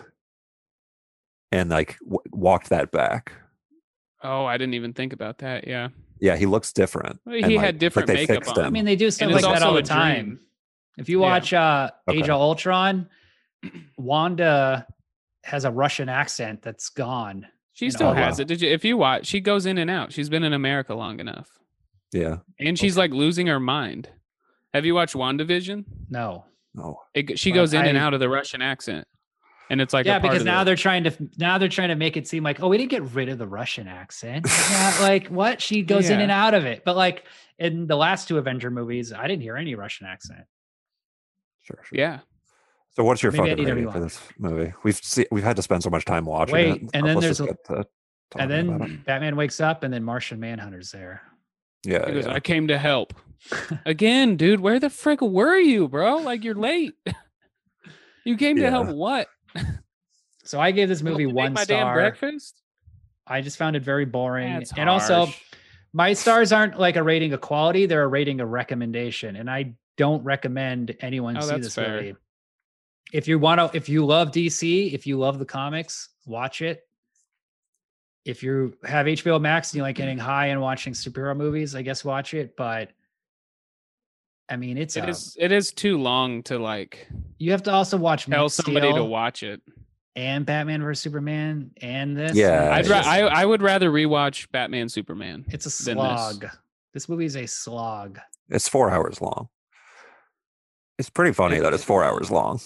[SPEAKER 2] and like w- walked that back.
[SPEAKER 1] Oh, I didn't even think about that. Yeah,
[SPEAKER 2] Yeah, he looks different.
[SPEAKER 1] Well, he
[SPEAKER 2] and,
[SPEAKER 1] had different
[SPEAKER 2] they
[SPEAKER 1] makeup
[SPEAKER 2] fixed
[SPEAKER 1] on.
[SPEAKER 2] him.
[SPEAKER 1] I
[SPEAKER 3] I mean, they do stuff
[SPEAKER 1] it's
[SPEAKER 3] like that
[SPEAKER 1] also
[SPEAKER 3] all
[SPEAKER 1] a
[SPEAKER 3] the
[SPEAKER 1] dream.
[SPEAKER 3] time. If you
[SPEAKER 1] Yeah.
[SPEAKER 3] watch uh,
[SPEAKER 2] Okay.
[SPEAKER 3] Age of Ultron, Wanda has a Russian accent that's gone.
[SPEAKER 1] she
[SPEAKER 3] You
[SPEAKER 1] still
[SPEAKER 2] know.
[SPEAKER 1] has it. Did you? If you watch, she goes in and out. She's been in America long enough,
[SPEAKER 2] yeah.
[SPEAKER 1] and she's like losing her mind. Have you watch Wandavision?
[SPEAKER 3] No.
[SPEAKER 2] No.
[SPEAKER 1] It, g- she
[SPEAKER 3] Well,
[SPEAKER 1] goes in and
[SPEAKER 3] I-
[SPEAKER 1] out of the Russian accent, and it's like a
[SPEAKER 3] yeah,
[SPEAKER 1] part
[SPEAKER 3] because
[SPEAKER 1] of
[SPEAKER 3] now
[SPEAKER 1] the-
[SPEAKER 3] they're trying to now they're trying to make it seem like oh we didn't get rid of the Russian accent. yeah, like what she goes in
[SPEAKER 1] Yeah.
[SPEAKER 3] and out of it, but like in the last two Avenger movies, I didn't hear any Russian accent.
[SPEAKER 2] Sure, sure.
[SPEAKER 1] yeah.
[SPEAKER 2] So what's your
[SPEAKER 3] Maybe I
[SPEAKER 2] fucking
[SPEAKER 3] need to
[SPEAKER 2] rating for
[SPEAKER 3] rewatch.
[SPEAKER 2] this movie? We've see, we've had to spend so much time watching
[SPEAKER 3] Wait,
[SPEAKER 2] it.
[SPEAKER 3] and then
[SPEAKER 2] Let's
[SPEAKER 3] there's
[SPEAKER 2] just
[SPEAKER 3] a-
[SPEAKER 2] get to talking
[SPEAKER 3] And
[SPEAKER 2] about it.
[SPEAKER 3] then Batman wakes up, and then Martian Manhunter's there.
[SPEAKER 2] yeah,
[SPEAKER 1] He goes,
[SPEAKER 2] Oh, yeah.
[SPEAKER 1] I came to help. Again, dude, where the frick were you, bro? Like you're late. you came to help
[SPEAKER 2] Yeah.
[SPEAKER 1] what?
[SPEAKER 3] So I gave this movie
[SPEAKER 1] Help me make
[SPEAKER 3] one
[SPEAKER 1] my damn
[SPEAKER 3] star.
[SPEAKER 1] breakfast.
[SPEAKER 3] I just found it very boring,
[SPEAKER 1] That's
[SPEAKER 3] and also
[SPEAKER 1] harsh.
[SPEAKER 3] my stars aren't like a rating of quality; they're a rating of recommendation, and I don't recommend anyone
[SPEAKER 1] Oh,
[SPEAKER 3] see
[SPEAKER 1] that's
[SPEAKER 3] this
[SPEAKER 1] fair.
[SPEAKER 3] movie. If you want to, if you love DC, if you love the comics, watch it. If you have HBO Max and you like getting high and watching superhero movies, I guess watch it. But I mean, it's
[SPEAKER 1] it
[SPEAKER 3] a-
[SPEAKER 1] is it is too long to like
[SPEAKER 3] you have to also watch Man
[SPEAKER 1] tell
[SPEAKER 3] of
[SPEAKER 1] somebody to
[SPEAKER 3] Steel
[SPEAKER 1] watch it.
[SPEAKER 3] and Batman vs Superman and this.
[SPEAKER 2] Yeah,
[SPEAKER 1] I'd
[SPEAKER 2] it's
[SPEAKER 1] ra-
[SPEAKER 2] just-
[SPEAKER 1] I I would rather rewatch Batman Superman.
[SPEAKER 3] It's a
[SPEAKER 1] than this.
[SPEAKER 3] slog. This. movie is a slog.
[SPEAKER 2] It's four hours long. It's pretty funny that it's four hours long.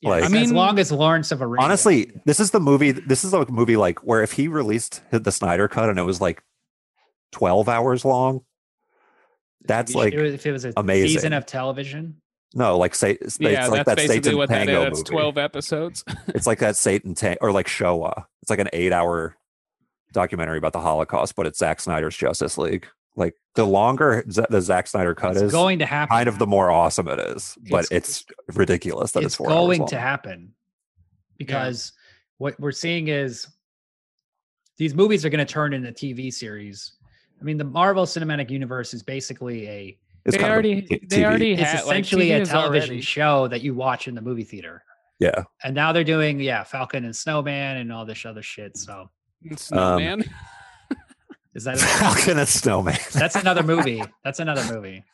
[SPEAKER 3] Yeah,
[SPEAKER 2] Like-
[SPEAKER 3] it's
[SPEAKER 1] I mean-
[SPEAKER 3] as long as Lawrence of Arabia.
[SPEAKER 2] Honestly, this is the movie. This is a movie like where if he released the Snyder cut and it was like twelve hours long, that's
[SPEAKER 3] If
[SPEAKER 2] like
[SPEAKER 3] it was- if it was a
[SPEAKER 2] amazing.
[SPEAKER 3] season of television,
[SPEAKER 2] no, like say it's
[SPEAKER 1] yeah,
[SPEAKER 2] like
[SPEAKER 1] that's
[SPEAKER 2] that
[SPEAKER 1] basically
[SPEAKER 2] Satan
[SPEAKER 1] what that is.
[SPEAKER 2] Tango
[SPEAKER 1] That's
[SPEAKER 2] movie.
[SPEAKER 1] twelve episodes.
[SPEAKER 2] It's like that Satan Tango or like Showa. It's like an eight-hour documentary about the Holocaust, but it's Zack Snyder's Justice League. Like the longer Z- the Zack Snyder cut
[SPEAKER 3] it's
[SPEAKER 2] is,
[SPEAKER 3] going to happen.
[SPEAKER 2] kind of the more awesome it is. But
[SPEAKER 3] It's-
[SPEAKER 2] it's, ridiculous that it's,
[SPEAKER 3] it's
[SPEAKER 2] four
[SPEAKER 3] going
[SPEAKER 2] hours
[SPEAKER 3] to
[SPEAKER 2] long.
[SPEAKER 3] happen because what we're seeing is these movies are going to turn into TV series. I mean, the Marvel Cinematic Universe is basically a
[SPEAKER 2] It's
[SPEAKER 1] they
[SPEAKER 2] kind of a
[SPEAKER 1] already
[SPEAKER 2] t-
[SPEAKER 1] they
[SPEAKER 2] TV.
[SPEAKER 1] already
[SPEAKER 3] it's
[SPEAKER 1] had like,
[SPEAKER 3] essentially
[SPEAKER 1] TV
[SPEAKER 3] a
[SPEAKER 1] is
[SPEAKER 3] television
[SPEAKER 1] already-
[SPEAKER 3] show that you watch in the movie theater.
[SPEAKER 2] yeah.
[SPEAKER 3] And now they're doing yeah, Falcon and Snowman and all this other shit. So
[SPEAKER 2] Um,
[SPEAKER 1] It's not, man.
[SPEAKER 3] is that
[SPEAKER 2] Falcon and Snowman.
[SPEAKER 3] that's another movie? That's another movie.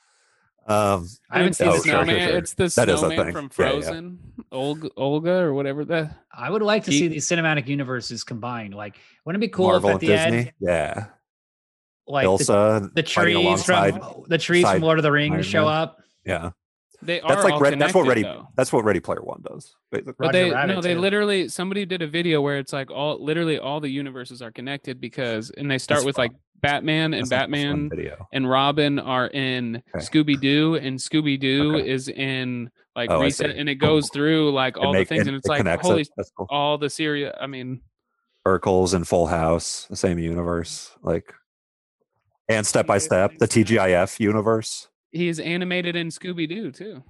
[SPEAKER 2] Um,
[SPEAKER 3] I haven't
[SPEAKER 1] It's
[SPEAKER 3] seen
[SPEAKER 1] the
[SPEAKER 2] Oh,
[SPEAKER 3] this
[SPEAKER 2] sure, sure,
[SPEAKER 1] snowman.
[SPEAKER 2] sure.
[SPEAKER 1] It's the
[SPEAKER 2] That is a
[SPEAKER 1] snowman
[SPEAKER 2] thing.
[SPEAKER 1] from
[SPEAKER 2] Yeah, yeah.
[SPEAKER 1] Frozen, Olga, Olga, or whatever the.
[SPEAKER 3] I would like to
[SPEAKER 1] He-
[SPEAKER 3] see these cinematic universes combined. Like, wouldn't it be cool
[SPEAKER 2] Marvel
[SPEAKER 3] if
[SPEAKER 2] and
[SPEAKER 3] at the
[SPEAKER 2] Disney.
[SPEAKER 3] end,
[SPEAKER 2] Yeah.
[SPEAKER 3] like the,
[SPEAKER 2] Elsa. fighting
[SPEAKER 3] the trees from
[SPEAKER 2] alongside
[SPEAKER 3] the trees
[SPEAKER 2] side
[SPEAKER 3] from Lord of the Rings
[SPEAKER 2] Iron
[SPEAKER 3] show
[SPEAKER 2] Man.
[SPEAKER 3] up?
[SPEAKER 2] Yeah.
[SPEAKER 1] They are
[SPEAKER 2] That's like
[SPEAKER 1] all
[SPEAKER 2] Red- that's what
[SPEAKER 1] connected,
[SPEAKER 2] Ready-
[SPEAKER 1] though.
[SPEAKER 2] That's what Ready Player One does. Wait, look-
[SPEAKER 1] But
[SPEAKER 3] Roger
[SPEAKER 1] they
[SPEAKER 3] Rabbit,
[SPEAKER 1] no, they
[SPEAKER 3] too.
[SPEAKER 1] literally somebody did a video where it's like all literally all the universes are connected because and they start
[SPEAKER 2] That's
[SPEAKER 1] with
[SPEAKER 2] fun.
[SPEAKER 1] like Batman and
[SPEAKER 2] that's not the fun
[SPEAKER 1] Batman
[SPEAKER 2] video.
[SPEAKER 1] and Robin are in
[SPEAKER 2] Okay.
[SPEAKER 1] Scooby Doo and Scooby Doo
[SPEAKER 2] Okay.
[SPEAKER 1] is in like
[SPEAKER 2] Oh, I
[SPEAKER 1] reset
[SPEAKER 2] see.
[SPEAKER 1] and it
[SPEAKER 2] Cool.
[SPEAKER 1] goes through like
[SPEAKER 2] It
[SPEAKER 1] all
[SPEAKER 2] make-
[SPEAKER 1] the things
[SPEAKER 2] it-
[SPEAKER 1] and it's
[SPEAKER 2] it
[SPEAKER 1] like
[SPEAKER 2] connects
[SPEAKER 1] holy
[SPEAKER 2] it. That's cool.
[SPEAKER 1] all the Syria I mean
[SPEAKER 2] Urkel's and Full House, the same universe, like, and Step by
[SPEAKER 1] Yeah,
[SPEAKER 2] Step, the TGIF universe.
[SPEAKER 1] he is animated in Scooby Doo too.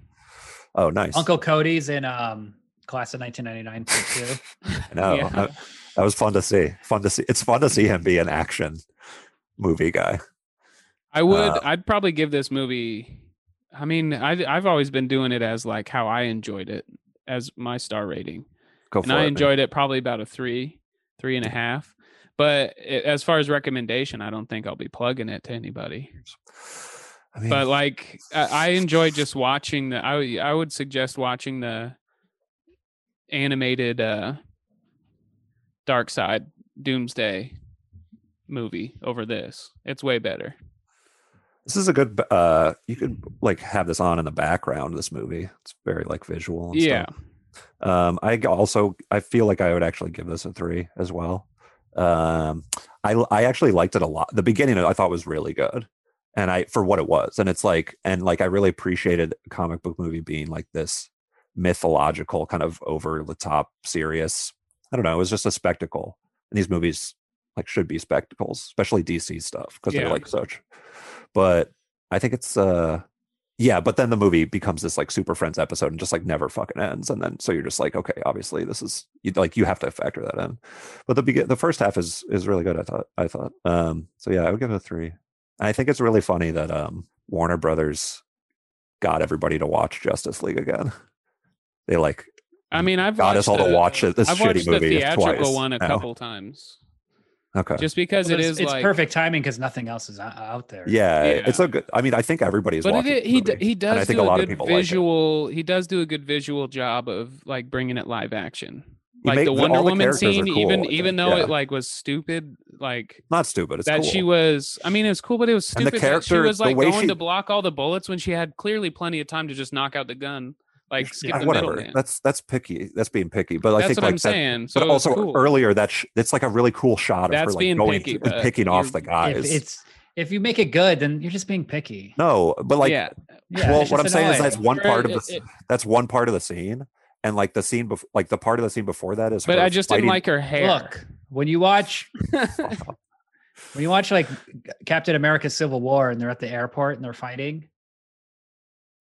[SPEAKER 2] Oh, nice.
[SPEAKER 3] Uncle Cody's in um, Class of 1999 too.
[SPEAKER 2] I know.
[SPEAKER 1] Yeah.
[SPEAKER 2] That, that was fun to see. Fun to see. It's fun to see him be an action movie guy.
[SPEAKER 1] I would.
[SPEAKER 2] Uh,
[SPEAKER 1] I'd probably give this movie. I mean, I, I've always been doing it as like how I enjoyed it as my star rating,
[SPEAKER 2] Go for
[SPEAKER 1] and I
[SPEAKER 2] it. man.
[SPEAKER 1] enjoyed it probably about a three, three and a half. But i as far as recommendation, I don't think I'll be plugging it to anybody.
[SPEAKER 2] I mean,
[SPEAKER 1] But like, I, I enjoy just watching the. I would- I would suggest watching the animated uh Dark Side Doomsday movie over this. It's way better.
[SPEAKER 2] this is a good. uh You could like have this on in the background. This movie. It's very like visual. And
[SPEAKER 1] Yeah.
[SPEAKER 2] Stuff. Um, I g- also I feel like I would actually give this a three as well. Um, I l- I actually liked it a lot. The beginning I thought was really good, and I for what it was, and it's like and like I really appreciated a comic book movie being like this mythological kind of over the top serious. I don't know. It was just a spectacle, and these movies like should be spectacles, especially DC stuff because
[SPEAKER 1] Yeah.
[SPEAKER 2] they're like such. But I think it's uh yeah, but then the movie becomes this like Super Friends episode and just like never fucking ends. And then so you're just like, okay, obviously this is you, like you have to factor that in. But the begin the first half is is really good. I thought I thought. Um, so yeah, I would give it a three. And I think it's really funny that um Warner Brothers got everybody to watch Justice League again. They like
[SPEAKER 1] I mean, I've
[SPEAKER 2] got us all
[SPEAKER 1] watched
[SPEAKER 2] to
[SPEAKER 1] the-
[SPEAKER 2] watch it- this
[SPEAKER 1] I've
[SPEAKER 2] shitty
[SPEAKER 1] watched the
[SPEAKER 2] movie
[SPEAKER 1] theatrical
[SPEAKER 2] twice
[SPEAKER 1] one a
[SPEAKER 2] now.
[SPEAKER 1] couple times,
[SPEAKER 2] Okay.
[SPEAKER 1] just because
[SPEAKER 3] Well,
[SPEAKER 1] it
[SPEAKER 3] it's,
[SPEAKER 1] is
[SPEAKER 3] it's
[SPEAKER 1] like
[SPEAKER 3] perfect timing because nothing else is o- out there.
[SPEAKER 2] yeah,
[SPEAKER 1] Yeah.
[SPEAKER 2] it's a good. I mean, I think everybody's
[SPEAKER 1] But it,
[SPEAKER 2] watching.
[SPEAKER 1] is-
[SPEAKER 2] the
[SPEAKER 1] he d-
[SPEAKER 2] movie.
[SPEAKER 1] he does
[SPEAKER 2] I think
[SPEAKER 1] do
[SPEAKER 2] a lot
[SPEAKER 1] a
[SPEAKER 2] of
[SPEAKER 1] good
[SPEAKER 2] people like it.
[SPEAKER 1] visual. He does do a good visual job of like bringing it live action.
[SPEAKER 2] He
[SPEAKER 1] Like
[SPEAKER 2] make-
[SPEAKER 1] the
[SPEAKER 2] all
[SPEAKER 1] Wonder
[SPEAKER 2] the
[SPEAKER 1] Woman
[SPEAKER 2] characters are
[SPEAKER 1] scene,
[SPEAKER 2] cool, I
[SPEAKER 1] even
[SPEAKER 2] think,
[SPEAKER 1] even though
[SPEAKER 2] yeah.
[SPEAKER 1] it like was stupid, like
[SPEAKER 2] Not stupid. It's
[SPEAKER 1] that
[SPEAKER 2] cool.
[SPEAKER 1] she was. I mean, it was cool, but it was
[SPEAKER 2] And the
[SPEAKER 1] stupid. that she
[SPEAKER 2] character-
[SPEAKER 1] was
[SPEAKER 2] the
[SPEAKER 1] like
[SPEAKER 2] way
[SPEAKER 1] going
[SPEAKER 2] she-
[SPEAKER 1] to block all the bullets when she had clearly plenty of time to just knock out the gun. Like skip
[SPEAKER 2] Ah,
[SPEAKER 1] the
[SPEAKER 2] whatever.
[SPEAKER 1] middleman.
[SPEAKER 2] That's that's picky. That's being picky. But I
[SPEAKER 1] That's
[SPEAKER 2] think
[SPEAKER 1] what
[SPEAKER 2] like
[SPEAKER 1] I'm
[SPEAKER 2] that,
[SPEAKER 1] saying. So
[SPEAKER 2] but also
[SPEAKER 1] cool.
[SPEAKER 2] earlier that sh- it's like a really cool shot of her
[SPEAKER 1] That's
[SPEAKER 2] like
[SPEAKER 1] being
[SPEAKER 2] going
[SPEAKER 1] picky, uh,
[SPEAKER 2] through and
[SPEAKER 1] but
[SPEAKER 2] picking off
[SPEAKER 1] you're-
[SPEAKER 2] the
[SPEAKER 3] If
[SPEAKER 2] guys.
[SPEAKER 3] it's if you make it good, then you're just being picky.
[SPEAKER 2] uh, no, but like
[SPEAKER 1] yeah,
[SPEAKER 3] Yeah,
[SPEAKER 2] well,
[SPEAKER 3] it's
[SPEAKER 2] what I'm
[SPEAKER 3] just
[SPEAKER 2] saying is
[SPEAKER 3] annoying.
[SPEAKER 2] that's one
[SPEAKER 1] Or
[SPEAKER 2] part of
[SPEAKER 1] it-
[SPEAKER 2] the
[SPEAKER 1] it-
[SPEAKER 2] that's one part of the scene, and like the scene before, like the part of the scene before that is.
[SPEAKER 1] but
[SPEAKER 2] her
[SPEAKER 1] I just didn't
[SPEAKER 2] fighting-
[SPEAKER 1] like her hair.
[SPEAKER 3] Look, when you watch when you watch like Captain America: Civil War and they're at the airport and they're fighting,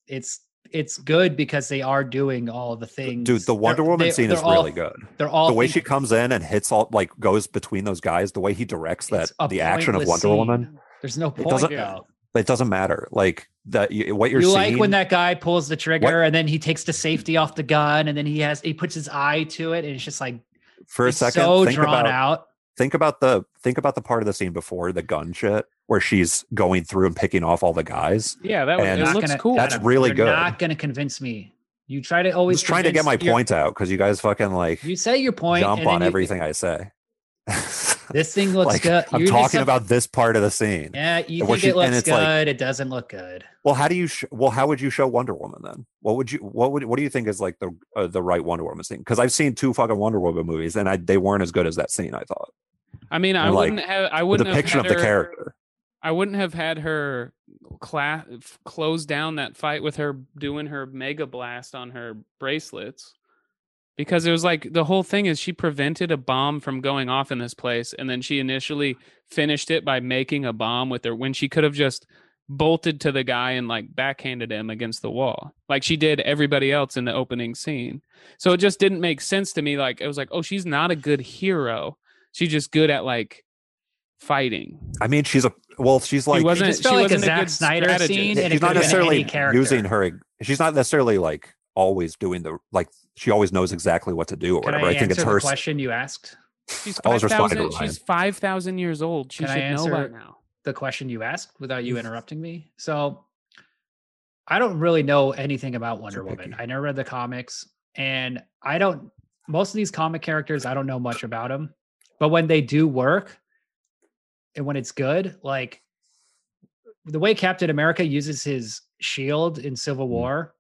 [SPEAKER 3] it's it's good because they are doing all the things.
[SPEAKER 2] dude. The
[SPEAKER 3] They're-
[SPEAKER 2] Wonder Woman
[SPEAKER 3] they-
[SPEAKER 2] scene
[SPEAKER 3] they're
[SPEAKER 2] is
[SPEAKER 3] all-
[SPEAKER 2] really good.
[SPEAKER 3] They're all
[SPEAKER 2] The way she
[SPEAKER 3] thinking-
[SPEAKER 2] comes in and hits all like goes between those guys. The way he directs that
[SPEAKER 3] it's a
[SPEAKER 2] the action of
[SPEAKER 3] pointless
[SPEAKER 2] Wonder
[SPEAKER 3] scene.
[SPEAKER 2] Woman,
[SPEAKER 3] There's no point
[SPEAKER 2] doesn't-
[SPEAKER 3] though.
[SPEAKER 2] it doesn't matter. Like that, you, what you're
[SPEAKER 3] you
[SPEAKER 2] seeing.
[SPEAKER 3] like when that guy pulls the trigger and then he takes the safety off the gun and then he has he puts his eye to it and it's just like
[SPEAKER 2] for a
[SPEAKER 3] it's
[SPEAKER 2] second,
[SPEAKER 3] so
[SPEAKER 2] think
[SPEAKER 3] drawn
[SPEAKER 2] about
[SPEAKER 3] out.
[SPEAKER 2] think about the think about the part of the scene before the gun shit where she's going through and picking off all the guys.
[SPEAKER 1] yeah, that was,
[SPEAKER 2] And
[SPEAKER 1] it
[SPEAKER 3] Not
[SPEAKER 1] looks
[SPEAKER 3] gonna-
[SPEAKER 1] cool.
[SPEAKER 2] That's
[SPEAKER 3] Adam,
[SPEAKER 2] really
[SPEAKER 3] you're
[SPEAKER 2] good.
[SPEAKER 3] Not going to convince me. You try to
[SPEAKER 2] I'm
[SPEAKER 3] always
[SPEAKER 2] just trying to get my
[SPEAKER 3] convince your-
[SPEAKER 2] point out because you guys fucking like
[SPEAKER 3] You say your point.
[SPEAKER 2] jump
[SPEAKER 3] and then
[SPEAKER 2] on
[SPEAKER 3] you-
[SPEAKER 2] everything I say.
[SPEAKER 3] This thing looks
[SPEAKER 2] like
[SPEAKER 3] good.
[SPEAKER 2] I'm
[SPEAKER 3] You're just
[SPEAKER 2] talking
[SPEAKER 3] some-
[SPEAKER 2] about this part of the scene.
[SPEAKER 3] Yeah, you
[SPEAKER 2] and what
[SPEAKER 3] think
[SPEAKER 2] she-
[SPEAKER 3] it
[SPEAKER 2] and
[SPEAKER 3] looks
[SPEAKER 2] it's
[SPEAKER 3] good.
[SPEAKER 2] like-
[SPEAKER 3] it doesn't look good.
[SPEAKER 2] Well, how do you? Sh- well, how would you show Wonder Woman then? What would you? What would? What do you think is like the uh, the right Wonder Woman scene? Because I've seen two fucking Wonder Woman movies, and I, they weren't as good as that scene. I thought
[SPEAKER 1] I mean, I
[SPEAKER 2] and, like,
[SPEAKER 1] wouldn't have. I
[SPEAKER 2] the
[SPEAKER 1] wouldn't
[SPEAKER 2] depiction
[SPEAKER 1] have
[SPEAKER 2] of
[SPEAKER 1] had
[SPEAKER 2] the
[SPEAKER 1] her-
[SPEAKER 2] character.
[SPEAKER 1] I wouldn't have had her cla- f- close down that fight with her doing her mega blast on her bracelets because it was like the whole thing is she prevented a bomb from going off in this place and then she initially finished it by making a bomb with her when she could have just bolted to the guy and like backhanded him against the wall like she did everybody else in the opening scene so it just didn't make sense to me like it was like oh she's not a good hero she's just good at like fighting
[SPEAKER 2] I mean, she's a well, she's like
[SPEAKER 1] he wasn't.
[SPEAKER 3] just felt
[SPEAKER 1] she
[SPEAKER 3] like a
[SPEAKER 1] wasn't
[SPEAKER 3] Zack
[SPEAKER 1] good
[SPEAKER 3] Snyder
[SPEAKER 1] strategist.
[SPEAKER 3] scene,
[SPEAKER 2] Yeah,
[SPEAKER 3] and it
[SPEAKER 2] she's
[SPEAKER 3] could've
[SPEAKER 2] not
[SPEAKER 3] been
[SPEAKER 2] necessarily
[SPEAKER 3] any character.
[SPEAKER 2] using her she's not necessarily like always doing the like she always knows exactly what to do or
[SPEAKER 3] Can
[SPEAKER 2] whatever i,
[SPEAKER 3] I,
[SPEAKER 2] think it's
[SPEAKER 3] answer the
[SPEAKER 2] her
[SPEAKER 3] question you asked?
[SPEAKER 1] She's
[SPEAKER 2] I was
[SPEAKER 1] five
[SPEAKER 2] responding
[SPEAKER 1] thousand.
[SPEAKER 2] to Ryan.
[SPEAKER 1] She's five thousand years old. She
[SPEAKER 3] Can I
[SPEAKER 1] should know by
[SPEAKER 3] answer-
[SPEAKER 1] now.
[SPEAKER 3] The question you asked without you interrupting me. So, I don't really know anything about Wonder
[SPEAKER 2] So
[SPEAKER 3] Woman.
[SPEAKER 2] picky.
[SPEAKER 3] I never read the comics, and I don't. Most of these comic characters, I don't know much about them. But when they do work, and when it's good, like the way Captain America uses his shield in Civil War,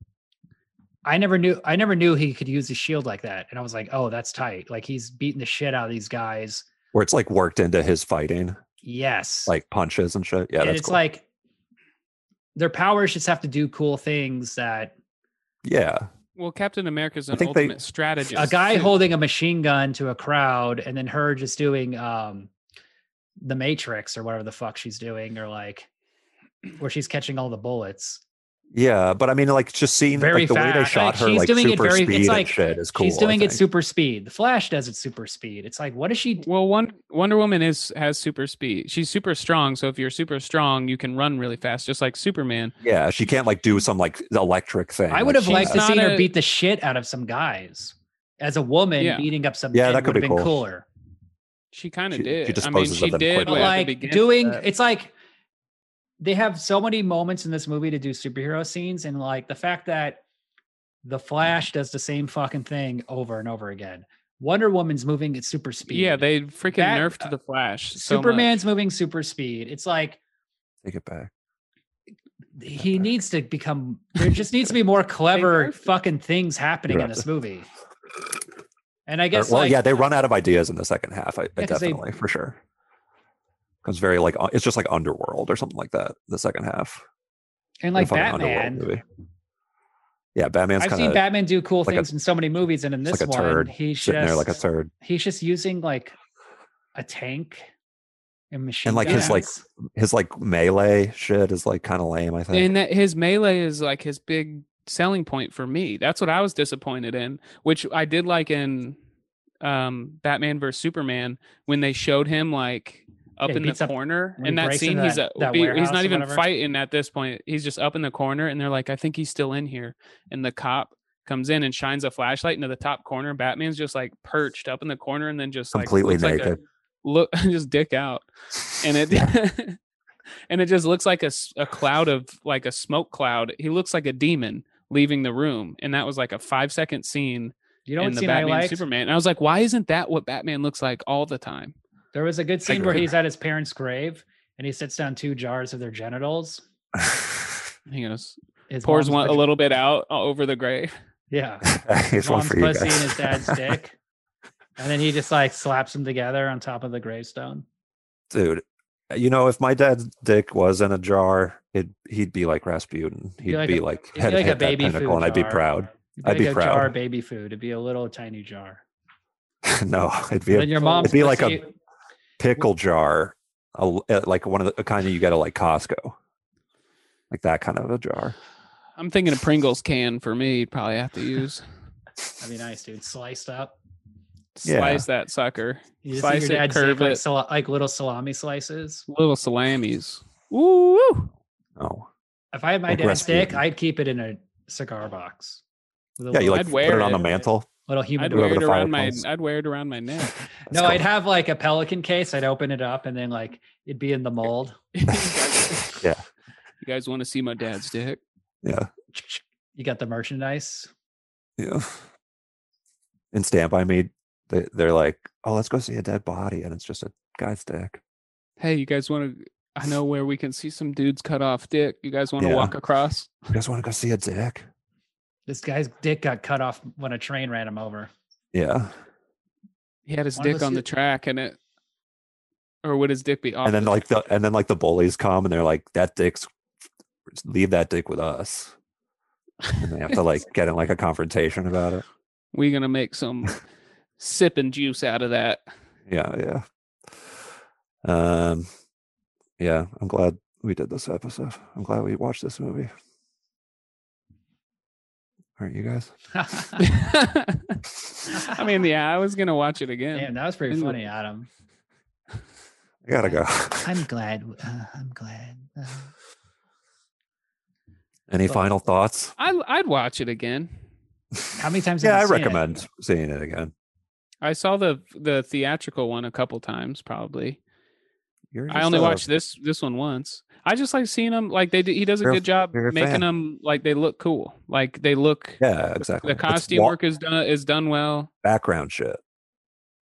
[SPEAKER 3] I never knew I never knew he could use his shield like that. And I was like, oh, that's tight. Like he's beating the shit out of these guys.
[SPEAKER 2] where it's like worked into his fighting
[SPEAKER 3] Yes.
[SPEAKER 2] like punches and shit yeah
[SPEAKER 3] and
[SPEAKER 2] that's
[SPEAKER 3] it's
[SPEAKER 2] cool.
[SPEAKER 3] like their powers just have to do cool things that
[SPEAKER 2] yeah
[SPEAKER 1] Well, Captain America's an
[SPEAKER 2] think they-
[SPEAKER 1] ultimate strategist.
[SPEAKER 3] a guy
[SPEAKER 1] too.
[SPEAKER 3] holding a machine gun to a crowd and then her just doing um the matrix or whatever the fuck she's doing or like where she's catching all the bullets
[SPEAKER 2] yeah but i mean like just seeing
[SPEAKER 3] Very
[SPEAKER 2] like the way they
[SPEAKER 3] fast.
[SPEAKER 2] shot
[SPEAKER 3] Like,
[SPEAKER 2] her
[SPEAKER 3] she's
[SPEAKER 2] like
[SPEAKER 3] doing it
[SPEAKER 2] super
[SPEAKER 3] very- it's
[SPEAKER 2] speed and
[SPEAKER 3] like
[SPEAKER 2] shit is cool
[SPEAKER 3] she's
[SPEAKER 2] I
[SPEAKER 3] doing it
[SPEAKER 2] think.
[SPEAKER 3] super speed. The Flash does it super speed. It's like, what is she?
[SPEAKER 1] Well, one Wonder Woman is has super speed. She's super strong. So if you're super strong, you can run really fast, just like Superman.
[SPEAKER 2] yeah she can't like do some like electric thing
[SPEAKER 3] I would have
[SPEAKER 1] she's
[SPEAKER 3] liked to
[SPEAKER 1] not
[SPEAKER 3] see her
[SPEAKER 1] a-
[SPEAKER 3] beat the shit out of some guys. As a woman,
[SPEAKER 1] Yeah.
[SPEAKER 3] beating up some
[SPEAKER 2] Yeah,
[SPEAKER 3] men
[SPEAKER 2] that could
[SPEAKER 3] would
[SPEAKER 2] be
[SPEAKER 3] have been
[SPEAKER 2] cool.
[SPEAKER 3] cooler.
[SPEAKER 1] She kind
[SPEAKER 2] She-
[SPEAKER 1] of did.
[SPEAKER 2] she
[SPEAKER 1] I mean,
[SPEAKER 2] disposes of
[SPEAKER 1] she
[SPEAKER 2] them
[SPEAKER 1] did.
[SPEAKER 2] quickly.
[SPEAKER 1] But
[SPEAKER 3] But
[SPEAKER 2] Yeah,
[SPEAKER 1] at the
[SPEAKER 3] like
[SPEAKER 1] beginning,
[SPEAKER 3] doing,
[SPEAKER 1] uh,
[SPEAKER 3] it's like they have so many moments in this movie to do superhero scenes, and like the fact that the Flash does the same fucking thing over and over again. Wonder Woman's moving at super speed.
[SPEAKER 1] yeah, they freaking
[SPEAKER 3] That-
[SPEAKER 1] nerfed the Flash. So much.
[SPEAKER 3] Superman's moving super speed. It's like
[SPEAKER 2] take it back
[SPEAKER 3] he needs to become there just needs to be more clever
[SPEAKER 1] nerfed him.
[SPEAKER 3] fucking things happening in this movie and i
[SPEAKER 2] Or-
[SPEAKER 3] guess
[SPEAKER 2] well
[SPEAKER 3] like
[SPEAKER 2] yeah they run out of ideas in the second half I,
[SPEAKER 3] Yeah, 'cause they-
[SPEAKER 2] definitely for sure it's very like uh, it's just like underworld or something like that the second half
[SPEAKER 3] and
[SPEAKER 2] They're
[SPEAKER 3] like
[SPEAKER 2] fucking underworld
[SPEAKER 3] batman
[SPEAKER 2] movie. Yeah, Batman's
[SPEAKER 3] i've
[SPEAKER 2] kind
[SPEAKER 3] seen
[SPEAKER 2] of
[SPEAKER 3] batman do cool
[SPEAKER 2] like a-
[SPEAKER 3] things in so many movies and in
[SPEAKER 2] it's
[SPEAKER 3] this
[SPEAKER 2] like a
[SPEAKER 3] one
[SPEAKER 2] turd
[SPEAKER 3] he's just
[SPEAKER 2] sitting there like a third.
[SPEAKER 3] he's just using like a tank and machine
[SPEAKER 2] like,
[SPEAKER 1] his,
[SPEAKER 2] like-
[SPEAKER 3] guns.
[SPEAKER 2] His like melee shit is like kind of lame. I think.
[SPEAKER 1] and that his melee is like his big selling point for me. That's what I was disappointed in, which I did like in um Batman vs Superman when they showed him like up
[SPEAKER 3] Yeah, he
[SPEAKER 1] in the
[SPEAKER 3] beats up-
[SPEAKER 1] corner
[SPEAKER 3] when he
[SPEAKER 1] in that
[SPEAKER 3] breaks
[SPEAKER 1] scene.
[SPEAKER 3] into
[SPEAKER 1] He's
[SPEAKER 3] that-
[SPEAKER 1] a,
[SPEAKER 3] that
[SPEAKER 1] be-
[SPEAKER 3] warehouse
[SPEAKER 1] he's
[SPEAKER 3] or
[SPEAKER 1] not even
[SPEAKER 3] whatever.
[SPEAKER 1] fighting at this point. He's just up in the corner, and they're like, "I think he's still in here." And the cop comes in and shines a flashlight into the top corner. Batman's just like perched up in the corner, and then just like,
[SPEAKER 2] completely
[SPEAKER 1] looks like a-
[SPEAKER 2] naked.
[SPEAKER 1] look, just dick out, and it. And it just looks like a, s- a cloud of like a smoke cloud. He looks like a demon leaving the room, and that was like a five second scene
[SPEAKER 3] You know what
[SPEAKER 1] in the
[SPEAKER 3] scene
[SPEAKER 1] Batman
[SPEAKER 3] I liked?
[SPEAKER 1] Superman. And I was like, why isn't that what Batman looks like all the time?
[SPEAKER 3] There was a good scene
[SPEAKER 2] Like-
[SPEAKER 3] where he's at his parents' grave and he sits down two jars of their genitals.
[SPEAKER 1] He goes,
[SPEAKER 3] His
[SPEAKER 1] pours
[SPEAKER 3] mom's
[SPEAKER 1] one a
[SPEAKER 3] vag-
[SPEAKER 1] little bit out all over the grave.
[SPEAKER 3] Yeah.
[SPEAKER 2] Here's one
[SPEAKER 3] mom's
[SPEAKER 2] for you
[SPEAKER 3] pussy
[SPEAKER 2] guys.
[SPEAKER 3] and his dad's dick. And then he just like slaps them together on top of the gravestone.
[SPEAKER 2] Dude, you know, if my dad's dick was in a jar, it he'd be like Rasputin. He'd
[SPEAKER 3] like
[SPEAKER 2] be
[SPEAKER 3] a-
[SPEAKER 2] like,
[SPEAKER 3] It'd
[SPEAKER 2] head,
[SPEAKER 3] be like a
[SPEAKER 2] head that
[SPEAKER 3] baby food
[SPEAKER 2] pinnacle, and I'd be
[SPEAKER 3] jar.
[SPEAKER 2] proud.
[SPEAKER 3] It'd
[SPEAKER 2] I'd be
[SPEAKER 3] like a
[SPEAKER 2] proud.
[SPEAKER 3] jar of baby food. It'd be a little tiny jar.
[SPEAKER 2] no, it'd be
[SPEAKER 3] then
[SPEAKER 2] a
[SPEAKER 3] your mom's
[SPEAKER 2] it'd be like a-
[SPEAKER 3] pussy-
[SPEAKER 2] pickle jar, a l- uh, like one of the a kind of you get at like Costco, like that kind of a jar.
[SPEAKER 1] I'm thinking a Pringles can for me. You'd probably have to use
[SPEAKER 3] That'd be nice, dude. Sliced up.
[SPEAKER 2] Yeah.
[SPEAKER 1] slice that sucker.
[SPEAKER 3] You just
[SPEAKER 1] Slice
[SPEAKER 3] see
[SPEAKER 1] it,
[SPEAKER 3] your dad's dick,
[SPEAKER 1] curve
[SPEAKER 3] like,
[SPEAKER 1] it.
[SPEAKER 3] sala- like little salami slices.
[SPEAKER 1] Little salamis. Woo!
[SPEAKER 2] Oh,
[SPEAKER 3] If I had my
[SPEAKER 2] Like
[SPEAKER 3] dad's dick,
[SPEAKER 2] Rasputin.
[SPEAKER 3] I'd keep it in a cigar box. With a
[SPEAKER 2] yeah, you
[SPEAKER 3] little-
[SPEAKER 2] like
[SPEAKER 1] I'd
[SPEAKER 2] put
[SPEAKER 1] wear
[SPEAKER 2] it on the
[SPEAKER 1] it.
[SPEAKER 2] mantle.
[SPEAKER 3] little human.
[SPEAKER 1] I'd
[SPEAKER 2] Whoever
[SPEAKER 1] wear it
[SPEAKER 2] the
[SPEAKER 1] around my
[SPEAKER 2] fireplace.
[SPEAKER 1] I'd wear it around my neck.
[SPEAKER 2] That's
[SPEAKER 3] No, I'd
[SPEAKER 2] cool.
[SPEAKER 3] have like a pelican case. I'd open it up and then like it'd be in the mold.
[SPEAKER 1] you guys,
[SPEAKER 2] Yeah,
[SPEAKER 1] want to see my dad's dick?
[SPEAKER 2] yeah,
[SPEAKER 3] You got the merchandise.
[SPEAKER 2] yeah. And Stand By Me, they, they're like, oh, let's go see a dead body, and it's just a guy's dick.
[SPEAKER 1] Hey, you guys want to I know where we can see some dudes cut off dick. You guys want to
[SPEAKER 2] Yeah.
[SPEAKER 1] walk across?
[SPEAKER 2] You guys want to go see a dick?
[SPEAKER 3] This guy's dick got cut off when a train ran him over.
[SPEAKER 2] Yeah.
[SPEAKER 1] He had his
[SPEAKER 3] Wanna
[SPEAKER 1] dick on
[SPEAKER 3] see-
[SPEAKER 1] the track and it or would his dick be off?
[SPEAKER 2] and then
[SPEAKER 1] the-
[SPEAKER 2] like the and then like the bullies come and they're like that dick's leave that dick with us and they have to like get in like a confrontation about it
[SPEAKER 1] We're gonna make some sipping juice out of that.
[SPEAKER 2] yeah yeah um yeah i'm glad we did this episode i'm glad we watched this movie aren't you guys
[SPEAKER 1] I mean, yeah, I was gonna watch it again.
[SPEAKER 3] Damn, that was pretty
[SPEAKER 1] Ooh.
[SPEAKER 3] funny, Adam.
[SPEAKER 2] i gotta go
[SPEAKER 3] I'm glad. Uh, I'm glad. Uh,
[SPEAKER 2] any
[SPEAKER 3] Well-
[SPEAKER 2] final thoughts
[SPEAKER 1] I I'd watch it again.
[SPEAKER 3] how many times? have
[SPEAKER 2] yeah
[SPEAKER 3] you
[SPEAKER 2] i
[SPEAKER 3] seen it?
[SPEAKER 2] recommend seeing it again
[SPEAKER 1] I saw the the theatrical one a couple times, probably.
[SPEAKER 2] You're
[SPEAKER 1] I
[SPEAKER 2] just
[SPEAKER 1] only
[SPEAKER 2] a-
[SPEAKER 1] watched this this one once. I just like seeing them. Like they, do- he does a
[SPEAKER 2] You're a-
[SPEAKER 1] good job
[SPEAKER 2] you're a
[SPEAKER 1] making
[SPEAKER 2] fan.
[SPEAKER 1] them like they look cool. Like they look.
[SPEAKER 2] yeah exactly
[SPEAKER 1] The
[SPEAKER 2] It's
[SPEAKER 1] costume
[SPEAKER 2] wa-
[SPEAKER 1] work is done is done well,
[SPEAKER 2] background shit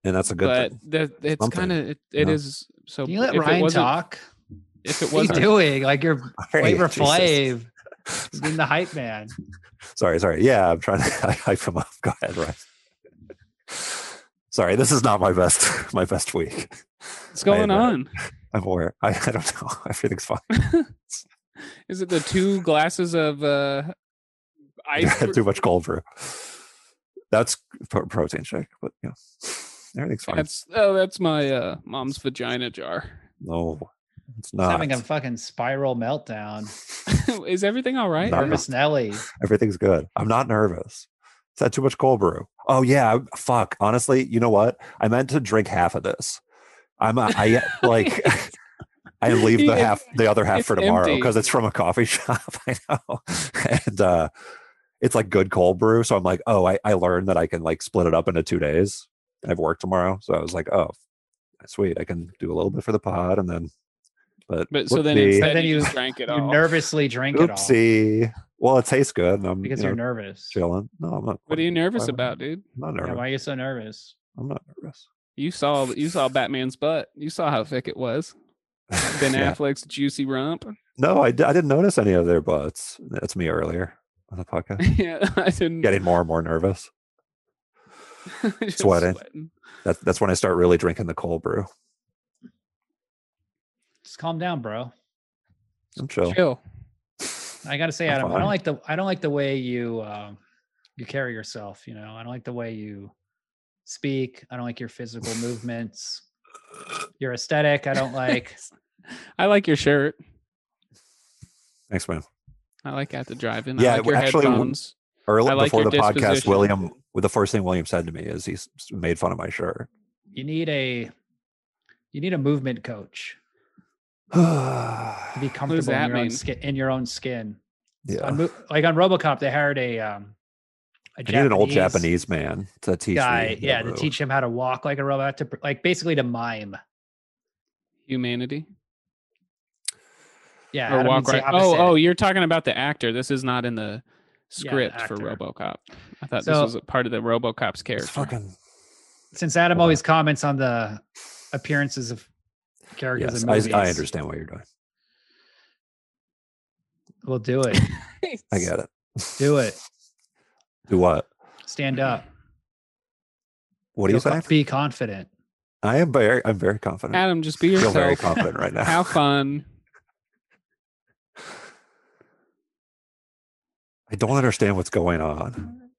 [SPEAKER 2] and that's a good
[SPEAKER 1] but
[SPEAKER 2] thing
[SPEAKER 1] the, it's
[SPEAKER 2] Something,
[SPEAKER 1] kind of it,
[SPEAKER 2] you
[SPEAKER 1] it
[SPEAKER 2] know?
[SPEAKER 1] is so.
[SPEAKER 3] Can you let
[SPEAKER 1] if it
[SPEAKER 3] Ryan
[SPEAKER 1] wasn't-
[SPEAKER 3] talk?
[SPEAKER 1] If it
[SPEAKER 3] What are
[SPEAKER 1] wasn't,
[SPEAKER 3] you doing? Like you're
[SPEAKER 2] Hey,
[SPEAKER 3] flavor
[SPEAKER 2] Jesus.
[SPEAKER 3] Flav. He's been the hype man.
[SPEAKER 2] Sorry, sorry. Yeah, I'm trying to hype him up. Go ahead, Ryan. Sorry, this is not my best my best week.
[SPEAKER 1] what's going
[SPEAKER 2] I, uh,
[SPEAKER 1] on?
[SPEAKER 2] I'm aware. I, I don't know. Everything's fine.
[SPEAKER 1] Is it the two glasses of uh,
[SPEAKER 2] I
[SPEAKER 1] ice?
[SPEAKER 2] had too much cold brew. That's pro- protein shake, but yeah, everything's fine.
[SPEAKER 1] That's oh, that's my uh, mom's vagina jar.
[SPEAKER 2] no, it's
[SPEAKER 3] He's
[SPEAKER 2] not.
[SPEAKER 3] having a fucking spiral meltdown.
[SPEAKER 1] Is everything all right?
[SPEAKER 2] No.
[SPEAKER 3] Nervous Nelly.
[SPEAKER 2] Everything's good. I'm not nervous. Is that too much cold brew? Oh yeah. I- Fuck. Honestly, you know what? I meant to drink half of this. I'm a, I like. I leave the
[SPEAKER 1] It's-
[SPEAKER 2] half, the other half
[SPEAKER 1] it's
[SPEAKER 2] for tomorrow
[SPEAKER 1] empty.
[SPEAKER 2] because it's from a coffee shop. I know, and uh, it's like good cold brew. So I'm like, oh, I, I learned that I can like split it up into two days. I have work tomorrow, so I was like, oh, sweet, I can do a little bit for the pod, and then, but
[SPEAKER 1] But so then
[SPEAKER 2] whoopsie,
[SPEAKER 1] instead
[SPEAKER 3] And then
[SPEAKER 1] you
[SPEAKER 3] you-
[SPEAKER 1] just drank it
[SPEAKER 3] You
[SPEAKER 1] all.
[SPEAKER 3] nervously drink it
[SPEAKER 2] oopsie. Well, it tastes good, and I'm
[SPEAKER 3] all because
[SPEAKER 2] you know,
[SPEAKER 3] you're nervous.
[SPEAKER 2] chilling. No, I'm not.
[SPEAKER 1] what are you nervous
[SPEAKER 2] Why would I-
[SPEAKER 1] about, dude?
[SPEAKER 2] I'm not
[SPEAKER 3] Yeah,
[SPEAKER 2] nervous.
[SPEAKER 3] why are you so nervous?
[SPEAKER 2] I'm not nervous.
[SPEAKER 1] You saw you saw Batman's butt. You saw how thick it was. Ben
[SPEAKER 2] Yeah.
[SPEAKER 1] Affleck's juicy rump.
[SPEAKER 2] No, I, d- I didn't notice any of their butts. That's me earlier on the podcast.
[SPEAKER 1] yeah, I didn't.
[SPEAKER 2] Getting more and more nervous.
[SPEAKER 1] just
[SPEAKER 2] sweating. That's that's when I start really drinking the cold brew.
[SPEAKER 3] Just calm down, bro.
[SPEAKER 2] I'm chill.
[SPEAKER 1] Chill.
[SPEAKER 3] I gotta say,
[SPEAKER 2] I'm
[SPEAKER 3] Adam, I
[SPEAKER 2] fine.
[SPEAKER 3] don't like the I don't like the way you um, you carry yourself. You know, I don't like the way you speak. I don't like your physical movements. Your aesthetic, I don't like.
[SPEAKER 1] I like your shirt.
[SPEAKER 2] Thanks, man.
[SPEAKER 1] I like at the drive-in.
[SPEAKER 2] Yeah,
[SPEAKER 1] I like your
[SPEAKER 2] actually, w-
[SPEAKER 1] headphones.
[SPEAKER 2] Early
[SPEAKER 1] I like
[SPEAKER 2] before the
[SPEAKER 1] your
[SPEAKER 2] podcast,
[SPEAKER 1] disposition.
[SPEAKER 2] William, well, the first thing William said to me is he s- made fun of my shirt.
[SPEAKER 3] You need a You need a movement coach to be
[SPEAKER 2] yeah.
[SPEAKER 3] comfortable in
[SPEAKER 1] that
[SPEAKER 3] your, own
[SPEAKER 1] mean?
[SPEAKER 3] skin, in your own skin. On mo- like on RoboCop, they hired a um, a
[SPEAKER 2] I need an old Japanese man to teach
[SPEAKER 3] guy,
[SPEAKER 2] me.
[SPEAKER 3] yeah,
[SPEAKER 2] the
[SPEAKER 3] to
[SPEAKER 2] move.
[SPEAKER 3] teach him how to walk like a robot, to pr- like basically to mime.
[SPEAKER 1] Humanity.
[SPEAKER 3] Yeah,
[SPEAKER 1] Or
[SPEAKER 3] Adam
[SPEAKER 1] walk
[SPEAKER 3] would say
[SPEAKER 1] right. Oh,
[SPEAKER 3] opposite.
[SPEAKER 1] oh, you're talking about the actor. This is not in the script for
[SPEAKER 3] actor.
[SPEAKER 1] RoboCop. I thought
[SPEAKER 3] So-
[SPEAKER 1] this was a part of the RoboCop's character.
[SPEAKER 2] It's fucking
[SPEAKER 3] since Adam
[SPEAKER 2] Hold
[SPEAKER 3] always comments on the appearances of characters
[SPEAKER 2] yes.
[SPEAKER 3] in
[SPEAKER 2] I,
[SPEAKER 3] movies,
[SPEAKER 2] I understand what you're doing.
[SPEAKER 3] We'll do it.
[SPEAKER 2] I get it.
[SPEAKER 3] Do it.
[SPEAKER 2] Do what?
[SPEAKER 3] Stand up.
[SPEAKER 2] What do you
[SPEAKER 3] Feel co-
[SPEAKER 2] say?
[SPEAKER 3] Be confident.
[SPEAKER 2] I am very. I'm very confident.
[SPEAKER 1] Adam, just be
[SPEAKER 2] I feel very
[SPEAKER 1] yourself.
[SPEAKER 2] confident right now.
[SPEAKER 1] Have fun.
[SPEAKER 2] I don't understand what's going on.